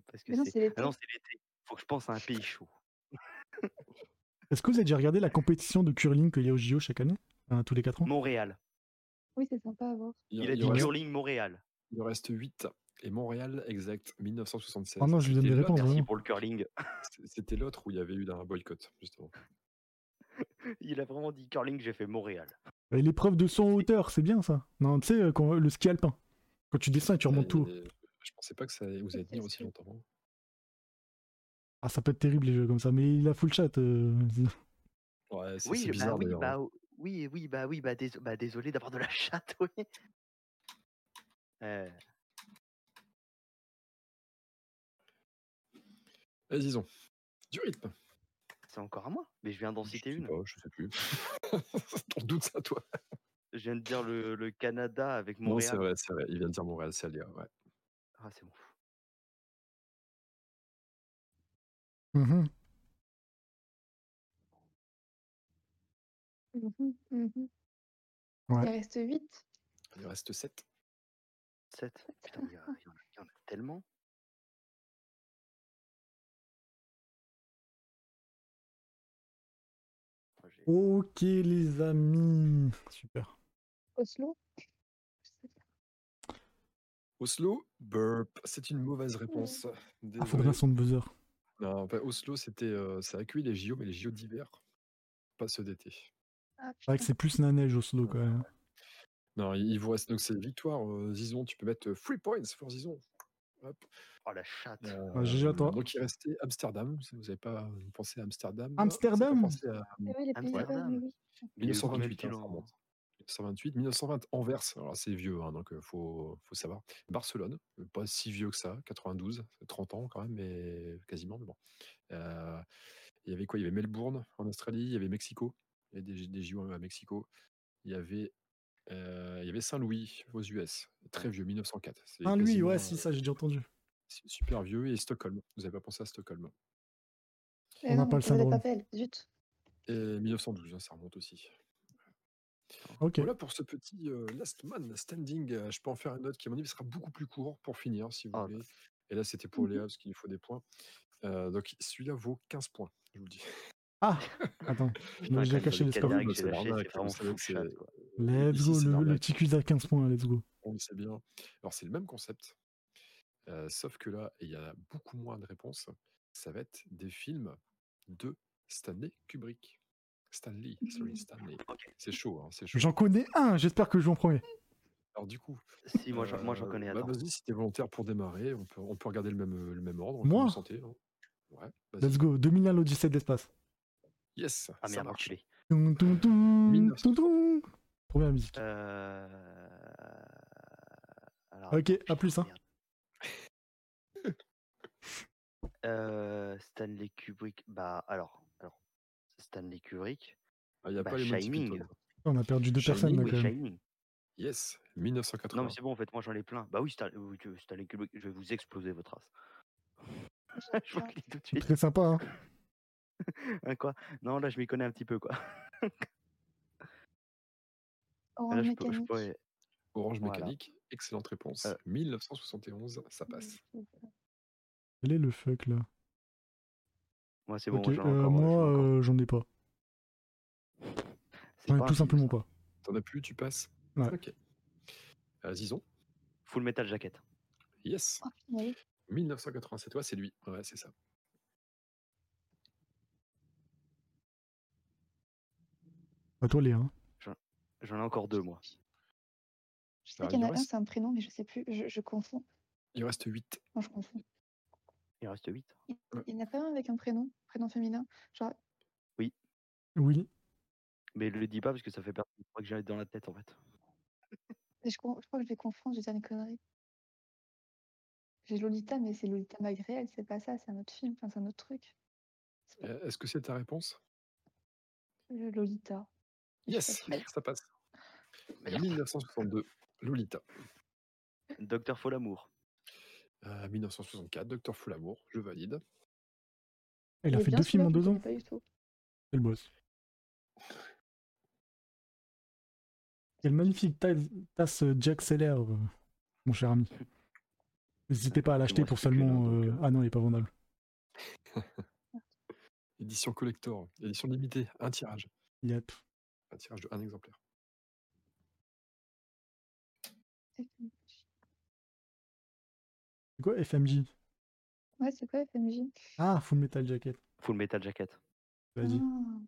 B: Parce que
C: Mais non, c'est
B: c'est.
C: l'été.
B: Ah non, c'est l'été. Faut que je pense à un pays chaud.
D: Est-ce que vous avez déjà regardé la compétition de curling qu'il y a au JO chaque année Hein, Tous les 4 ans
B: Montréal.
C: Oui, c'est sympa à voir.
A: Il,
B: Il a dit
A: reste-
B: curling Montréal.
A: Il en reste 8. Et Montréal, exact, 1976.
D: Oh non, je lui donne des
A: C'était l'autre-
D: réponses,
B: Bah, Merci
D: vraiment.
B: pour le curling.
A: C'était l'autre où il y avait eu un boycott, justement.
B: Il a vraiment dit curling, j'ai fait Montréal.
D: Et Euh, L'épreuve de son en hauteur, c'est bien ça. Non, tu sais, euh, quand- le ski alpin. Quand tu descends et tu remontes
A: Et-
D: tout. haut.
A: et Je pensais pas que ça allait- vous allez tenir aussi longtemps. hein.
D: Ah, ça peut être terrible les jeux comme ça, mais il a full chat. euh.
A: Ouais, c'est
B: Oui,
A: c'est
B: bah
A: bizarre
B: oui,
A: d'ailleurs. hein.
B: bah, oui, oui, bah oui, bah, dés- bah, désolé d'avoir de la chatte, oui. Euh,
A: Vas-y, disons. Du rythme.
B: c'est encore à moi, mais je viens d'en citer une.
A: Oh, je sais plus. T'en doutes, ça, toi
B: Je viens de dire le, le Canada avec
A: Non,
B: Montréal.
A: c'est vrai, c'est vrai. Il vient de dire Montréal, c'est Léa, ouais.
B: Ah, c'est bon.
D: Mhm.
C: Mhm, mhm. Il en
D: Ouais.
C: reste 8.
A: Il en reste 7.
B: 7 Putain, il y, a- il y en a- il y en a tellement.
D: Ok les amis. Super.
C: Oslo.
A: Oslo, burp. C'est une mauvaise réponse.
D: Ah, faut
A: Désolé.
D: bien son de buzzer.
A: Non, enfin, Oslo, c'était, euh, ça a accueilli les JO, mais les JO d'hiver, pas ceux d'été.
D: C'est vrai que c'est plus la neige au slow quand même.
A: Non, il il vous reste donc c'est victoire. euh, Zizon, tu peux mettre euh, three points for Zizon. Hop. Euh,
B: Oh la chatte.
D: Ah, GG à toi.
A: Donc il restait Amsterdam. si Vous n'avez pas euh, pensé à Amsterdam
D: Amsterdam
A: C'est à
C: Ah Eh oui, les Pays-Bas,
B: Amsterdam.
C: oui, oui.
B: Il y a eu combien de
A: 1928. hein,
B: kilos
A: ça
B: en-
A: remonte. 1928, 1920, Anvers. Alors c'est vieux, hein, donc euh, faut, faut savoir. Barcelone, euh, pas si vieux que ça, 92, 30 ans quand même, mais quasiment. Mais bon. Euh, il y avait quoi Il y avait Melbourne en Australie, il y avait Mexico, il y avait des, des JO à Mexico. Il y avait, euh, il y avait Saint-Louis aux US, très vieux, 1904. C'est
D: Un Ah, lui,
A: quasiment,
D: ouais,
A: euh,
D: si, ça j'ai déjà entendu.
A: c'est super vieux. Et Stockholm, vous n'avez pas pensé à Stockholm.
C: Eh
D: On n'a
C: non,
D: pas le
C: je l'avais
D: syndrome.
C: pas belle, zut.
A: Et 1912, hein, ça remonte aussi.
D: Ok.
A: Voilà pour ce petit euh, Last Man Standing. Euh, Je peux en faire une autre qui, à mon avis, sera beaucoup plus court pour finir, si vous voulez. Et là, c'était pour Léa, parce qu'il lui faut des points. Euh, donc, celui-là vaut 15 points, je vous le dis.
D: Ah Attends,
B: Putain,
D: j'ai
B: quand même,
D: caché
B: le
D: les scores.
B: Canada
A: Bah,
B: que
A: c'est
B: j'ai lâché,
A: l'arnaque,
B: c'est vraiment
A: vous savez
B: fou
A: que c'est-
B: chat, quoi.
D: Let's
A: Ici,
D: go,
A: c'est
D: le, le
A: l'arnaque.
D: petit quiz à 15 points, let's go.
A: On le sait bien. Alors, c'est le même concept, euh, sauf que là, il y a beaucoup moins de réponses. Ça va être des films de Stanley Kubrick. Stanley, sorry, Stanley. C'est chaud, hein, c'est chaud.
D: J'en connais un, j'espère que je joue en premier.
A: Alors, du coup.
B: Si, moi j'en moi, j'en
A: euh,
B: connais un.
A: bah, vas-y, si t'es volontaire pour démarrer, on peut, on peut regarder le même, euh, le même ordre. on peut
D: Moi
A: le sentir, hein. Ouais, vas-y.
D: Let's go, 2001 l'Odyssée de l'espace.
A: Yes,
B: Ah
A: ça
B: merde,
A: marche.
B: enculé.
D: Toum, toum, toum,
A: 1900.
D: toum, toum. Première musique.
B: Euh... Alors,
D: Ok, à plus, hein.
B: euh, Stanley Kubrick. Bah alors, alors Stanley Kubrick.
A: Ah, Il n'y a
B: Bah,
A: pas les Monty
B: Shining.
A: Python.
D: On a perdu deux
A: Shining,
D: personnes, là,
B: oui,
D: quand même.
B: Shining.
A: Yes,
B: Non
A: 1980.
B: mais c'est bon, en fait, moi j'en ai plein. Bah oui, Stan- oui, que- Stanley Kubrick, je vais vous exploser votre race. je vous le dis tout de suite.
D: Très sympa, hein.
B: Hein, quoi non, là je m'y connais un petit peu quoi.
C: Orange
B: Ah, Là, je peux- je
C: mécanique.
B: pourrais-
A: Orange
B: Voilà. Euh.
A: Mécanique, excellente réponse. 1971, ça passe.
D: Quel est le fuck là
B: Moi, c'est bon,
D: Ok,
B: moi, j'en ai
D: euh,
B: encore, j'en ai
D: moi,
B: encore.
D: euh, j'en ai pas. J'en ai
B: pas
D: tout
B: un
D: simplement pas.
A: T'en as plus, tu passes
D: Ouais.
A: Ok. Euh, Zizon
B: Full Metal Jacket.
A: Yes.
D: Oh.
C: Bah
A: 1987, ouais, c'est lui. Ouais, c'est ça.
D: À toi, Léa. hein.
B: J'en ai encore deux, moi.
C: Je sais qu'il y en a un, c'est un prénom, mais je sais plus, je, je confonds.
A: Il reste 8.
C: Non, je confonds.
B: Il reste 8.
C: Il il n'y en a pas un avec un prénom, prénom féminin. Genre,
D: Oui.
B: Mais le dis pas parce que ça fait perdre le poids que j'ai dans la tête, en fait.
C: mais je, con- je crois que je vais confondre, je vais dire une connerie. J'ai Lolita, mais c'est Lolita Magréel, c'est pas ça, c'est un autre film, enfin, c'est un autre truc.
A: Euh, Est-ce que c'est ta réponse
C: Le Lolita.
A: Yes, ça passe. 1962, Lolita.
B: Docteur Folamour.
A: Euh, 1964, Docteur Folamour, je valide.
D: Elle a
A: Eh
D: fait
A: bien,
D: deux films en
A: celui-là,
D: deux
A: je
D: ans.
A: connais pas du tout.
D: Elle bosse. Quelle magnifique ta- tasse Jack Seller, euh, mon cher ami. N'hésitez pas à l'acheter pour seulement. euh, Ah non, elle est pas vendable.
A: Édition collector, édition limitée, un tirage.
D: Yep.
A: Un tirage de un exemplaire.
D: C'est quoi FMJ
C: Ouais, c'est quoi FMJ
D: Ah, Full Metal Jacket.
B: Full Metal Jacket.
D: Vas-y.
C: Ah,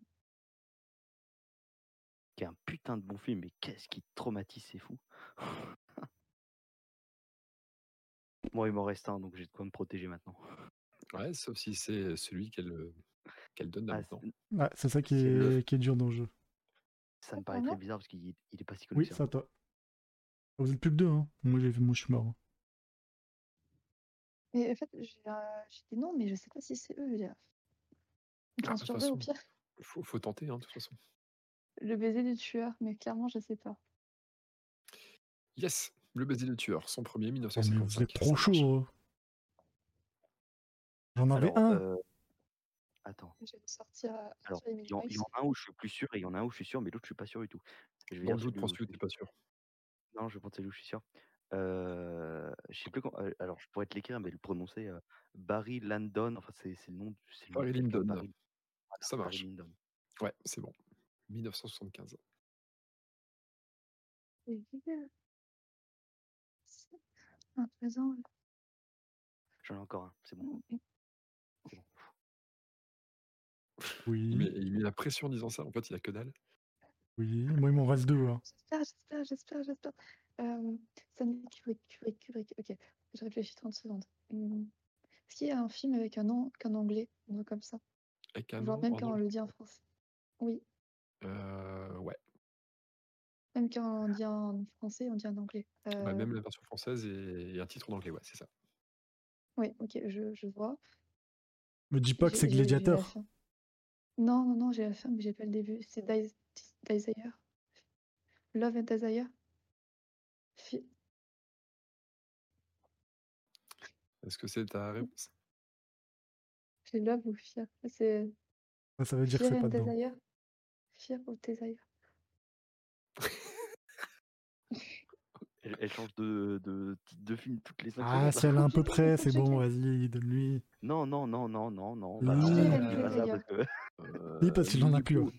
B: Qui est un putain de bon film, mais qu'est-ce qui te traumatise, c'est fou. Moi, il m'en reste un, donc j'ai de quoi me protéger maintenant.
A: Ouais, sauf si c'est celui qu'elle euh, qu'elle donne là
B: Ah,
A: maintenant.
D: Ouais, Ah, c'est ça qui
A: C'est le-
D: est, qui est dur dans le jeu.
B: Ça me paraît très bizarre parce qu'il il est pas si connu.
D: Oui,
B: que ça.
D: c'est à toi. Ah, Vous êtes plus que deux, hein. Moi, j'ai- moi je suis mort. hein.
C: Mais en fait, j'ai euh, j'ai dit non, mais je sais pas si c'est eux. je veux dire.
A: Ah, de toute
C: Censuré au
A: façon,
C: pire.
A: faut, faut tenter, hein, de toute façon.
C: Le baiser du tueur, mais clairement, je sais pas.
A: Yes, le baiser du tueur, son premier,
D: Oh, mais vous
A: 1955.
D: êtes trop chaud. hein. J'en avais
B: Alors,
D: un.
B: euh, Attends.
C: Je vais sortir euh,
B: Alors,
C: Arthur et
B: il y, en, il y en
C: Minimoys.
B: a un où je suis plus sûr et il y en a un où je suis sûr, mais l'autre, je suis pas sûr du tout. Je
A: Dans le doute,
B: celui
A: prends
B: où
A: celui où t'es
B: je suis-
A: pas sûr.
B: Non, je pense celui où je suis sûr. Euh, je sais plus quand- euh, Alors, je pourrais te l'écrire, mais le prononcer euh, Barry Landon. Enfin, c'est c'est le nom. du- c'est le nom de
A: Barry
B: quelqu'un,
A: Lyndon.
B: Barry- voilà,
A: Ça
B: Barry
A: marche.
B: Lyndon.
A: Ouais, c'est bon. 1975.
C: Et vieux. C'est Un présent.
B: J'en ai encore un, c'est bon.
D: Oui.
A: Il met, il met la pression en disant ça. En fait, il a que dalle.
D: Oui, moi, il m'en reste deux. hein.
C: J'espère, j'espère, j'espère, j'espère. Euh, Stanley Kubrick, Kubrick, Kubrick. Ok, je réfléchis 30 secondes. Hum, Est-ce qu'il y a un film avec un nom qu'un anglais, un nom comme ça
A: Avec un
C: Genre
A: nom
C: même
A: en
C: quand on
A: anglais.
C: le dit en français. Oui,
A: Euh, ouais.
C: même quand on dit en français, on dit en anglais.
A: Bah,
C: Euh,
A: même la version française et, et un titre en anglais, ouais, c'est ça.
C: Oui, ok, je, je vois.
D: Me dis pas que
C: J'ai-
D: c'est
C: j'ai- j'ai la
D: Gladiator.
C: fin. Non, non, non, j'ai la fin, mais j'ai pas le début. C'est Dis- Dis- Desire. Love and Desire. Fi-
A: Est-ce que c'est ta réponse
C: J'ai Love ou Fear. C'est
D: Ça, ça veut dire que
C: Fear
D: c'est
C: and
D: pas dedans.
C: Desire. Fear ou Desire.
B: Elle, elle change de, de, titre de film toutes les 5
D: Ah, si elle est un peu près, c'est bon, vas-y, donne-lui.
B: Non, non, non, non, non, non.
D: Oui.
B: non,
D: Fear
B: non,
D: and
B: c'est pas ça,
C: Desire.
B: parce que- euh,
D: Oui, parce qu'il en a
A: du
D: plus, hein.
A: coup,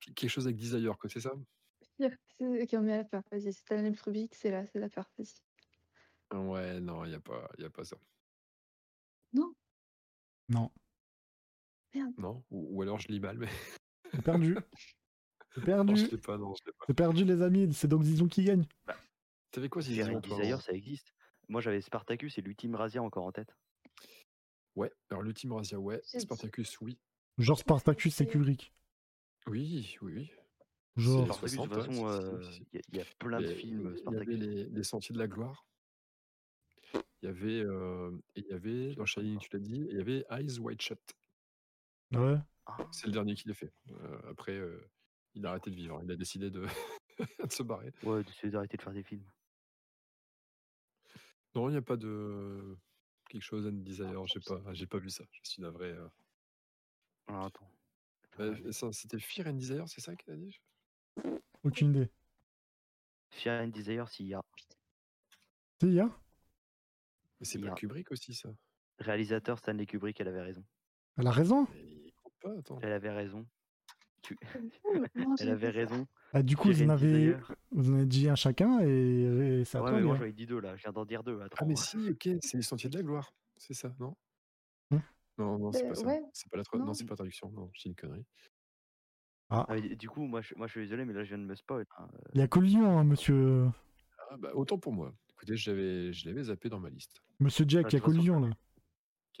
A: qu- Quelque chose avec Desire, quoi, c'est ça
C: Fear. c'est- Ok, on met la peur. Vas-y, c'est Stanley Kubrick, c'est là, c'est la peur. Vas-y.
A: Ouais, non, il n'y a, pas- y a pas ça.
C: Non,
D: Non,
C: merde.
A: Non ou, ou alors je lis mal, mais.
D: c'est perdu. C'est
A: non, je
D: perdu.
A: l'ai pas, non, je l'ai pas.
D: C'est perdu, les amis. C'est donc Zizou qui gagne.
A: T'avais quoi,
B: Fear and
A: Zizon, toi avant
B: Desire, ça existe. Moi, j'avais Spartacus et l'ultime Razia encore en tête.
A: Ouais, alors l'ultime Razia, ouais.
C: J'ai dit-
A: Spartacus, oui.
D: Genre Spartacus et Kubrick.
A: Oui, oui, oui.
D: Genre.
A: C'est
B: Spartacus, de
A: 60,
B: toute façon,
A: hein,
B: euh,
A: c'est- c'est-
B: il y, a- il y a plein de
A: Et-
B: films
A: Il y avait
B: Spartacus.
A: les, les Sentiers de la Gloire. Il y avait, euh, et il y avait dans Shining, tu l'as dit, et il y avait Eyes Wide Shut.
D: Ouais.
B: Ah.
A: C'est le dernier qu'il ait fait. Euh, après, euh, il a arrêté de vivre. hein. Il a décidé de, de se barrer.
B: Ouais, d'essayer d'arrêter de faire des films.
A: Non, il n'y a pas de euh, quelque chose and
B: Ah,
A: desire. J'ai pas, j'ai pas vu ça. Je suis navré. euh.
B: Alors, Ah, attends.
A: Euh, ça, C'était Fear and Desire, c'est ça qu'elle a dit
D: Aucune idée.
B: Fear and Desire, s'il y a.
D: Si, hein. il y a
A: Mais c'est
B: Il y
A: pas
B: a-
A: Kubrick aussi ça.
B: Bah Réalisateur Stanley Kubrick, elle avait raison.
D: Elle a raison.
B: Elle avait raison. Tu-
C: Non, j'ai
B: elle avait
C: vu ça.
B: raison.
D: Ah, du coup, vous en,
B: J'irais dire
D: avez...
B: d'ailleurs.
D: vous en avez dit un chacun et, et ça
B: Ah
D: a
B: ouais, mais moi j'en ai dit deux là, je viens d'en dire deux.
A: Ah, mais si, ok, c'est les sentiers de la gloire. C'est ça, non
D: Hein
A: Non, non, c'est
C: Euh,
A: pas ça.
C: ouais,
A: C'est pas la tra-
C: non.
A: non, c'est pas la traduction. Non, je dis une connerie.
D: Ah.
B: Ah, mais du coup, moi je, moi je suis désolé, mais là je viens de me spoil. hein.
D: Il y a collion, hein, monsieur...
A: Ah, bah, autant pour moi. Écoutez, j'avais, je l'avais zappé dans ma liste.
D: monsieur Jack,
B: Ah,
D: il y a
B: de toute façon,
D: collion là.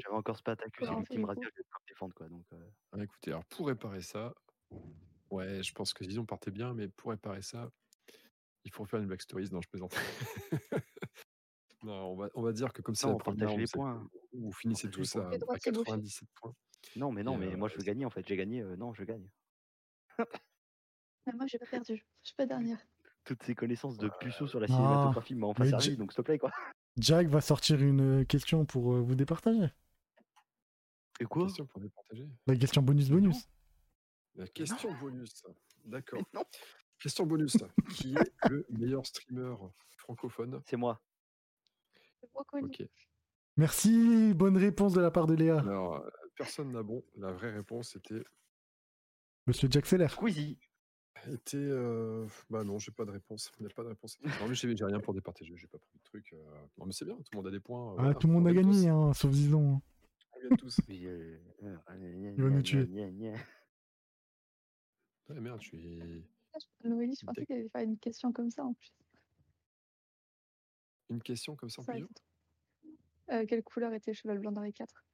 B: J'avais encore Spartacus
C: Voilà,
B: et
C: on fait les
B: l'ultime radio, je vais pas me défendre quoi. Donc, euh,
A: Ah, écoutez, alors pour réparer ça, ouais, je pense que Zizion partait bien, mais pour réparer ça, il faut faire une Black Stories. Non, je plaisante. non, on va, on va dire que comme ça,
B: Non,
A: la
B: on
A: première,
B: partage
A: on
B: les
A: sait-
B: points.
A: Vous finissez
B: partage
A: tous
B: les points.
A: à,
B: Les
A: à 97 hein, points.
B: Non, mais non,
A: Et,
B: mais
A: euh,
B: moi je veux gagner en fait. J'ai gagné, euh, non, je gagne.
C: Mais moi, j'ai pas perdu. Je suis pas dernière.
B: Toutes ces connaissances de puceau sur la
D: Ah,
B: cinématographie m'ont enfin
D: mais
B: servi,
D: J-
B: donc s'il te plaît quoi.
D: Jack va sortir une question pour euh, vous départager.
B: Et quoi
A: Question pour départager.
D: La question bonus bonus.
A: La question bonus. D'accord. Question bonus. Qui est le meilleur streamer francophone
B: C'est moi.
C: Brocoli.
A: Ok.
D: Merci, bonne réponse de la part de Léa.
A: Alors, euh, personne n'a bon. La vraie réponse était.
D: Monsieur Jack Seller.
B: Squeezie.
A: était euh, Bah non, j'ai pas de réponse. Il n'y a pas de réponse. Non, mais j'ai j'ai rien pour départager. J'ai pas pris de truc. euh, Non, mais c'est bien. Tout le monde a des points. euh,
D: Ah,
A: voilà,
D: tout le monde
A: on
D: a
A: gagne tous.
D: gagné, hein, sauf Zizon. hein.
A: On gagne tous.
B: Mais, euh, euh, euh, gna,
D: Il va nous
B: gna,
D: tuer.
B: gna, gna, gna.
A: Ouais, merde, je suis.
C: Noélie, je pensais qu'elle allait faire une question comme ça en plus.
A: Une question comme ça en
C: Ça aurait
A: plus.
C: été trop- Euh, quelle couleur était le cheval blanc dans les quatre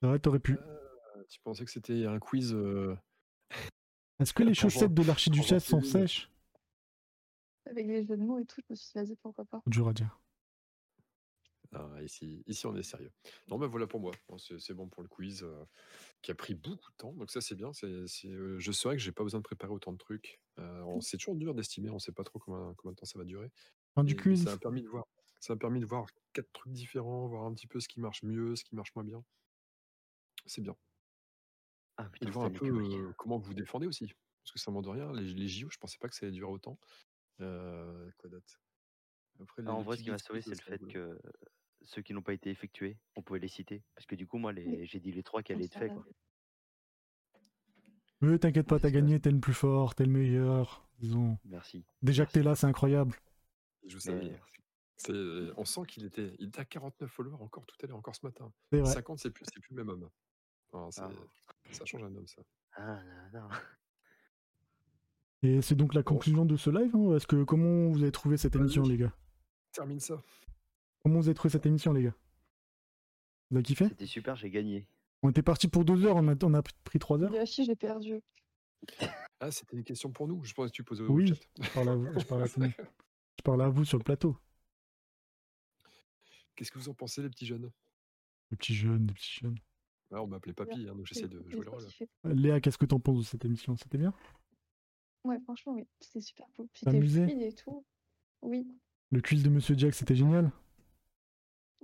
D: C'est vrai, t'aurais pu.
A: Euh, Tu pensais que c'était un quiz. euh,
D: Est-ce que les
A: Bonjour.
D: chaussettes de l'archiduchesse sont
A: Bonjour, Céline.
D: sèches
C: Avec les jeux de mots et tout, je me suis dit, vas-y, pourquoi pas.
D: Dur à dire.
A: Ah, ici, ici, on est sérieux. Non, mais voilà pour moi. Bon, C'est c'est bon pour le quiz euh, qui a pris beaucoup de temps. Donc, ça, c'est bien. c'est c'est, euh, je saurais que j'ai pas besoin de préparer autant de trucs. Euh, on- c'est toujours dur d'estimer. On sait pas trop combien, combien de temps ça va durer.
D: Fin du
A: Mais- mais
D: quiz.
A: Ça a permis de voir. Ça a permis de voir quatre trucs différents, voir un petit peu ce qui marche mieux, ce qui marche moins bien. C'est bien.
B: Ah
A: Et
B: putain,
A: de voir un
B: Stanley
A: peu
B: Kubrick.
A: euh, comment vous vous défendez aussi. Parce que ça m'en de rien. Les, les JO, je pensais pas que ça allait durer autant. Euh, quoi d'autre Après, les-
B: Non, Bah, en
A: les
B: vrai,
A: petits
B: ce qui m'a
A: gatekeepers,
B: sauvé, c'est le
A: ça,
B: fait
A: voilà.
B: que ceux qui n'ont pas été effectués, on pouvait les citer. Parce que du coup, moi, les...
C: Oui.
B: j'ai dit les trois qui
C: Comme
B: allaient être
C: ça,
B: faits.
C: là.
B: Quoi.
D: Mais t'inquiète pas, t'as
B: J'espère.
D: gagné, t'es le plus fort, t'es le meilleur. Disons.
B: Merci.
D: Déjà que t'es là, c'est incroyable.
A: Je vous savais.
B: Mais-
D: Mmh.
A: C'est- On sent qu'il était, il était à 49 followers encore tout à l'heure, encore ce matin.
D: C'est vrai.
A: 50, c'est plus, c'est plus le même homme. Alors, c'est- Ça change un homme, ça.
B: Ah, non, non.
D: Et c'est donc la conclusion de ce live. hein. Est-ce que comment vous avez trouvé cette émission, les gars
A: Termine ça.
D: Comment vous avez trouvé cette émission, les gars Vous avez kiffé
B: C'était super, j'ai gagné.
D: On était parti pour deux heures, on a, on a pris trois heures.
C: J'ai lâché, j'ai perdu.
A: Ah, c'était une question pour nous. Je pense que tu
B: Euh,
A: posais au
D: Oui,
A: chat.
D: je parle, à vous, je, parle à tout le monde. Je parle à vous sur le plateau.
A: Qu'est-ce que vous en pensez, les petits jeunes
D: Les petits jeunes, les petits jeunes.
A: Ah, On m'appelait papy, hein, donc j'essaie de
C: J'ai
A: jouer le
C: trop
A: rôle.
C: kiffé.
D: Léa, qu'est-ce que t'en penses de cette émission C'était bien
C: Ouais, franchement, oui, c'était super cool. Puis
D: T'as
C: t'es
D: amusé
C: fluide et tout. Oui,
D: Le quiz de Monsieur Jack, c'était génial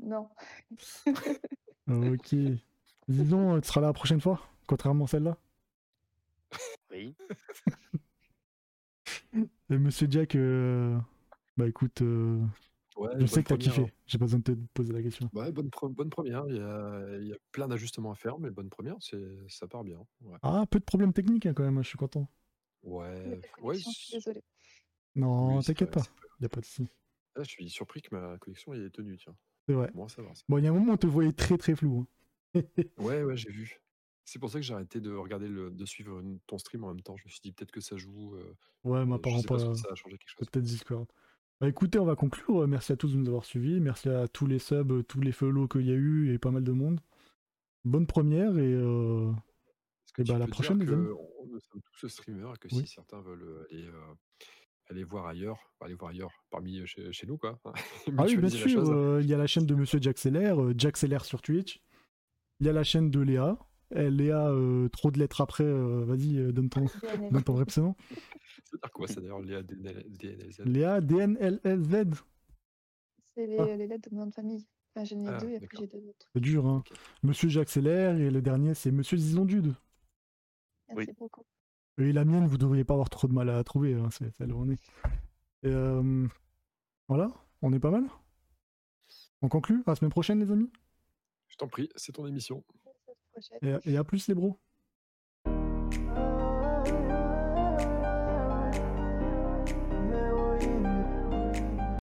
C: non.
A: Ah.
D: Ok. Dis donc, euh, tu seras là la prochaine fois, contrairement à celle-là.
B: Oui.
D: Et Monsieur Jack, euh, bah écoute, euh,
A: Ouais,
D: je
A: bonne
D: sais que t'as
A: première,
D: kiffé.
A: hein.
D: J'ai pas besoin de te poser la question.
A: Ouais, Bah, bonne, pre- bonne première. Il y a, il y a plein d'ajustements à faire, mais bonne première, c'est- ça part bien. Ouais,
D: Ah, peu de problèmes techniques hein, quand même, je suis content.
C: Il y a
A: ouais,
C: pas de
A: ouais,
C: connexion, je suis désolée.
D: Non,
A: Oui, c'est
D: t'inquiète
A: vrai,
D: pas, y a pas de souci.
A: Là, ah, je suis surpris que ma collection ait tenue, tiens.
D: C'est vrai.
A: Bon, ça va. ça.
D: Bon, il y a un moment, on te voyait très très flou. hein.
A: Ouais, ouais, j'ai vu. C'est pour ça que j'ai arrêté de regarder, le, de suivre une- ton stream en même temps. Je me suis dit peut-être que ça joue. euh,
D: ouais,
A: euh, je
D: mais apparemment
A: sais pas,
D: pas.
A: si ça a changé quelque chose.
D: C'est peut-être Discord. Bah écoutez, on va conclure. Merci à tous de nous avoir suivis. Merci à tous les subs, euh, tous les follow qu'il y a eu et pas mal de monde. Bonne première et, euh,
A: Est-ce que
D: et
A: tu
D: bah, à la
A: peux dire
D: prochaine, les
A: que
D: amis.
A: on- nous sommes tous streamers et que
D: Oui.
A: si certains veulent aller, euh, aller voir ailleurs, enfin, aller voir ailleurs, parmi chez, chez nous, quoi.
D: Ah oui, bien
A: mutualiser la
D: sûr,
A: chose.
D: euh, il y a la chaîne de Monsieur Jack Seller, euh, Jack Seller sur Twitch. Il y a la chaîne de Léa. Eh, Léa, euh, trop de lettres après, euh, vas-y, euh, donne ton,
C: DNL.
D: donne ton vrai prénom.
A: C'est-à-dire quoi, ça d'ailleurs, Léa DNL- DNLZ
D: Léa, DNLLZ.
C: C'est les,
D: Ah.
C: les lettres de mon nom de famille. Enfin, j'en ai
A: Ah,
C: deux et après
A: d'accord.
C: j'ai deux autres.
D: C'est dur, hein. Monsieur Jack Seller, et le dernier, c'est Monsieur Zizondude.
C: Merci
B: Oui.
C: beaucoup.
D: Et la mienne, vous devriez pas avoir trop de mal à la trouver, hein, c'est celle où on est. Et, euh, voilà, on est pas mal. On conclut, à la semaine prochaine, les amis.
P: t'en prie, c'est ton émission.
A: Et, et à plus les bros.